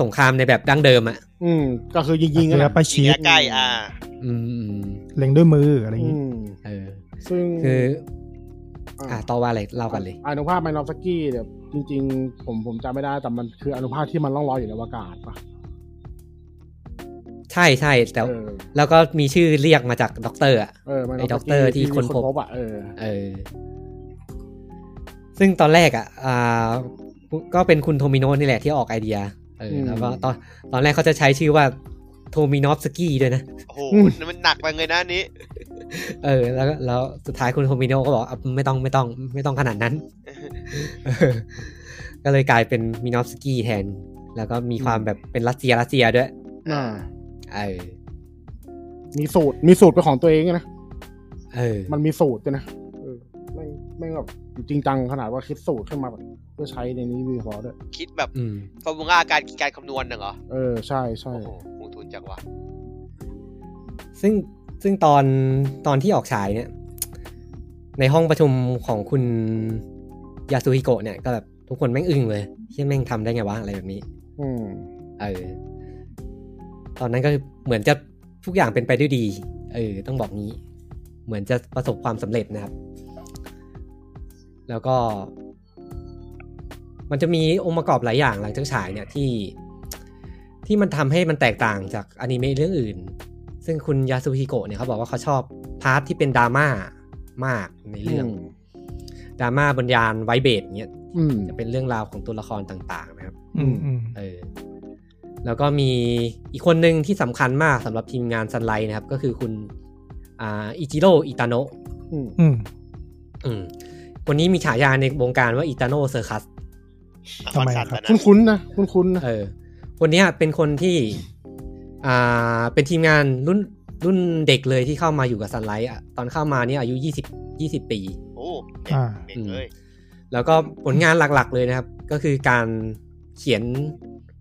Speaker 1: สงครามในแบบดั้งเดิมอะ
Speaker 4: อืม ก็คือยิงยิงๆ
Speaker 3: เรือ
Speaker 4: นะ
Speaker 3: ไประชี
Speaker 2: ยิง
Speaker 3: ด
Speaker 2: ใกล้ๆอ่า
Speaker 1: อืมอืม
Speaker 3: เล็งด้วยมืออะไรอย่าง
Speaker 4: อื
Speaker 3: งี้
Speaker 4: ม
Speaker 1: เออ
Speaker 4: ซึ่ง
Speaker 1: คือ อ่ะ
Speaker 4: ะ
Speaker 1: ต่อว่าอะไรเล่ากันเลย
Speaker 4: อนุภาพไมโนอฟสกี้เนี่ยจริงๆ ผมผมจำไม่ได้แต่มันคืออนุภาพที่มันล่องลอยอยู่ในอวกาศปะ
Speaker 1: ใช่ใช่แต่
Speaker 4: เออ
Speaker 1: แล้วก็มีชื่อเรียกมาจากด็อกเตอร์อะ
Speaker 4: เออ Minow
Speaker 1: ไอ้
Speaker 4: Saki
Speaker 1: ด็อกเตอร์ที่ค้นพบ
Speaker 4: มีอ่ะเออ
Speaker 1: เออ ซึ่งตอนแรกอ่ะ อ่า ก็เป็นคุณโทมิโนะนี่แหละที่ออกไอเดีย เออ แล้วก็ตอนตอนแรกเขาจะใช้ชื่อว่าโทมินอฟสกี้ด้วยนะ
Speaker 2: โอ้โห มันหนักไปเลยนะอันนี้
Speaker 1: เออ แล้วก็แล้วสุดท้ายคุณโทมิโนะก็บอกอ่ะไม่ต้องไม่ต้อง ไม่ต้องขนาด
Speaker 4: (laughs)
Speaker 1: นั้น เออก็เลยกลายเป็นมินอฟสกี้แทน แล้วก็มีความแบบเป็นรัสเซียรัสเซียด้วย
Speaker 4: อ่า
Speaker 1: เออ
Speaker 4: มีสูตรมีสูตรเป็นของตัวเองนะ
Speaker 1: เออ
Speaker 4: มันมีสูตรด้วยนะเออไม่ไม่งแบบจริงจังขนาดว่าคิดสูตรขึ้นมาแบบเพื่อใช้ในนี้ดีพอด้วย
Speaker 2: คิดแบบ
Speaker 1: อืม
Speaker 2: ฟอร์มูล่าการการคำนวณน่ะเหรอ
Speaker 4: เออใช่ใช่
Speaker 2: โอ้โหลงทุนจังวะ
Speaker 1: ซึ่งซึ่งตอนตอนที่ออกฉายเนี่ย ในห้องประชุมของคุณยาสุฮิโกะเนี่ยก็แบบทุกคนแม่งอึ้งเลยที่แม่งทำได้ไงวะอะไรแบบนี้
Speaker 4: อืม
Speaker 1: เออ ตอนนั้นก็คือเหมือนจะทุกอย่างเป็นไปด้วยดี เออ ต้องบอกงี้ เหมือนจะประสบความสำเร็จนะครับ แล้วก็ มันจะมีองค์ประกอบหลายอย่างหลังจากฉายเนี่ยที่ ที่มันทำให้มันแตกต่างจากอนิเมะเรื่องอื่น ซึ่งคุณยาสุฮิโกะเนี่ยเขาบอกว่าเขาชอบพาร์ทที่เป็นดราม่ามากในเรื่องดราม่าบนยานไวเบดเนี่ย
Speaker 4: อืม
Speaker 1: จะเป็นเรื่องราวของตัวละครต่างๆนะครับ
Speaker 3: อืมอืม
Speaker 1: เออแล้วก็มีอีกคนหนึ่งที่สำคัญมากสำหรับทีมงานซันไลท์นะครับ ก็คือคุณอ่าอิจิโร่อิตาโนะ
Speaker 4: อืม
Speaker 3: อืม
Speaker 1: อืมคนนี้มีฉายาในวงการว่าอิตาโนะเซอร์คัส
Speaker 3: ทำไม
Speaker 2: อ่ะ
Speaker 3: อะครับ
Speaker 2: นะ
Speaker 4: คุ้นคุ้นๆนะคุ้นคุ้นๆนะ
Speaker 1: เออคนเนี้ยเป็นคนที่อ่าเป็นทีมงานรุ่นรุ่นเด็กเลยที่เข้ามาอยู่กับซันไลท์อะตอนเข้ามาเนี่ยอายุ20 20 ปี
Speaker 2: โอ้เด็ก
Speaker 3: อ่า
Speaker 2: เด็กเลย
Speaker 1: แล้วก็ผลงานหลักๆเลยนะครับ ก็คือการเขียน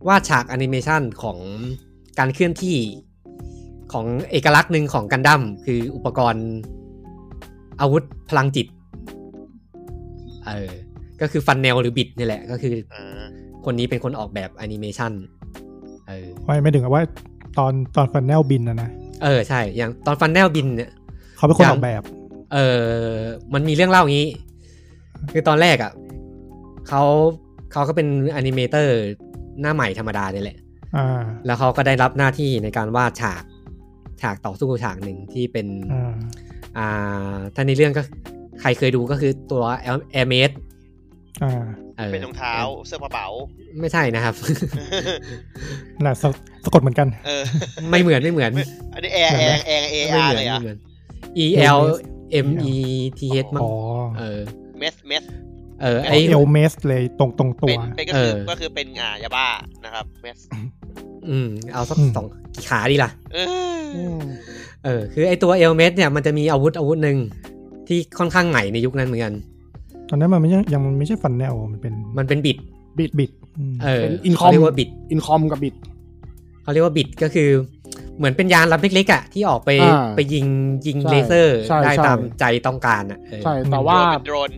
Speaker 1: วาดฉากแอนิเมชันของการเคลื่อนที่ของเอกลักษณ์หนึ่งของกันดั้มคืออุปกรณ์อาวุธพลังจิตเออก็คือฟันแนวหรือบิดนี่แหละ ก็คือ
Speaker 2: อ่า
Speaker 1: คนนี้เป็นคนออกแบบแอนิเมชันเออ
Speaker 3: ไว้ไม่ถึงกับว่าตอนตอนฟันแนลบินนะนะ
Speaker 1: เออ ใช่ อย่างตอนฟันแนวบินเนี่ย
Speaker 3: เขาเป็นคน
Speaker 1: ยัง
Speaker 3: ออกแบบ
Speaker 1: เออมันมีเรื่องเล่าอย่างนี้ คือตอนแรกอะ่ะเขาเขาก็เป็นแอนิเมเตอร์หน้าใหม่ธรรมดาเนี่ยแหละ
Speaker 3: อ่า
Speaker 1: แล้วเขาก็ได้รับหน้าที่ในการวาดฉาก ฉากต่อสู้ฉากหนึ่งที่เป็น
Speaker 3: อ่า
Speaker 1: อ่า ถ้าในเรื่องก็ใครเคยดูก็คือตัวแอร์เมส
Speaker 3: อ่า
Speaker 2: เป็นรองเท้าเสื้อกระเป๋า
Speaker 1: ไม่ใช่นะครับ (laughs)
Speaker 3: นั่นแหละสะสะกดเหมือนกัน
Speaker 2: เออ
Speaker 1: ไม่เหมือนไม่เหมือน
Speaker 2: อันนี้แอร์แอร์แอร์เอ
Speaker 1: ไม่
Speaker 2: อา
Speaker 1: เห
Speaker 2: ร์
Speaker 1: มื
Speaker 2: เลย
Speaker 1: ไม่
Speaker 2: อ่ะ
Speaker 1: เหมือน E L M E T H มั้ง
Speaker 3: อ๋อ
Speaker 1: เออ
Speaker 2: เมสเมส
Speaker 1: เออไ
Speaker 3: เอ
Speaker 1: อ
Speaker 3: ลเมสเลยตรงตรงตั
Speaker 2: เป็
Speaker 3: ว
Speaker 2: นเป็นก็คือ
Speaker 1: เออ
Speaker 2: ก็คือเป็นอ่ายาบ้านะครับเมส
Speaker 1: อืมเอาสัก
Speaker 3: อืม
Speaker 1: สองกี่ขาดีล่ะ
Speaker 2: เออ
Speaker 4: อืม
Speaker 1: เออคือไอตัวเอลเมสเนี่ยมันจะมีอาวุธอาวุธหนึ่งที่ค่อนข้างใหม่ในยุคนั้นเหมือนกัน
Speaker 3: ตอนนั้นมันไม่ยังยังมันไม่ใช่ฟันแนลมันเป็น
Speaker 1: มันเป็นบิด
Speaker 4: บิด
Speaker 3: บิดอืม
Speaker 1: เออ
Speaker 4: เป็น incom
Speaker 1: เขาเรียกว่าบิด
Speaker 4: อินคอมกับบิด
Speaker 1: เขาเรียกว่าบิดก็คือ เหมือนเป็นยานลำเล็กๆอ่ะที่ออกไป
Speaker 4: อ่า
Speaker 1: ไปยิงยิง
Speaker 4: ใช่
Speaker 1: เลเซอร์
Speaker 4: ใช่
Speaker 1: ได้
Speaker 4: ใช่
Speaker 1: ตามใจต้องการอ่ะเออ
Speaker 4: ใช่ แต่ว่า
Speaker 2: โดรน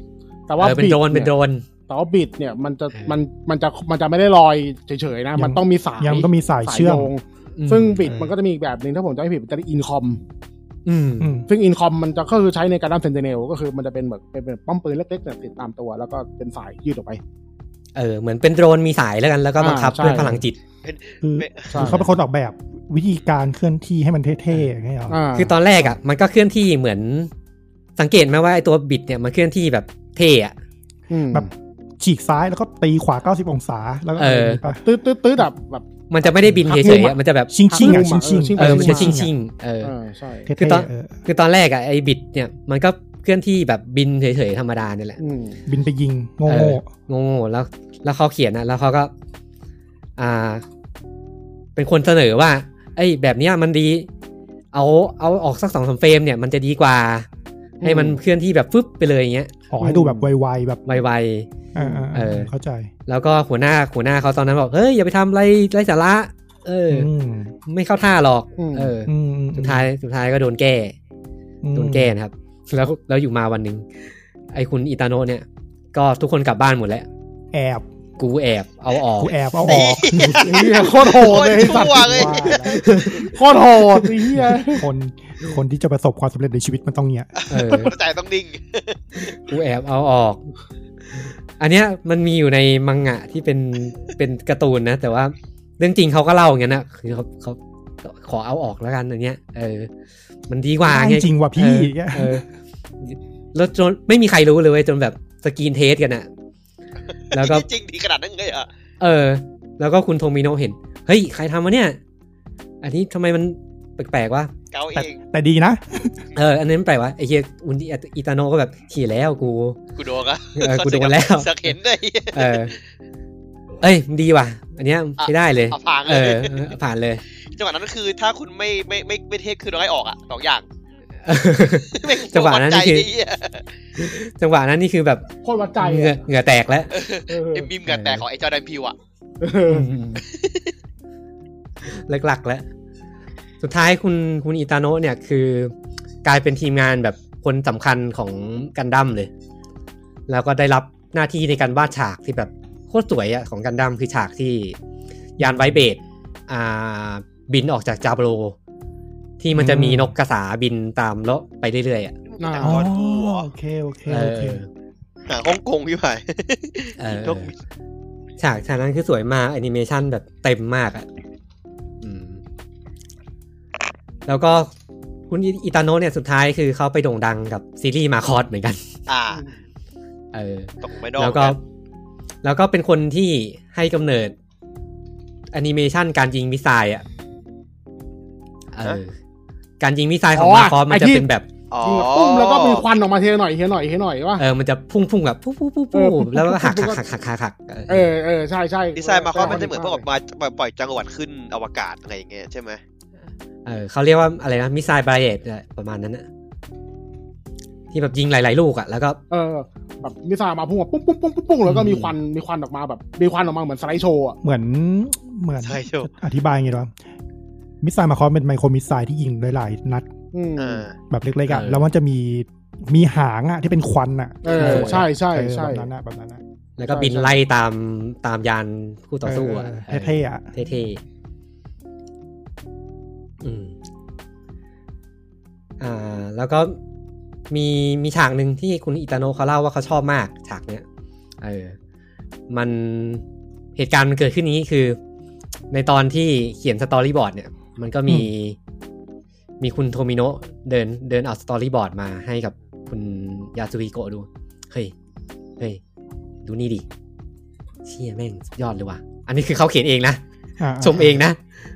Speaker 4: แต่ว่า
Speaker 1: เออเป็นโดรนเป็นโดร
Speaker 4: บิดย
Speaker 1: น
Speaker 4: แต่ว่าบิดเนี่ยมันจะ
Speaker 1: เออ
Speaker 4: มันมันจะมันจะไม่ได้ลอยเฉยๆนะ มันต้องมีสาย
Speaker 3: ยังต้องมีสายเชื่อม
Speaker 4: โยง
Speaker 1: อืม
Speaker 4: ซึ่งบิดมันก็
Speaker 1: เออ
Speaker 4: จะมีอีกแบบหนึ่งถ้าผมจำไม่ผิดมันจะอินคอม
Speaker 1: อืม
Speaker 3: อืม
Speaker 4: ซึ่งอินคอมมันจะก็คือใช้ในการดัมเซนเ n เนลก็คือมันจะเป็นแบบเป็นแบบป้อมปืนเล็กๆเนี่ยติดตามตัว แล้วก็เป็นสายยืดออกไป
Speaker 1: เออเหมือนเป็นโดรนมีสายแล้วกันแล้วก็บังคับ
Speaker 4: อ่าใช่
Speaker 1: ด้วยพลังจิต
Speaker 3: คือ
Speaker 4: ใช่
Speaker 3: คือเขาเป็นคนออกแบบวิธีการเคลื่อนที่ให้มันเท่ๆอย่างเงี้ยเหรอ
Speaker 4: อ่า
Speaker 1: คือตอนแรกอ่ะมันก็เคลื่อนที่เหมือน สังเกตไหมว่าไอตัวบิดเนี่ยมันเคลื่อนที่แบบเท่อะ
Speaker 4: ม
Speaker 3: แบบฉีกซ้ายแล้วก็ตีขวา 90 องศาแล้วก็
Speaker 1: เออ
Speaker 3: ย่างงี้ปะ
Speaker 4: ตืดตืดตืดแบบแบบ
Speaker 1: มันจะไม่ได้บิน
Speaker 4: หัก
Speaker 1: เฉ
Speaker 4: มุ
Speaker 1: ย
Speaker 4: ม
Speaker 1: ๆ
Speaker 4: อะ
Speaker 1: อะมันจะแบบ
Speaker 3: ชิงชิงๆอ่ะ
Speaker 4: หั
Speaker 3: ชิ
Speaker 4: ก
Speaker 3: งชิง
Speaker 4: มุม
Speaker 1: เอ
Speaker 4: อะ
Speaker 1: อมั
Speaker 4: เออชิงๆ
Speaker 1: นจะชิงชิงๆเออ
Speaker 4: เออใช่
Speaker 3: เท่
Speaker 1: คือตอน
Speaker 3: ๆเออ
Speaker 1: คือตอนแรกอะไอ้บิดเนี่ยมันก็เคลื่อนที่แบบบินเฉยๆธรรมดาเนี่ยแหละ
Speaker 4: อืม
Speaker 3: บินไปยิงโง่
Speaker 1: เออโง่ๆแล้ว แล้วเขาเขียนนะแล้วเขาก็ อ่า เป็นคนเสนอว่า ไอ้แบบเนี้ยมันดี เอาเอาออกสักสองสามเฟรมเนี่ยมันจะดีกว่า ให้มันเคลื่อนที่แบบฟึบไปเลยอย่างเงี้ย
Speaker 3: ๆออกให้ดูแบบไวๆแบบ
Speaker 1: ไว
Speaker 3: เออ
Speaker 1: เออ
Speaker 3: เข้าใจ
Speaker 1: ๆแล้วก็หัวหน้าหัวหน้าเขาตอนนั้นบอกเฮ้ยอย่าไปทำไรไรสาระ เอออ
Speaker 3: ม
Speaker 1: ไม่เข้าท่าหรอก เอออ
Speaker 3: อืม
Speaker 1: สุดท้ายสุดท้ายก็โดนแก้
Speaker 3: อืม
Speaker 1: โดนแก้นะครับ แล้วแล้วอยู่มาวันหนึ่งไอ้คุณอิตาโนะเนี่ย ก็ทุกคนกลับบ้านหมดแล้ว
Speaker 3: แอบ
Speaker 1: กูแอบเอาออก
Speaker 3: กูแอบเอาออก
Speaker 4: เฮียโคตรโหดเลยไอ้สัต
Speaker 2: โคตรชั่วเลย
Speaker 4: ว่าแล้วโคตรโหดไอ้เฮีย
Speaker 3: คนคนที่จะประสบความสำเร็จในชีวิตมันต้องเนี้ย
Speaker 1: เออ
Speaker 2: แต่ต้องนิ่ง
Speaker 1: กูแอบเอาออก อันเนี้ยมันมีอยู่ในมังงะที่เป็น (laughs) เป็นการ์ตูนนะ แต่ว่าเรื่องจริงเขาก็เล่าอย่างนั้นนะคือเขาเขาขอเอาออกแล้วกันอันเนี้ย เออ มันดีกว่าไง
Speaker 3: จริงว่ะพี่
Speaker 1: เออเออแล้วจนไม่มีใครรู้เลยเว้ยจนแบบสกรีนเทสกันอะแล้วก็
Speaker 2: จริงดีขนาดนั้นเลยเหรอ่ะ
Speaker 1: เออ แล้วก็คุณโทมิโนะเห็น เฮ้ย ใครทำวะเนี่ย อันนี้ทำไมมันแปลกๆวะ
Speaker 2: เกาเอ
Speaker 3: แต่
Speaker 2: ง
Speaker 3: แต่ดีนะ
Speaker 1: เออ อันนี้มันแปลกวะไอ้เฮียอุนอิตาโนะก็แบบเขี่ยแล้วกู
Speaker 2: กูโดนอะ
Speaker 1: เออ
Speaker 2: (laughs)
Speaker 1: กูโดนแล้ว
Speaker 2: สักเห็นได้
Speaker 1: เออ เอ้ยมันดีว่ะ อันเนี้ยไม่ได้เลย
Speaker 2: เอาผ่าน
Speaker 1: เอ
Speaker 2: เล
Speaker 1: อย ผ่านเลย (laughs)
Speaker 2: จังหวะนั้นคือถ้าคุณไม่ไม่ไม่ไม่เทคคือน้อยออกอ่ะสองอย่าง (laughs) ไม่
Speaker 1: จังหวะนั้นนี่คือ
Speaker 2: ใจดีะ
Speaker 1: จังหวะนั้นนี่คือแบบ
Speaker 4: โคตรวัดใจ
Speaker 1: เหงื่อ
Speaker 4: อะ
Speaker 1: เหงื่อแตกแล้ว
Speaker 4: เออ
Speaker 2: ไอ้มิมกันแตกของไอ้จอร์แดนพิวอ่ะ
Speaker 4: เออ
Speaker 1: หลักๆแล้ว สุดท้ายคุณคุณอิตาโนะเนี่ยคือ กลายเป็นทีมงานแบบคนสำคัญของกันดั้มเลย แล้วก็ได้รับหน้าที่ในการวาดฉากที่แบบโคตรสวยอะของกันดั้มคือฉากที่ยานไวเบดอ่าบินออกจากจาโบโรที่มันจะมีนกกระสาบินตามเลาะไปเรื่อยๆอะ
Speaker 4: น่า
Speaker 3: อ๋อโอเคโอเค
Speaker 1: เอ
Speaker 3: โอ
Speaker 1: อ
Speaker 3: เค
Speaker 2: หาฮ่องกงพี่ไผ่
Speaker 1: เออ
Speaker 2: ทุกมิติ
Speaker 1: ฉากฉากนั้นคือสวยมากแอนิเมชันแบบเต็มมากอะ่ะอืม แล้วก็คุณอิอิตาโนะเนี่ยสุดท้ายคือเขาไปโด่งดังกับซีรีส์มาคอสเหมือนกัน
Speaker 2: (laughs) อ่า
Speaker 1: เออ
Speaker 2: ตกไม่ดอก
Speaker 1: แล้วก็ แล้วก็เป็นคนที่ให้กำเนิดแอนิเมชันการยิงมิสไซล์อ่ะเออการยิงมิสไซล์ของมาคอสมันจะเป็นแบบ
Speaker 2: อ๋อ
Speaker 4: ปุ้มแล้วก็มีควันออกมาเทหน่อยเทหน่อยเทหน่อยว่า
Speaker 1: เออมันจะพุ่งพุ่งๆแบบปุ๊บปุ๊บปุ๊บ
Speaker 4: เออพุ่
Speaker 1: ปุ๊บ
Speaker 4: งๆ
Speaker 1: แล้วก็หักหักหักหักหักหักเออ
Speaker 4: เออเออใช่ใช่
Speaker 2: ดีไซน์มาคอสมันจะเหมือนพวกแบบมาปล่อยจังหวัดขึ้นอวกาศอะไรอย่างเงี้ยใช่ไหม
Speaker 1: เออเขาเรียกว่าอะไรนะมิสไซล์บาเอตประมาณนั้นนะที่แบบยิงหลาย ๆ ลูกอะ่ะ แล้วก็
Speaker 4: เออแบบมิสไซล์มาพุ่งมาปุ้งปุ้งปุ้งปุ้งปุ้งแล้วก็มีควันมีควันออกมาแบบมีควันออกมาเหมือนสไลด์โชว์อ่ะ
Speaker 3: เหมือนเหมือน
Speaker 2: ใช่โชว์
Speaker 3: อธิบายไงดีวะมิสไซล์มาคอสเป็นไมโครมิสไซล์ที่ยิงหลายๆนัด
Speaker 4: อืม
Speaker 2: เออ
Speaker 3: แบบเล็กๆอ่ะ
Speaker 1: เออ
Speaker 3: แล้วมันจะมีมีหางอ่ะที่เป็นควันอ่ะ
Speaker 4: เออใช่ใช่
Speaker 3: เออ
Speaker 4: ใช่
Speaker 3: แบบนั้นอ่ะแบบนั้นอ่ะ
Speaker 1: แล้วก็
Speaker 4: ใช่
Speaker 1: บิน
Speaker 4: ใช่
Speaker 1: ไล่ตามตามยานคู่ต่อสู้อะ
Speaker 3: เออเท่ๆอ่ะ
Speaker 1: เท่ๆเท่ๆอืมอ่า แล้วก็มีมีฉากหนึ่งที่คุณอิตาโนะเขาเล่าว่าเขาชอบมาก ฉากเนี้ยเออ มันเหตุการณ์มันเกิดขึ้นอย่างนี้คือ ในตอนที่เขียนสตอรี่บอร์ดเนี่ย มันก็มีมีคุณโทมิโนะเดินเดินเอาสตอรี่บอร์ดมาให้กับคุณยาสุฮิโกะดู เฮ้ย เฮ้ย ดูนี่ดิ เชี่ยแม่งสุดยอดเลยว่ะ อันนี้คือเขาเขียนเองนะ
Speaker 3: ะะ
Speaker 1: ชมเองนะ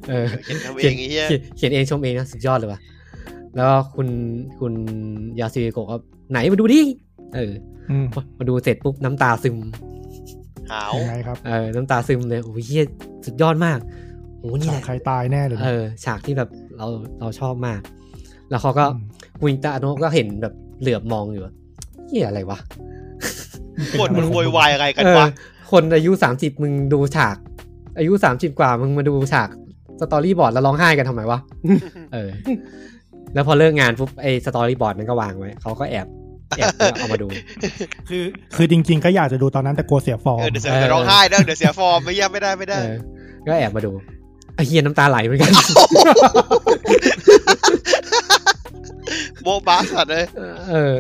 Speaker 1: เออ
Speaker 2: เห็นทำเอ
Speaker 1: เขียน
Speaker 2: งไอ้เหี้ย
Speaker 1: เขียนเขียนเองชมเองนะสุดยอดเลยว่ะ แล้วคุณคุณยาซูโกะก็ไหนมาดูดิ เออ
Speaker 3: อืม
Speaker 1: มาดูเสร็จปุ๊บน้ำตาซึม
Speaker 2: หาว
Speaker 3: ยังไงครับ
Speaker 1: เออ น้ำตาซึมเลยโอ้ยเฮียสุดยอดมากโอ้โหนี่
Speaker 3: ฉา
Speaker 1: แห
Speaker 3: ก
Speaker 1: ละ
Speaker 3: ใครตายแน่เลยนะ
Speaker 1: เออ ฉากที่แบบเราเราชอบมาก แล้วเขาก็
Speaker 3: ม
Speaker 1: คุณตาโนะก็เห็นแบบเหลือบมองอยู่อะเฮียอะไรวะ
Speaker 2: คนมันโวยวายอะไรกัน
Speaker 1: เออ
Speaker 2: วะ
Speaker 1: คนอายุสามสิบมึงดูฉาก อายุสามสิบกว่ามึงมาดูฉากสตอรี่บอร์ดแล้วร้องไห้กันทำไมวะ เออ แล้วพอเลิกงานปุ๊บไอ้สตอรี่บอร์ดนั้นก็วางไว้เขาก็แอบแอบเอามาดู
Speaker 3: คือคือจริง ๆ ก็อยากจะดูตอนนั้นแต่กลัวเสียฟอร์ม
Speaker 2: เออเดี๋ยวเสียเดี๋ยวร้องไห้เด้อเดี๋ยวเสียฟอร์มไม่เหี้ยไม่ได้ไม่
Speaker 1: เอ
Speaker 2: ได้
Speaker 1: อ ก็แอบมาดูไอ้เฮียน้ำตาไหลเหมือนกัน
Speaker 2: โบ๊ะ (laughs) บาสัตว์เลย
Speaker 1: เออ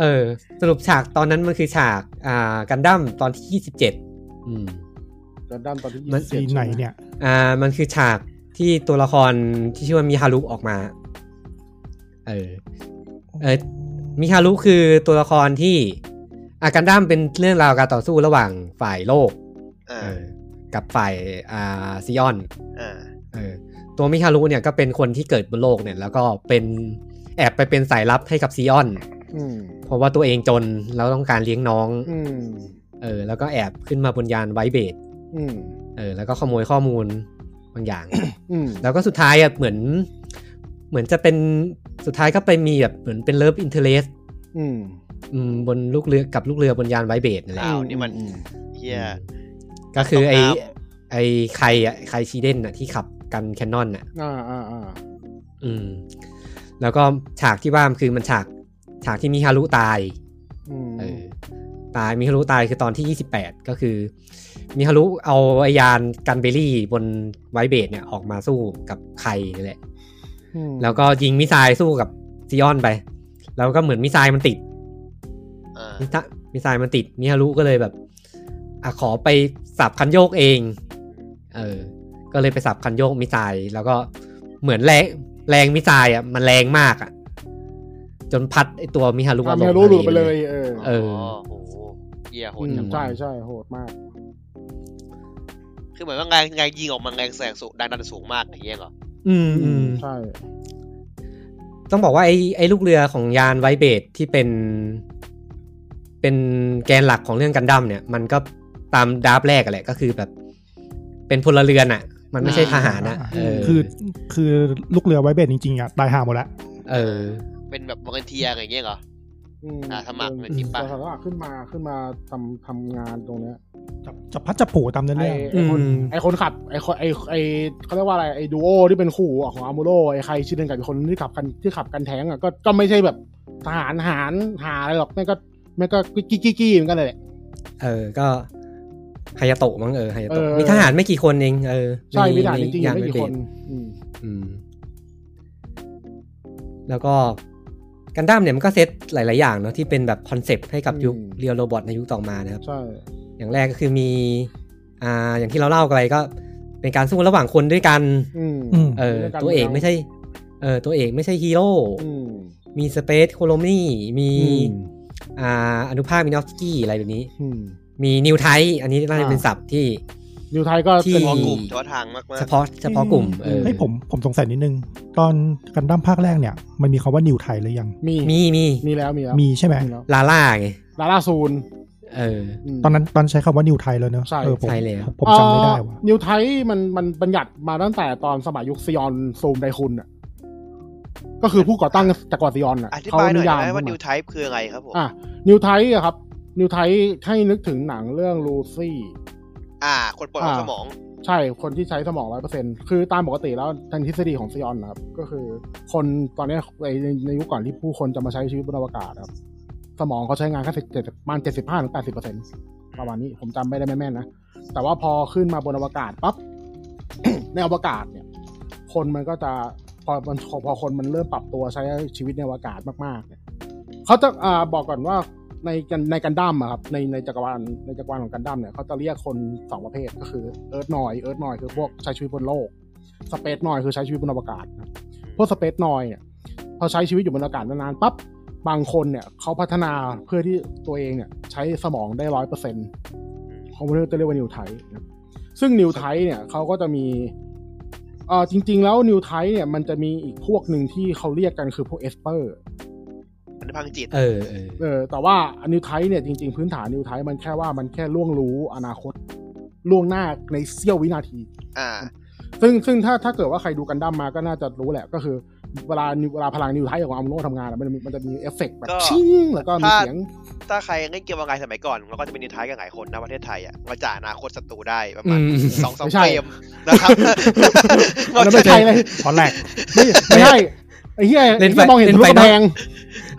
Speaker 1: เออ สรุปฉากตอนนั้นมันคือฉาก อ่า กันดั้มตอนที่ยี่สิบเจ็ดอืม
Speaker 4: แต่ด้านตอนที่
Speaker 1: มัน
Speaker 4: 27
Speaker 3: ซีนไหนเนี่ย
Speaker 1: อ่า มันคือฉากที่ตัวละครที่ชื่อว่ามิฮารุออกมา เออ เออ มิฮารุคือตัวละครที่อากันดั้มเป็นเรื่องราวการต่อสู้ระหว่างฝ่ายโลก
Speaker 2: อ่า
Speaker 1: เออกับฝ่ายอ่าซิออน
Speaker 2: อ่า
Speaker 1: เออตัวมิฮารุเนี่ยก็เป็นคนที่เกิดบนโลกเนี่ย แล้วก็เป็นแอบไปเป็นสายลับให้กับซิออน
Speaker 4: อืม
Speaker 1: เพราะว่าตัวเองจนแล้วต้องการเลี้ยงน้อง
Speaker 4: อืม
Speaker 1: เออแล้วก็แอบขึ้นมาบนยานไวเบด
Speaker 4: อืม
Speaker 1: เออแล้วก็ขโมยข้อมูลบาง (coughs) อย่าง
Speaker 4: อืม
Speaker 1: แล้วก็สุดท้ายอ่ะเหมือน เหมือนจะเป็นสุดท้ายก็ไปมีแบบเหมือนเป็นเลิฟอินเทเลส
Speaker 4: อืม
Speaker 1: อืมบนลูกเรือกับลูกเรือบนยานไวเบดนั่นแหละ
Speaker 2: อ้าวนี่มันเฮีย
Speaker 1: ก็คือไอ
Speaker 2: ตกน้
Speaker 1: ไอใครอะใครชีเดนอะที่ขับกันแคนนอนอะ
Speaker 4: อ่าอ่าอ่า
Speaker 1: อืม แล้วก็ฉากที่ว่ามันคือมันฉาก ฉากที่มีฮารุตาย
Speaker 4: อืม
Speaker 1: เออ ตายมิฮารุตายคือตอนที่ 28 ก็คือมิฮารุเอาไอยานกันเบรี่บนไวท์เบดเนี่ยออกมาสู้กับใครนี่แหละ
Speaker 4: อืม
Speaker 1: แล้วก็ยิงมิสไซล์สู้กับซิออนไป แล้วก็เหมือนมิสไซล์มันติด
Speaker 2: อ่า
Speaker 1: มิซะมิซายมันติดมิฮารุก็เลยแบบอะขอไปสับคันโยกเอง เออ ก็เลยไปสับคันโยกมิซายแล้วก็เหมือนแรงแรงมิซายอ่ะมันแรงมากอ่ะ จนพัดไอตัวมิฮารุ
Speaker 4: ทำ
Speaker 1: ง
Speaker 4: ให้รู้หลุดไปเลย เออ
Speaker 1: เออ
Speaker 2: โอ้โหเยี่ยโห
Speaker 4: อื
Speaker 2: ด
Speaker 4: ม
Speaker 2: จังวะ
Speaker 4: ใช่ใช่โหดมาก
Speaker 2: คือเหมือนว่าไงไงยิงออกมาแรงแสงสูงดังดันสูงมากอย่างเงี้ยเหรอ
Speaker 1: อืมอืม
Speaker 4: ใช่
Speaker 1: ต้องบอกว่าไอไอลูกเรือของยานไวเบตที่เป็น เป็นแกนหลักของเรื่องกันดั้มเนี่ย มันก็ตามดราฟต์แรกอะแหละก็คือแบบ เป็นพลเรือนอ่ะ มันไม่ใช่ทหารอ่ะเ
Speaker 3: คือคือลูกเรือไว้เบนจริงๆอ่ะตายห่าหมดละ
Speaker 1: เออ
Speaker 2: เป็นแบบวอร์เนเทียอะไรอย่างเงี้ยเหรอ
Speaker 4: อืม
Speaker 2: อ่าสมัครเป็น
Speaker 4: ออ
Speaker 2: ทีมปะ
Speaker 4: สมัครขึ้นมาขึ้นมาทำทำงานตรงเนี้ย
Speaker 3: จับจับพัดจับผูตามเนื้อ
Speaker 4: ไอ
Speaker 3: เรื่อง
Speaker 4: ไอ้คน
Speaker 1: อืม
Speaker 4: ไอคนขับไอคนไอไอเขาเรียกว่าอะไรไอดูโอที่เป็นคู่ของอามูโรไอใครชื่อเดินกับอีกคนที่ขับกันที่ขับกันแท้งอ่ะก็ก็ไม่ใช่แบบทหารหารหาอะไรหรอกแม่งก็แม่งก็กี้กี้กี้เหมือนกันเลยแหละ
Speaker 1: เออ ก็ฮายาโตะมั้งเออฮายา
Speaker 4: เอ
Speaker 1: โตะ
Speaker 4: อ
Speaker 1: มีทหารไม่กี่คนเองเออ
Speaker 4: ใช่
Speaker 1: น
Speaker 4: มีทหารจริงๆ
Speaker 1: ใน
Speaker 4: ยังไม่
Speaker 1: ใน
Speaker 4: กี่คน
Speaker 1: เบส
Speaker 4: อืม
Speaker 1: อืม แล้วก็กันดั้มเนี่ยมันก็เซตหลาย ๆ อย่างเนาะที่เป็นแบบคอนเซปต์ให้กับยุคเรียลโรบอทในยุคต่อมานะครับ
Speaker 4: ใช่
Speaker 1: อย่างแรกก็คือมี อ่า อย่างที่เราเล่ากันไปก็ เป็นการสู้ระหว่างคนด้วยกัน
Speaker 4: อืม
Speaker 3: อืม
Speaker 1: เออ
Speaker 4: ด้วยกัน
Speaker 1: ตัวเอกไม่ใช่ เออ ตัวเอกไม่ใช่ฮีโร่
Speaker 4: อืม
Speaker 1: มีสเปซโคโลมี่ มี
Speaker 4: อืม
Speaker 1: อ่า อนุภาคมินอฟสกี้อะไรแบบนี้
Speaker 4: อืม
Speaker 1: มีนิวไทป์อันนี้น่าจะเป็นศัพท์ที่
Speaker 4: นิวไทยก็
Speaker 1: ที่
Speaker 4: เป็น
Speaker 2: เฉพาะกลุ่มเฉพาะทางมากๆ
Speaker 1: เฉพาะเฉพาะกลุ่มเออ
Speaker 3: เฮ้ยผมผมสงสัยนิดนึง ตอนกันดั้มภาคแรกเนี่ย มันมีคาว่านิวไทยหรือยัง
Speaker 4: มี
Speaker 1: มีมี
Speaker 4: มีแล้วมีแล้ว
Speaker 3: มีใช่ไหม
Speaker 4: มีแล้ว
Speaker 1: ลาล่าไง
Speaker 4: ลาล่าซูน
Speaker 1: เออ
Speaker 3: ตอนนั้นตอนใช้คำว่านิวไทยเลยเนอะ
Speaker 4: ใช่
Speaker 3: เออผม
Speaker 1: ใช่แล้ว
Speaker 3: ผมจำไม่ได้
Speaker 4: เอ่
Speaker 3: ว่ะ
Speaker 4: อนิวไทยมันมันบัญญัติมาตั้งแต่ตอนสมัยยุคซิออนซูมไดคุณอ่ะ ก็คือผู้ก่อตั้งจากก่อนซิออนอ่ะ
Speaker 2: อธิบายหน่อยได้ไหม
Speaker 4: เข
Speaker 2: ว่านิวไทป์คืออะไรครับผม
Speaker 4: อ่ะนิวไทยอะครับ นิวไทยให้นึกถึงหนังเรื่องลูซี่
Speaker 2: อ่า คนปลดออกสมอง
Speaker 4: ใช่ คนที่ใช้สมองร้อยเปอร์เซ็นคือตามปกติแล้วทางทฤษฎีของซีออนนะครับ ก็คือคนตอนเนี้ยในในในยุคก่อนที่ผู้คนจะมาใช้ชีวิตบนอวกาศนะครับ สมองเขาใช้งานแค่เจ็ดประมาณเจ็ดสิบห้าถึงแปดสิบเปอร์เซ็นประมาณนี้ผมจำไม่ได้แม่นๆนะ แต่ว่าพอขึ้นมาบนอวกาศปั๊บ (coughs) ในอวกาศเนี่ย คนมันก็จะพอมันพอคนมันเริ่มปรับตัวใช้ชีวิตในอวกาศมากๆเนี่ยเขาจะอ่าบอกก่อนว่าในกันในกันดั้มอะครับในในจักรวาลในจักรวาลของกันดั้มเนี่ยเขาจะเรียกคนสองประเภทก็คือเอิร์ธนอยเอิร์ธนอยคือพวกใช้ชีวิตบนโลกสเปซนอยคือใช้ชีวิตบนอวกาศนะพวกสเปซนอยเนี่ยพอใช้ชีวิตอยู่บนอวกาศนานๆปั๊บบางคนเนี่ยเขาพัฒนาเพื่อที่ตัวเองเนี่ยใช้สมองได้ร้อยเปอร์เซ็นต์เขาเรียกจะเรียกว่านิวไทป์นะครับ ซึ่งนิวไทป์เนี่ยเขาก็จะมีเอ่อจริง ๆ แล้วนิวไทป์เนี่ยมันจะมีอีกพวกหนึ่งที่เขาเรียกกันคือพวกเอสเปอร์
Speaker 2: อนุพังจิต
Speaker 1: เออเออ
Speaker 4: เออแต่ว่านิวไทป์เนี่ยจริง ๆ พื้นฐานนิวไทป์มันแค่ว่ามันแค่ล่วงรู้อนาคต ล่วงหน้าในเสี้ยววินาที
Speaker 2: อ่า
Speaker 4: ซึ่งซึ่งถ้าถ้าเกิดว่าใครดูกันดั้มมาก็น่าจะรู้แหละก็คือ เวลานิวเวลาพลังนิวไทป์ของอัมโนทำงานอะมันจะมีมันจะมีเอฟเฟกต์แบบ
Speaker 2: ก็
Speaker 4: ชิ่งแล้วก็มีเสียง
Speaker 2: ถ้าใครเล่นเกมออนไลน์สมัยก่อนเราก็จะเป็นนิวไทป์กันหลายคนนะประเทศไทยอ่ะเราจ่าอนาคตศัตรูได้ประ
Speaker 1: อื
Speaker 2: มาณ
Speaker 1: ม
Speaker 2: สองสอง
Speaker 4: ไม่ใช่
Speaker 2: เฟรม
Speaker 4: (laughs)
Speaker 2: นะครับ (laughs)
Speaker 4: อันนั้นไม่ใช่เลย
Speaker 3: ตอนแรก
Speaker 4: ไม่ไม่ใช่ไอ้เหี้ยไอ้เหี้ยมองเห็นทะลุกระแพง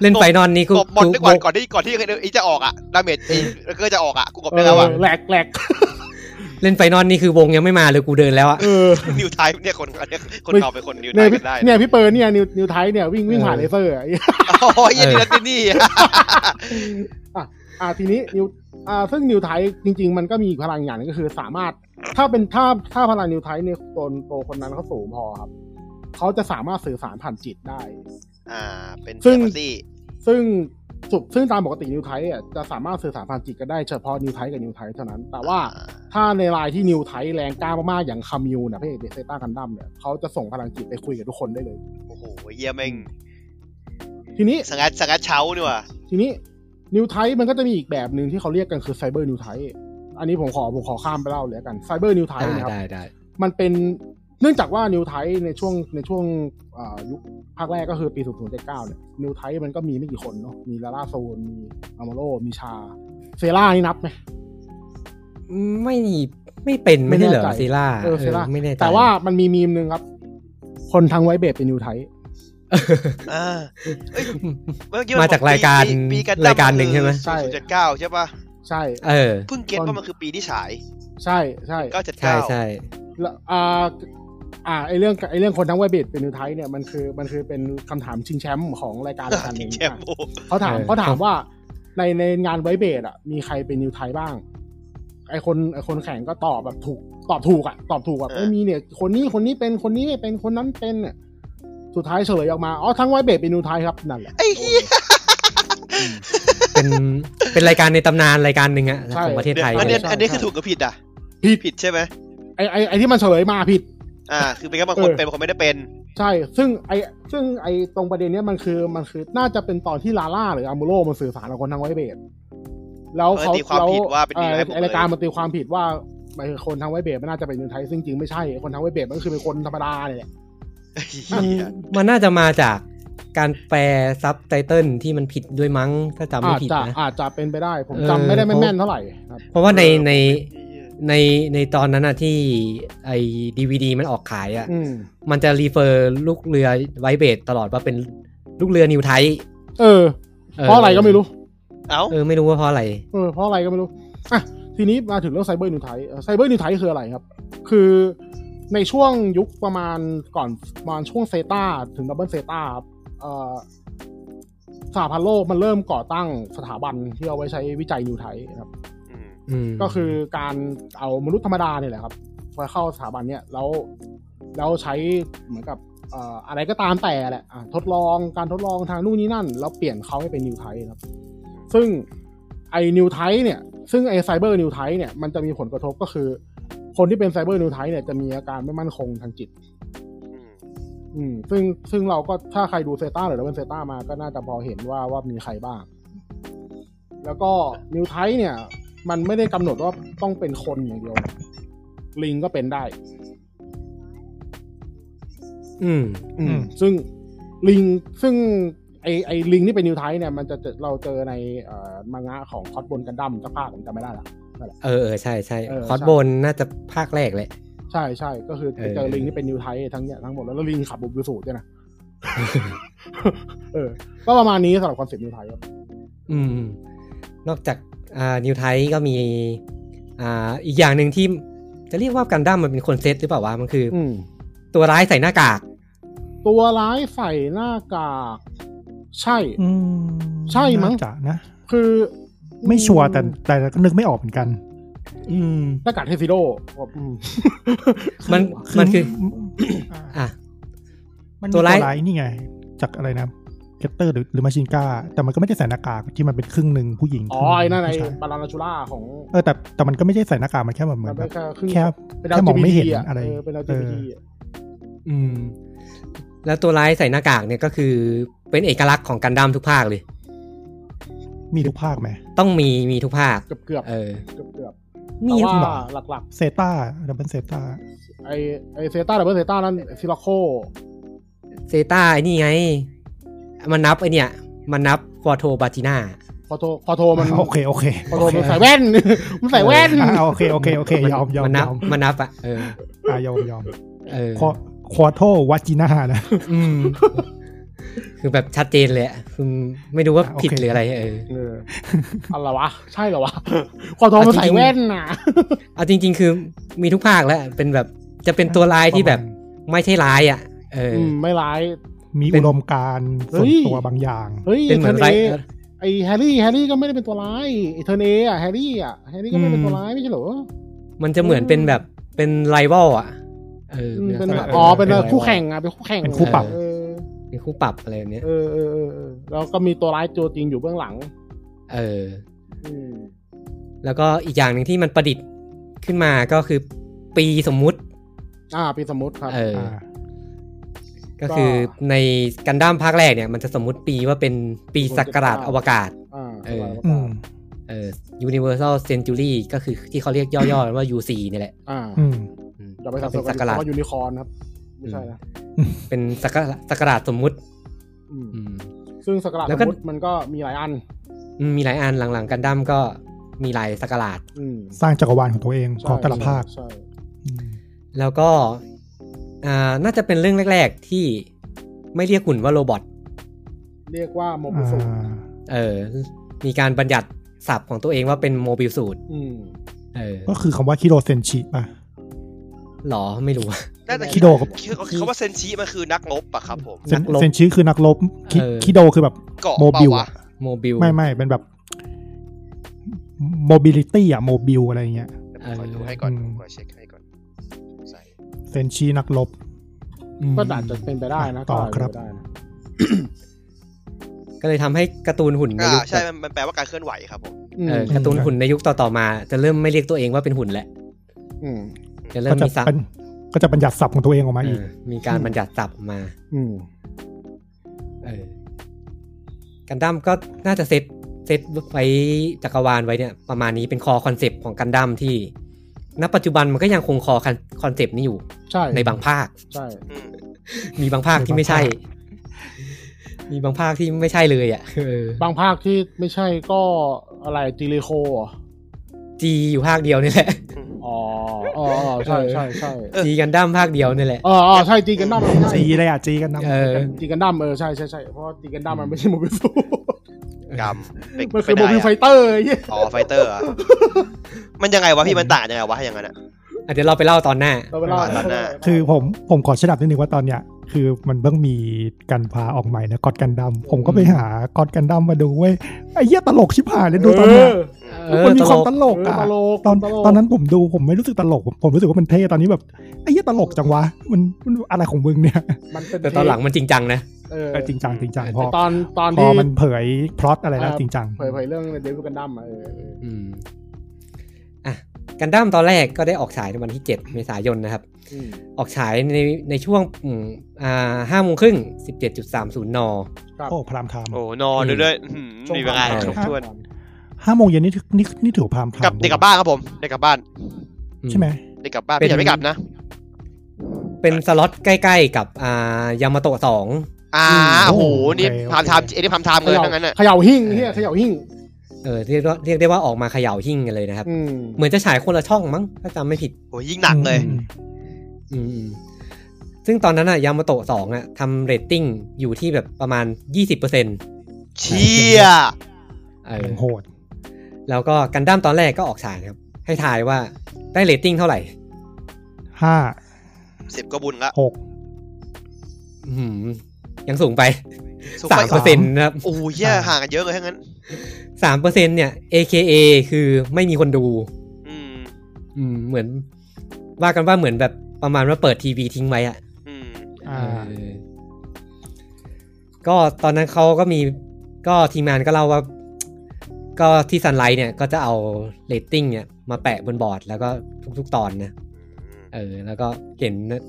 Speaker 1: เล่นไฟนอนนี่กู
Speaker 2: กบหมด
Speaker 1: กู
Speaker 2: ไปก่อนก่อนที่ก่อนที่ไอ้จะออกอ่ะดาเมจแล้วก็จะออกอ่ะกูกบได้แล้วอ่ะ
Speaker 4: เออแหลกแหลก
Speaker 1: เล่นไฟนอนนี่คือวงยังไม่มาเลยกูเดินแล้วอะ
Speaker 4: เออ
Speaker 2: นิวไทป์เนี่ยคนเนี่ยคนเก่าเป็นคนนิวไท
Speaker 4: เนี่ย
Speaker 2: ป์
Speaker 4: พี่
Speaker 2: กันได้
Speaker 4: เนี่ยพี่เปิร์เนี่ยนิวนิวไทยเนี่ยวิ่งวิ่ง
Speaker 1: เออ
Speaker 4: ผ่านเลเซอร์อะไอ้
Speaker 2: โอ้ยยันนี่นั่นนี่อ่ะ
Speaker 4: อ่าทีนี้นิวอ่าซึ่งนิวไทยจริง ๆ มันก็มีอีกพลังอย่างหนึงก็คือสามารถ ถ้าเป็นถ้าถ้าพลังนิวไทยในตนตัวคนนั้นเขาสูงพอครับเขาจะสามารถสื่อสารผ่านจิตได้
Speaker 2: (laughs) อ่า เป็น
Speaker 4: ซึ่ง
Speaker 2: แฟนตาซี
Speaker 4: ซึ่งสุดซึ่งตามปกตินิวไทยอ่ะจะสามารถสื่อสารผ่านจิตกันได้เฉพาะนิวไทยกับนิวไทยเท่านั้น แต่ว่าถ้าในรายที่นิวไทยแรงกล้ามากๆอย่างคามิวนะพระเอกเดซต้ากันดั้มเนี่ยเขาจะส่งพลังจิตไปคุยกับทุกคนได้เลย
Speaker 2: โอ้โหเยี่ยมแม่ง
Speaker 4: ทีนี้
Speaker 2: สังัดสังัดเช้านี่ว่ะ
Speaker 4: ทีนี้นิวไทป์มันก็จะมีอีกแบบหนึ่งที่เขาเรียกกันคือไซเบอร์นิวไทป์อันนี้ผมขอผมขอข้ามไปเล่าเลยละกันไซเบอร์นิวไท
Speaker 1: ได้
Speaker 4: ป์นะครับ
Speaker 1: ได้ได้
Speaker 4: มันเป็นเนื่องจากว่านิวไทป์ในช่วงในช่วงอ่ายุคภาคแรกก็คือปี0079เนี่ยนิวไทป์มันก็มีไม่กี่คนเนาะมีลาล่าโซนมีอามาโรมีชา เซล่านี่นับไหม
Speaker 1: ไม่ไม่เป็นไม่ใช่เหรอ
Speaker 4: ไม่แน่ใจ
Speaker 1: ซีล่า
Speaker 4: เออเซล่า
Speaker 1: ไม่แน่ใจ
Speaker 4: แต่ว่ามันมีมีมหนึ่งครับ คนทางไวเบสเป็นนิวไทป์
Speaker 2: อ่าเอ้ยเอ
Speaker 1: มาจากรายการ
Speaker 2: ปีปี
Speaker 1: รายการหนึ่งใช่ไหม
Speaker 2: ศูนย์จุดเก้าใช่ป่ะ
Speaker 4: ใช่
Speaker 1: เออ
Speaker 2: เพิ่งเก็ตว่ามันคือปีที่ฉาย
Speaker 4: ใช่ใช่
Speaker 2: เก้าเจ็ด
Speaker 1: ใช่
Speaker 2: เก้า
Speaker 1: ใช่
Speaker 4: แล้วอ่าอ่าไอเรื่องไอเรื่องคนทั้งเว็บบิดเป็นนิวไทยเนี่ยมันคือมันคือเป็นคำถามชิงแชมป์ของรายการรายการห
Speaker 2: ทิ้
Speaker 4: นึ่
Speaker 2: ง
Speaker 4: ง
Speaker 2: แชม
Speaker 4: อ่ะ
Speaker 2: พู
Speaker 4: เขาถามเขาถามว่าในในงานไวเบดอ่ะมีใครเป็นนิวไทยบ้าง ไอคนไอคนแข่งก็ตอบแบบถูกตอบถูกอ่ะตอบถูกแบบไม่มีเนี่ยคนนี้คนนี้เป็นคนนี้ไม่เป็นคนนั้นเป็นเนี่ยสุดท้ายเฉลยออกมาอ๋อทั้งไวเบดเป็นนิวไทยครับนั่นแหละ
Speaker 2: ไอ้เหี้ย
Speaker 1: เป็นเป็นรายการในตำนานรายการหนึ่งอะของประเทศ
Speaker 2: เดี๋ย
Speaker 1: ไทยว
Speaker 2: อันเนี้ยอันนี้คือถูกกับผิดอ่ะ
Speaker 4: ผิด
Speaker 2: ผิดใช่ไหม
Speaker 4: ไอไอไอที่มันเฉลยมาผิด
Speaker 2: อ่า คือเป็นแค่บางคน
Speaker 4: เออ
Speaker 2: เป็นบางคนไม่ได้เป็น
Speaker 4: ใช่ ซึ่งไอซึ่งไอตรงประเด็นเนี้ยมันคือมันคือน่าจะเป็นตอนที่ลาล่าหรืออามูโรมันสื่อสารกับคนทางไวเบดแล้ว
Speaker 2: เอ
Speaker 4: เขา
Speaker 2: อตีความผิดว่าเป็น
Speaker 4: อ
Speaker 2: ดี
Speaker 4: อ
Speaker 2: ไว้หมดเลย
Speaker 4: ไอ้รายการมันตีความผิดว่าไอ้คนทางไวเบดมันน่าจะเป็นคนไทยซึ่งจริงไม่ใช่ไอ้คนทางไวเบดมันก็คือเป็นคนธรรมดาเนี่ยแหละ
Speaker 2: ไอ้
Speaker 1: มั
Speaker 2: เหี้
Speaker 1: (laughs) น
Speaker 2: ย
Speaker 1: มันน่าจะมาจากการแปลซับไตเติลที่มันผิดด้วยมั้งถ้าจำไม่
Speaker 4: อาจ
Speaker 1: ผิด
Speaker 4: จะ
Speaker 1: นะ
Speaker 4: อาจจะเป็นไปได้ผม
Speaker 1: เออ
Speaker 4: จำไม่ได้ไม่แม่นเท่าไหร่ครับ
Speaker 1: เพราะว่าในใน
Speaker 2: ไอ้เหี้ย
Speaker 1: ในในตอนนั้นอะที่ไอ้ดีวดีมันออกขายอะ
Speaker 4: อืม
Speaker 1: มันจะรีเฟอร์ลูกเรือไวเบตตลอดว่าเป็นลูกเรือนิวไทย
Speaker 4: เออ เพราะอะไรก็ไม่รู้
Speaker 2: เอ้า
Speaker 1: เออไม่รู้ว่าเพราะอะไร
Speaker 4: เออเพราะอะไรก็ไม่รู้อ่ะทีนี้มาถึงเรื่องไซเบอร์นิวไทยไซเบอร์นิวไทยคืออะไรครับ คือในช่วงยุคประมาณก่อนประมาณช่วงเซตาถึงดับเบิลเซตาครับเอ่อสหพันธ์โลกมันเริ่มก่อตั้งสถาบันที่เอาไว้ใช้วิจัยนิวไทยครับ
Speaker 2: อืม
Speaker 1: อืม
Speaker 4: ก็คือการเอามนุษย์ธรรมดาเนี่ยแหละครับมาเข้าสถาบันเนี่ยแล้วแล้วใช้เหมือนกับเอ่ออะไรก็ตามแต่แหละอ่ะทดลองการทดลองทางนู่นนี่นั่น แล้วเปลี่ยนเขาให้เป็นนิวไทครับ ซึ่งไอ้นิวไทเนี่ย ซึ่งไอ้ไซเบอร์นิวไทเนี่ยมันจะมีผลกระทบก็คือ คนที่เป็นไซเบอร์นิวไทเนี่ยจะมีอาการไม่มั่นคงทางจิต
Speaker 2: อืม
Speaker 4: อืมซึ่งซึ่งเราก็ถ้าใครดูเซตาหรือเราเป็นเซตามาก็น่าจะพอเห็นว่าว่ามีใครบ้าง แล้วก็นิวไทป์เนี่ย มันไม่ได้กำหนดว่าต้องเป็นคนอย่างเดียว ลิงก็เป็นได้
Speaker 1: อืม
Speaker 4: อื
Speaker 3: อื
Speaker 4: ม
Speaker 3: ม
Speaker 4: ซึ่งลิงซึ่งไอไอลิงที่เป็นนิวไทป์เนี่ยมันจะเจอเราเจอในเอ่อมังงะของคอสบนกันดั้มสักภาคผมจำไม่ได้ละ
Speaker 1: เออเออใช่ใช่
Speaker 4: เออ
Speaker 1: คอร์ส
Speaker 4: ใช่
Speaker 1: โบนน่าจะภาคแรกเลย
Speaker 4: ใช่ใช่ก็คือไปเจอ
Speaker 1: เออ
Speaker 4: ลิงที่เป็นนิวไทป์ทั้งเนี่ยทั้งหมดแล้วแล้วลิงขับบุบยูสูด้วยนะ (laughs) เออ ก็ประมาณนี้สำหรับคอนเซ็ปต์นิวไทป์ครับ
Speaker 1: อืม นอกจากอ่านิวไทก็มี อ่า อีกอย่างหนึ่งที่จะเรียกว่ากันดั้มมันเป็นคนเซตหรือเปล่าวะมันคืออ
Speaker 4: อืม
Speaker 1: ตัวร้ายใส่หน้ากาก
Speaker 4: ตัวร้ายใส่หน้ากากใช่
Speaker 3: อืม
Speaker 4: ใช่มั้ง
Speaker 3: น่าจะนะ
Speaker 4: คือ
Speaker 3: ไม่ชัวร์แต่แต่ก็นึกไม่ออกเหมือนกัน
Speaker 1: อืม
Speaker 4: หน้ากากเทซิโดอืม
Speaker 1: มันมันคือ อ่ะ
Speaker 3: มันมี
Speaker 1: ตั
Speaker 3: ตัว ว
Speaker 1: ร้าย
Speaker 3: ร้ายนี่ไง จากอะไรนะเกตเตอร์หรือหรือมาชินก้า แต่มันก็ไม่ได้ใส่หน้ากากที่มันเป็นครึ่งหนึ่งผู้หญิง
Speaker 4: อ๋อไอ้นั่นไอ้
Speaker 3: ผู้ชาย
Speaker 4: บาลานาชูล่าของ
Speaker 3: เออแต่แต่มันก็ไม่ใช่ใส่หน้ากากมันแค่แบบเหมื
Speaker 4: มั
Speaker 3: อน น
Speaker 4: เป็
Speaker 3: แบบ
Speaker 4: นแค่ครึ่ง
Speaker 3: แค่
Speaker 4: เป็น
Speaker 3: แค่มอง
Speaker 4: LGBT
Speaker 3: ไม่เห็น
Speaker 4: อ่ะ
Speaker 3: อะไร
Speaker 4: เออเป็น
Speaker 3: เอ
Speaker 4: LGBT
Speaker 3: อ
Speaker 4: อ่ะ
Speaker 1: อืม แล้วตัวร้ายใส่หน้ากากเนี่ยก็คือเป็นเอกลักษณ์ของกันดั้มทุกภาคเลย
Speaker 3: มีทุกภาคไหม
Speaker 1: ต้องมีมีทุกภาค
Speaker 4: เกือบเกือบ
Speaker 1: เออ
Speaker 4: เกือบเกือบ
Speaker 3: มี
Speaker 4: แต่ว่า
Speaker 3: หรอ
Speaker 4: หลัก
Speaker 3: เซตาดับเบิลเซตา
Speaker 4: ๆ ไอ้ไอ้เซตาดับเบิลเซตานั้นซิลโค
Speaker 1: เซตาไอ้นี่ไง มันนับไอเนี่ย มันนับฟอโทบาจิน่า
Speaker 4: พอโทพอโทมัน
Speaker 3: โอเค โอเค
Speaker 4: พอโทมันใส่แว่น (laughs) มันใส่แว่น
Speaker 3: อ่ะโอเค โอเค โอเค ยอมยอม
Speaker 1: มัน
Speaker 3: ย
Speaker 1: นับ
Speaker 3: อม
Speaker 1: มันนับอะเออ
Speaker 3: อ่ะยอมยอม
Speaker 1: เออ
Speaker 3: ควอควอโทวัจิน่านะ
Speaker 1: อืม คือแบบชัดเจนเลยอะคือไม่รู้ว่า
Speaker 3: อ่ะโอเค
Speaker 1: ผิดหรืออะไร เออ
Speaker 4: เอออะไรวะ ใช่เหรอวะพอโทมันใส่แว่นน่ะ
Speaker 1: เอาจริง ๆ คือมีทุกภาคแล้ว เป็นแบบจะเป็นตัวร้ายที่แบบไม่ใช่ร้ายอ่ะ เออ
Speaker 4: มไม่ร้าย
Speaker 3: มี
Speaker 1: เป็
Speaker 3: อุ
Speaker 1: น
Speaker 3: ดมการณ์ส่วน
Speaker 4: เฮ้ย
Speaker 3: ตัวบางอย่าง
Speaker 4: เฮ้ย
Speaker 1: เป็นเหมือน
Speaker 4: ทะล
Speaker 1: ไราย
Speaker 4: ไอแฮร์รี่แฮร์รี่ก็ไม่ได้เป็นตัวร้ายไอเทอร์เนอะแฮร์รี่อะแฮร์รี่ก็ไม่ได้เป็นตัวร้ายไม่ใช่เหรอ
Speaker 1: มันจะเหมือนเป็นแบบเป็นไรวอลอ่ะ เออ
Speaker 4: อืมเป็น
Speaker 1: ลักษ
Speaker 4: แบบ
Speaker 1: ณะ
Speaker 4: อ๋อเป็น
Speaker 1: แบบ
Speaker 4: คู่แข่งอะเป็นคู่แข่ง
Speaker 3: เป็นคู่ปรับ
Speaker 4: เออ
Speaker 1: เป็นคู่ปรับอะไรแบบเนี้ย
Speaker 4: เออเออเออเออแล้วก็มีตัวร้ายตัวจริงอยู่เบื้องหลัง
Speaker 1: เออ
Speaker 4: อืม
Speaker 1: แล้วก็อีกอย่างหนึ่งที่มันประดิษฐ์ขึ้นมาก็คือปีสมมุติ
Speaker 4: อ่าเป็นสมมติครับ
Speaker 1: เออ
Speaker 3: อ่า
Speaker 1: ก็คือในกันดั้มภาคแรกเนี่ย มันจะสมมุติปีว่าเป็นปีศักราชอวกาศ
Speaker 4: อ่า
Speaker 1: เออ
Speaker 3: อืม
Speaker 1: เออ Universal Century ก็คือที่เขาเรียกย่อๆ ว่า UC เนี่ยแหละ
Speaker 4: อ่า
Speaker 3: อืม
Speaker 1: อืม
Speaker 4: อย่าไปสับส
Speaker 1: เป็น
Speaker 4: นกั
Speaker 1: ศั
Speaker 4: บ
Speaker 1: กราช
Speaker 4: คำว่ายูนิคอร์นครับ ไม่ใช่นะ
Speaker 1: เป็นศักราชศักราชสมมุติ
Speaker 4: อืม
Speaker 1: อืม
Speaker 4: ซึ่งสักการะ
Speaker 1: แล้
Speaker 4: ส
Speaker 1: วก็
Speaker 4: มมติมันก็มีหลายอัน
Speaker 1: อืมมีหลายอันหลังๆกันดั้มก็มีหลายศักราช
Speaker 4: อืม
Speaker 3: สร้างจักรวาลของตัวเอง
Speaker 4: ใช่
Speaker 3: ของแต่ละภาค
Speaker 4: ใช่ใช่
Speaker 3: อืม
Speaker 1: แล้วก็อ่าน่าจะเป็นเรื่องแรก ๆ ที่ไม่เรียกหุ่นว่าโรบอท
Speaker 4: เรียกว่าโม
Speaker 3: อ่
Speaker 4: บุสุ
Speaker 3: า
Speaker 1: เออ มีการบัญญัติ ศัพท์ของตัวเองว่าเป็นโมบิลสูตร
Speaker 4: อืม
Speaker 1: เออ
Speaker 3: ก็คือคำว่าคิโรเซนชิป่ะ
Speaker 1: หรอไม่รู้อะ
Speaker 2: น่าจะ
Speaker 3: คิโดครับ
Speaker 2: คิเขาว่าเซนชิมันคือนักงบอะครับผม
Speaker 3: เซ
Speaker 1: นั
Speaker 3: น
Speaker 1: กรบ
Speaker 3: เซนชิคือนักรบคิ
Speaker 1: เออ
Speaker 3: คิโดคือแบบ
Speaker 2: เกาะ
Speaker 3: โมบิล
Speaker 2: เปล่าวะ
Speaker 3: อะ
Speaker 1: โมบิล
Speaker 3: ไม่ไม่เป็นแบบโมบิลิตี้อะโมบิลอะไรอย่างเงี้ย
Speaker 2: เดี๋ยวผมขอดูให้ก่อน
Speaker 3: เออ
Speaker 2: ผมขอเช็คให้ก่อนใส่
Speaker 3: เซนชินักรบ
Speaker 4: ก็อาจจะเป็นไปได้นะ
Speaker 3: ต่อ
Speaker 4: ก็าจ
Speaker 3: ครับ
Speaker 4: จะเป็นไปได้นะก็
Speaker 1: ก็เลยทำให้การ์ตูนหุ่นใน
Speaker 2: อ่า
Speaker 1: ยุค
Speaker 2: ใช่มันมันแปลว่าการเคลื่อนไหวครับผม
Speaker 4: อืม
Speaker 1: เออการ์ตูนหุ่นในยุคต่อๆมา จะเริ่มไม่เรียกตัวเองว่าเป็นหุ่นแล้ว
Speaker 4: อืม
Speaker 1: จะเริ่
Speaker 3: ก็
Speaker 1: ม
Speaker 3: จะ
Speaker 1: มีศัพ
Speaker 3: เป็น
Speaker 1: ท์
Speaker 3: ก็จะบัญญัติศัพท์ของตัวเองออกมา
Speaker 1: เอ
Speaker 3: อีก
Speaker 1: อมีการบัญญัติศัพท์ออกมา
Speaker 4: อืม
Speaker 1: เออกันดั้มก็น่าจะเซตเซตไว้จักรวาลไว้เนี่ย ประมาณนี้เป็นคอคอนเซปต์ของกันดั้มที่ณปัจจุบันมันก็ยังคงคอคอนเซปต์นี้อยู่
Speaker 4: ใช่
Speaker 1: ในบางภาค
Speaker 4: ใช่
Speaker 2: อืม
Speaker 1: มีบางภาคที่ไม่ใช่ มีบางภาคที่ไม่ใช่เลยอ่ะเออบ
Speaker 4: างภาคที่ไม่ใช่ก็อะไรจิลิโคเหรอ
Speaker 1: จีอยู่ภาคเดียวนี่แหละ
Speaker 2: อืม
Speaker 4: อ๋ออ๋ออ๋อใช่ใช่ใช่
Speaker 2: เออ
Speaker 1: จีกันดั้มภาคเดียวนี่แหละ
Speaker 4: อ๋ออ๋อใช่จีกันดั้มมันไม่ใช่
Speaker 3: จีเลยอ่ะจีกันนะ
Speaker 1: เออ
Speaker 4: จีกันดั้มเออใช่ใช่ใช่เพราะจีกันดั้มมันไม่ใช่โมบิลสู
Speaker 2: กำเป็
Speaker 4: มันคือ
Speaker 2: เป็
Speaker 4: โม
Speaker 2: นะร
Speaker 4: บิล
Speaker 2: อะ
Speaker 4: ไฟเตอร์ไอ้เหี้ย
Speaker 2: อ๋อไฟเตอร์เหรอมันยังไงวะพี่มันต่างยังไงวะอย่างนั้นอะ
Speaker 1: อ่ะเดี๋ยวเราไปเล่าตอนหน้า
Speaker 4: เราไปเล่า
Speaker 2: ตอนหน้า
Speaker 3: คือผมผมขอชะดับนิดนึงว่าตอนเนี้ยคือมันเพิ่งมีกันพาออกใหม่นะกอดกันดัมผมก็ไปหากอดกันดัมมาดูเว้ยไอ้เหี้ยตลกชิบหายเลยดูตอนเนี้ย
Speaker 4: เออ
Speaker 1: เออ
Speaker 3: มันมีความ
Speaker 1: ต
Speaker 3: ต
Speaker 1: ลก
Speaker 3: ลกอ่ะ
Speaker 4: เออตลก
Speaker 3: ตอน
Speaker 4: ตลก
Speaker 3: ตอนนั้นผมดูผมไม่รู้สึกตลกผมผมรู้สึกว่ามันเท่ตอนนี้แบบไอ้เหี้ยตลกจังวะมันมันอะไรของมึงเนี่ย
Speaker 4: มันเป็น
Speaker 1: แต่ตอนหลังมันจริงจังนะ
Speaker 4: เออ
Speaker 3: เออจริงจังจริงจังพอ
Speaker 4: แต่ตอนตอน
Speaker 3: พอ
Speaker 4: ที่
Speaker 3: มันเผยพล็อตอะไรแล้ว
Speaker 4: อ่า
Speaker 3: จริงจัง
Speaker 4: เผยเผยเรื่องเดวิดกันดั้มอะเออเออ
Speaker 1: อืมอ่ะกันดั้มตอนแรกก็ได้ออกฉายในวันที่ 7 เมษายนนะครับ
Speaker 4: อืม
Speaker 1: ออกฉายในในช่วงอืมอ่าห้าโมงครึ่งสิบเจ็ดจุดสามศูนย์น
Speaker 4: ครับ
Speaker 3: โอ้พรามไทม์
Speaker 2: โอ้นอนด้วยด้วยอื้อหือมีเวลา
Speaker 1: ช่วง
Speaker 2: ครบถ้วน
Speaker 3: ห้าโมงเย็นนี่ถือนี่นี่ถือพรามไทม์
Speaker 2: กลับเด็กกลับบ้านครับผมเด็กกลับบ้าน
Speaker 3: ใช่ไหม
Speaker 2: เด็กกลับบ้าน
Speaker 1: เป็น
Speaker 2: พี่อย่าไม่กลับนะ
Speaker 1: เป็นสล็อตใกล้ๆกับอ่ายามาโตะสอง
Speaker 2: อ่าโอ้โหนี่
Speaker 3: โอเค
Speaker 2: พามทามเอ็นนี่พามทาม
Speaker 4: เข
Speaker 2: เลย
Speaker 4: ย่า
Speaker 2: ทั้งนั้นอะ
Speaker 4: เขย่าหิ้งเฮีย
Speaker 1: เออ
Speaker 4: เขย่าหิ้ง
Speaker 1: เออเรียกว่าเรียกได้ว่าออกมาเขย่าหิ่งกันเลยนะครับ
Speaker 4: อืม
Speaker 1: เหมือนจะฉายคนละช่องมั้งถ้าจำไม่ผิด
Speaker 2: โอ้ยยิ่งหนักเลย
Speaker 3: อืม
Speaker 1: อืมอืมซึ่งตอนนั้นอะยามาโตะสองอะทำเรตติ้งอยู่ที่แบบประมาณยี่สิบเปอร์เซ็นต์
Speaker 2: เชี่ย
Speaker 1: เออ
Speaker 3: ยังโหด
Speaker 1: แล้วก็กันดั้มตอนแรกก็ออกฉายนะครับ ให้ทายว่าได้เรตติ้งเท่าไหร่
Speaker 3: ห้า
Speaker 2: สิบก็บุญละ
Speaker 3: หก
Speaker 1: อื้อหือยังสูงไป
Speaker 2: สุด
Speaker 1: สาม
Speaker 2: ไป
Speaker 1: เปอร์เซ็นต์นะครับ
Speaker 2: โอ้ยเหี้ยห่างกันเยอะเลยทั้งนั้น
Speaker 1: สามเปอร์เซ็นต์เนี่ย AKA คือไม่มีคนดู
Speaker 2: อืม
Speaker 1: อืมเหมือน ว่ากันว่าเหมือนแบบประมาณว่าเปิดทีวีทิ้งไว้อะ
Speaker 2: อืม
Speaker 3: อ่า
Speaker 1: เออก็ตอนนั้นเขาก็มีก็ทีมงานก็เล่าว่า ก็ที่ซันไลท์เนี่ยก็จะเอาเรตติ้งเนี่ยมาแปะบนบอร์ด แล้วก็ทุกๆตอนนะ เออแล้วก็เห็นนะ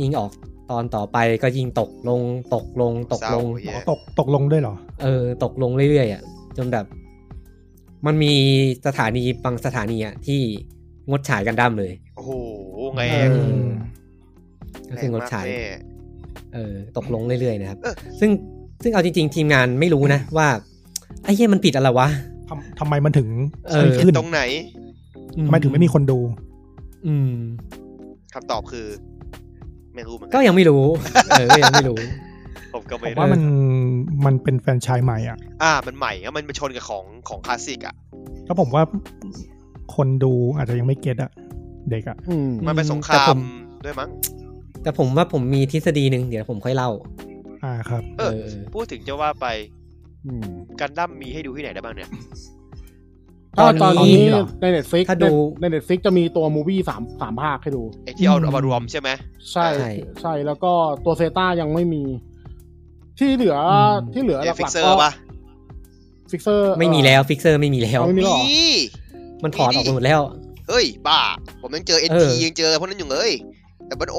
Speaker 1: ยิ่งออกตอนต่อไปก็ยิ่งตกลงตกลงตก
Speaker 2: เศร้า
Speaker 1: ลง
Speaker 2: เหี้ย
Speaker 3: ตกตกลงด้วยเหรอ
Speaker 1: เออ ตกลงเรื่อยๆอ่ะจนแบบ มันมีสถานีบางสถานีอ่ะที่งดฉายกันดั้มเลย
Speaker 2: โอ้โหไง
Speaker 1: เอ
Speaker 3: เออ
Speaker 1: ก็คืองดฉาย
Speaker 2: แรงมกแน่
Speaker 1: เออตกลงเรื่อยๆนะครับ ซึ่งซึ่งเอาจริงๆ ทีมงานไม่รู้นะว่าไอ้เหี้ยมันผิดอะไรวะ
Speaker 3: ทำทำไมมันถึง
Speaker 1: เออ
Speaker 3: ไม่ขึ้น
Speaker 2: ตรงไหน
Speaker 3: ทำไมถึงไม่มีคนดู
Speaker 1: อืม
Speaker 2: คำตอบคือ ไม่รู้เหมือนกั
Speaker 1: ก็ยังไม่รู้ (laughs) เออก็ยังไม่รู้
Speaker 2: ผมก็
Speaker 3: ผ
Speaker 2: ไม่
Speaker 3: ม
Speaker 2: รู้
Speaker 3: ว่ามันมันเป็นแฟรนไชายใหม่อ่ะ
Speaker 2: อ่า มันใหม่แล้วมันมาชนกับของของคลาสสิกอ่ะ
Speaker 3: ก็ผมว่าคนดูอาจจะยังไม่เก็ตอ่ะ เด็กอ่ะ
Speaker 4: อืม
Speaker 2: มันเป็นสงค
Speaker 1: แต่
Speaker 2: ราม
Speaker 1: ผม
Speaker 2: ด้วยมั้ง
Speaker 1: แต่ผมว่าผมมีทฤษฎีหนึ่งเดี๋ยวผมค่อยเล่า
Speaker 3: อ่าครับ
Speaker 2: เออ
Speaker 1: เออ
Speaker 2: พูดถึงจะว่าไป
Speaker 4: อืม
Speaker 2: กันดั้มมีให้ดูที่ไหนได้บ้างเนี่ย
Speaker 4: ก็ตอน
Speaker 3: ตอน
Speaker 4: นี้
Speaker 3: นี้เหรอ
Speaker 4: ในเน็ตฟิก
Speaker 1: ถ้าดู
Speaker 4: ในเน็ตฟิกจะมีตัวมูวี่สามสามภาคให้ดู
Speaker 2: ไอที่เอา
Speaker 3: อืม
Speaker 2: เอามารวมใช่ไหม
Speaker 4: ใช่
Speaker 1: ใช่
Speaker 4: ใช่แล้วก็ตัวเซต้ายังไม่มี ที่เหลืออ
Speaker 3: ม
Speaker 4: ที่เหลือห
Speaker 2: เดี๋ยวฟิ
Speaker 4: ลั
Speaker 2: ก
Speaker 4: ก
Speaker 2: เซอ
Speaker 4: ๆ
Speaker 2: ร์
Speaker 4: ก็
Speaker 2: ปะ
Speaker 4: ฟิกเซอร์
Speaker 1: ไม่มีแล้วฟิกเซอร์ไม่มีแล้ว
Speaker 4: เอาไม่มี
Speaker 2: มี
Speaker 4: หรอ
Speaker 1: มันถอดออกมาหมดแล้ว
Speaker 2: เฮ้ย บ้า ผมยังเจอเอ็น
Speaker 1: เอ
Speaker 2: ที
Speaker 1: อ
Speaker 2: ยังเจอพวกนั้นอยู่เลยแต่บันโอ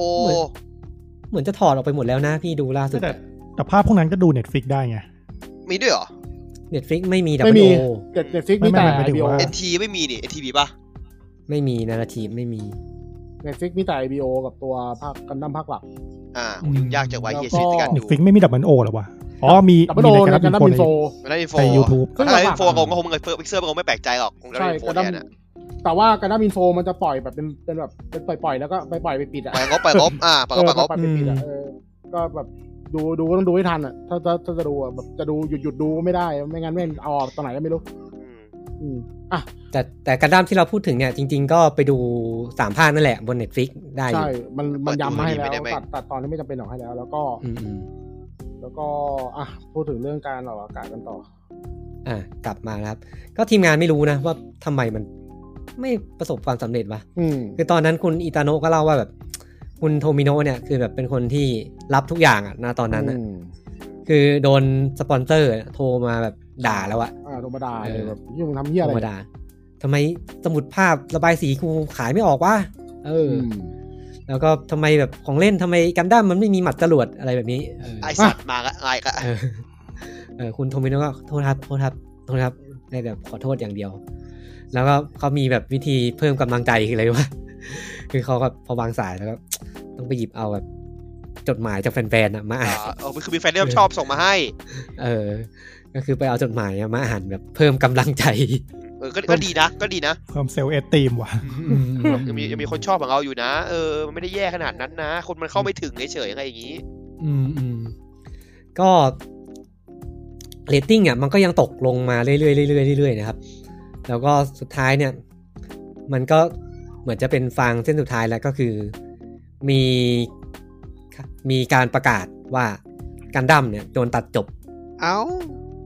Speaker 1: เหมือน เหมือนจะถอดออกไปหมดแล้วนะพี่ดูล่าสุด
Speaker 3: แต่แต่ภาพพวกนั้นก็ดูเน็ตฟิกได้ไง
Speaker 2: มีด้วยเหรอ
Speaker 1: เน็ตฟลิกไม่มีดับ
Speaker 4: ไม่
Speaker 1: เบิล
Speaker 4: มี
Speaker 1: โอ
Speaker 4: เน็ตฟิก
Speaker 3: ไม่
Speaker 4: มี
Speaker 3: ไม่
Speaker 4: แต่
Speaker 3: ไม่ไม่
Speaker 4: ไอ
Speaker 3: ถึง
Speaker 4: บีโอ
Speaker 3: ว่า
Speaker 2: เอ็นทีไม่มีนี่เอ็นทีมีปะ
Speaker 1: ไม่มีนาราทีฟไม่มี
Speaker 4: เน็ตฟิกมีแต่ไอบีโอกับตัวภาคกันดั้มภาคหลัก
Speaker 2: อ่า
Speaker 3: อืม
Speaker 2: ยุ่งยากจังวะเฮีย
Speaker 4: แล้วก็
Speaker 2: ชีวิตในการ
Speaker 3: เน็ต
Speaker 2: ดู
Speaker 3: ฟิกไม่มีดับเบิลโอหรอวะ อ๋อ มี
Speaker 4: ดับเบิล
Speaker 3: มี
Speaker 4: โอ
Speaker 3: ใน
Speaker 4: ใน
Speaker 3: กา
Speaker 4: การ ร
Speaker 3: ดั
Speaker 4: ดั
Speaker 3: บ
Speaker 4: ม
Speaker 3: เบิ
Speaker 4: บิ
Speaker 3: ล
Speaker 4: น
Speaker 3: โฟ
Speaker 4: โฟ
Speaker 2: มันได้อินโฟ
Speaker 3: ใน YouTube
Speaker 2: ก็ได้อินโฟค
Speaker 4: ก็ลำบาก
Speaker 2: งก็คงเลยฟิกเซอร์มันคงไม่แปลกใจหรอกคงได้
Speaker 4: ใช่
Speaker 2: อินโฟ
Speaker 4: กระดั
Speaker 2: แน่
Speaker 4: ม
Speaker 2: น่ะ
Speaker 4: แต่ว่าการดัมบินโฟมันจะปล่อยแบบเป็นเป็นแบบเป็นปล่อยๆแล้วก็ไปปล่อยไปปิดอ่ะ
Speaker 2: ปล่อยงบปล่อยงบอ่าปล่อย
Speaker 4: เอง
Speaker 2: บป
Speaker 4: อ (laughs)
Speaker 2: ล่อยงบ
Speaker 4: ปล่อยไปปิดอ่ะเออก็แบบดูดูก็ต้องดูให้ทันอ่ะถ้าถ้าถ้าจะดูอะแบบจะดูหยุดหยุดดูไม่ได้ ไม่งั้นแม่งเอาออกตอนไหนก็ไม่รู้
Speaker 2: อืม
Speaker 4: อืมอ่ะ
Speaker 1: แต่แต่การดั้มที่เราพูดถึงเนี่ยจริง ๆ ก็ไปดูสามภาคนั่นแหละบน Netflix ได้อยู่
Speaker 4: ใช่ มันมันย้ำมาให้แล้ว
Speaker 2: ไม่ได้ไม่
Speaker 4: ตัดตัดตอนที่ไม่จำเป็นออกให้แล้ว แล้วก็
Speaker 1: อืมอืม
Speaker 4: แล้วก็ อ่ะ พูดถึงเรื่องการออกอากาศกันต่อ
Speaker 1: อ่ะกลับมานะครับ ก็ทีมงานไม่รู้นะว่าทำไมมันไม่ประสบความสำเร็จวะ
Speaker 4: อืม
Speaker 1: คือตอนนั้นคุณอิตาโนะก็เล่าว่าแบบ คุณโทมิโนะเนี่ยคือแบบเป็นคนที่รับทุกอย่างอะนะตอนนั้นอะ
Speaker 4: อืม
Speaker 1: คือโดนสปอนเซอร์โทรมาแบบด่าแล้วอะ
Speaker 4: อ่าธรรมดา
Speaker 1: เอ
Speaker 4: เล
Speaker 1: อ
Speaker 4: ยแบบยุ่งทำเหี้ยอะ
Speaker 1: ธ
Speaker 4: ไร
Speaker 1: รรมดาทำไมสมุดภาพระบายสีกูขายไม่ออกวะเอออ
Speaker 4: ม
Speaker 1: แล้วก็ทำไมแบบของเล่นทำไมกันดั้มมันไม่มีหมัดจรวดอะไรแบบนี้เออ
Speaker 2: ไอสัตว์มาละไงก็
Speaker 1: เออเออคุณโทมิโนะก็โทษครับโทษครับโทษครับในแบบขอโทษอย่างเดียว แล้วก็เขามีแบบวิธีเพิ่มกำลังใจคืออะไรวะ (laughs) คือเขาก็พอวางสายแล้วก็ต้องไปหยิบเอาแบบจดหมายจากแฟนๆอะมาอ่าน
Speaker 2: อ่าเออคือมีแฟนที่ชอบส่งมาให้
Speaker 1: เออ ก็คือไปเอาจดหมายอะมาอ่านแบบเพิ่มกำลังใจ
Speaker 2: เออก็ก็ดีนะก็ดีนะ
Speaker 3: ความเซลล์เอตีมว่ะ
Speaker 2: ยังมียังมีคนชอบของเราอยู่นะ เออ มันไม่ได้แย่ขนาดนั้นนะ คนมันเข้าไม่ถึงเฉยๆอะไรอย่างนี้
Speaker 1: อืมอืมก็เรตติ้งอ่ะมันก็ยังตกลงมาเรื่อยๆเรื่อยๆเรื่อยๆนะครับ แล้วก็สุดท้ายเนี่ย มันก็เหมือนจะเป็นฟางเส้นสุดท้ายแล้วก็คือมีมีการประกาศว่าการดั้มเนี่ยโดนตัดจบ
Speaker 2: เอ้า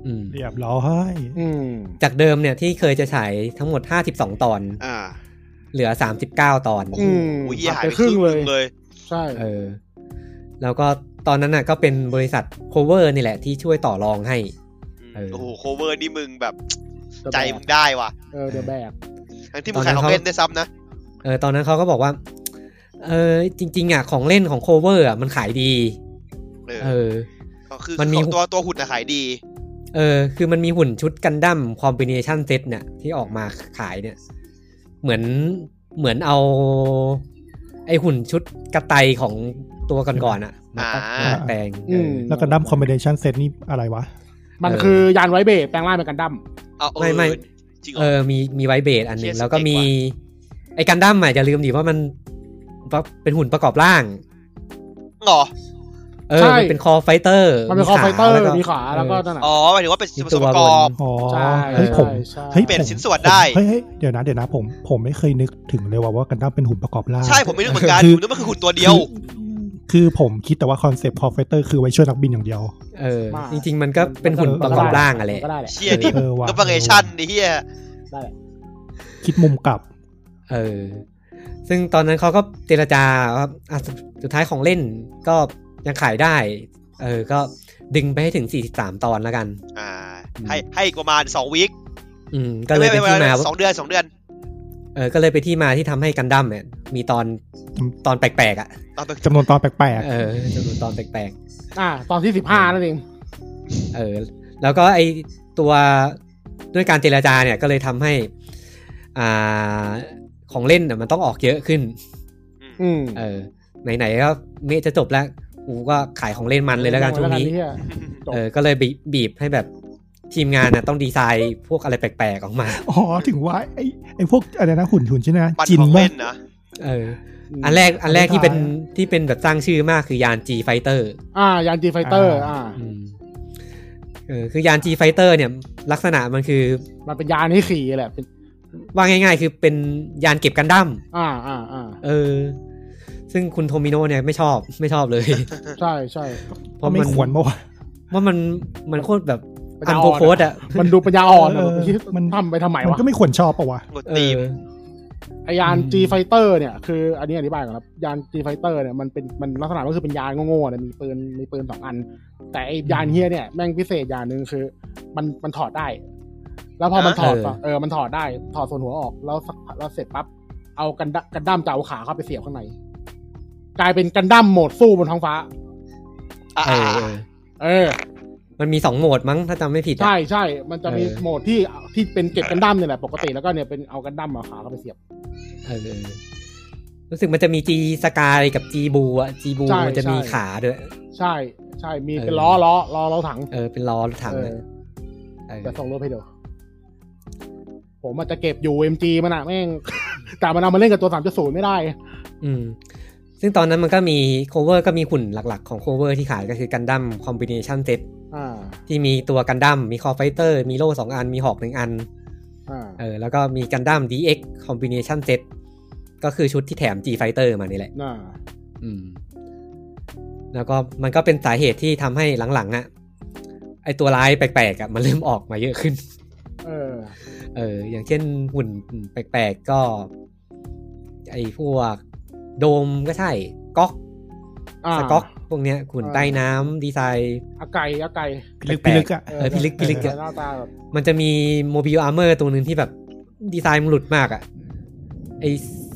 Speaker 1: อืม
Speaker 3: เรียบร้อย
Speaker 4: อืม
Speaker 1: จากเดิมเนี่ยที่เคยจะฉายทั้งหมด 52 ตอน
Speaker 2: อ่า
Speaker 1: เหลือ 39 ตอน
Speaker 4: อืม
Speaker 2: โอ้ยเหี้ยหาย
Speaker 4: ตัด
Speaker 2: ไป
Speaker 4: ไป
Speaker 2: ค
Speaker 4: ครึ่
Speaker 2: รึ่งห
Speaker 4: งเลย
Speaker 2: นึ่งเลย
Speaker 4: ใช่
Speaker 1: เออแล้วก็ตอนนั้นน่ะก็เป็นบริษัท cover นี่แหละที่ช่วยต่อรองให้ เออ
Speaker 2: โอ้โหโคเวอร์นี่มึงแบบ
Speaker 4: จะแบก
Speaker 2: ใจมึงได้ว่ะ
Speaker 4: เออเดอะแบก
Speaker 2: ทั้งที่มึงขายของเล่นได้วยซ้ำนะ
Speaker 1: เออตอนนั้นเขาก็บอกว่า เออจริง ๆอ่ะของเล่นของ cover อ่ะมันขายดี
Speaker 2: เอ
Speaker 1: เอ
Speaker 2: อ
Speaker 1: อ
Speaker 2: ก็คือ
Speaker 1: มันมี
Speaker 2: ของตัวตัวหุ่นอะขายดี
Speaker 1: เออ คือมันมีหุ่นชุดกันดั้มคอมบิเนชันเซตเนี่ยที่ออกมาขายเนี่ย เหมือนเหมือนเอา ไอหุ่นชุดกระไตของตัวก่อนๆอ่ะมาตัดมาแปลงเออ
Speaker 4: ม
Speaker 3: แล้วกันดั้มคอมบิเนชันเซตนี่อะไรวะ
Speaker 4: มันคือยานไวเบรแปลงร่างเป็นกันดั้ม
Speaker 2: เอาเออ
Speaker 1: ไม่ไม่
Speaker 2: จริงเหร
Speaker 1: เอ
Speaker 2: อ
Speaker 1: อมีมีไวเบดอันหนึง
Speaker 2: Yes,
Speaker 1: แล้วก็มี
Speaker 2: เด็กก
Speaker 1: ไอกันดั้มอ่ะอย่าลืมดิว่ามันเป็นหุ่นประกอบร่าง
Speaker 2: หรอ
Speaker 1: เออ
Speaker 4: ใช่
Speaker 1: มันเป็นคอไฟเตอร์
Speaker 4: มันเป็นคอไฟเตอร์ มีขาแล้วก็
Speaker 1: เออ
Speaker 4: นั่นน่ะ
Speaker 2: อ๋อหมายถึงว่าเป็น
Speaker 1: มี
Speaker 2: ส่วน
Speaker 1: ตัว
Speaker 2: ประกอบ
Speaker 1: บน
Speaker 3: อ๋อ
Speaker 4: ใช่
Speaker 3: เฮ้ยผม
Speaker 4: ใช่
Speaker 3: เฮ้ย
Speaker 2: เปลี่ยน
Speaker 3: ผม
Speaker 2: ชิ้นส่วนได้
Speaker 3: ผมเฮ้ยเฮ้ยเดี๋ยวนะ เดี๋ยวนะผม ผมไม่เคยนึกถึงเลยว่าว่ากันดั้มเป็นหุ่นประกอบร่าง
Speaker 2: ใช่ผมไม่นึกเหมือนกัน
Speaker 3: คื
Speaker 2: ผมนึกว่าคือหุ่นตัวเดียว
Speaker 3: คือคือผมคิดแต่ว่าคอนเซปต์คอไฟเตอร์คือไว้ช่วยนักบินอย่างเดียว
Speaker 1: เออ จริง ๆ มันก็เป็นหุ่นประกอบร่างอะแหละ
Speaker 4: มันก็ได้แหละ
Speaker 2: เชี่ยดิบ
Speaker 3: เออว่ะ
Speaker 2: ก็เปอร์เรชั่นไอ้เหี้ย
Speaker 4: ได้แหละ
Speaker 3: คิดมุมกลับ
Speaker 1: เออ ซึ่งตอนนั้นเขาก็เจรจาว่าอ่ะสุดสุดท้ายของเล่นก็ยังขายได้ เออ ก็ดึงไปให้ถึง 43 ตอนแล้วกัน
Speaker 2: อ่า
Speaker 1: อืม
Speaker 2: ให้ให้อีกประมาณสองวิค
Speaker 1: อืม ก็เลยเป็นที่มา
Speaker 2: สองเดือนสองเดือน
Speaker 1: เออ ก็เลยเป็นที่มาที่ทำให้กันดั้มเนี่ย มีตอนตอนแปลกๆอ่ะ
Speaker 2: ตอนเป็น
Speaker 3: จำนวนตอนแปลก
Speaker 1: เออจำนวนตอนแปลก
Speaker 4: อ่า ตอนที่สิบห้านั่นเอง
Speaker 1: ๆ เออ แล้วก็ไอตัวด้วยการเจรจาเนี่ย ก็เลยทำให้ อ่า ของเล่นน่ะมันต้องออกเยอะขึ้น
Speaker 4: อืม
Speaker 1: เออไหนๆก็เมฆจะจบแล้วกูก็ขายของเล่นมันเลยแล้วกันช่วงนี้
Speaker 4: เหี้ย จบ
Speaker 1: เออก็เลยบีบีบให้แบบทีมงานนะต้องดีไซน์พวกอะไรแปลกๆออกมา
Speaker 3: ๆ อ๋อ ถึงว่าไอ้ไอ้พวกอะไรนะหุ่นหุ่นใช่ไหมนะ
Speaker 2: ปัน
Speaker 3: จิน
Speaker 2: ของ
Speaker 3: ว่า
Speaker 2: เล่นนะ
Speaker 1: เออ อันแรกอันแรก
Speaker 3: อันสุ
Speaker 1: ที่
Speaker 3: ดท้าย
Speaker 1: เป็น
Speaker 3: อะ
Speaker 1: ที่เป็นแบบสร้างชื่อมากคือยาน G Fighter
Speaker 4: อ่ายานจีไฟเตอร์ อ่า
Speaker 1: อืมเออคือยาน G Fighter เนี่ย ลักษณะมันคือ
Speaker 4: มันเป็นยานที่ขี่แหละเป็น
Speaker 1: ว่าง่ายๆ คือเป็นยานเก็บกันดั้ม
Speaker 4: อ่าอ่าอ่า
Speaker 1: เออ ซึ่งคุณโทมิโนเนี่ยไม่ชอบไม่ชอบเลย
Speaker 4: ใช่ใช่
Speaker 1: (laughs) เพราะ
Speaker 3: ไม่
Speaker 1: มัน
Speaker 3: ควรมาวะ
Speaker 1: ว่ามันมันโคตรแบบ
Speaker 4: มัน
Speaker 1: อั
Speaker 4: จะ
Speaker 1: น
Speaker 4: อ่อน
Speaker 1: โพ
Speaker 4: อะ
Speaker 1: โพสอะ
Speaker 4: มันดูปัญญาอ่อนอะ
Speaker 3: เออ
Speaker 4: แบบที่
Speaker 3: มั
Speaker 4: มัน นทำไปทำไม
Speaker 3: มัน
Speaker 4: วะ
Speaker 3: ก็ไม่ควรชอบปะวะ
Speaker 2: กด
Speaker 1: เอ
Speaker 2: ตีม
Speaker 1: อ
Speaker 4: ไอยาน
Speaker 1: อืม
Speaker 4: จีไฟเตอร์เนี่ยคืออันนี้อธิบายก่อนครับยานจีไฟเตอร์เนี่ยมันเป็นมันลักษณะก็คือเป็นยานโง่ๆเนี่ยมีปืนมีปืนสองอัน แต่ไอยานเฮียเนี่ยแม่งพิเศษอย่างหนึ่งคือ มันมันถอดได้ แล้วพอมันถอดปะเออมันถอดได้ถอดส่วนหัวออกแล้วสักพักแล้วเสร็จปั๊บเอากันดกันดั้มจะเอาขาเข้าไปเสียบข้างในกลายเป็นกันดั้มโหมดสู้บนท้องฟ้า
Speaker 2: อ่า
Speaker 1: เออเออ
Speaker 4: เออ
Speaker 1: มันมีสองโหมดมั้งถ้าจำไม่ผิดอะ
Speaker 4: ใช่ใช่มันจะมี
Speaker 1: เออ
Speaker 4: โหมดที่ที่เป็นเก็บกันดั้มเนี่ยแหละปกติแล้วก็เนี่ยเป็นเอากันดั้มมาขาเข้าไปเสียบ
Speaker 1: เออรู้สึกมันจะมีจีสกายกับจีบูอะจีบู
Speaker 4: ใช่
Speaker 1: มันจะมี
Speaker 4: ใช่
Speaker 1: ขาด้วย
Speaker 4: ใช่ ใช่มีเป็น
Speaker 1: เออ
Speaker 4: ล้อล้อล้อล้อถัง
Speaker 1: เออเป็นล้อรถถังนะ
Speaker 4: เออ
Speaker 1: เออ
Speaker 4: จะส่งรูปให้ดูผมอาจจะเก็บอยู่ MG มันอะแม่ง (laughs) แต่มันเอามาเล่นกับตัว 3.0 ไม่ได้
Speaker 1: อืม ซึ่งตอนนั้นมันก็มีโคเวอร์ก็มีหุ่นหลักๆ ของโคเวอร์ที่ขายก็คือกันดั้มคอมบิเนชันเซต
Speaker 4: อ่า
Speaker 1: ที่มีตัวกันดั้มมีคอไฟเตอร์ มีโล่สองอันมีหอกหนึ่งอัน
Speaker 4: อ่า
Speaker 1: เออแล้วก็มีกันดั้ม DX Combination Set ก็คือชุดที่แถม G Fighter มานี่แหละ
Speaker 4: น่า
Speaker 1: อืม แล้วก็มันก็เป็นสาเหตุที่ทำให้หลังๆอะ่ะ ไอตัวร้ายแปลกๆอะ่ะมันเริ่มออกมาเยอะขึ้น (laughs)
Speaker 4: เออ
Speaker 1: เออ อย่างเช่นหุ่นแปลกๆก็ ไอพวกโดมก็ใช่ ก๊อก
Speaker 4: อ่า
Speaker 1: สก๊อกพวกเนี้ยหุ่น
Speaker 4: อ่า
Speaker 1: ใต้น้ำดีไซน์
Speaker 4: อาไก่อาไก่
Speaker 3: พิลึก
Speaker 1: แปลกๆ
Speaker 3: พิลึกอ่ะ
Speaker 1: เออพิลึกพิลึกอะ
Speaker 4: หน้าตาแบบ
Speaker 1: มันจะมีโมบิลอาร์เมอร์ตัวหนึ่งที่แบบ ดีไซน์มันหลุดมากอะ่ะ ไอ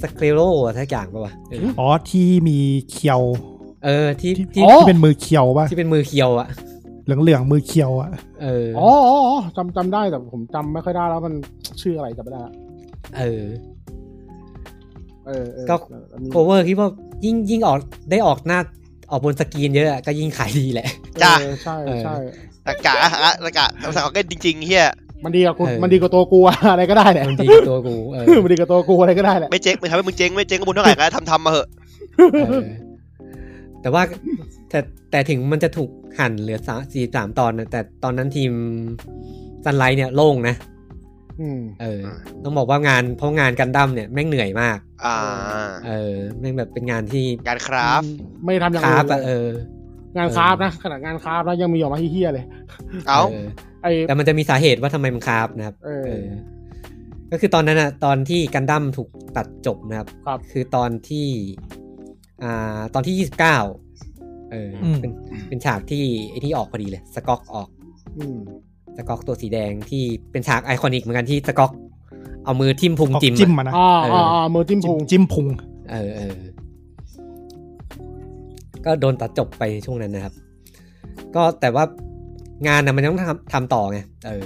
Speaker 1: สเคโรอะไรสักอย่างปะวะเออ
Speaker 3: อ๋อที่มีเขียว
Speaker 1: เออที่
Speaker 3: ที่
Speaker 1: ที่
Speaker 3: ที่เป็นมือเขียวป่ะ
Speaker 1: ที่เป็นมือเคียวอะ่ะ
Speaker 3: เหลืองๆมือเขียวอ่ะ
Speaker 1: เออ
Speaker 4: อ๋ออ๋ออ๋อจำจำได้แต่ผมจำไม่ค่อยได้แล้วมันชื่ออะไรจำไม่ได้ละ
Speaker 1: เออ
Speaker 4: เออเออ
Speaker 1: ก็
Speaker 4: อันนี้
Speaker 1: โคเวอร์คิดว่ายิ่งยิ่งออกได้ออกหน้าออกบนสกรีนเยอะอะก็ยิ่งขายดีแหละ
Speaker 2: จ้ะ
Speaker 4: เออใช่ใช่
Speaker 2: ตะกะอะอะตะกะภาษาของเล่นจริงๆเฮีย
Speaker 4: มันดีกับกู
Speaker 1: เออ
Speaker 4: มันดีกับตัวกู (laughs) อะอะไรก็ได้แหละ
Speaker 1: มันดีกับตัวกูเออ
Speaker 4: (laughs) มันดีกับตัวกูอะไรก็ได้แหละ
Speaker 2: ไม่เจ๊งไม่ทำให้มึงเจ๊งไม่เจ๊งก็บุญเท่าไหร่ก็ทำทำมาเหอะ
Speaker 1: เออ แต่ว่าแต่แต่ถึงมันจะถูกหั่นเหลือสามสี่สามตอนนะแต่ตอนนั้นทีมซันไลท์เนี่ยโล่งนะ
Speaker 4: อืม
Speaker 1: เออ
Speaker 2: อ่า
Speaker 1: ต้องบอกว่างานเพราะงานกันดั้มเนี่ยแม่งเหนื่อยมาก
Speaker 2: อ่า
Speaker 1: เออแม่งแบบเป็นงานที่
Speaker 2: งานคราฟต์
Speaker 4: ไม่ทำอย่าง
Speaker 1: ครา
Speaker 4: อื่
Speaker 1: ฟ
Speaker 4: น
Speaker 1: ต์อะ
Speaker 4: เล
Speaker 1: เอย อ
Speaker 4: งานคราฟนะขนาดงานคราฟแล้วยังมีออกมาเฮี้ยๆเลย
Speaker 2: เอ้า
Speaker 4: ไอ้
Speaker 1: แต่มันจะมีสาเหตุว่าทำไมมันคราฟต์นะครับ
Speaker 4: เออ
Speaker 1: เออก็คือตอนนั้นอะตอนที่กันดั้มถูกตัดจบนะครับ
Speaker 4: ครับ
Speaker 1: คือตอนที่ อ่า ตอนที่ยี่สิบเก้าเอออ
Speaker 3: ม
Speaker 1: เป็นเป็นฉากที่ไอ้นี่ออกพอดีเลย สกอกออก
Speaker 4: อืม
Speaker 1: สกอกตัวสีแดงที่เป็นฉากไอคอนิกเหมือนกันที่สกอกเอามือทิ่มพุงจิม
Speaker 3: จิ้ม
Speaker 1: อะ
Speaker 3: มานะ
Speaker 4: อ่า
Speaker 1: เอออ่
Speaker 4: อ่าอ่ามือจิ้มพุง
Speaker 3: จิ้มพุง
Speaker 1: เออเออ ก็โดนตัดจบไปช่วงนั้นนะครับ ก็แต่ว่างานนะมันต้องทำทำต่อไง เออ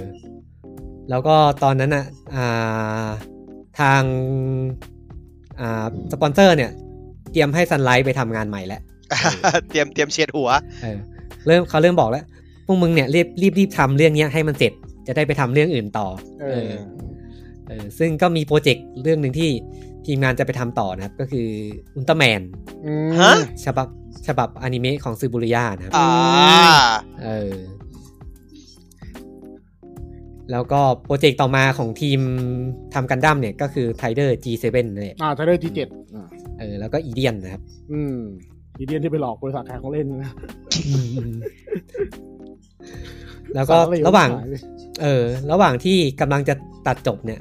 Speaker 1: แล้วก็ตอนนั้นอ่ะอ่าทางอ่าสปอนเซอร์เนี่ย เตรียมให้ซันไลท์ไปทำงานใหม่แล้ว
Speaker 2: เตรียมเตรียมเฉียดหัว
Speaker 1: เออ เริ่มเขาเริ่มบอกแล้ว พวกมึงเนี่ยรีบรีบรีบทำเรื่องเนี้ยให้มันเสร็จ จะได้ไปทำเรื่องอื่นต่อ
Speaker 4: เอ
Speaker 1: เอ
Speaker 4: อ
Speaker 1: อ เออ ซึ่งก็มีโปรเจกต์เรื่องหนึ่งที่ทีมงานจะไปทำต่อนะครับ ก็คืออุลตร้าแมน
Speaker 4: อืม
Speaker 2: ฮะ
Speaker 1: ฉบับฉบับอนิเมะของซูบุริยานะครับ
Speaker 2: อ่า
Speaker 1: เออ แล้วก็โปรเจกต์ต่อมาของทีมทำกันดั้มเนี่ยก็คือไทเดอร์ G7 เนี่ย
Speaker 4: อ่าไทเลอร์ทีเจ็ดอ่า
Speaker 1: เออแล้วก็อีเดียนนะครับ
Speaker 4: อืมอีเดียนที่ไปหลอกบริษัทขายของเล่นนะ
Speaker 1: แล้วก็
Speaker 4: สเล
Speaker 1: ระหว่าง
Speaker 4: ขยเลย
Speaker 1: เออ ระหว่างที่กำลังจะตัดจบเนี่ย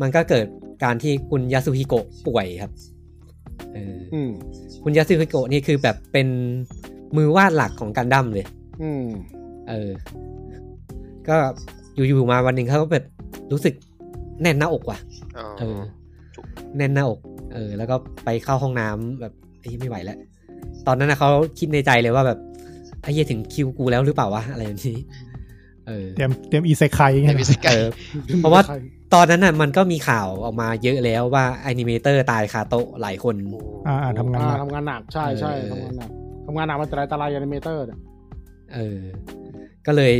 Speaker 1: มันก็เกิดการที่คุณยาสุฮิโกะป่วยครับ เอออ
Speaker 4: อืม
Speaker 1: คุณยาสุฮิโกะนี่คือแบบเป็นมือวาดหลักของกันดั้มเลย
Speaker 4: อืม
Speaker 1: เออ ก็อยู่ๆมาวันหนึ่งเขาก็แบบรู้สึกแน่นหน้าอกว่ะ เออ แน่นหน้าอก เออ แล้วก็ไปเข้าห้องน้ำแบบเอ้ยไม่ไหวแล้ว ตอนนั้นนะเขาคิดในใจเลยว่าแบบไอ้เหี้ยถึงคิวกูแล้วหรือเปล่าวะอะไรแบบนี้ เออ
Speaker 3: เตรียมเตรียมอีเซไคายไง
Speaker 2: เตรียม
Speaker 3: นะ
Speaker 2: อีสกา
Speaker 1: เอย อ เพราะว่า ตอนนั้นน่ะมันก็มีข่าวออกมาเยอะแล้วว่าแอนิเมเตอร์ตายคาโต๊ะหลายคน
Speaker 3: อ่าอ่าทำงาน
Speaker 4: อ่า
Speaker 3: หนัก
Speaker 4: ทำงานหนักใช่ใช่
Speaker 1: เออ
Speaker 4: ทำงานหนักทำงานหนักมาแต่ไรแต่ไรอนิเมเตอร์เนี่ย
Speaker 1: เออ ก็เลย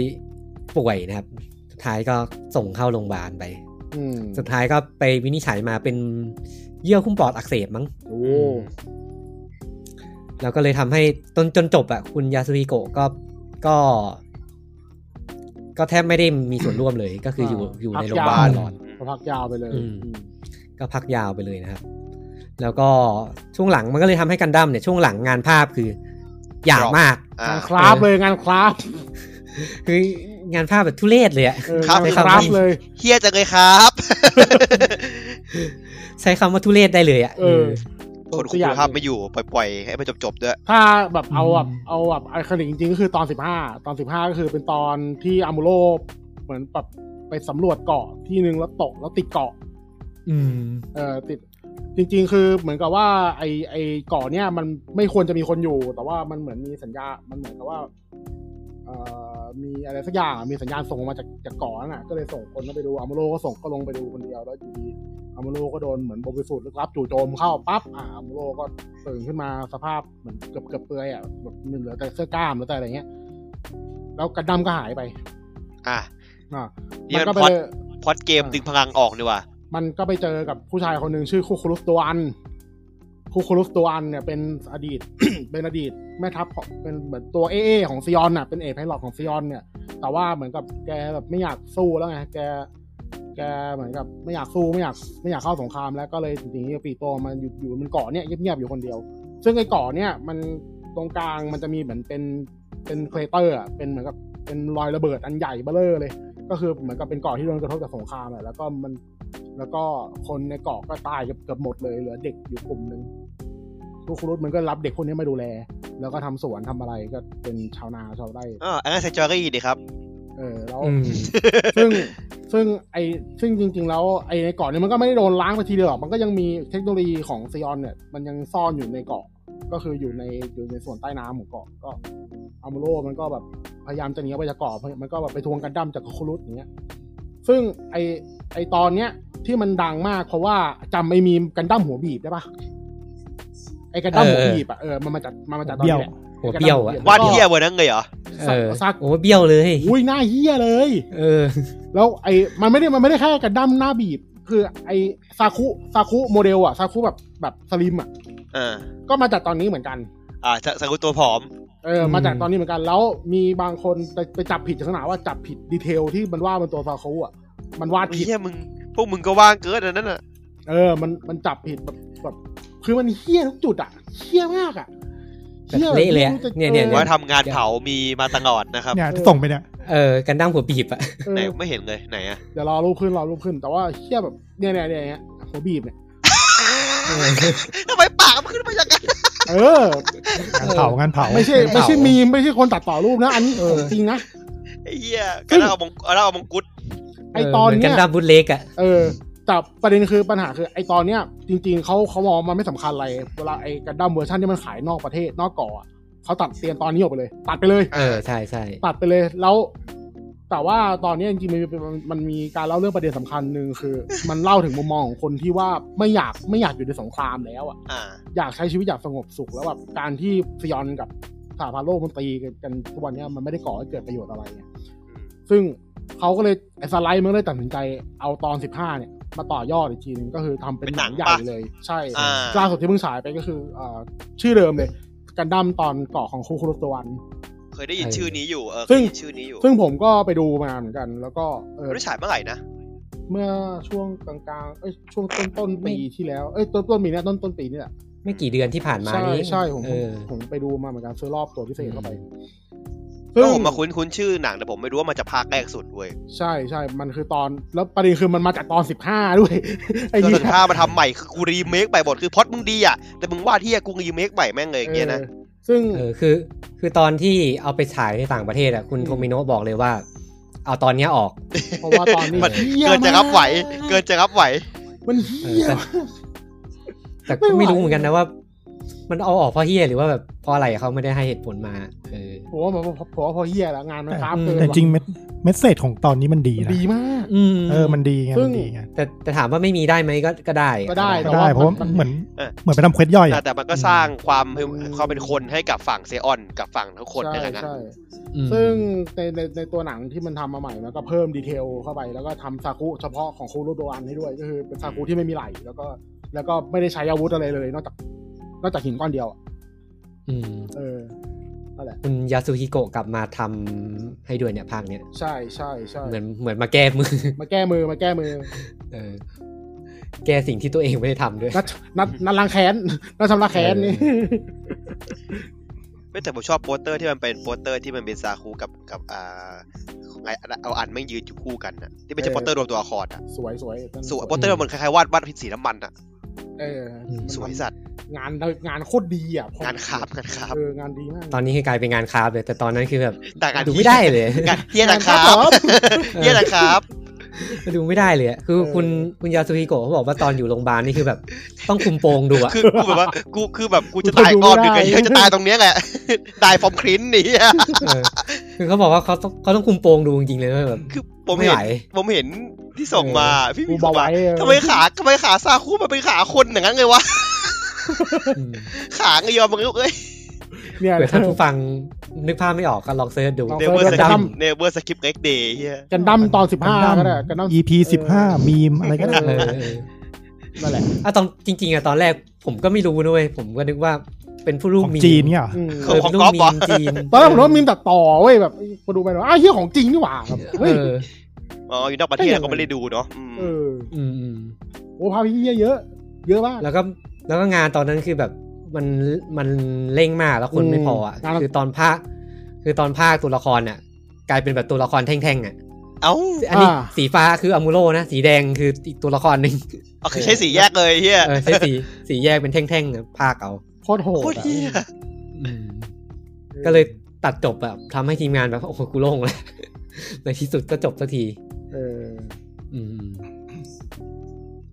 Speaker 1: ป่วยนะครับ สุดท้ายก็ส่งเข้าโรงพยาบาลไป
Speaker 4: อืม
Speaker 1: สุดท้ายก็ไปวินิจฉัยมาเป็นเยื่อหุ้มปอดอักเสบมั้ง
Speaker 4: โอ้
Speaker 1: แล้วก็เลยทำให้จนจนจบอะคุณยาสุฮิโกะก็ก็ ก็แทบไม่ได้มีส่วนร่วมเลย ก็คืออยู่อยู่ในโรงพยาบาลตลอด
Speaker 4: ก็พักยาวไปเลย
Speaker 1: อืม
Speaker 4: อืม
Speaker 1: ก็พักยาวไปเลยนะครับ แล้วก็ช่วงหลังมันก็เลยทำให้กันดั้มเนี่ยช่วงหลังงานภาพคือหยาบมาก
Speaker 2: อ่าง
Speaker 4: านคราฟเลยงานคราฟ
Speaker 1: คืองานภาพแบบทุเรศเลยอะ
Speaker 4: เออ
Speaker 1: ครั
Speaker 4: งา
Speaker 1: บ
Speaker 4: นคราฟเลย
Speaker 2: เฮียจังเลยครับ
Speaker 1: ใช้คำว่าทุเรศได้เลยอะ
Speaker 4: เออ
Speaker 2: คนคุมคุณภาพไม่อยู่ ปล่อยๆ ให้มันจบๆด้วย
Speaker 4: ถ้าแบบเอาแบบเอาแบบไอคอนิกจริงๆก็คือตอนสิบห้าตอนสิบห้าก็คือเป็นตอนที่อามูโรเหมือนแบบไปสำรวจเกาะที่หนึ่งแล้วตกแล้วติดเกาะ
Speaker 1: อืม
Speaker 4: เอ่อติดจริง ๆ คือเหมือนกับว่าไอไอเกาะเนี่ยมันไม่ควรจะมีคนอยู่ แต่ว่ามันเหมือนมีสัญญา มันเหมือนกับว่าเอ่อมีอะไรสักอย่างอะมีสัญญาณส่งมาจากจากเกาะนั่นน่ะก็เลยส่งคนเข้าไปดูอามูโรก็ส่งก็ลงไปดูคนเดียวแล้วอยู่ดีอามูโรก็โดนเหมือนบริสุทธิ์ลึกลับจู่โจมเข้าปั๊บอ่าอามูโรก็ ตื่นขึ้นมาสภาพเหมือนเกือบเกือบเปลือยอ่ะแบบเหลือแต่เสื้อกล้ามเหลือแต่อะไรเงี้ย แล้วกระดำก็หายไป
Speaker 2: อ่ะ
Speaker 4: อ่ะ
Speaker 2: นี่
Speaker 4: มัน
Speaker 2: มั
Speaker 4: ก็
Speaker 2: น
Speaker 4: ไป
Speaker 2: พล็อตพอด
Speaker 4: เจอ
Speaker 2: เกมดึงพลังออกดีกว่า
Speaker 4: มันก็ไปเจอกับผู้ชายคนหนึ่งชื่อคุคุรุสตัวอัน คุคุรุสตัวอันเนี่ยเป็นอดีต (coughs) เป็นอดีตแม่ทัพของเป็นเหมือนตัวเอเอของซิออนน่ะเป็นเอกไพลอตของซิออนเนี่ย แต่ว่าเหมือนกับแกแบบไม่อยากสู้แล้วไงแก แก แกเหมือนกับไม่อยากสู้ไม่อยากไม่อยากเข้าสงครามแล้วก็เลยจริงๆปีโตมันอยู่อยู่มันเกาะเนี่ยเงียบๆอยู่คนเดียว ซึ่งไอ้เกาะเนี่ยมันตรงกลางมันจะมีเหมือนเป็นเป็นเครเตอร์อะเป็นเหมือนกับเป็นรอยระเบิดอันใหญ่เบ้อเร่อเลย ก็คือเหมือนกับเป็นเกาะที่โดนกระทบจากสงครามแหละแล้วก็มันแล้วก็คนในเกาะก็ตายเกือบเกือบหมดเลยเหลือเด็กอยู่กลุ่มหนึ่งทุกครุฑมันก็รับเด็กพวกนี้มาดูแล แล้วก็ทำสวนทำอะไรก็เป็นชาวนาชาวไร่
Speaker 2: อ่าอันนั้นเซนจูรี่ดีครับ
Speaker 4: เออแล้ว
Speaker 1: อืม
Speaker 4: ซึ่งซึ่งไอซึ่งจริง ๆ แล้วไอในเกาะเนี่ยมันก็ไม่ได้โดนล้างไปทีเดียวหรอกมันก็ยังมีเทคโนโลยีของซีออนเนี่ยมันยังซ่อนอยู่ในเกาะก็คืออยู่ในอยู่ในส่วนใต้น้ำของเกาะก็อามูโรมันก็แบบพยายามจะหนีออกไปจากเกาะมันก็แบบไปทวงกันดั้มจากคุรุตอย่างเงี้ยซึ่งไอไอตอนเนี้ยที่มันดังมากเพราะว่าจำไอมีมกันดั้มหัวบีบได้ปะไอกันดั้ม
Speaker 1: เออ
Speaker 4: หัวบีบอะเออมันมาจากมันมาจากตอน
Speaker 3: เบี้ย
Speaker 4: นี้
Speaker 3: ว
Speaker 4: แหละ
Speaker 1: หัวเบี้ยวอ่ะ
Speaker 2: วาดเฮียเวอร์นั้นเลยเหรอ
Speaker 1: เออ
Speaker 4: ซัก
Speaker 1: โอ้เบี้ยวเลย
Speaker 4: อุ้ยหน้าเฮี้ยเลย
Speaker 1: เออ
Speaker 4: แล้วไอ้มันไม่ได้มันไม่ได้แค่กันดั้มหน้าบีบ คือไอ้ซาคุซาคุโมเดลอะซาคุแบบแบบสลิมอะ
Speaker 2: อ่า
Speaker 4: ก็มาจากตอนนี้เหมือนกัน
Speaker 2: อ่าสสกุลตัวผอม
Speaker 4: เออ
Speaker 1: ม
Speaker 4: อมาจากตอนนี้เหมือนกัน แล้วมีบางคนไปไปจับผิดถึงขนาดว่าจับผิดดีเทลที่มันว่าดเป็นตัวซาคุอะมันวาดผิด
Speaker 2: เฮียมึง พวกมึงก็ว่างเกินอันนั้นอ่ะ
Speaker 4: เออ มันมันจับผิดแบบแบบคือมันเฮี้ยทุกจุดอะเฮี้ยมากอะหี้
Speaker 1: แบบเละเลยอะ
Speaker 4: ไม่รู้จะ
Speaker 1: เนี่ยเนี่ยเนี่
Speaker 2: ว่าย ทำงานเผามีมาตลอดนะครับ
Speaker 3: เนี่ยที่ส่งไปเนี่ย
Speaker 1: เออกันดั้มหัวบีบอ่ะ
Speaker 4: เออ
Speaker 2: ไหนไม่เห็นเลยไหนอ่ะ
Speaker 4: เดี๋ยวรอรูปขึ้นรอรูปขึ้น แต่ว่าเฮี้ยแบบเนี่ยเนี่ยเนี่ยเนี่ยหัวบีบเนี่ย
Speaker 2: ทำไมปากมันขึ้นมาอย่างนั้น
Speaker 4: เออ
Speaker 3: งานเผางานเผา
Speaker 4: ไม่ใช่
Speaker 1: เผา
Speaker 4: ไม่ใใช่มีมไม่ใช่คนตัดต่อรูปนะ อันนี้ของจริงนะ
Speaker 2: ไอ้เฮียก็ได้เอามงก็ได้เอามงกุฎ
Speaker 4: ไอตอน
Speaker 1: เหมืกั
Speaker 4: เนี้
Speaker 1: น
Speaker 4: ย
Speaker 1: ดั้มบุทเล็กอ่ะ
Speaker 4: เออแต่ประเด็นคือปัญหาคือไอตอนเนี้ยจริงๆเขาเขามองมันไม่สำคัญอะไร เวลาไอกันดั้มเวอร์ชันที่มันขายนอกประเทศนอกเกาะอะเขาตัดเตียนตอนนี้ออกไปเลย ตัดไปเลย
Speaker 1: เออใช่ใช่
Speaker 4: ตัดไปเลยแล้ว แต่ว่าตอนเนี้ยจริงๆมันมันมันมีการเล่าเรื่องประเด็นสำคัญหนึ่งคือ มันเล่าถึงมุมมองของคนที่ว่าไม่อยากไม่อยากอยู่ในสงครามแล้วอะ
Speaker 2: อ่า
Speaker 4: อยากใช้ชีวิตอย่างสงบสุขแล้วแบบการที่ซิออนกับสหพันธ์โลกมันตีกันทุกวันเนี้ยมันไม่ได้ก่อให้เกิดประโยชน์อะไรเนี่ยซึ่งเขาก็เลยไอ้สไลด์มันเลยตัดสินใจเอาตอน 15 เนี่ย มาต่อยอดอีกทีนึงก็คือทำเป็น
Speaker 2: เป็น
Speaker 4: ห
Speaker 2: หนั
Speaker 4: นัง
Speaker 2: ง
Speaker 4: ใหญ่
Speaker 2: ปะ
Speaker 4: เลย ใช่
Speaker 2: อ่า
Speaker 4: ล่าสุดที่เพิ่งฉายไปก็คือเอ่อชื่อเดิมเลยกันดั้มตอนเกาะของคูคุรุตวัน
Speaker 2: เคยได้ยินชื่อนี้อยู่ เออเค
Speaker 4: ซึ่
Speaker 2: ย
Speaker 4: ง
Speaker 2: ได้ยินชื่อนี้อยู่
Speaker 4: ซึ่งผมก็ไปดูมาเหมือนกัน แล้วก็เออ
Speaker 2: รู้ฉายเมื่อไหร่นะ
Speaker 4: เมื่อช่วงกลางๆเอ้ยช่วงต้นต้นๆปีที่แล้วเอ้ยต้นต้นๆปีเนี้ยต้นต้นๆปีนี่แหละ
Speaker 1: ไม่กี่เดือนที่ผ่านมา
Speaker 4: ใช่
Speaker 1: นี้
Speaker 4: ใช่ผม
Speaker 1: เออ
Speaker 4: ผมไปดูมาเหมือนกันซื้อรอบตัวพิเศษเข้าไป
Speaker 2: ก็ผมมาคุ้นคุ้นชื่อหนังแต่ผมไม่รู้ว่ามันจะภาคแรกสุดเว้ย
Speaker 4: ใช่ใช่มันคือตอนแล้วประเด็นคือมันมาจากตอนสิบห้าด้วย ไอ้
Speaker 2: ก็
Speaker 4: เหี้
Speaker 2: ถึงถ้ามาทำใหม่คือกูรีเมคใหม่หมดคือพล็อดมึงดีอ่ะ แต่มึงว่าที่กูรีเมคใหม่แม่งเลยอย่างเงี้ยนะ
Speaker 4: ออซึ่ง
Speaker 1: เออคือคือตอนที่เอาไปฉายในต่างประเทศอ่ะคุณ
Speaker 4: อืม
Speaker 1: โทมิโนะบอกเลยว่า เอาตอนเนี้ยออก
Speaker 4: เพราะว่าตอนนี้
Speaker 2: มัน
Speaker 4: หี้ย
Speaker 2: เกินจะรับไหว เกินจะรับไหว
Speaker 4: มันเฮี้ย
Speaker 1: เออ แต่
Speaker 4: ไม่
Speaker 1: ก็
Speaker 4: ไหว
Speaker 1: ไม่รู้เหมือนกันนะว่า มันเอาออกเพราะเฮียหรือว่าแบบเพราะอะไรเขาไม่ได้ให้เหตุผลมา เออ
Speaker 4: ผมว่ามันผมว่าพอเฮี้ยแล้วงานมัน
Speaker 3: แต่
Speaker 4: คราฟ
Speaker 1: อืม
Speaker 4: เกิน
Speaker 3: แต่จริงเม็ดเม็ดเศษของตอนนี้มันดี
Speaker 4: มัน
Speaker 3: นะ
Speaker 4: ดีมาก
Speaker 1: อืม
Speaker 3: เออมันดีไง
Speaker 4: ซึ่ง
Speaker 3: มันดีไง
Speaker 1: แต่แต่ถามว่าไม่มีได้ไหมก็ก็ได้
Speaker 4: ก็ได้
Speaker 3: ก็ได้เพราะว่า
Speaker 4: แต่ว่ามัน
Speaker 3: เหมือน
Speaker 2: เออ
Speaker 3: เหมือนไปทำเควสย่อย
Speaker 2: แต่
Speaker 3: อะ
Speaker 2: แต่มันก็สร้างความ
Speaker 4: อืม
Speaker 2: ความเป็นคนให้กับฝั่งเซออน กับฝั่งทุกคน
Speaker 4: ใช่
Speaker 2: นั่นแหละนะ
Speaker 4: ใช่
Speaker 1: อืม
Speaker 4: ซึ่งในในในตัวหนังที่มันทำมาใหม่มันก็เพิ่มดีเทลเข้าไปแล้วก็ทำซากุเฉพาะของคูรุโดอันให้ด้วยก็คือเป็นซากุที่ไม่มีไหลแล้วก็ แล้วก็ไม่ได้ใช้อาวุธอะไรเลย นอกจากนอกจากหินก้อนเดียวอะ
Speaker 1: อืม
Speaker 4: เออ
Speaker 1: คุณยาสุฮิโกะกลับมาทำให้ด้วยเนี่ยภาคเนี้ย
Speaker 4: ใช่ใช่ใช่
Speaker 1: เหมือนเหมือนมาแก้มือ
Speaker 4: มาแก้มือมาแก้มือ
Speaker 1: เออ แก้สิ่งที่ตัวเองไม่ได้ทำด้วย
Speaker 4: นัดนัดนัดล้างแค้นนัดชำระแค้นนี่
Speaker 1: เอ
Speaker 2: ไม่แต่ผมชอบโปสเตอร์ที่มันเป็นโปสเตอร์ที่มันเป็นซาคูกับกับอ่าไงเอาอันไม่งยืนอยู่คู่กันนะที่ไม่ใช่
Speaker 4: เออ
Speaker 2: โปสเตอร์รวมตัวละครอ่ะ
Speaker 4: สวยสวย
Speaker 2: สวยโปสเตอร์มันคล้ายๆวาดวาดพิษสีน้ำมันอ่ะ
Speaker 4: เออ
Speaker 1: อืม
Speaker 2: สวยสัตว์
Speaker 4: งานงานโคตรดีอ่ะ
Speaker 2: งานคราบงานคราบ
Speaker 4: เอองานดีมาก
Speaker 1: ตอนนี้คือกลายเป็นงานคราฟต์เลย แต่ตอนนั้นคือแบบ
Speaker 2: แต่งาน
Speaker 1: ดู
Speaker 2: ที่
Speaker 1: ไม่ได้เลย
Speaker 2: งานเฮียนะครับ เฮียนะครับ
Speaker 1: ดูไม่ได้เลยอะคือคุณคุณยาสุฮิโกะเขาบอกว่าตอนอยู่โรงพยาบาลนี่คือแบบ ต้องคุมโปงดูอะ
Speaker 2: คือกูแบบว่ากูคือแบบกูจะตายอีกรอบหนึงไงเฮียจะตายตรงเนี้ยแหละตายฟอร์มคลินนี่อะ
Speaker 1: เออคือเขาบอกว่าเขาต้องเขาต้องคุมโปงดูจริงๆเลยว่าแบบ
Speaker 2: คือผม
Speaker 1: ไม่
Speaker 2: เห็
Speaker 1: ไห
Speaker 2: น
Speaker 1: ว
Speaker 2: ผมเห็นที่ส่งมาพี่
Speaker 4: กู
Speaker 2: มี
Speaker 4: บ
Speaker 2: ส่
Speaker 4: อก
Speaker 2: งมา
Speaker 4: ไว้เออ
Speaker 2: ทำไมขาทำไมขาซาคูมันเป็นขาคนอย่างนั้นเลยวะ
Speaker 1: อืม
Speaker 2: ขาเงยอมมึงเอ้ย
Speaker 4: เนี่ย
Speaker 1: เผื่อท่านผู้ฟังนึกภาพไม่ออกก็ลองเซิร์ชดู
Speaker 4: ลอง
Speaker 2: เน
Speaker 4: สิ
Speaker 2: เวอ
Speaker 4: ช
Speaker 2: ร์สกิ
Speaker 1: ดำ
Speaker 2: ปเนเวอร์สกิปเล็กเดย์เฮีย
Speaker 4: กันดั้มตอนสิบห้า
Speaker 3: กันดั้ม
Speaker 4: ก็ได้กันดั้ม
Speaker 3: EP สิบห้ามีมอะไรก็ได้
Speaker 1: เออเออ
Speaker 4: นั่นแหละ
Speaker 1: อ่ะตอนจริง ๆอะตอนแรกผมก็ไม่รู้นะเว้ยผมก็นึกว่าเป็นผู้ลู
Speaker 3: ข
Speaker 1: ก
Speaker 3: อง
Speaker 1: มี
Speaker 3: จีนเนี่ยเหรอ
Speaker 4: อืม
Speaker 1: เออเป็นลูกมีมจีน
Speaker 4: ตอนแรกผมว่ามีมตัดต่อเว้ยแบบมาดูไปหน่อยอ้าวเฮียของจริงนี่หว่าแบบ
Speaker 1: เอ
Speaker 4: เฮ้ย
Speaker 1: อ
Speaker 2: อ๋ออยู่นอกประเทศเราก็ไม่ได้ดูเนาะอืม
Speaker 4: เออ
Speaker 1: อืมอืม
Speaker 4: โอ้ภาพพี่เยอะเยอะเยอะมาก
Speaker 1: แล้วก็แล้วก็งานตอนนั้นคือแบบมันมันเร่งมากแล้วคน
Speaker 4: อืม
Speaker 1: ไม่พออ่ะ
Speaker 4: งาน
Speaker 1: คือตอนภาคคือตอนภาคตัวละครเนี่ยกลายเป็นแบบตัวละครแท่งๆอ่ะ
Speaker 2: เอ้า
Speaker 1: อันนี้
Speaker 4: อ่า
Speaker 1: สีฟ้าคืออามูโรนะสีแดงคืออีกตัวละคร (laughs) หนึ่ง
Speaker 2: เอาคือใช้สีแยกเลยเฮีย
Speaker 1: เออใช้สีสีแยกเป็นแท่งๆอะภาคเอา
Speaker 4: โคตรโหด
Speaker 2: โคตร
Speaker 4: อะ
Speaker 2: เฮีย
Speaker 1: อืมก็เลยตัดจบแบบทำให้ทีมงานแบบโอ้โหกูโล่งแล้ว (laughs) ในที่สุดก็จบสักที
Speaker 4: เออ
Speaker 1: อืม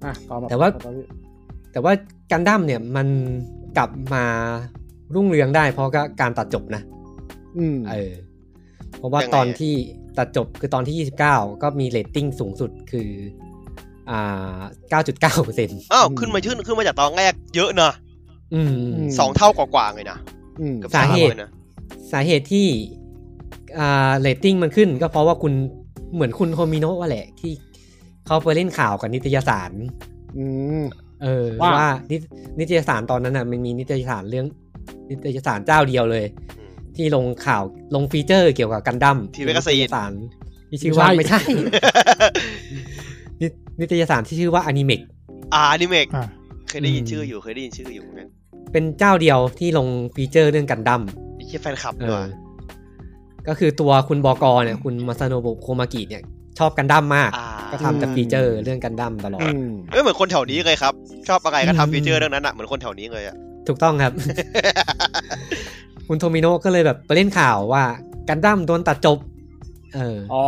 Speaker 4: อ่ะต่อมา
Speaker 1: แต่ว่า
Speaker 4: ต่อพี่
Speaker 1: แต่ว่าการดั้มเนี่ยมันกลับมารุ่งเรืองได้ เพราะก็การตัดจบนะ
Speaker 4: อืม
Speaker 1: เออเพราะว่าตอนที่ตัดจบคือตอนที่ 29 ก็มีเรตติ้งสูงสุดคือ อ่า 9.9เปอร์เซ็นต์
Speaker 2: อ้าวขึ้นมาขึ้นขึ้นมาจากตอนแรกเยอะนะ
Speaker 1: อืม
Speaker 2: สองเท่ากว่าๆเลยนะ
Speaker 4: อืม
Speaker 2: เกือบ
Speaker 1: สาเหตุ
Speaker 2: ลยนะ
Speaker 1: สาเหตุที่ อ่าเรตติ้งมันขึ้น ก็เพราะว่าคุณเหมือนคุณโฮมิโนะว่าแหละที่เขาไปเล่นข่าวกับนิตยสาร
Speaker 4: อืม
Speaker 1: เออ
Speaker 4: ว่า
Speaker 1: ว่านิตนิตยสารตอนนั้นน่ะมันมีนิตยสารเรื่อง นิตยสารเจ้าเดียวเลย
Speaker 2: อืม
Speaker 1: ที่ลงข่าวลงฟีเจอร์เกี่ยวกับกันดั้ม
Speaker 2: ที่เว็บกระสี
Speaker 1: นิตยสารที่ชื่อว่า
Speaker 4: ไม่
Speaker 1: ไม่
Speaker 4: ใช่
Speaker 1: ใช่ (laughs) นินิตยสารที่ชื่อว่าอนิเมก
Speaker 2: อานิเมก
Speaker 3: อ่ะ
Speaker 2: เคยได้ยินชื่ออยู่เคยได้ยินชื่ออยู่เหมือนกัน
Speaker 1: เป็นเจ้าเดียวที่ลงฟีเจอร์เรื่องกันดั้ม
Speaker 2: ไอ้เฮียแฟนคลับ
Speaker 1: เอ
Speaker 2: ด้ว
Speaker 1: อย ก็คือตัวคุณบอกอเนี่ย คุณมาซาโนบุโคมากิเนี่ย ชอบกันดั้มมาก
Speaker 2: อ่า
Speaker 1: ก็ทำแต่ฟีเจอร์เรื่องกันดั้มตลอด
Speaker 4: อืม
Speaker 2: เอ้ยเหมือนคนแถวนี้เลยครับ ชอบอะไรก็
Speaker 1: อืม
Speaker 2: ทำฟีเจอร์เรื่องนั้นอ่ะเหมือนคนแถวนี้เลยอ่ะ
Speaker 1: ถูกต้องครับ (laughs) คุณโทมิโนะก็เลยแบบไปเล่นข่าวว่ากันดั้มโดนตัดจบ เออ
Speaker 4: อ๋อ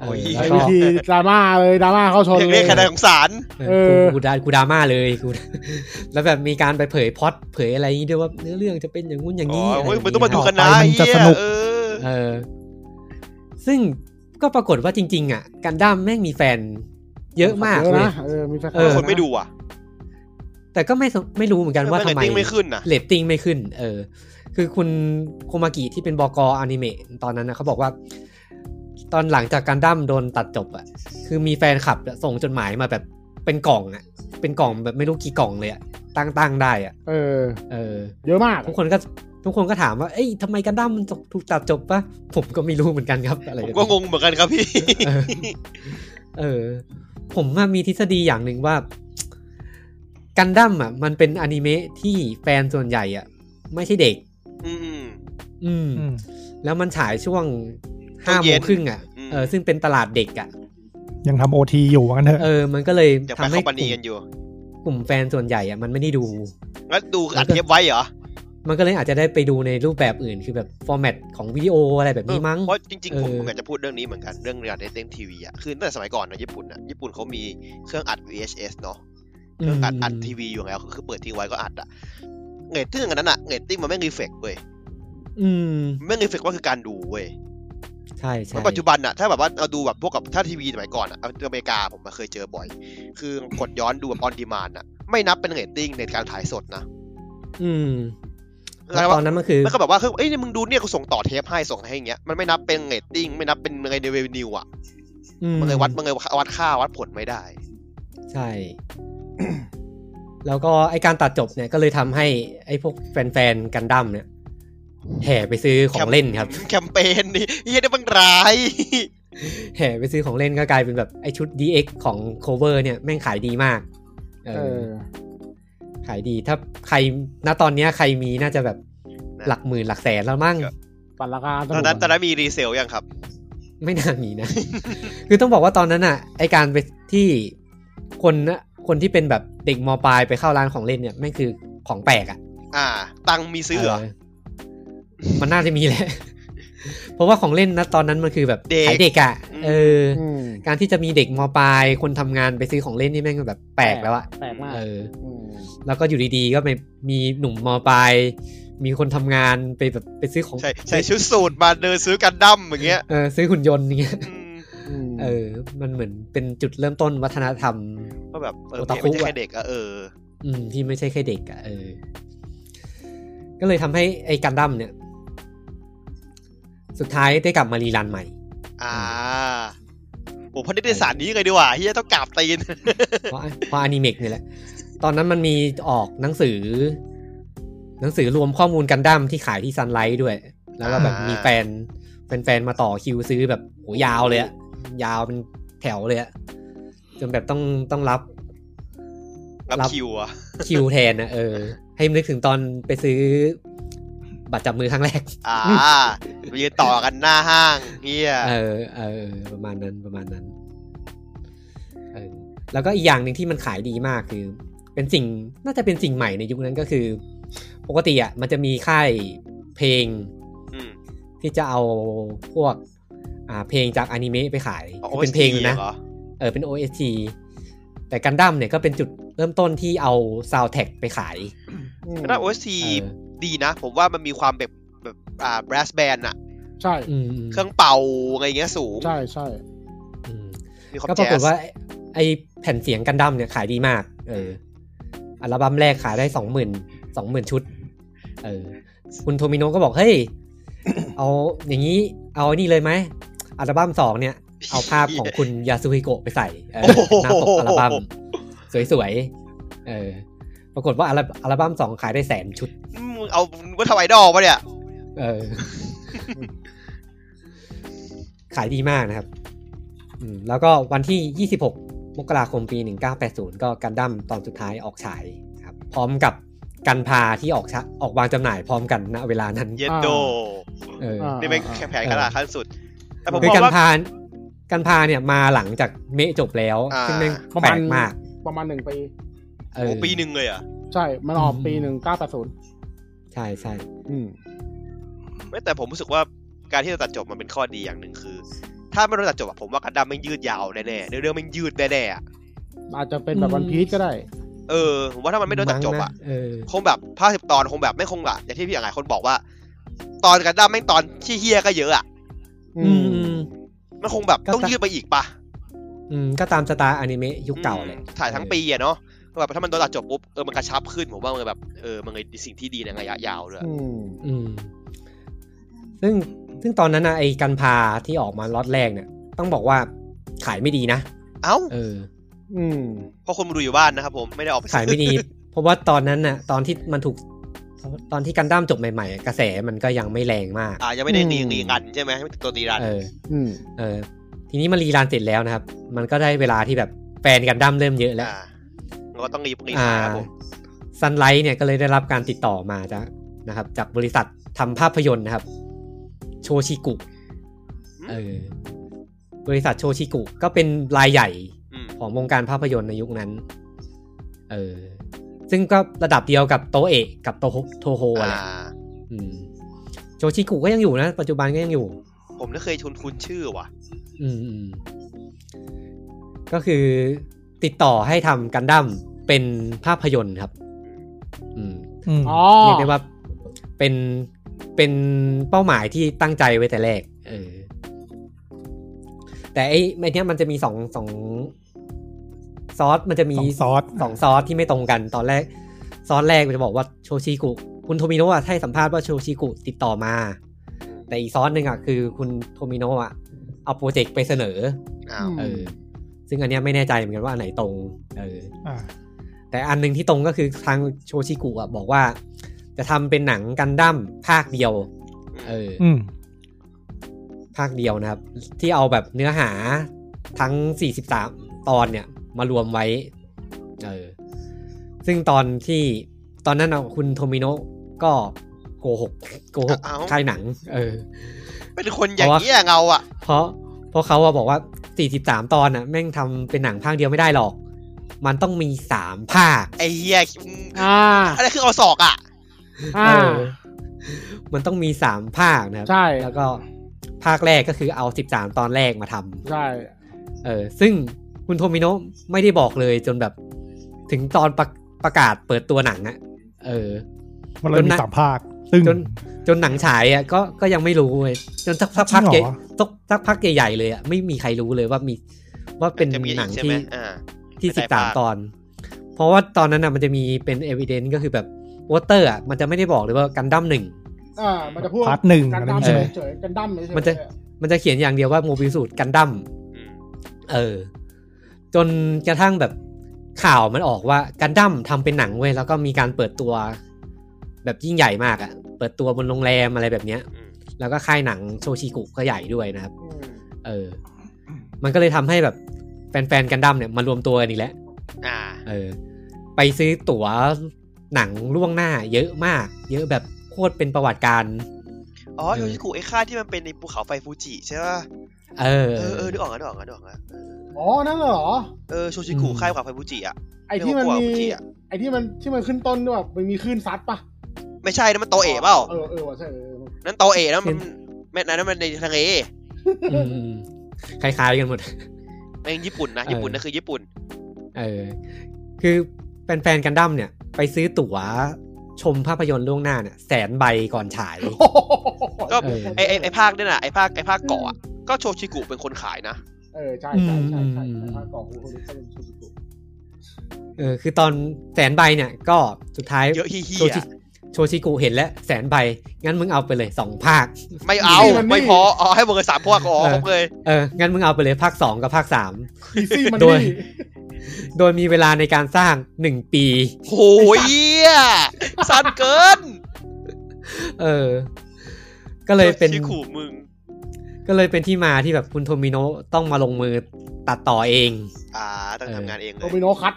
Speaker 1: เออ
Speaker 4: ใช้
Speaker 1: แล้ว
Speaker 4: วิ
Speaker 1: ก็
Speaker 4: ธีดราม่าเลยดราม่าเข้าชน
Speaker 2: เรียกเรียก
Speaker 4: เลย
Speaker 2: คะแนนของสาร
Speaker 1: เออกูกูดากูดราม่าเลยกู (laughs) แล้วแบบมีการไปเผยพล็อดเผยอะไรอย่างนี้ด้วยว่าเนื้อเรื่องจะเป็นอย่างงู้นอย่าง
Speaker 2: อ๋อ
Speaker 1: นี้ะไร
Speaker 2: เฮ้ย
Speaker 1: ย่าง
Speaker 2: มันต้องมาดู
Speaker 1: ะ
Speaker 2: กันนะไอ้เฮียเออ
Speaker 1: เออ ซึ่งก็ปรากฏว่าจริง ๆ อ่ะกันดั้มแม่งมีแฟน เยอะมาก
Speaker 4: เยอะ
Speaker 1: เลย
Speaker 4: นะเออมีแฟนคลั
Speaker 1: เออ
Speaker 4: บ
Speaker 2: คนไม่ดูอ่ะ
Speaker 1: แต่ก็ไม่สไม่รู้เหมือนกันว่า
Speaker 2: เออ
Speaker 1: ทำไม
Speaker 2: เรตติ้งไม่ขึ้นนะ
Speaker 1: เรตติ้งไม่ขึ้น เออ คือคุณโคมากิที่เป็นบอกออนิเมะตอนนั้นนะเขาบอกว่า ตอนหลังจากการดั้มโดนตัดจบอะคือมีแฟนคลับอะส่งจดหมายมาแบบเป็นกล่องอะเป็นกล่องแบบไม่รู้กี่กล่องเลยอะตั้งตั้งได้อะ
Speaker 4: เออ
Speaker 1: เออ
Speaker 4: เยอะมาก
Speaker 1: ทุกคนก็ทุกคนก็ถามว่า เอ้ยทำไมการดั้มมันถูกตัดจบปะผมก็ไม่รู้เหมือนกันครับอะไร
Speaker 2: ผมก็งงเหมือนกันครับพี่ (laughs)
Speaker 1: เออ (laughs) เออ ผมว่ามีทฤษฎีอย่างหนึ่งว่าการดั้มอะมันเป็นอนิเมะที่แฟนส่วนใหญ่อะไม่ใช่เด็ก
Speaker 2: อืม
Speaker 1: อืม
Speaker 3: อืม
Speaker 1: แล้วมันฉายช่วง
Speaker 2: ช่ว
Speaker 1: ห้างโม
Speaker 2: เย็
Speaker 1: ง
Speaker 2: น
Speaker 1: ครึ่งอ่ะ
Speaker 2: อืม
Speaker 1: เออ ซึ่งเป็นตลาดเด็กอ่ะ
Speaker 3: ยังทำโอทีอยู่ว่างั้นเถอะ
Speaker 1: เออ มันก็เลย
Speaker 2: ยัง
Speaker 1: ทำ
Speaker 2: ไป
Speaker 1: ให้
Speaker 2: เข้าปานีกันอยู่
Speaker 1: กลุ่มแฟนส่วนใหญ่อ่ะมันไม่ได้ดู
Speaker 2: งั้นดูอัดเทปไว้เหรอ
Speaker 1: มันก็เลยอาจจะได้ไปดูในรูปแบบอื่น คือแบบฟอร์แมตของวิดีโออะไรแบบ
Speaker 2: เออ
Speaker 1: นี้มั้ง
Speaker 2: เพราะจริงๆผม
Speaker 1: เออ
Speaker 2: ผมอยากจะพูดเรื่องนี้เหมือนกันเรื่องเรียนเต้นทีวีอ่ะคือตั้งแต่สมัยก่อนเนอะญี่ปุ่นอ่ะญี่ปุ่นเขามีเครื่องอัด VHS เนาะเครื่องอัดอัดทีวีอยู่แล้วคือเปิดทิ้งไว้ก็อัดอ่ะเงตติ้งอันนั้นอ่ะเงตติ้งมันไม่รีเฟกเว้ย
Speaker 1: อืม
Speaker 2: ไม่รีเฟกว่าคือการดูเว้ย
Speaker 1: ใช่ใช่
Speaker 2: เมื่อปัจจุบันอ่ะถ้าแบบว่าเราดูแบบพวกกับถ้าทีวีสมัยก่อนอ่ะเอาอเมริกาผมมาเคยเจอบ่อย คือกดย้อนดูแบบออนดีมานอ่ะไม่นับเป็นเรตติ้งในการถ่ายสดนะ
Speaker 1: อืม
Speaker 2: แล้
Speaker 1: แล้ว วต
Speaker 2: ก็
Speaker 1: อนนั้นมันคือ
Speaker 2: แล้วก็แบบว่าคือเอ้ยเนี่ยมึงดูเนี่ยกูส่งต่อเทปให้ส่งให้อย่างเงี้ย มันไม่นับเป็นเรตติ้งไม่นับเป็นเรเดเวนิวอ่ะ
Speaker 1: อืม
Speaker 2: มันเลยวัดมันเลยวัดค่าวัดผลไม่ได้
Speaker 1: ใช่ แล้วก็ไอการตัดจบเนี่ยก็เลยทำให้ ไอพวกแฟนๆกันดั้มเนี่ยแห่ไปซื้อของเล่นครับ
Speaker 2: แคมเปญนี่เฮียได้บังร้าย
Speaker 1: แห่ไปซื้อของเล่นก็กลายเป็นแบบไอชุด DX ของ cover เนี่ยแม่งขายดีมาก เอ
Speaker 4: เอ
Speaker 1: อ
Speaker 4: อ
Speaker 1: ขายดี ถ้าใคร ณ ตอนเนี้ยใครมีน่าจะแบบ
Speaker 2: นะ
Speaker 1: หลักหมื่นหลักแสนแล้วมั้ง
Speaker 2: เยอะ
Speaker 4: ปั่นราคา
Speaker 2: ตอนนั้นตอนนั้นมีรีเซลยังครับ
Speaker 1: ไม่น่ามีนะ (laughs) คือต้องบอกว่าตอนนั้นอ่ะ ไอการไปที่คนนะคนที่เป็นแบบเด็กมปลายไปเข้าร้านของเล่นเนี่ยแม่งคือของแปลกอ่ะ
Speaker 2: อ่า ตังค์มีซื้อเหรอ
Speaker 1: เมันน่าจะมีแหละ (laughs) เพราะว่าของเล่นนะตอนนั้นมันคือแบบ
Speaker 2: เด็ก
Speaker 1: ขายเด็กอ่ะ เอออ
Speaker 4: อืม
Speaker 1: การที่จะมีเด็กมปลายคนทำงานไปซื้อของเล่นนี่แม่งแบบแปลกแล้วอะ
Speaker 4: แปลกมาก
Speaker 1: เออ
Speaker 4: ม
Speaker 1: แล้วก็อยู่ดีๆ ก็ไปมีหนุ่มมปลายมีคนทำงานไปแบบไปซื้อของ
Speaker 2: ใช่ใช่ชุดสูตรมาเดินซื้อกันดั้มอย่างเงี้ย
Speaker 1: เออซื้อหุ่นยนต์ (laughs) อย่างเงี้ย
Speaker 2: อืม
Speaker 4: อืม
Speaker 1: เออ มันเหมือนเป็นจุดเริ่มต้นวัฒนธรรม
Speaker 2: ก็แบบเออ
Speaker 1: โอ
Speaker 2: ไม่
Speaker 1: ตาคุ
Speaker 2: ไม่ใช่แค่เด็กอะเออ
Speaker 1: อืมที่ไม่ใช่แค่เด็กอะเออ ก็เลยทำให้ไอ้กันดั้มเนี่ย สุดท้ายได้กลับมารีรันใหม่
Speaker 2: อ่าโอ้พอได้ในสารนี้เลยดีกว่าเฮียต้องกราบตีน (laughs)
Speaker 1: เพราะเพราะอนิเมกนี่แหละ ตอนนั้นมันมีออกหนังสือ หนังสือรวมข้อมูลกันดั้มที่ขายที่ซันไลท์ด้วย แล้วก็แบบ
Speaker 2: อ่ามี
Speaker 1: มีแฟนแฟนๆมาต่อคิวซื้อแบบโหยาวเลยอะ ยาวเป็นแถวเลยอะจนแบบต้องต้องรับ
Speaker 2: รับ
Speaker 1: รับ
Speaker 2: คิวอะ
Speaker 1: คิวแทนนะเออ ให้นึกถึงตอนไปซื้อ บัตรจับมือครั้งแรก
Speaker 2: อ่าไปยืนต่อกันหน้าห้างเฮีย
Speaker 1: เออเออ ประมาณนั้นประมาณนั้นเออแล้วก็อีกอย่างหนึ่งที่มันขายดีมากคือ เป็นสิ่งน่าจะเป็นสิ่งใหม่ในยุคนั้นก็คือ ปกติอ่ะมันจะมีค่ายเพลง
Speaker 2: ม
Speaker 1: ที่จะเอาพวก อ่าเพลงจากอนิเมะไปขาย
Speaker 2: อา
Speaker 1: เป็นเพลง
Speaker 2: OST
Speaker 1: นะ
Speaker 2: หรอ
Speaker 1: เออเป็น OST แต่กันดั้มเนี่ยก็เป็นจุดเริ่มต้นที่เอาซาว d t แท็กไปขาย
Speaker 2: ก็ได้โอเซี
Speaker 1: เออ
Speaker 2: ดีนะ ผมว่ามันมีความแบบแบบอ่า brass band อะ
Speaker 4: ใช่
Speaker 1: อืม
Speaker 2: เครื่องเป่าอะไรเงี้ยสูง
Speaker 4: ใช่ใช่
Speaker 1: อืม
Speaker 2: มีความ
Speaker 1: ก็ป
Speaker 2: แจ๊
Speaker 1: รากฏ
Speaker 2: ส
Speaker 1: ว่าไอ้ไอแผ่นเสียงกันดั้มเนี่ยขายดีมาก เออ อัลบั้มแรกขายได้สองหมื่นสองหมื่นชุด เออ คุณโทมิโนะก็บอก เฮ้ย (coughs) เอาอย่างนี้ เอาไอ้นี่เลยไหม อัลบั้มสองเนี่ย เอาภาพของคุณยาสุฮิโกะไปใส่เออหน้าปกอัลบั้มสวยๆ เออ ปรากฏว่าอัลบอัลบั้มสองขายได้แสนชุด
Speaker 2: อืมเอาวัฒไวดอลปะเนี่ย
Speaker 1: เออ (laughs) ขายดีมากนะครับอืมแล้วก็วันที่ 26 มกราคมปี 1980 ก็กันดั้มตอนสุดท้ายออกฉายนะครับ พร้อมกับกันพาที่ออกฉะออกวางจำหน่ายพร้อมกันณเวลานั้น
Speaker 2: เยนโด
Speaker 1: เออ
Speaker 4: อ่า
Speaker 2: นี่เป็นแผนกระดาษขั้นสุด แต่ผม
Speaker 1: คือ
Speaker 2: มอง
Speaker 1: กัน
Speaker 2: ว่า
Speaker 1: พากันพาเนี่ยมาหลังจากเมะจบแล้ว
Speaker 2: อ่า
Speaker 1: ซึ่งแม่ง
Speaker 4: ประ
Speaker 1: แปล
Speaker 4: มาณ
Speaker 1: กมาก
Speaker 4: ประมาณหนึ่งปี
Speaker 1: เอ
Speaker 2: โอ้
Speaker 1: อ
Speaker 2: ปีหนึ่งเลยเหรอ่ะ
Speaker 4: ใช่ มันออกปีหนึ่งเก้าแปดศูนย์
Speaker 1: ใช่ใช่
Speaker 4: อืม
Speaker 2: ไม่แต่ผมรู้สึกว่าการที่เราตัดจบมันเป็นข้อดีอย่างหนึ่งคือ ถ้าไม่เราตัดจบอะผมว่ากันดั้มไม่งยืดยาวแน่ๆเนื้อเรื่องไม่งยืดแน่ๆอะ
Speaker 4: อาจจะเป็นแบบวันพีชก็ได้
Speaker 2: เออผมว่าถ้ามันไม่โดนตัดจบอ่ะ
Speaker 1: มั้งนเออ
Speaker 2: คงแบบภาคสิบตอนคงแบบไม่คงแบบอย่างที่พี่อย่างไรคนบอกว่า ตอนกันดั้มไม่งตอนที่เฮียก็เยอะอ่ะ
Speaker 1: อืม
Speaker 2: มันคงแบบ
Speaker 1: ก็ตะ
Speaker 2: ต้องยืดไปอีกปะ
Speaker 1: อืม ก็ตามสไตล์อนิเมะยุคเก่าเลย
Speaker 2: อืมถ่ายทั้งปีอะเนาะก็แบบถ้ามันโดนตัดจบปุ๊บเออมันกระชับขึ้นผมว่ามันแบบเออมันเลยสิ่งที่ดีในระยะยาวด้วย
Speaker 4: อืม
Speaker 1: อืม ซึ่งซึ่งตอนนั้นนะไอ้กันพาที่ออกมาล็อตแรกเนี่ย ต้องบอกว่าขายไม่ดีนะ
Speaker 2: เอ้า
Speaker 1: เออ
Speaker 4: อืม
Speaker 2: เพราะคนมาดูอยู่บ้านนะครับผมไม่ได้ออกไป
Speaker 1: ขายไม่ดี เพราะว่าตอนนั้นน่ะ ตอนที่มันถูก ตอนที่กันดั้มจบใหม่ๆอะกระแสมันก็ยังไม่แรงมาก
Speaker 2: อ่ายังไม่ได้
Speaker 4: อืม
Speaker 2: รีรีรันใช่ไหมไม่ถึงตัวรีรัน
Speaker 1: เออ
Speaker 4: อืม
Speaker 1: เออ ทีนี้มันรีรันเสร็จแล้วนะครับ มันก็ได้เวลาที่แบบแฟนกันดั้มเริ่มเยอะแล้ว
Speaker 2: อ่าเราก็ต้องรีบรีบ
Speaker 1: อ่า
Speaker 2: หาครับผม
Speaker 1: ซันไลท์เนี่ยก็เลยได้รับการติดต่อมาจากนะครับ จากบริษัททำภาพยนตร์นะครับ โชชิกุเออบริษัทโชชิกุก็เป็นรายใหญ่
Speaker 2: อืม
Speaker 1: ของวงการภาพยนตร์ในยุคนั้น เออ ซึ่งก็ระดับเดียวกับโตเอะกับโตโฮโทโฮอะไร
Speaker 2: อ่า
Speaker 1: อืมโชชิกุก็ยังอยู่นะ ปัจจุบันก็ยังอยู่
Speaker 2: ผมน่าเคยชุนคุณชื่อว่ะ
Speaker 1: อืมอืมก็คือติดต่อให้ทำกันดั้มเป็นภาพยนตร์ครับ อืม
Speaker 3: อืม
Speaker 4: อ๋อ
Speaker 1: เรียกได้ว่าเป็นเป็นเป้าหมายที่ตั้งใจไว้แต่แรก เออ แต่ไอ้ไอ้เนี้ยมันจะมีสองสองซอสมันจะมี
Speaker 3: สองซอส
Speaker 1: สองซอสที่ไม่ตรงกันตอนแรก ซอสแรกมันจะบอกว่าโชชิกุ คุณโทมิโนะอะให้สัมภาษณ์ว่าโชชิกุติดต่อมา แต่อีกซอสหนึ่งอ่ะคือคุณโทมิโนะอะเอาโปรเจกต์ไปเสนอ
Speaker 2: อ้าว
Speaker 1: อเออ ซึ่งอันเนี้ยไม่แน่ใจเหมือนกันว่าอันไหนตรง เออ
Speaker 3: อ่า
Speaker 1: แต่อันหนึ่งที่ตรงก็คือทางโชชิกุอ่ะบอกว่า จะทำเป็นหนังกันดั้มภาคเดียว เออ
Speaker 3: อืม
Speaker 1: ภาคเดียวนะครับ ที่เอาแบบเนื้อหาทั้ง 43 ตอนเนี่ย มารวมไว้ เออ ซึ่งตอนที่ตอนนั้นน่ะคุณโทมิโนะก็โกหกโกหกค่ายหนัง เออ
Speaker 2: เป็นคนอย่างนี้ยเงาอ่ะ
Speaker 1: เพราะเพราะเขาอะบอกว่า 43 ตอนน่ะแม่งทำเป็นหนังภาคเดียวไม่ได้หรอก มันต้องมี 3 ภาค
Speaker 2: ไอ้เฮียอืม
Speaker 4: อ่า
Speaker 2: อะไรคือเอาศอกอ่ะ
Speaker 1: เอ
Speaker 4: อ่า
Speaker 1: อ มันต้องมี 3 ภาคนะครับ
Speaker 4: ใช่
Speaker 1: แล้วก็ภาคแรกก็คือเอา 13 ตอนแรกมาทำ
Speaker 4: ใช่
Speaker 1: เออซึ่งคุณโทมิโนะไม่ได้บอกเลยจนแบบถึงตอนประประกาศเปิดตัวหนังอะเออ
Speaker 3: มันเลย
Speaker 1: จน
Speaker 3: มี
Speaker 1: นะ
Speaker 3: สามภาค ซึ่ง
Speaker 1: จน จนหนังฉายอะก็ก็ยังไม่รู้เลยจนสักสักพัก
Speaker 3: จริ
Speaker 1: ให
Speaker 3: งเหรอ
Speaker 1: ญ่สักสักพักใหญ่ๆเลยอะไม่มีใครรู้เลยว่ามีว่าเป็น
Speaker 2: จะมีอีก
Speaker 1: หนัง
Speaker 2: ใช่ไหม
Speaker 1: ที่
Speaker 2: อ่า
Speaker 1: ที่
Speaker 2: เป็
Speaker 1: สิ
Speaker 2: น
Speaker 1: บ
Speaker 2: ไตร
Speaker 1: สาม
Speaker 2: ภาค
Speaker 1: ตอน เพราะว่าตอนนั้นอะมันจะมีเป็นเอวิเดนซ์ก็คือแบบวอเตอร์อะมันจะไม่ได้บอกเลยว่ากันดั้มหนึ่ง
Speaker 4: อ่า มันจะพูด
Speaker 3: พาร์ทหนึ่ง
Speaker 4: กัน
Speaker 3: อะไร
Speaker 4: ดั้ม
Speaker 3: ใช่ไหม
Speaker 4: เฉยๆกันดั้มเฉยๆ
Speaker 1: มันจะ มันจะเขียนอย่างเดียวว่าโมบิลสูตรกันดั้ม
Speaker 2: อืม
Speaker 1: เออ จนกระทั่งแบบข่าวมันออกว่ากันดั้มทำเป็นหนังเว้ยแล้วก็มีการเปิดตัว แบบยิ่งใหญ่มากอะเปิดตัวบนโรงแรมอะไรแบบเนี้ย
Speaker 2: อืม
Speaker 1: แล้วก็ค่ายหนังโชชิกุก็ใหญ่ด้วยนะครับ
Speaker 4: อืม
Speaker 1: เออ มันก็เลยทำให้แบบแฟนๆกันดั้มเนี่ยมารวมตัวกันอีกแล้ว
Speaker 2: อ่า
Speaker 1: เออไปซื้อตั๋วหนังล่วงหน้า เยอะมาก เยอะแบบโคตรเป็นประวัติการณ์
Speaker 2: อ๋อ
Speaker 1: เอ
Speaker 2: โย
Speaker 1: อ
Speaker 2: ชิคุไอ้ค่ายที่มันเป็นในภูเขาไฟฟูจิใช่ป่ะ
Speaker 1: เออ
Speaker 2: เออเออนึกออกแล้วนึกออกแล้วนึกออกแล้ว
Speaker 4: อ๋อนั่นเหรอ
Speaker 2: เออโชชิคุ
Speaker 1: อืม
Speaker 2: ค่ายภูเขาไฟฟูจิอ่ะ
Speaker 4: ไอ้ที่มันมี
Speaker 2: เรียกว่ากูอะ
Speaker 4: ไอ้ที่มันที่มันขึ้นต้นด้วยแบบมันมีขึ้นซัดปะ
Speaker 2: ไม่ใช่นะมันโตเอะเปล่า
Speaker 4: เออเออว่ะใช่เออเออ
Speaker 2: นั่นโตเอะนะมันแม่นั้นมันในทะเล
Speaker 1: อืมอืมคล้ายๆกันหมด
Speaker 2: แม่งญี่ปุ่นนะ
Speaker 1: เออ
Speaker 2: ญี่ปุ่นนะคือญี่ปุ่น
Speaker 1: เออ คือแฟนๆกันดั้มเนี่ย ไปซื้อตั๋วชมภาพยนตร์ล่วงหน้าเนี่ยแสนใบก่อนฉาย
Speaker 2: ก็
Speaker 1: เออ
Speaker 2: ไอ้ไอ้ไอ้ภาคเนี่ยน่ะไอ้ภาคไอ้ภาคเกาะอะก็โชชิกุเป็นคนขายนะ
Speaker 4: เออใช่ใช่ใช่ใช่ใช่ถ้าก่อคูคนนี้เขาเป็นชูชิกุ
Speaker 1: เออคือตอนแสนใบเนี่ย ก็สุดท้าย
Speaker 2: เยอะเฮี้
Speaker 1: โช
Speaker 2: ย
Speaker 1: ชิโชชิกุเห็นแล้วแสนใบ งั้นมึงเอาไปเลยสองภาค
Speaker 2: ๆไม่เอาไม่พอเอาให้เบอร์สามพวกอ๋อ
Speaker 1: เออ
Speaker 2: ผมเลย
Speaker 1: เออ งั้นมึงเอาไปเลยภาคสองกับภาคสาม
Speaker 4: อีซี่มัน
Speaker 1: โด
Speaker 4: นี่
Speaker 1: ย โดยมีเวลาในการสร้างหนึ่งปี
Speaker 2: โหยเหี้ยสั้นเกิน
Speaker 1: เออ ก็เลยเป็น
Speaker 2: โชชิคุมึง
Speaker 1: ก็เลยเป็นที่มาที่แบบคุณโทมิโนะต้องมาลงมือตัดต่อเอง
Speaker 2: อ่าต้อง
Speaker 1: เออ
Speaker 2: ทำงานเองเล
Speaker 4: โด
Speaker 2: ย
Speaker 4: มิโนคัต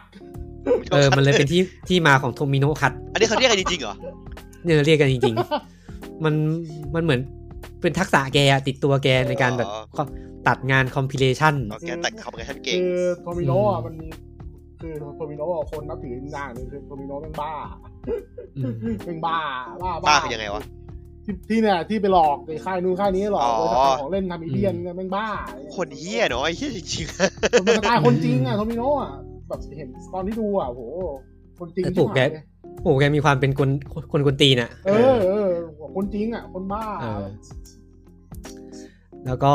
Speaker 1: เออ มันเลยเป็นที่ที่มาของโทมิโนะคัด
Speaker 2: อันนี้เขาเรียกกันจริงๆเหรอ
Speaker 1: เนี่ยเรียกกันจริง ๆ มันมันเหมือนเป็นทักษะแกอะติดตัวแกในการแบบตัดงานคอมพิเลชัน
Speaker 2: โอเคแต่คอมพิวเตอร์เก่ง
Speaker 4: คือโทมิโน
Speaker 1: อื
Speaker 4: อ่ะ
Speaker 1: ม
Speaker 4: มันมีคือโทมิโนอ่ะคนนับถือจริงจังเลยคือโทมิโนเป็นบ้า
Speaker 1: อืม
Speaker 4: เป็นบ้าบ้า
Speaker 2: บ้าคือยังไงวะ
Speaker 4: ที่ที่เนี่ยที่ไปหลอกไอ้ค่ายนู้นค่ายนี้หลอก
Speaker 2: อ๋อ
Speaker 4: โดยทำของเล่นทำอีเดียนเนี่ยเป็นบ้า
Speaker 2: คนเฮี้ยเนาะไอ้เฮี้ยจริงๆ (laughs)
Speaker 4: มันสไตล์คนจริงอ่ะโทมิโนะอ่ะแบบเห็นตอนที่ดูอ่ะโหคนจริง
Speaker 1: แต่ป
Speaker 4: ชิ
Speaker 1: ลู
Speaker 4: บ
Speaker 1: ก
Speaker 4: หาย
Speaker 1: แก
Speaker 4: เลย
Speaker 1: ปลูกแกมีความเป็นคนคนกวนตีนอะ
Speaker 4: เออเออคนจริงอ่ะ คนบ้า
Speaker 1: เออ แล้วก็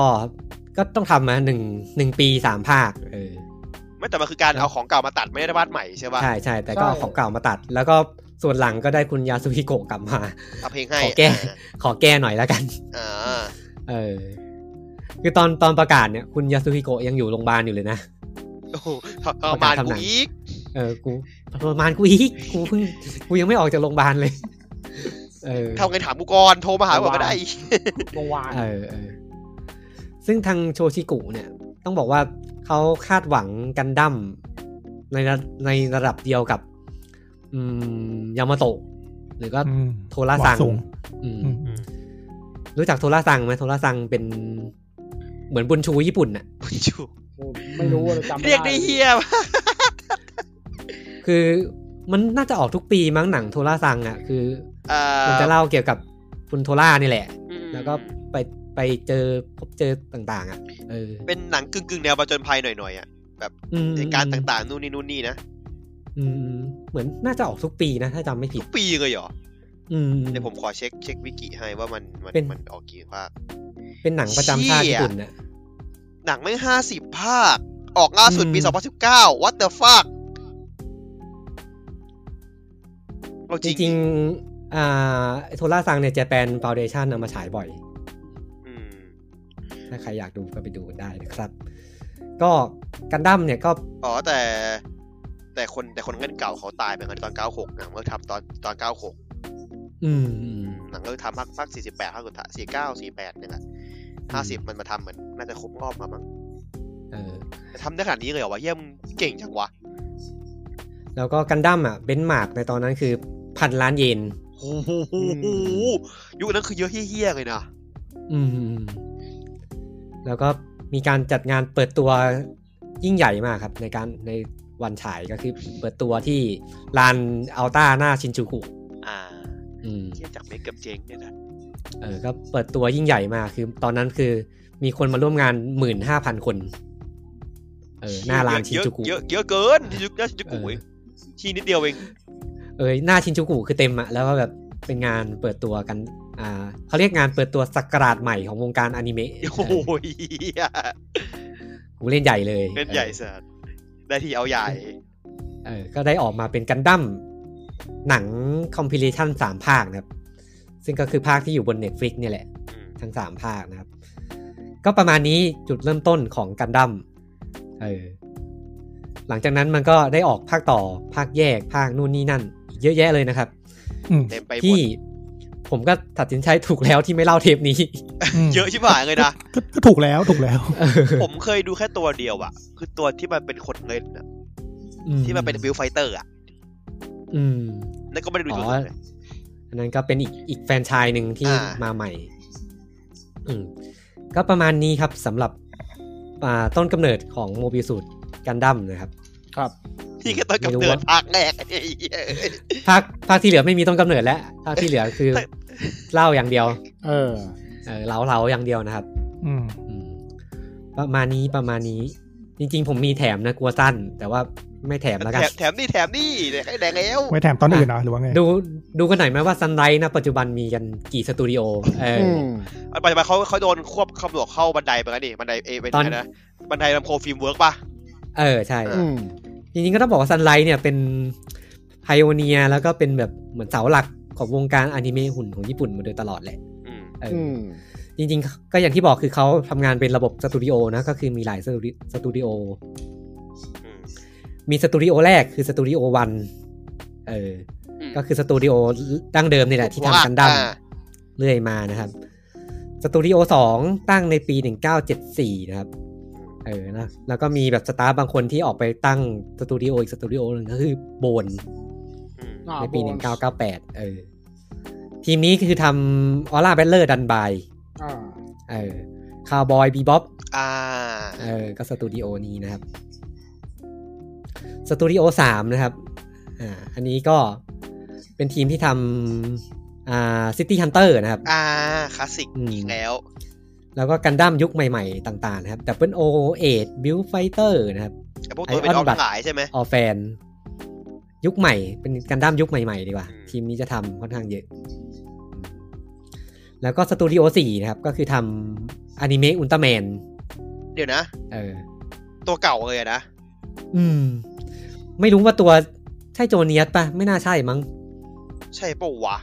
Speaker 1: ก็ต้องทำมาหนึ่งหนึ่งปีสามภาค เออ
Speaker 2: ไม่แต่มันคือการ
Speaker 1: ครับ
Speaker 2: เอาของเก่ามาตัดไม่ได้วาดใหม่ใช่ป่ะ
Speaker 1: ใช่ใช่แต่ก็เอาของเก่ามาตัด แล้วก็ส่วนหลังก็ได้คุณยาสุฮิโกะกลับมา (laughs)
Speaker 2: เอาเพลงให้
Speaker 1: ขอแก้ ขอแก้หน่อยแล้วกัน
Speaker 2: อ่า
Speaker 1: เออ คือตอนตอนประกาศเนี่ย คุณยาสุฮิโกะยังอยู่โรงพยาบาลอยู่เลยนะ
Speaker 2: โอ้โหทรมานกูอีก
Speaker 1: เออ กูทรมานกูอีก กูเพิ่ง กูยังไม่ออกจากโรงพยาบาลเลย เออ
Speaker 2: ทำไงถามกูก่อนโทรมาหาก่อนไม่ได้อีก
Speaker 4: โรงวาน
Speaker 1: เออเออ ซึ่งทางโชชิกุเนี่ย ต้องบอกว่าเขาคาดหวังกันดั้มในระในระดับเดียวกับ อืม ยามาโตะ หรือก็
Speaker 3: อืม
Speaker 1: โทราซัง
Speaker 3: หวัสูง
Speaker 1: อืม
Speaker 3: อืม
Speaker 1: รู้จักโทราซังไหมโทราซังเป็น เหมือนบุญชูญี่ปุ่นน่ะ
Speaker 2: ชู
Speaker 4: ไม่รู้อะไรจำไม่
Speaker 2: เรียกได้
Speaker 4: ได้
Speaker 2: เฮียปะ
Speaker 1: คือมันน่าจะออกทุกปีมั้งหนังโทราซังอ่ะ คือ
Speaker 2: อ่า
Speaker 1: มันจะเล่าเกี่ยวกับคุณโทล่านี่แหละ
Speaker 2: อืม
Speaker 1: แล้วก็ไปไปเจอพบเจอต่างๆ อ่ะ เออ
Speaker 2: เป็นหนังกึ่งกึ่งๆแนวประจนภัยหน่อยๆอ่ะ
Speaker 1: อืม
Speaker 2: เหตุการณ์ต่างๆนู่นนี่นู่นนี่นะ
Speaker 1: อืมอืมเหมือนน่าจะออกทุกปีนะ ถ้าจำไม่ผิ
Speaker 2: ทุ
Speaker 1: ด
Speaker 2: กปีเลยเหรอ
Speaker 1: อืม
Speaker 2: เดี๋ยวผมขอเช็คเช็ควิกิให้ว่ามันมัน
Speaker 1: เป็น
Speaker 2: มันออกกี่ภาค
Speaker 1: เป็นหนังประจำชาติ
Speaker 2: เชี่ย
Speaker 1: ญี่ปุ่นน่ะ
Speaker 2: หนังไม่ห้าสิบภาค ออกล่าสุดปี
Speaker 1: อืม
Speaker 2: สองพันสิบเก้า what the fuck เรา
Speaker 1: จ
Speaker 2: จริง
Speaker 1: ริงๆอ่าโทล่าซังเนี่ยจะเป็นฟาวเดชันนำมาฉายบ่อย
Speaker 2: อืม
Speaker 1: ถ้าใครอยากดูก็ไปดูกันได้นะครับ ก็กันดั้มเนี่ยก็
Speaker 2: อ๋อแต่แต่คนแต่คนเงินเก่าเขาตายไปกันตอน 96หนังเลิกทำตอนตอน 96
Speaker 1: อืมอืม
Speaker 2: หนังเลิกทำภาคภาค48ภาคสุดท้าย49 48เนี่ยแหละ50 มันมาทำเหมือนน่าจะครบรอบมามั้ง
Speaker 1: เออ
Speaker 2: แต่ทำได้ขนาดนี้เลยเหรอวะเยี่ยมเก่งจังวะ
Speaker 1: แล้วก็กันดั้มอ่ะเบนมาร์กในตอนนั้นคือพันล้านเยน
Speaker 2: โอ้โหยุคนั้นคือเยอะเฮี้ยๆเลยนะ
Speaker 1: อืม แล้วก็มีการจัดงานเปิดตัวยิ่งใหญ่มากครับ ในการในวันฉายก็คือเปิดตัวที่ลานอัลต้าหน้าชินจูกุ
Speaker 2: อ่า
Speaker 1: อืม
Speaker 2: เยี่ยจากเมกกับเจงเนี่ยนะ
Speaker 1: เออก็เปิดตัวยิ่งใหญ่มากคือตอนนั้นคือมีคนมาร่วมงานหมื่นห้าพันคน เออหน้าลานชิน
Speaker 2: เยอะ
Speaker 1: จูกุ
Speaker 2: เยอะเยอะเกินชินจูกุหน้าชินจูกุเว้ยที่นิดเดียวเอง
Speaker 1: เออหน้าชินจูกุคือเต็มอะแล้วก็แบบเป็นงานเปิดตัวกัน อ่าเขาเรียกงานเปิดตัวสักราชใหม่ของวงการอนิเมะ
Speaker 2: โอ้โหเหี้ย
Speaker 1: เออกูเล่นใหญ่เลย
Speaker 2: เป็นใหญ่
Speaker 1: ออ
Speaker 2: สัสได้ที่เอาใหญ่
Speaker 1: เออก็ได้ออกมาเป็นกันดั้มหนังคอมพิเลชันสามภาคนะครับ ซึ่งก็คือภาคที่อยู่บน Netflix เนี่ยแหละ
Speaker 2: อืม
Speaker 1: ทั้งสามภาคนะครับ ก็ประมาณนี้จุดเริ่มต้นของกันดั้มเออหลังจากนั้นมันก็ได้ออกภาคต่อภาคแยกภาคนู่นนี่นั่น เยอะแยะเลยนะครับ
Speaker 3: อืม
Speaker 2: เต็มไปหม
Speaker 1: ที่
Speaker 2: ด
Speaker 1: ผมก็ตัดสินใจถูกแล้วที่ไม่เล่าเทป
Speaker 2: (laughs)
Speaker 1: นี้
Speaker 3: ม
Speaker 2: เยอะชิบหาย
Speaker 1: (laughs)
Speaker 2: เลยนะ
Speaker 3: ก็ก็ถูกแล้วถูกแล้ว
Speaker 1: เออ
Speaker 2: ผมเคยดูแค่ตัวเดียวอะคือตัวที่มันเป็นคนเงินอะ
Speaker 1: อื
Speaker 2: ที่มันเป็นวิวไฟเตอร์อะ
Speaker 1: อืม
Speaker 2: นั่นก็ไม่ได้ดู
Speaker 1: อ๋
Speaker 2: ตัว
Speaker 1: อ
Speaker 2: อื่นเลย
Speaker 1: อันนั้นก็เป็นอีกอีกแฟรนไชายหนึ่งที่
Speaker 2: อ่าม
Speaker 1: มาใหม่ อืม ก็ประมาณนี้ครับสำหรับ อ่าต้นกำเนิดของโมบิสูตรกันดั้มนะครับ
Speaker 4: ครับ
Speaker 2: ที่ก็ต้นกำเนิดภาคแรกไอ้เหี้ย
Speaker 1: ภาคภาคที่เหลือไม่มีต้นกำเนิดแล้ว ภาคที่เหลือคือ
Speaker 2: แต่
Speaker 1: เล่าอย่างเดียว
Speaker 4: เออ
Speaker 1: เออเล่าเล่าอย่างเดียวนะครับ
Speaker 3: อืม
Speaker 1: อืม ประมาณนี้ประมาณนี้ จริง ๆ ผมมีแถมนะกลัวสั้น แต่ว่าไม่แถมแล้วกัน
Speaker 2: แถมแถมนี่แถมนี่แดกให้แดงแล้ว
Speaker 3: ไว้แถมตอนอื่นเหรอหรือว่าไง
Speaker 1: ดูดูกันหน่อยไหมว่าซันไ i ท์นะปัจจุบันมีกันกี่สตูดิโอเออ
Speaker 4: อื
Speaker 1: อ
Speaker 4: ม
Speaker 2: ปัจจุบันเขาเขาโดนควบขมวดเข้าบันไดไปแล้วนี่บันไดเอยเป็น
Speaker 1: ตอน
Speaker 2: ไงนะบันไดลำโพงฟิล์มเวิร์กป่ะ
Speaker 1: เออใช่
Speaker 2: เ
Speaker 4: อืม
Speaker 1: จริงๆก็ต้องบอกว่าซันไลท์เนี่ยเป็นไพโอเนียแล้วก็เป็นแบบเหมือนเสาหลักของวงการอนิเมะหุ่นของญี่ปุ่นมาโดยตลอดแหละ
Speaker 2: อืม
Speaker 1: เอออ
Speaker 4: อืม
Speaker 1: จริงๆ ก็อย่างที่บอกคือเขาทำงานเป็นระบบสตูดิโอนะ ก็คือมีหลายสตูดิสตูดิโอ
Speaker 2: อืม
Speaker 1: มีสตูดิโอแรกคือสตูดิโอวันเออ
Speaker 2: อืม
Speaker 1: ก็คือสตูดิโอดั้งเดิมนี่แหละที่ทำกันดั้ม
Speaker 2: อ่า
Speaker 1: เรื่อยมานะครับ สตูดิโอสองตั้งในปี 1974 นะครับ เออนะแล้วก็มีแบบสตาฟบางคนที่ออกไปตั้งสตูดิโออีกสตูดิโอหนึ่งก็คือโบน
Speaker 2: อืม
Speaker 4: อ่า
Speaker 1: ในปี
Speaker 4: โบน
Speaker 1: 1998 เออ ทีมนี้คือทำออร่าแบ t เลอร์ดันบาย
Speaker 4: อ่า
Speaker 1: เออคาวบอยบีบ๊อบ
Speaker 2: อ่า
Speaker 1: เออ ก็สตูดิโอนี้นะครับ สตูดิโอสามนะครับ อ่า อันนี้ก็เป็นทีมที่ทำอ่าซิตี้ฮันเตอร์นะครับ
Speaker 2: อ่าคลาสสิก
Speaker 1: อืม
Speaker 2: อีกแล้ว
Speaker 1: แล้วก็กันดั้มยุคใหม่ๆ ต่างๆ นะครับ ดับเบิลโอเอ็ดบิลไฟเตอร์นะครับ
Speaker 2: ไอพวก
Speaker 1: ไอออน
Speaker 2: ตัวเป็นออฟ
Speaker 1: บัตร
Speaker 2: หลายใช่ไหม
Speaker 1: ออแฟน ยุคใหม่ เป็นกันดั้มยุคใหม่ ๆ ดีกว่า
Speaker 2: อืม
Speaker 1: ทีมนี้จะทำค่อนข้างเยอะ แล้วก็สตูดิโอสี่นะครับ ก็คือทำอนิเมะอุลตร้าแมน
Speaker 2: เดี๋ยวนะ
Speaker 1: เออ
Speaker 2: ตัวเก่าเลยอะนะ
Speaker 1: อืม ไม่รู้ว่าตัวใช่โจเนียสปะไม่น่าใช่มั้ง
Speaker 2: ใช่ปะวะ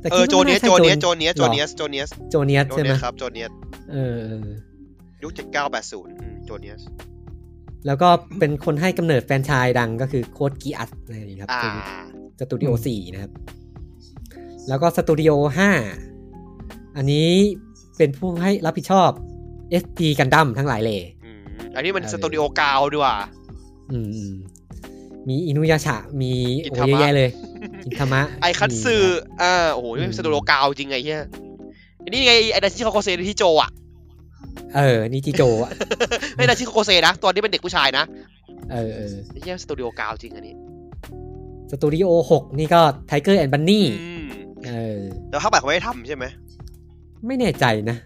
Speaker 1: แต่
Speaker 2: เอ
Speaker 1: คิด
Speaker 2: อ
Speaker 1: ว่า
Speaker 2: โจเนียสโจ
Speaker 1: ไม่า
Speaker 2: เนีย
Speaker 1: ใช่
Speaker 2: สโจเนียสโจเนียสโจ
Speaker 1: โจเนียสใช่
Speaker 2: เนียสโจเนี
Speaker 1: ไหม
Speaker 2: ยสครับโจเนียส
Speaker 1: เออเออ
Speaker 2: ยุคเจ็ดเก้าแปดศูนย์โจเนียส
Speaker 1: แล้วก็เป็นคนให้กำเนิดแฟรนไชายดังก็คือโคดกิอัสนะครับ
Speaker 2: อ่า
Speaker 1: สตูดิโอ
Speaker 3: อืม
Speaker 1: สี่นะครับ แล้วก็สตูดิโอห้าอันนี้เป็นผู้ให้รับผิดชอบ SD กันดั้มทั้งหลายเลย
Speaker 2: อืม อันนี้มัน
Speaker 1: เออ
Speaker 2: สตูดิโอกาวดีกว่า
Speaker 1: อืมอืมมีอินุยาชะ มี
Speaker 2: กิน
Speaker 1: โอ้
Speaker 2: ทามะ
Speaker 1: เยอะแยะเลยกินธรรมะ
Speaker 2: ไอคัต
Speaker 1: มี
Speaker 2: สึ
Speaker 1: นะครับ
Speaker 2: อ่า โอ้โหนี่
Speaker 1: อื
Speaker 2: มั
Speaker 1: ม
Speaker 2: นสตูดิโอกาวจริงไงเฮียอันนี้ไงไอนาชิคาโกเซที่โจอ่ะ
Speaker 1: เออนี่จิโจอะ
Speaker 2: ไม่นาชิคาโกเซนะ ตอนนี้เป็นเด็กผู้ชายนะ
Speaker 1: เออเออ
Speaker 2: ไอ้เฮียสตูดิโอกาวจริงอันนี้
Speaker 1: สตูดิโอ6 นี่ก็ Tiger and Bunny
Speaker 2: อืม
Speaker 1: เออ
Speaker 2: แล้วภาคใหม่เขาไม่ได้ทำใช่ไหม
Speaker 1: ไม่แน่ใจนะ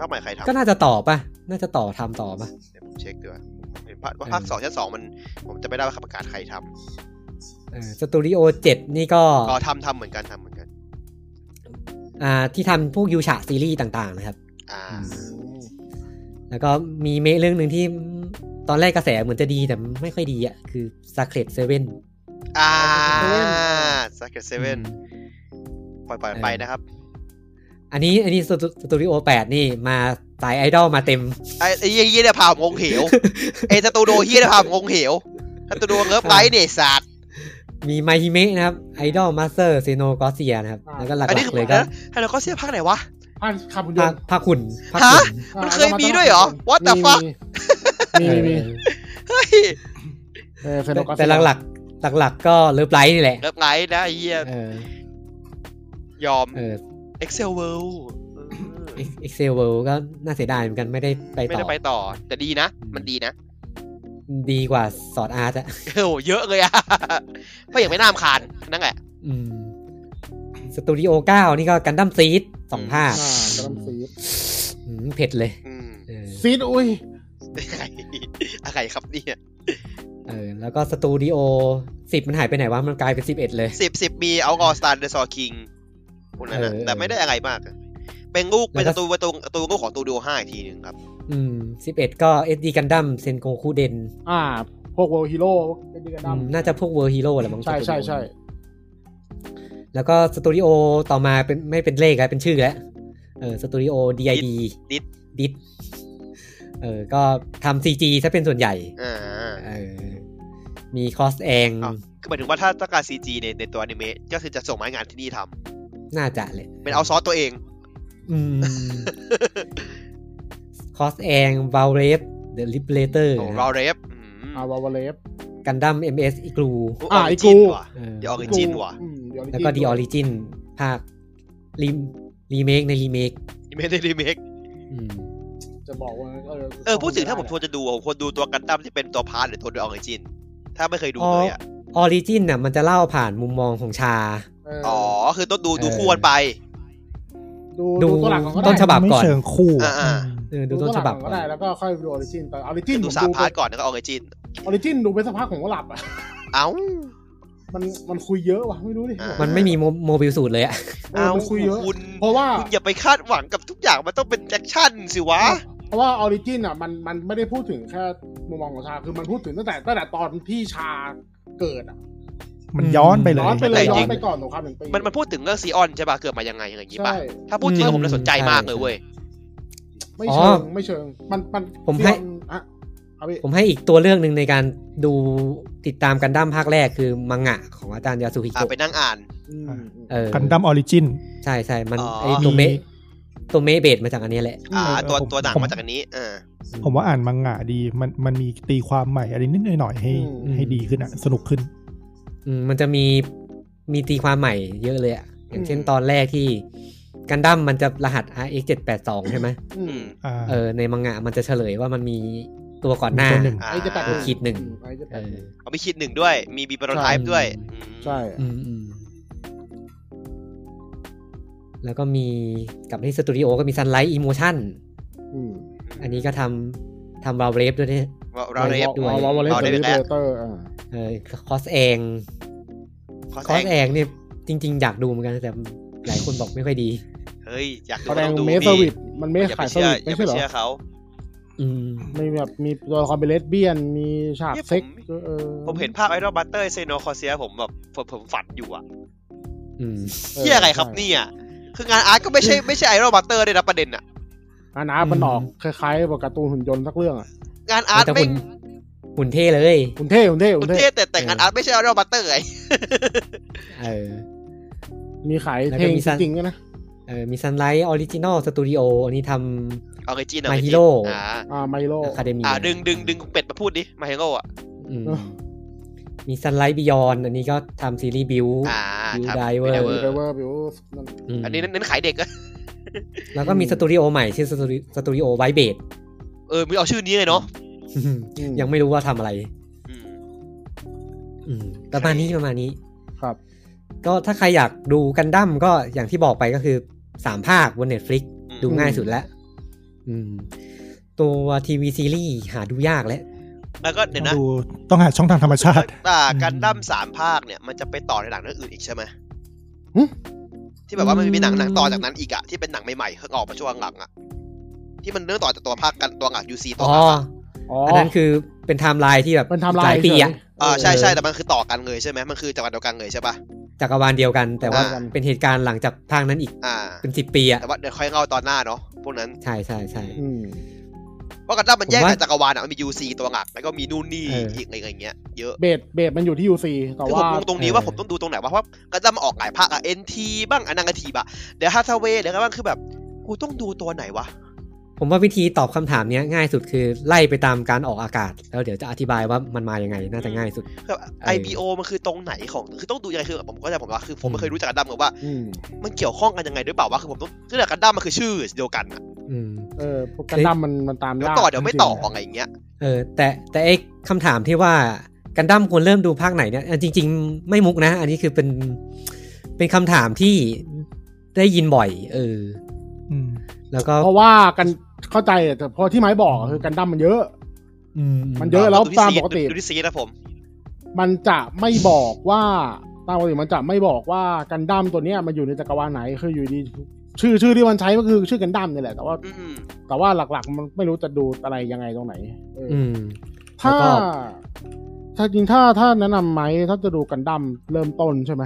Speaker 2: ภาคใหม่ใครทำ
Speaker 1: ก็น่าจะต่อป่ะ น่าจะต่อทำต่อป่ะ
Speaker 2: เดี๋ยวผมเช็คดีกว่าเห็นภาคว่าภาคสองชั้นสองมัน ผมจะไม่ได้ว่าประกาศใครท
Speaker 1: เออสตูดิโอ7นี่ก็
Speaker 2: ำก็ทำทำเหมือนกันทำเหมือนกัน
Speaker 1: อ่า ที่ทำพวกยูชะซีรีส์ต่างๆนะครับ
Speaker 2: อ่า
Speaker 1: แล้วก็มีเมะเรื่องหนึ่งที่ตอนแรกกระแสเหมือนจะดีแต่ไม่ค่อยดีอ่ะ คือ Sacred Seven
Speaker 2: อ่า
Speaker 4: อ่
Speaker 2: ซาเกตเซเว่นปล่อยปล่อยๆไป
Speaker 1: เออ
Speaker 2: นะครับ
Speaker 1: อันนี้อันนี้สตูสตูดิโอ8นี่มาสายไอดอลมาเต็ม
Speaker 2: ไอ้ไอ้เหี้ยเนี่ยพาผมงง
Speaker 1: (laughs)
Speaker 2: เหว ไอ้สตูดิโอเหี้ยเนี่ยพาผมงงเหวสตูดิโอเลิฟไลท์เนี่ยสัตว์
Speaker 1: มีไมฮิเมะนะครับไอดอลมาสเตอร์เซโนกอเซียนะครับ แล้วก็หลั
Speaker 2: อันนี้
Speaker 1: ก
Speaker 2: คือ
Speaker 1: ๆเลยก็
Speaker 2: นะฮันโนก็เสียภาคไหนวะ
Speaker 4: ผ้าคาบุญย
Speaker 1: ภาน ค
Speaker 4: ต์
Speaker 1: ภาคหุ่นภาคหุ่น
Speaker 4: อ่า
Speaker 2: มันเคยมีด้วยเหรอ What the
Speaker 4: มี
Speaker 2: fuck?
Speaker 4: มีมี
Speaker 1: เอ
Speaker 4: มี
Speaker 1: อ
Speaker 2: เฮ้ย
Speaker 4: เออเซโนกา
Speaker 1: แต่หลักๆ หลักๆ ก็เลิฟไลท์นี่แหละ
Speaker 2: เลิฟไลท์นะไอ้เหี้ย
Speaker 1: เออ
Speaker 2: ยอม
Speaker 1: เออ
Speaker 2: Excel World เออ
Speaker 1: Excel World ก็น่าเสียดายเหมือนกันไม่ได้ไปต่
Speaker 2: ไม่ได้
Speaker 1: อ
Speaker 2: ไปต่อ แต่ดีนะ
Speaker 1: อืม
Speaker 2: มันดีนะ
Speaker 1: ดีกว่าสอดอาร์ตอะ
Speaker 2: โอ้โหเยอะเลยอะ ไม่อย่างไม่น่ารำคาญนั่นแหละ
Speaker 1: อืมสตูดิโอเก้านี่ก็กันดั้มซีดสองภาค
Speaker 4: อ่ากำลังซีด
Speaker 1: อืมเผ็ดเลย
Speaker 2: อืม (laughs)
Speaker 1: เออ
Speaker 4: ซีดอุ้ย
Speaker 2: อะไรครับเนี่ย
Speaker 1: เออ แล้วก็สตูดิโอสิบมันหายไปไหนวะ มันกลายเป็นสิบเอ็ดเลย
Speaker 2: สิบสิบมีเอากอสตาร์เดอะซอคิงพวกนั้นนะ
Speaker 1: เออเออ
Speaker 2: แต่ไม่ได้อะไรมากอะเป็นลูกเป็น
Speaker 1: แล้ว
Speaker 2: ป
Speaker 1: ก็
Speaker 2: ระตูประตูประตูลูกของตูดิโอห้าอีกทีหนึ่งครับ
Speaker 1: อืมสิบเอ็ดก็เอ็ดดีกันดั้มเซนโกคูเดน
Speaker 4: อ่า พวกเวลฮีโร่พวกเอ็ดดี้กันดัม
Speaker 1: น่าจะพวกเวอร์ฮีโร่แหละมั้ง
Speaker 4: ใช่ใช่ใช่
Speaker 1: แล้วก็สตูดิโอต่อมาเป็นไม่เป็นเลขแล้วเป็นชื่อแล้ว เออสตูดิโอ DID
Speaker 2: ดิด
Speaker 1: ดิดเออ ก็ทำซีจีซะเป็นส่วนใหญ่
Speaker 2: อ่า
Speaker 1: เออ มีคอสแอง
Speaker 2: อ้าว คือหมายถึงว่าถ้าต้องการซีจีในในตัวอนิเมะก็คือจะส่งมาให้งานที่นี่ทำ
Speaker 1: น่าจะเลย
Speaker 2: เป็นเอาซอสตัวเอง
Speaker 1: อืมคอสแองบาเลสเดอะลิปเลเตอร์
Speaker 2: โอ้เราเรฟอืม
Speaker 4: อาวาวาเลฟ
Speaker 1: กันดั้มเอ็มเอสอีกรู
Speaker 4: อ่ะ
Speaker 2: ริ
Speaker 4: ไอ้กู
Speaker 2: จินว่ะ
Speaker 1: เออ
Speaker 2: The Origin ว่ะ
Speaker 4: อืม The Origin
Speaker 1: แล้วก็ดีออริจินภาครีรีเมคในรีเมค
Speaker 2: อีเมนในรีเมค
Speaker 1: อืม
Speaker 4: จะบอกว่าเออ
Speaker 2: เออพูดถึงถ้าผมควรจะดูผมควรดูตัวกันตั้มที่เป็นตัวพาร์ทหรือตัวเดอะออริจิน ถ้าไม่เคยดูเลยอ่ะ
Speaker 1: ออริจินน่ะมันจะเล่าผ่านมุมมองของชา
Speaker 4: เออ
Speaker 2: อ๋อ คือต้องดู
Speaker 1: เออ
Speaker 2: ดูคู่กันไป
Speaker 4: ดู
Speaker 1: ดู
Speaker 4: ดูตัวหลังก่อนก็
Speaker 1: ต้นฉ
Speaker 4: ได้
Speaker 1: บับก่อน
Speaker 3: ไม่เชิงคู่
Speaker 2: อ่า
Speaker 1: เออดูต้นฉบับ
Speaker 4: ก่
Speaker 1: ก่
Speaker 4: อ
Speaker 1: อนน
Speaker 4: ก็ได้แล้วก็ค่อยดูออริจินไปออริจิน
Speaker 2: ดู
Speaker 4: ผม
Speaker 2: สาม
Speaker 4: ดู
Speaker 2: พาร์ทก่อนแล้วก็ออริจิน
Speaker 4: ออริจินดูไปสักพักผมก็หลับอ่ะ
Speaker 2: เอ้า
Speaker 4: มันมันคุยเยอะว่ะไม่รู้ดิ
Speaker 2: อ่า
Speaker 1: มันไม่มีโมโมบิลสูตรเลยอะ
Speaker 4: เออ
Speaker 2: เอ้า
Speaker 4: มันคุยเยอะ
Speaker 2: คุณ
Speaker 4: เพราะว่า
Speaker 2: คุณอย่าไปคาดหวังกับทุกอย่างมันต้องเป็นแอคชั่นสิวะ
Speaker 4: เพราะว่าออริจินอ่ะมันมันไม่ได้พูดถึงแค่มุมมองของชาคือมันพูดถึงตั้งแต่ตั้งแต่ตอนที่ชาเกิดอ่ะ
Speaker 3: มันย้อนไปเลย
Speaker 4: ย้อนไปเล
Speaker 2: แต่
Speaker 4: ย
Speaker 2: จ
Speaker 4: ย้อ
Speaker 2: ริง
Speaker 4: นไปก่อนสงครามหนึ่งปี
Speaker 2: มันมันพูดถึงเรื่องซีออนใช่ป่ะ เกิดมายังไงอะไรอย่างงี้ป่ะ
Speaker 4: ใช่
Speaker 2: ถ้าพูดจริง
Speaker 4: อืม
Speaker 2: ผมน่าสนใจมากเลยเว้ย
Speaker 4: ไม่เชิงไม่เชิง มันมัน
Speaker 1: ผมให้
Speaker 4: อ่ะเอาพี่
Speaker 1: ผมให้อีกตัวเรื่องหนึ่งในการดูติดตามกันดั้มภาคแรกคือมังงะของอาจารย์ยาสุฮิ
Speaker 2: อ่ะ
Speaker 1: โกะ
Speaker 2: ไปนั่งอ่าน
Speaker 4: อืมอืม
Speaker 1: เออ
Speaker 3: กันดั้มออริจิน
Speaker 1: ใช่ใช่มัน
Speaker 2: อ๋อ
Speaker 1: ไอตัวเมะตัวเมะเบสมาจากอันนี้แหละ
Speaker 2: อ่า
Speaker 3: เออ
Speaker 2: ตัว
Speaker 3: ผม
Speaker 2: ตัวหนังมาจากอันนี้เออ
Speaker 3: ผมว่าอ่านมังงะดี มันมันมีตีความใหม่อะไรนิดหน่อยๆให้
Speaker 1: อืม
Speaker 3: ให้ดีขึ้นอ่ะ สนุกขึ้น
Speaker 1: อืมมันจะมีมีตีความใหม่เยอะเลยอะอย่างเช่นตอนแรกที่กันดั้มมันจะรหัส RX 782ใช่ไหม
Speaker 4: อื
Speaker 2: อื
Speaker 4: ม
Speaker 2: ม
Speaker 3: อ่า
Speaker 1: เออในมังงะมันจะเฉลยว่ามันมีตัวก่อนหน้า
Speaker 3: ตัวหนึ่ง
Speaker 2: อ่า
Speaker 4: ไอ้จะแปด
Speaker 1: คิดหนึ่ง
Speaker 4: ไอ้จะแป
Speaker 1: เอ
Speaker 4: ด
Speaker 1: อ
Speaker 2: เอาไปคิดหนึ่งด้วย มีบีบรอนไท
Speaker 1: ใช่
Speaker 2: ป์ด้วยอืม
Speaker 4: ใช่
Speaker 1: อืมอืมแล้วก็มีกลับที่สตูดิโอก็มีซันไลท์อีโมชั่น
Speaker 4: อืม
Speaker 1: อันนี้ก็ทำทำบาเรฟด้วยเนี่ย
Speaker 2: เราเราเรฟ
Speaker 1: ด้วย
Speaker 4: วอลเลฟ
Speaker 2: เรา
Speaker 4: เด
Speaker 2: เรฟ
Speaker 4: อร์
Speaker 2: อีกแล้ว
Speaker 4: เตอร์อ่า
Speaker 1: เออคอสเอง
Speaker 2: ขอ
Speaker 1: คอส
Speaker 2: แทง
Speaker 1: เองเนี่ยจริง ๆ อยากดูเหมือนกันแต่หลายคนบอกไม่ค่อยดี
Speaker 2: เฮ้ยอยากดู
Speaker 4: แสด
Speaker 2: ต้
Speaker 4: ง
Speaker 2: องดู
Speaker 4: เม
Speaker 2: มี
Speaker 4: สเซอร์วิทมันเมส
Speaker 2: อย่าไป
Speaker 4: ขายเซอ
Speaker 2: เชื่อ
Speaker 4: ร์
Speaker 2: อ
Speaker 4: วิท
Speaker 2: ย่าไป
Speaker 4: ไม่ใช่เหรอ
Speaker 2: เชื่อเขา
Speaker 1: อืม
Speaker 4: มีแบบมีตัวละครเป็นเลสเบี้ยน มีฉากเซ็กซ์
Speaker 2: เนี่ยผม
Speaker 4: เออ
Speaker 2: ผมเห็นภาพไอดอลบัตเตอร์เซโนคอเซียผมแบบผมผมฝันอยู่อะ
Speaker 1: อืม
Speaker 2: เฮียอะไรครับเนี่ย คืองานอาร์ตก็ไม่ใช่ไม่ใช่ไอดอลบัตเตอร์ด้วยนะประเด็นอะ
Speaker 4: อันนะมันออกคล้ายๆกับการ์ตูนหุ่นยนต์สักเรื่องอ่ะ
Speaker 2: งานอาร์ต
Speaker 1: แต่
Speaker 2: ไม่
Speaker 1: หุ่
Speaker 2: ง
Speaker 1: นหุ่นเท่เลย
Speaker 4: หุ่นเท่หุ่นเท่
Speaker 2: คุ
Speaker 4: หุ่
Speaker 2: ณ
Speaker 4: นเท่
Speaker 2: เท่แต่แต่งานอาร์ตไม่ใช่ไอดอลบัตเตอร์ไง
Speaker 1: เออ
Speaker 4: มีขาย
Speaker 1: แล้ว
Speaker 4: เพ
Speaker 1: ก็
Speaker 4: ลง
Speaker 1: มีสั้น
Speaker 4: จริงๆด้วยนะ
Speaker 1: เออมีซันไลท์ออริจินอลสตูดิโออันนี้ท
Speaker 2: ออริจิน
Speaker 1: My Hero
Speaker 2: อ่า
Speaker 4: อ่าไมโล
Speaker 1: ำอะคาเดมี
Speaker 2: อ่าดึงดึงดึงเป็ดมาพูดดิมาฮิโร่อะ
Speaker 4: เออ
Speaker 1: มีซันไลท์บิยอนอันนี้ก็ทำซีรีส์บิว
Speaker 2: อ่าคบ
Speaker 1: Diver
Speaker 2: Diver
Speaker 4: เดเวอร์บิวนั่น
Speaker 2: อันนี้เน้นเน้นขายเด็กอะ
Speaker 1: แล้วก็มีสตูดิโอใหม่ชื่อสตูดิสตูดิโอไวเบด
Speaker 2: เออมีเอาชื่อนี้เลยเนาะ
Speaker 4: อืม
Speaker 1: ยังไม่รู้ว่าทำอะไร
Speaker 2: อืม
Speaker 1: อืมประมาณนี้ประมาณนี้
Speaker 4: ครับ
Speaker 1: ก็ถ้าใครอยากดูกันดั้มก็อย่างที่บอกไปก็คือสามภาคบน Netflix
Speaker 2: อืม
Speaker 1: ดูง่ายสุดแล้วอืม ตัวทีวีซีรีส์หาดูยากแล้ว
Speaker 2: แล้วก็เดี๋ยวนะ
Speaker 3: ดูต้องหาช่องทางธรรมชาติ
Speaker 2: อ่ากันดั้มสามภาคเนี่ยมันจะไปต่อในหนังเรื่องอื่นอีกใช่ไหม
Speaker 4: หึ
Speaker 2: ที่แบบว่ามันมีหนัง
Speaker 1: อืม
Speaker 2: หนังต่อจากนั้นอีกอะที่เป็นหนังใหม่ๆเพิ่งออกมาช่วงหลังอะที่มันเรื่องต่อจากตัวภาคกันตัวหลักยูซีต่อ
Speaker 1: อ๋อ
Speaker 2: มา
Speaker 4: อ๋อ
Speaker 1: อัน
Speaker 4: อ
Speaker 1: นั้นคือเป็นไทม์ไลน์ที่แบบ
Speaker 4: มันทำลา
Speaker 1: หลาย ยปีอะ
Speaker 4: เฉย
Speaker 2: อ่าใช่
Speaker 1: เออ
Speaker 2: ใช่แต่มันคือต่อกันเลยใช่ไหมมันคือจังหวัดเดียวกันเลยใช่ปะ
Speaker 1: จักรวาลเดียวกัน แต่ว่า
Speaker 2: อ่า
Speaker 1: เป็นเหตุการณ์หลังจากภาคนั้นอีก
Speaker 2: อ่า
Speaker 1: เป็นสิบปีอะ
Speaker 2: แต่ว่าเดี๋ยวค่อยเล่าตอนหน้าเนาะพวกนั้น
Speaker 1: ใช่ใช่ใช่
Speaker 4: อืม
Speaker 2: เพราะกันดั้มมันแยก
Speaker 1: ผมว่า
Speaker 2: จากจักรวาลอ่ะมันมียูซีตัวหลักแล้วก็มีนู่นนี่
Speaker 1: เอออี
Speaker 2: อีกอะไรอย่างเงี้ยเยอะ
Speaker 4: เบสเบสมันอยู่ที่ยูซีแต่
Speaker 2: คือผ
Speaker 4: ว่าม
Speaker 2: งงตรงนี้ว่า
Speaker 1: เออ
Speaker 2: ผมต้องดูตรงไหนวะเพราะกันดั้มมันออกหลายภาคอ่ะเอ็นทีบ้างอนังกทีบะเดี๋ยวฮาทาเวเดี๋ยวก็บ้างคือแบบกูต้องดูตัวไหนวะ
Speaker 1: ผมว่าวิธีตอบคำถามเนี้ยง่ายสุดคือไล่ไปตามการออกอากาศ แล้วเดี๋ยวจะอธิบายว่ามันมายังไงน่าจะง่ายสุด
Speaker 2: แบบ IBO มันคือตรงไหนของคือต้องดูยังไงคือผมก็จะผมว่าคือผมไม่เคยรู้จักกันดั้มกับว่า
Speaker 4: อืม
Speaker 2: มันเกี่ยวข้องกันยังไงด้วยเปล่าวะคือผมต้องคือแต่กันดั้มมันคือชื่อเดียวกันอะ
Speaker 1: อืม
Speaker 4: เออพวกกันดั้มมันมันตาม
Speaker 2: เดี๋ยวย
Speaker 4: าก
Speaker 2: ต่อเดี๋ยวไม่ต่อ
Speaker 4: จริง
Speaker 2: อะไรอย่างเงี้ย
Speaker 1: เออแต่แต่ไอ้คำถามที่ว่ากันดั้มควรเริ่มดูภาคไหนเนี่ยเออจริง ๆ ไม่มุกนะ อันนี้คือเป็นเป็นคำถามที่ได้ยินบ่อย เออ
Speaker 3: อืม
Speaker 1: แล้วก็
Speaker 4: ๆเพราะว่ากันเข้าใจแต่เพอที่ไม้บอกคือกันดั้มมันเยอะ
Speaker 1: อื
Speaker 4: มันเยอะ แล้ว
Speaker 2: ดูที่
Speaker 4: ตาม
Speaker 2: ซี
Speaker 4: ปกติ
Speaker 2: ดูที่ซีนะผม
Speaker 4: มันจะไม่บอกว่าตามปกติมันจะไม่บอกว่ากันดั้มตัวเนี้ยมันอยู่ในจักรวาลไหนคืออยู่ดี ชื่อชื่อที่มันใช้ก็คือชื่อกันดั้มนี่แหละ แต่ว่า
Speaker 2: อืม
Speaker 4: แต่ว่าหลักๆ มันไม่รู้จะดูอะไรยังไงตรงไหนเอออ
Speaker 1: อืม
Speaker 4: ถ้า
Speaker 1: แล้วก็
Speaker 4: ถ้าจริงถ้าถ้าแนะนำไหมถ้าจะดูกันดั้มเริ่มต้นใช่ไหม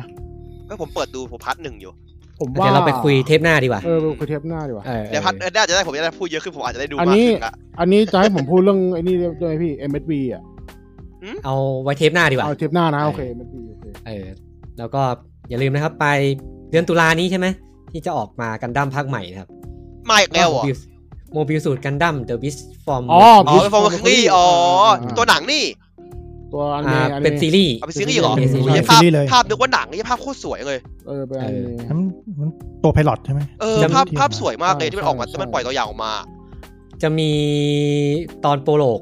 Speaker 2: ก็ผมเปิดดูผมพัดหนึ่งอยู่
Speaker 4: ผมว่า
Speaker 1: เดี๋ยวเราไปคุยเทปหน้าดีกว่า
Speaker 4: เออไปคุยเทปหน้าดีกว่า
Speaker 1: เออ
Speaker 2: เดี๋ยวพัดเออน่าจะได้ผมจะได้พูดเยอะขึ้นผมอาจจะได้ดู
Speaker 4: อัน
Speaker 2: มาก
Speaker 4: นี้
Speaker 2: ขึ้นละ
Speaker 4: อันนี้จะให้ผมพูดเรื่องไอ้นี่ด้วยพี่ MSV อ่ะ
Speaker 1: เอาไว้เทปหน้าดีกว่า
Speaker 4: เอาเทปหน้านะ
Speaker 1: ใช่
Speaker 4: โอเคไม่ดีโอเค
Speaker 1: เออแล้วก็อย่าลืมนะครับไปเดือนตุลานี้ใช่ไหมที่จะออกมากันดั้มภาคใหม่นะครับ
Speaker 2: มาอีกแล้วเหรอ
Speaker 1: โมบิลสูตรกันดั้มเดอะบิสฟอร์ม
Speaker 4: อ๋อ
Speaker 2: อ๋อเป็นฟอร์มคลี่อ๋อ ตัวหนังนี่
Speaker 4: ตัวอนิ
Speaker 1: อ่า
Speaker 4: เมะอนิมะ
Speaker 1: เป็นซีรีส์
Speaker 2: เอาไปซีรีส์เหรอ
Speaker 1: เป็นซีรีส์
Speaker 2: โอ้ยภาพ
Speaker 3: ซีรีส์เลย
Speaker 2: ภาพนึกว่าหนังนี่ภาพโคตรสวยเลย
Speaker 4: เออเป็นอนิเมะ
Speaker 3: นั้นมันตัวไพลอตใช่ไหม
Speaker 2: เออ
Speaker 3: จำ
Speaker 2: ภาพ
Speaker 3: ที่
Speaker 2: ภาพสวยมากเลย
Speaker 4: ใช่
Speaker 2: ที่มันออกมา
Speaker 4: ใช่
Speaker 2: ที่มันปล่อยตัวอย่างออกมา
Speaker 1: จะมีตอนโปรโลก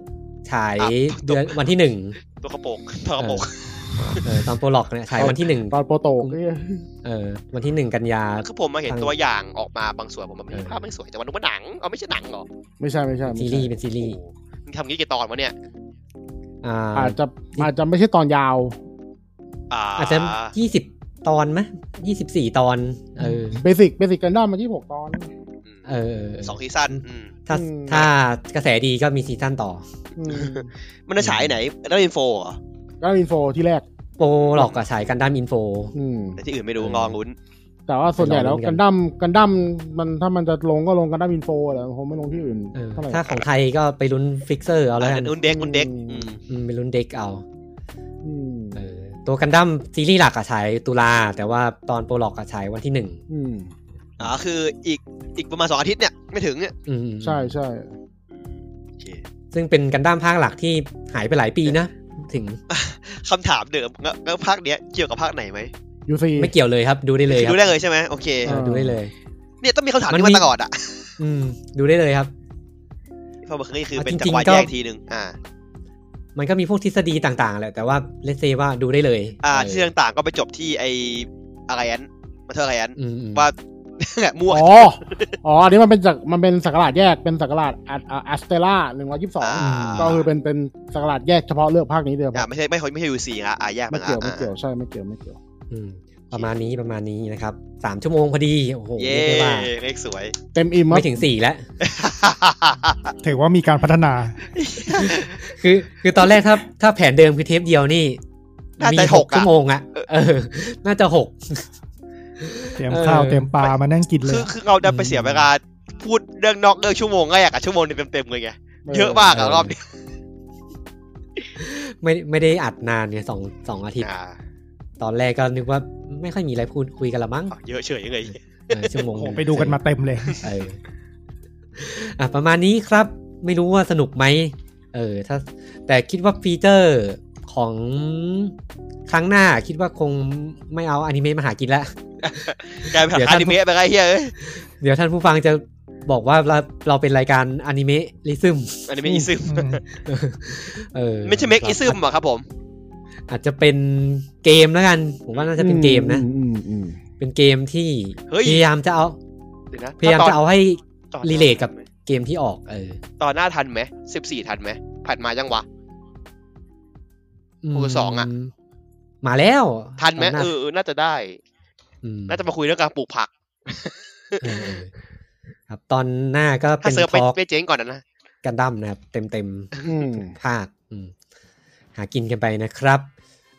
Speaker 1: ฉาย
Speaker 2: อ่ะ
Speaker 1: เดือนวันที่หนึ่ง
Speaker 2: ตัวกระโปรงตัวกระโปรง
Speaker 1: เออตอนโปรโลกเนี่ยฉายวันที่หนึ่ง
Speaker 4: ตอนโปรโตกเนี่ย
Speaker 1: เออวันที่หนึ่งกันยา
Speaker 2: คือผมมาเห็นตัวอย่างออกมาบางส่วนผมแบบ
Speaker 1: เออ
Speaker 2: ภาพไม่สวยแต่วันนึกว่าหนังเอาไม่ใช่หนังเหรอ
Speaker 4: ไม่ใช่ไม่ใช่ไม่
Speaker 1: ซี
Speaker 4: ใช่
Speaker 1: รีส์เป็นซีรีส์
Speaker 2: มึงทำงี้กี่ตอนวะเนี่ย
Speaker 1: อ่า
Speaker 4: อาจจะอาจจะไม่ใช่ตอนยาว
Speaker 2: อ่า
Speaker 1: อาจจะยี่สิบตอนไหมยี่สิบสี่ตอน เออ
Speaker 4: เบสิกเบสิกกันด้ามมาที่หกตอน
Speaker 2: อืม
Speaker 1: เออเออ
Speaker 2: สองซีซั่นอืม
Speaker 1: ถ้า
Speaker 4: อืม
Speaker 1: ถ้ากระแสดีก็มีซีซั่นต่อ
Speaker 4: อืม
Speaker 2: มันจะฉายไหนได้อินโฟเหรอ
Speaker 4: ก็อินโฟที่แรก
Speaker 1: โปรหลอกกับฉายกันดั้มอินโฟ
Speaker 4: อืม
Speaker 2: แต่ที่อื่นไม่รู้
Speaker 1: เออ
Speaker 2: งองุ้น
Speaker 4: แต่ว่าส่วนใหญ่แล้ว
Speaker 1: ไปลองเล่นกั
Speaker 4: กัน นดั้มกันดั้มมันถ้ามันจะลงก็ลงกันดั้มอินโฟแหละคงไม่ลงที่อื่น
Speaker 1: เออ
Speaker 4: เท่าไหร่
Speaker 1: ถ้าของไทยก็ไปลุ้นฟิกเซอร์เอาแล้วกัน
Speaker 2: นุ่นเด็กนุ่นเด็ก
Speaker 4: อืม
Speaker 2: อืม
Speaker 1: อืมไปลุ้นเด็กเอา
Speaker 4: อืม
Speaker 1: เออตัวกันดั้มซีรีส์หลักอะฉายตุลา แต่ว่าตอนโปรล็อกอะฉายวันที่หนึ่ง
Speaker 4: อืม
Speaker 2: อ๋อคืออีกอีกประมาณสองอาทิตย์เนี่ยไม่ถึงเนี่ย
Speaker 1: อืม
Speaker 4: ใช่ใช่
Speaker 2: โอเค
Speaker 1: ซึ่งเป็นกันดั้มภาคหลักที่หายไปหลายปีนะ ถึง
Speaker 2: คำถามเดิมงั้นงั้นภาคเนี้ยเกี่ยวกับภาคไหนไหม
Speaker 4: ยูซี
Speaker 1: ไม่เกี่ยวเลยครับ ดูได้เลยครั
Speaker 2: ดู
Speaker 1: บ
Speaker 2: ได้เลยใช่ไหมโอเค
Speaker 1: เออดูได้เลย
Speaker 2: เนี่ยต้องมีคำถาม
Speaker 1: มัน
Speaker 2: นี้มา
Speaker 1: มี
Speaker 2: ตลอดอ่ะ
Speaker 1: อืม ดูได้เลยครับ
Speaker 2: เพราะมันคือคือ
Speaker 1: เอา
Speaker 2: เป็น
Speaker 1: จริงๆ
Speaker 2: จักรวาล
Speaker 1: ก็
Speaker 2: แยกอีกทีหนึ่งอ่า
Speaker 1: มันก็มีพวกทฤษฎีต่างๆแหละแต่ว่าเลเซว่าดูได้เลย
Speaker 2: อ่า
Speaker 1: เ
Speaker 2: ที่ต่างๆก็ไปจบที่ไออะไรอันมาเธออะไรอัน
Speaker 1: อืมอืม
Speaker 2: ว่า (laughs) มั่ว
Speaker 4: อ๋อ อ๋อ อันนี้มันเป็นจากมันเป็นสักราชแยก เป็นสักราชอัสเตล่าหนึ่งร้อยยี่สิบสอง
Speaker 2: า
Speaker 4: ก็คือเป็นเป็นสักราชแยกเฉพาะเลือกภาคนี้เดียว
Speaker 2: อ่าไม่ใช่ไม่ใช่ไม่ใช่ยูซีอ่ะอ่าแยก
Speaker 4: ไม่
Speaker 2: น
Speaker 4: เกี่ยวไม่
Speaker 2: อ่ะ
Speaker 4: เกี่ยวใช่ไม่เกี่ยวไม่เกี่ยว
Speaker 1: อืมประมาณนี้ประมาณนี้นะครับสามชั่วโมงพอดีโอ้โห
Speaker 2: เย้
Speaker 1: เรียกได้ว่า
Speaker 2: เลขสวย
Speaker 4: เต็มอิ่มครับ
Speaker 1: ไม่ถึงสี่แล้ว
Speaker 3: ถือว่ามีการพัฒนา
Speaker 1: คือคือตอนแรกถ้าถ้าแผนเดิมคือเทปเดียวนี่
Speaker 2: น่าจะ
Speaker 1: มี
Speaker 2: หกอะ
Speaker 1: ชั่วโมงอะเออ น่าจะหก
Speaker 3: เตรียม
Speaker 1: เออ
Speaker 3: ข้าวเตรียมปลามานั่งกินเล
Speaker 2: คื
Speaker 3: ย
Speaker 2: อคือเราดันไปเสียเวลาพูดเรื่องนอกเรื่องชั่วโมงแรกอะชั่วโมงหนึงเต็มๆเลยไงเยอะมากอะรอบนี้
Speaker 1: ไม่ไม่ได้อัดนานเนี่ยสองสองอาทิตย์
Speaker 2: อ่า
Speaker 1: ตอนแรกก็นึกว่าไม่ค่อยมีอะไรพูดคุยกันละมั้ง
Speaker 2: เยอะเฉยเลย
Speaker 1: เออชั่วโมงห
Speaker 3: โอ้โห
Speaker 1: ง
Speaker 3: ไปดูกันมาเต็มเลย
Speaker 1: เอออ่ะประมาณนี้ครับ ไม่รู้ว่าสนุกไหมเออ ถ้า แต่คิดว่าฟีเจอร์ของครั้งหน้าคิดว่าคงไม่เอาอนิเมะมาหากินแล้ว
Speaker 2: กลายเป็น
Speaker 1: เดี๋ยว
Speaker 2: อ
Speaker 1: ท่าน
Speaker 2: นิเมะไปไรเฮียเอ้ย
Speaker 1: เดี๋ยวท่านผู้ฟังจะบอกว่าเราเราเป็นรายการอนิเมะลิซึม
Speaker 2: อนิเมะอีซึม
Speaker 3: อืม
Speaker 1: เออ
Speaker 2: ไม่ใช่เมกอีซึมอะครับผม
Speaker 1: อาจจะเป็นเกมแล้วกัน ผมว่าน่าจะเป็นเกมนะ
Speaker 4: อืมอืม
Speaker 1: เป็นเกมที่
Speaker 2: เฮ้ย
Speaker 1: พยายามจะเอา
Speaker 2: เดี๋ยวนะ
Speaker 1: พยายามจะเอาให้
Speaker 2: ตอน
Speaker 1: relate กับ เกมที่ออกเออ
Speaker 2: ตอนหน้าทันไหมสิบสี่ทันไหมผ่านมายังวะ
Speaker 1: ม
Speaker 2: คูณสองอะ
Speaker 1: มาแล้ว
Speaker 2: ทันไหม
Speaker 1: ตอา
Speaker 2: เออเออน่าจะได้
Speaker 1: ม
Speaker 2: น่าจะมาคุยเรื่องการปลูกผัก
Speaker 1: เออเออครับตอนหน้าก็
Speaker 2: ถ้า
Speaker 1: เป็น
Speaker 2: เซิร์
Speaker 1: ท
Speaker 2: ฟไป
Speaker 1: อล์ก
Speaker 2: ไปเจ๊งก่อนนะนะ
Speaker 1: กันดั้มนะครับ เต็มเต็มๆ
Speaker 4: อืม
Speaker 1: ภาคอืมหากินกันไปนะครับ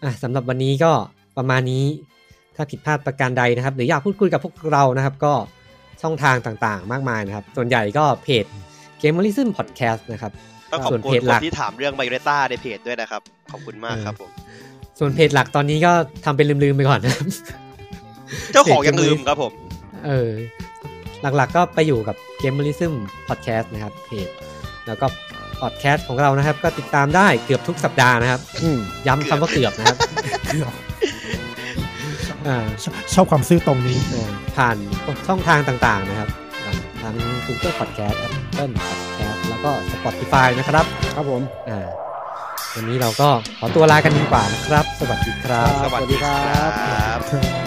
Speaker 1: อ่ะสำหรับวันนี้ก็ประมาณนี้ ถ้าผิดพลาดประการใดนะครับ หรืออยากพูดคุยกับพวกเรานะครับ ก็ช่องทางต่างๆ มากมายนะครับ ส่วนใหญ่ก็เพจ g a m e r i s m Podcast นะครับ
Speaker 2: ต้องขอบ
Speaker 1: ส่วน
Speaker 2: คุณ
Speaker 1: เพจ
Speaker 2: ค
Speaker 1: หลั
Speaker 2: น
Speaker 1: ก
Speaker 2: ที่ถามเรื่องไบเรต้าในเพจด้วยนะครับ ขอบคุณมากครับผม
Speaker 1: ส่วนเพจหลักตอนนี้ก็ทำเป็นลืมๆไปก่อนนะครับ
Speaker 2: เจ้าของยังลืมครับผม
Speaker 1: เออ หลักๆก็ไปอยู่กับ g a m e r i s m Podcast นะครับเพจแล้วก็ podcast ของเรานะครับ ก็ติดตามได้เกือบทุกสัปดาห์นะครับ
Speaker 4: อืม
Speaker 1: ย้ำคำว่าเกือบนะครับอ่า
Speaker 3: ชชอบความซื่อตรงนี้
Speaker 1: เอ่อผ่านช่องทางต่างๆนะครับอ่าทั้ง Google Podcast Apple Podcast แล้วก็ Spotify นะครับ
Speaker 4: ครับผม
Speaker 1: อ่าวันนี้เราก็ขอตัวลากันดีกว่านะครับ สวัสดีครับ
Speaker 2: สวัสดีครับ
Speaker 3: ครับ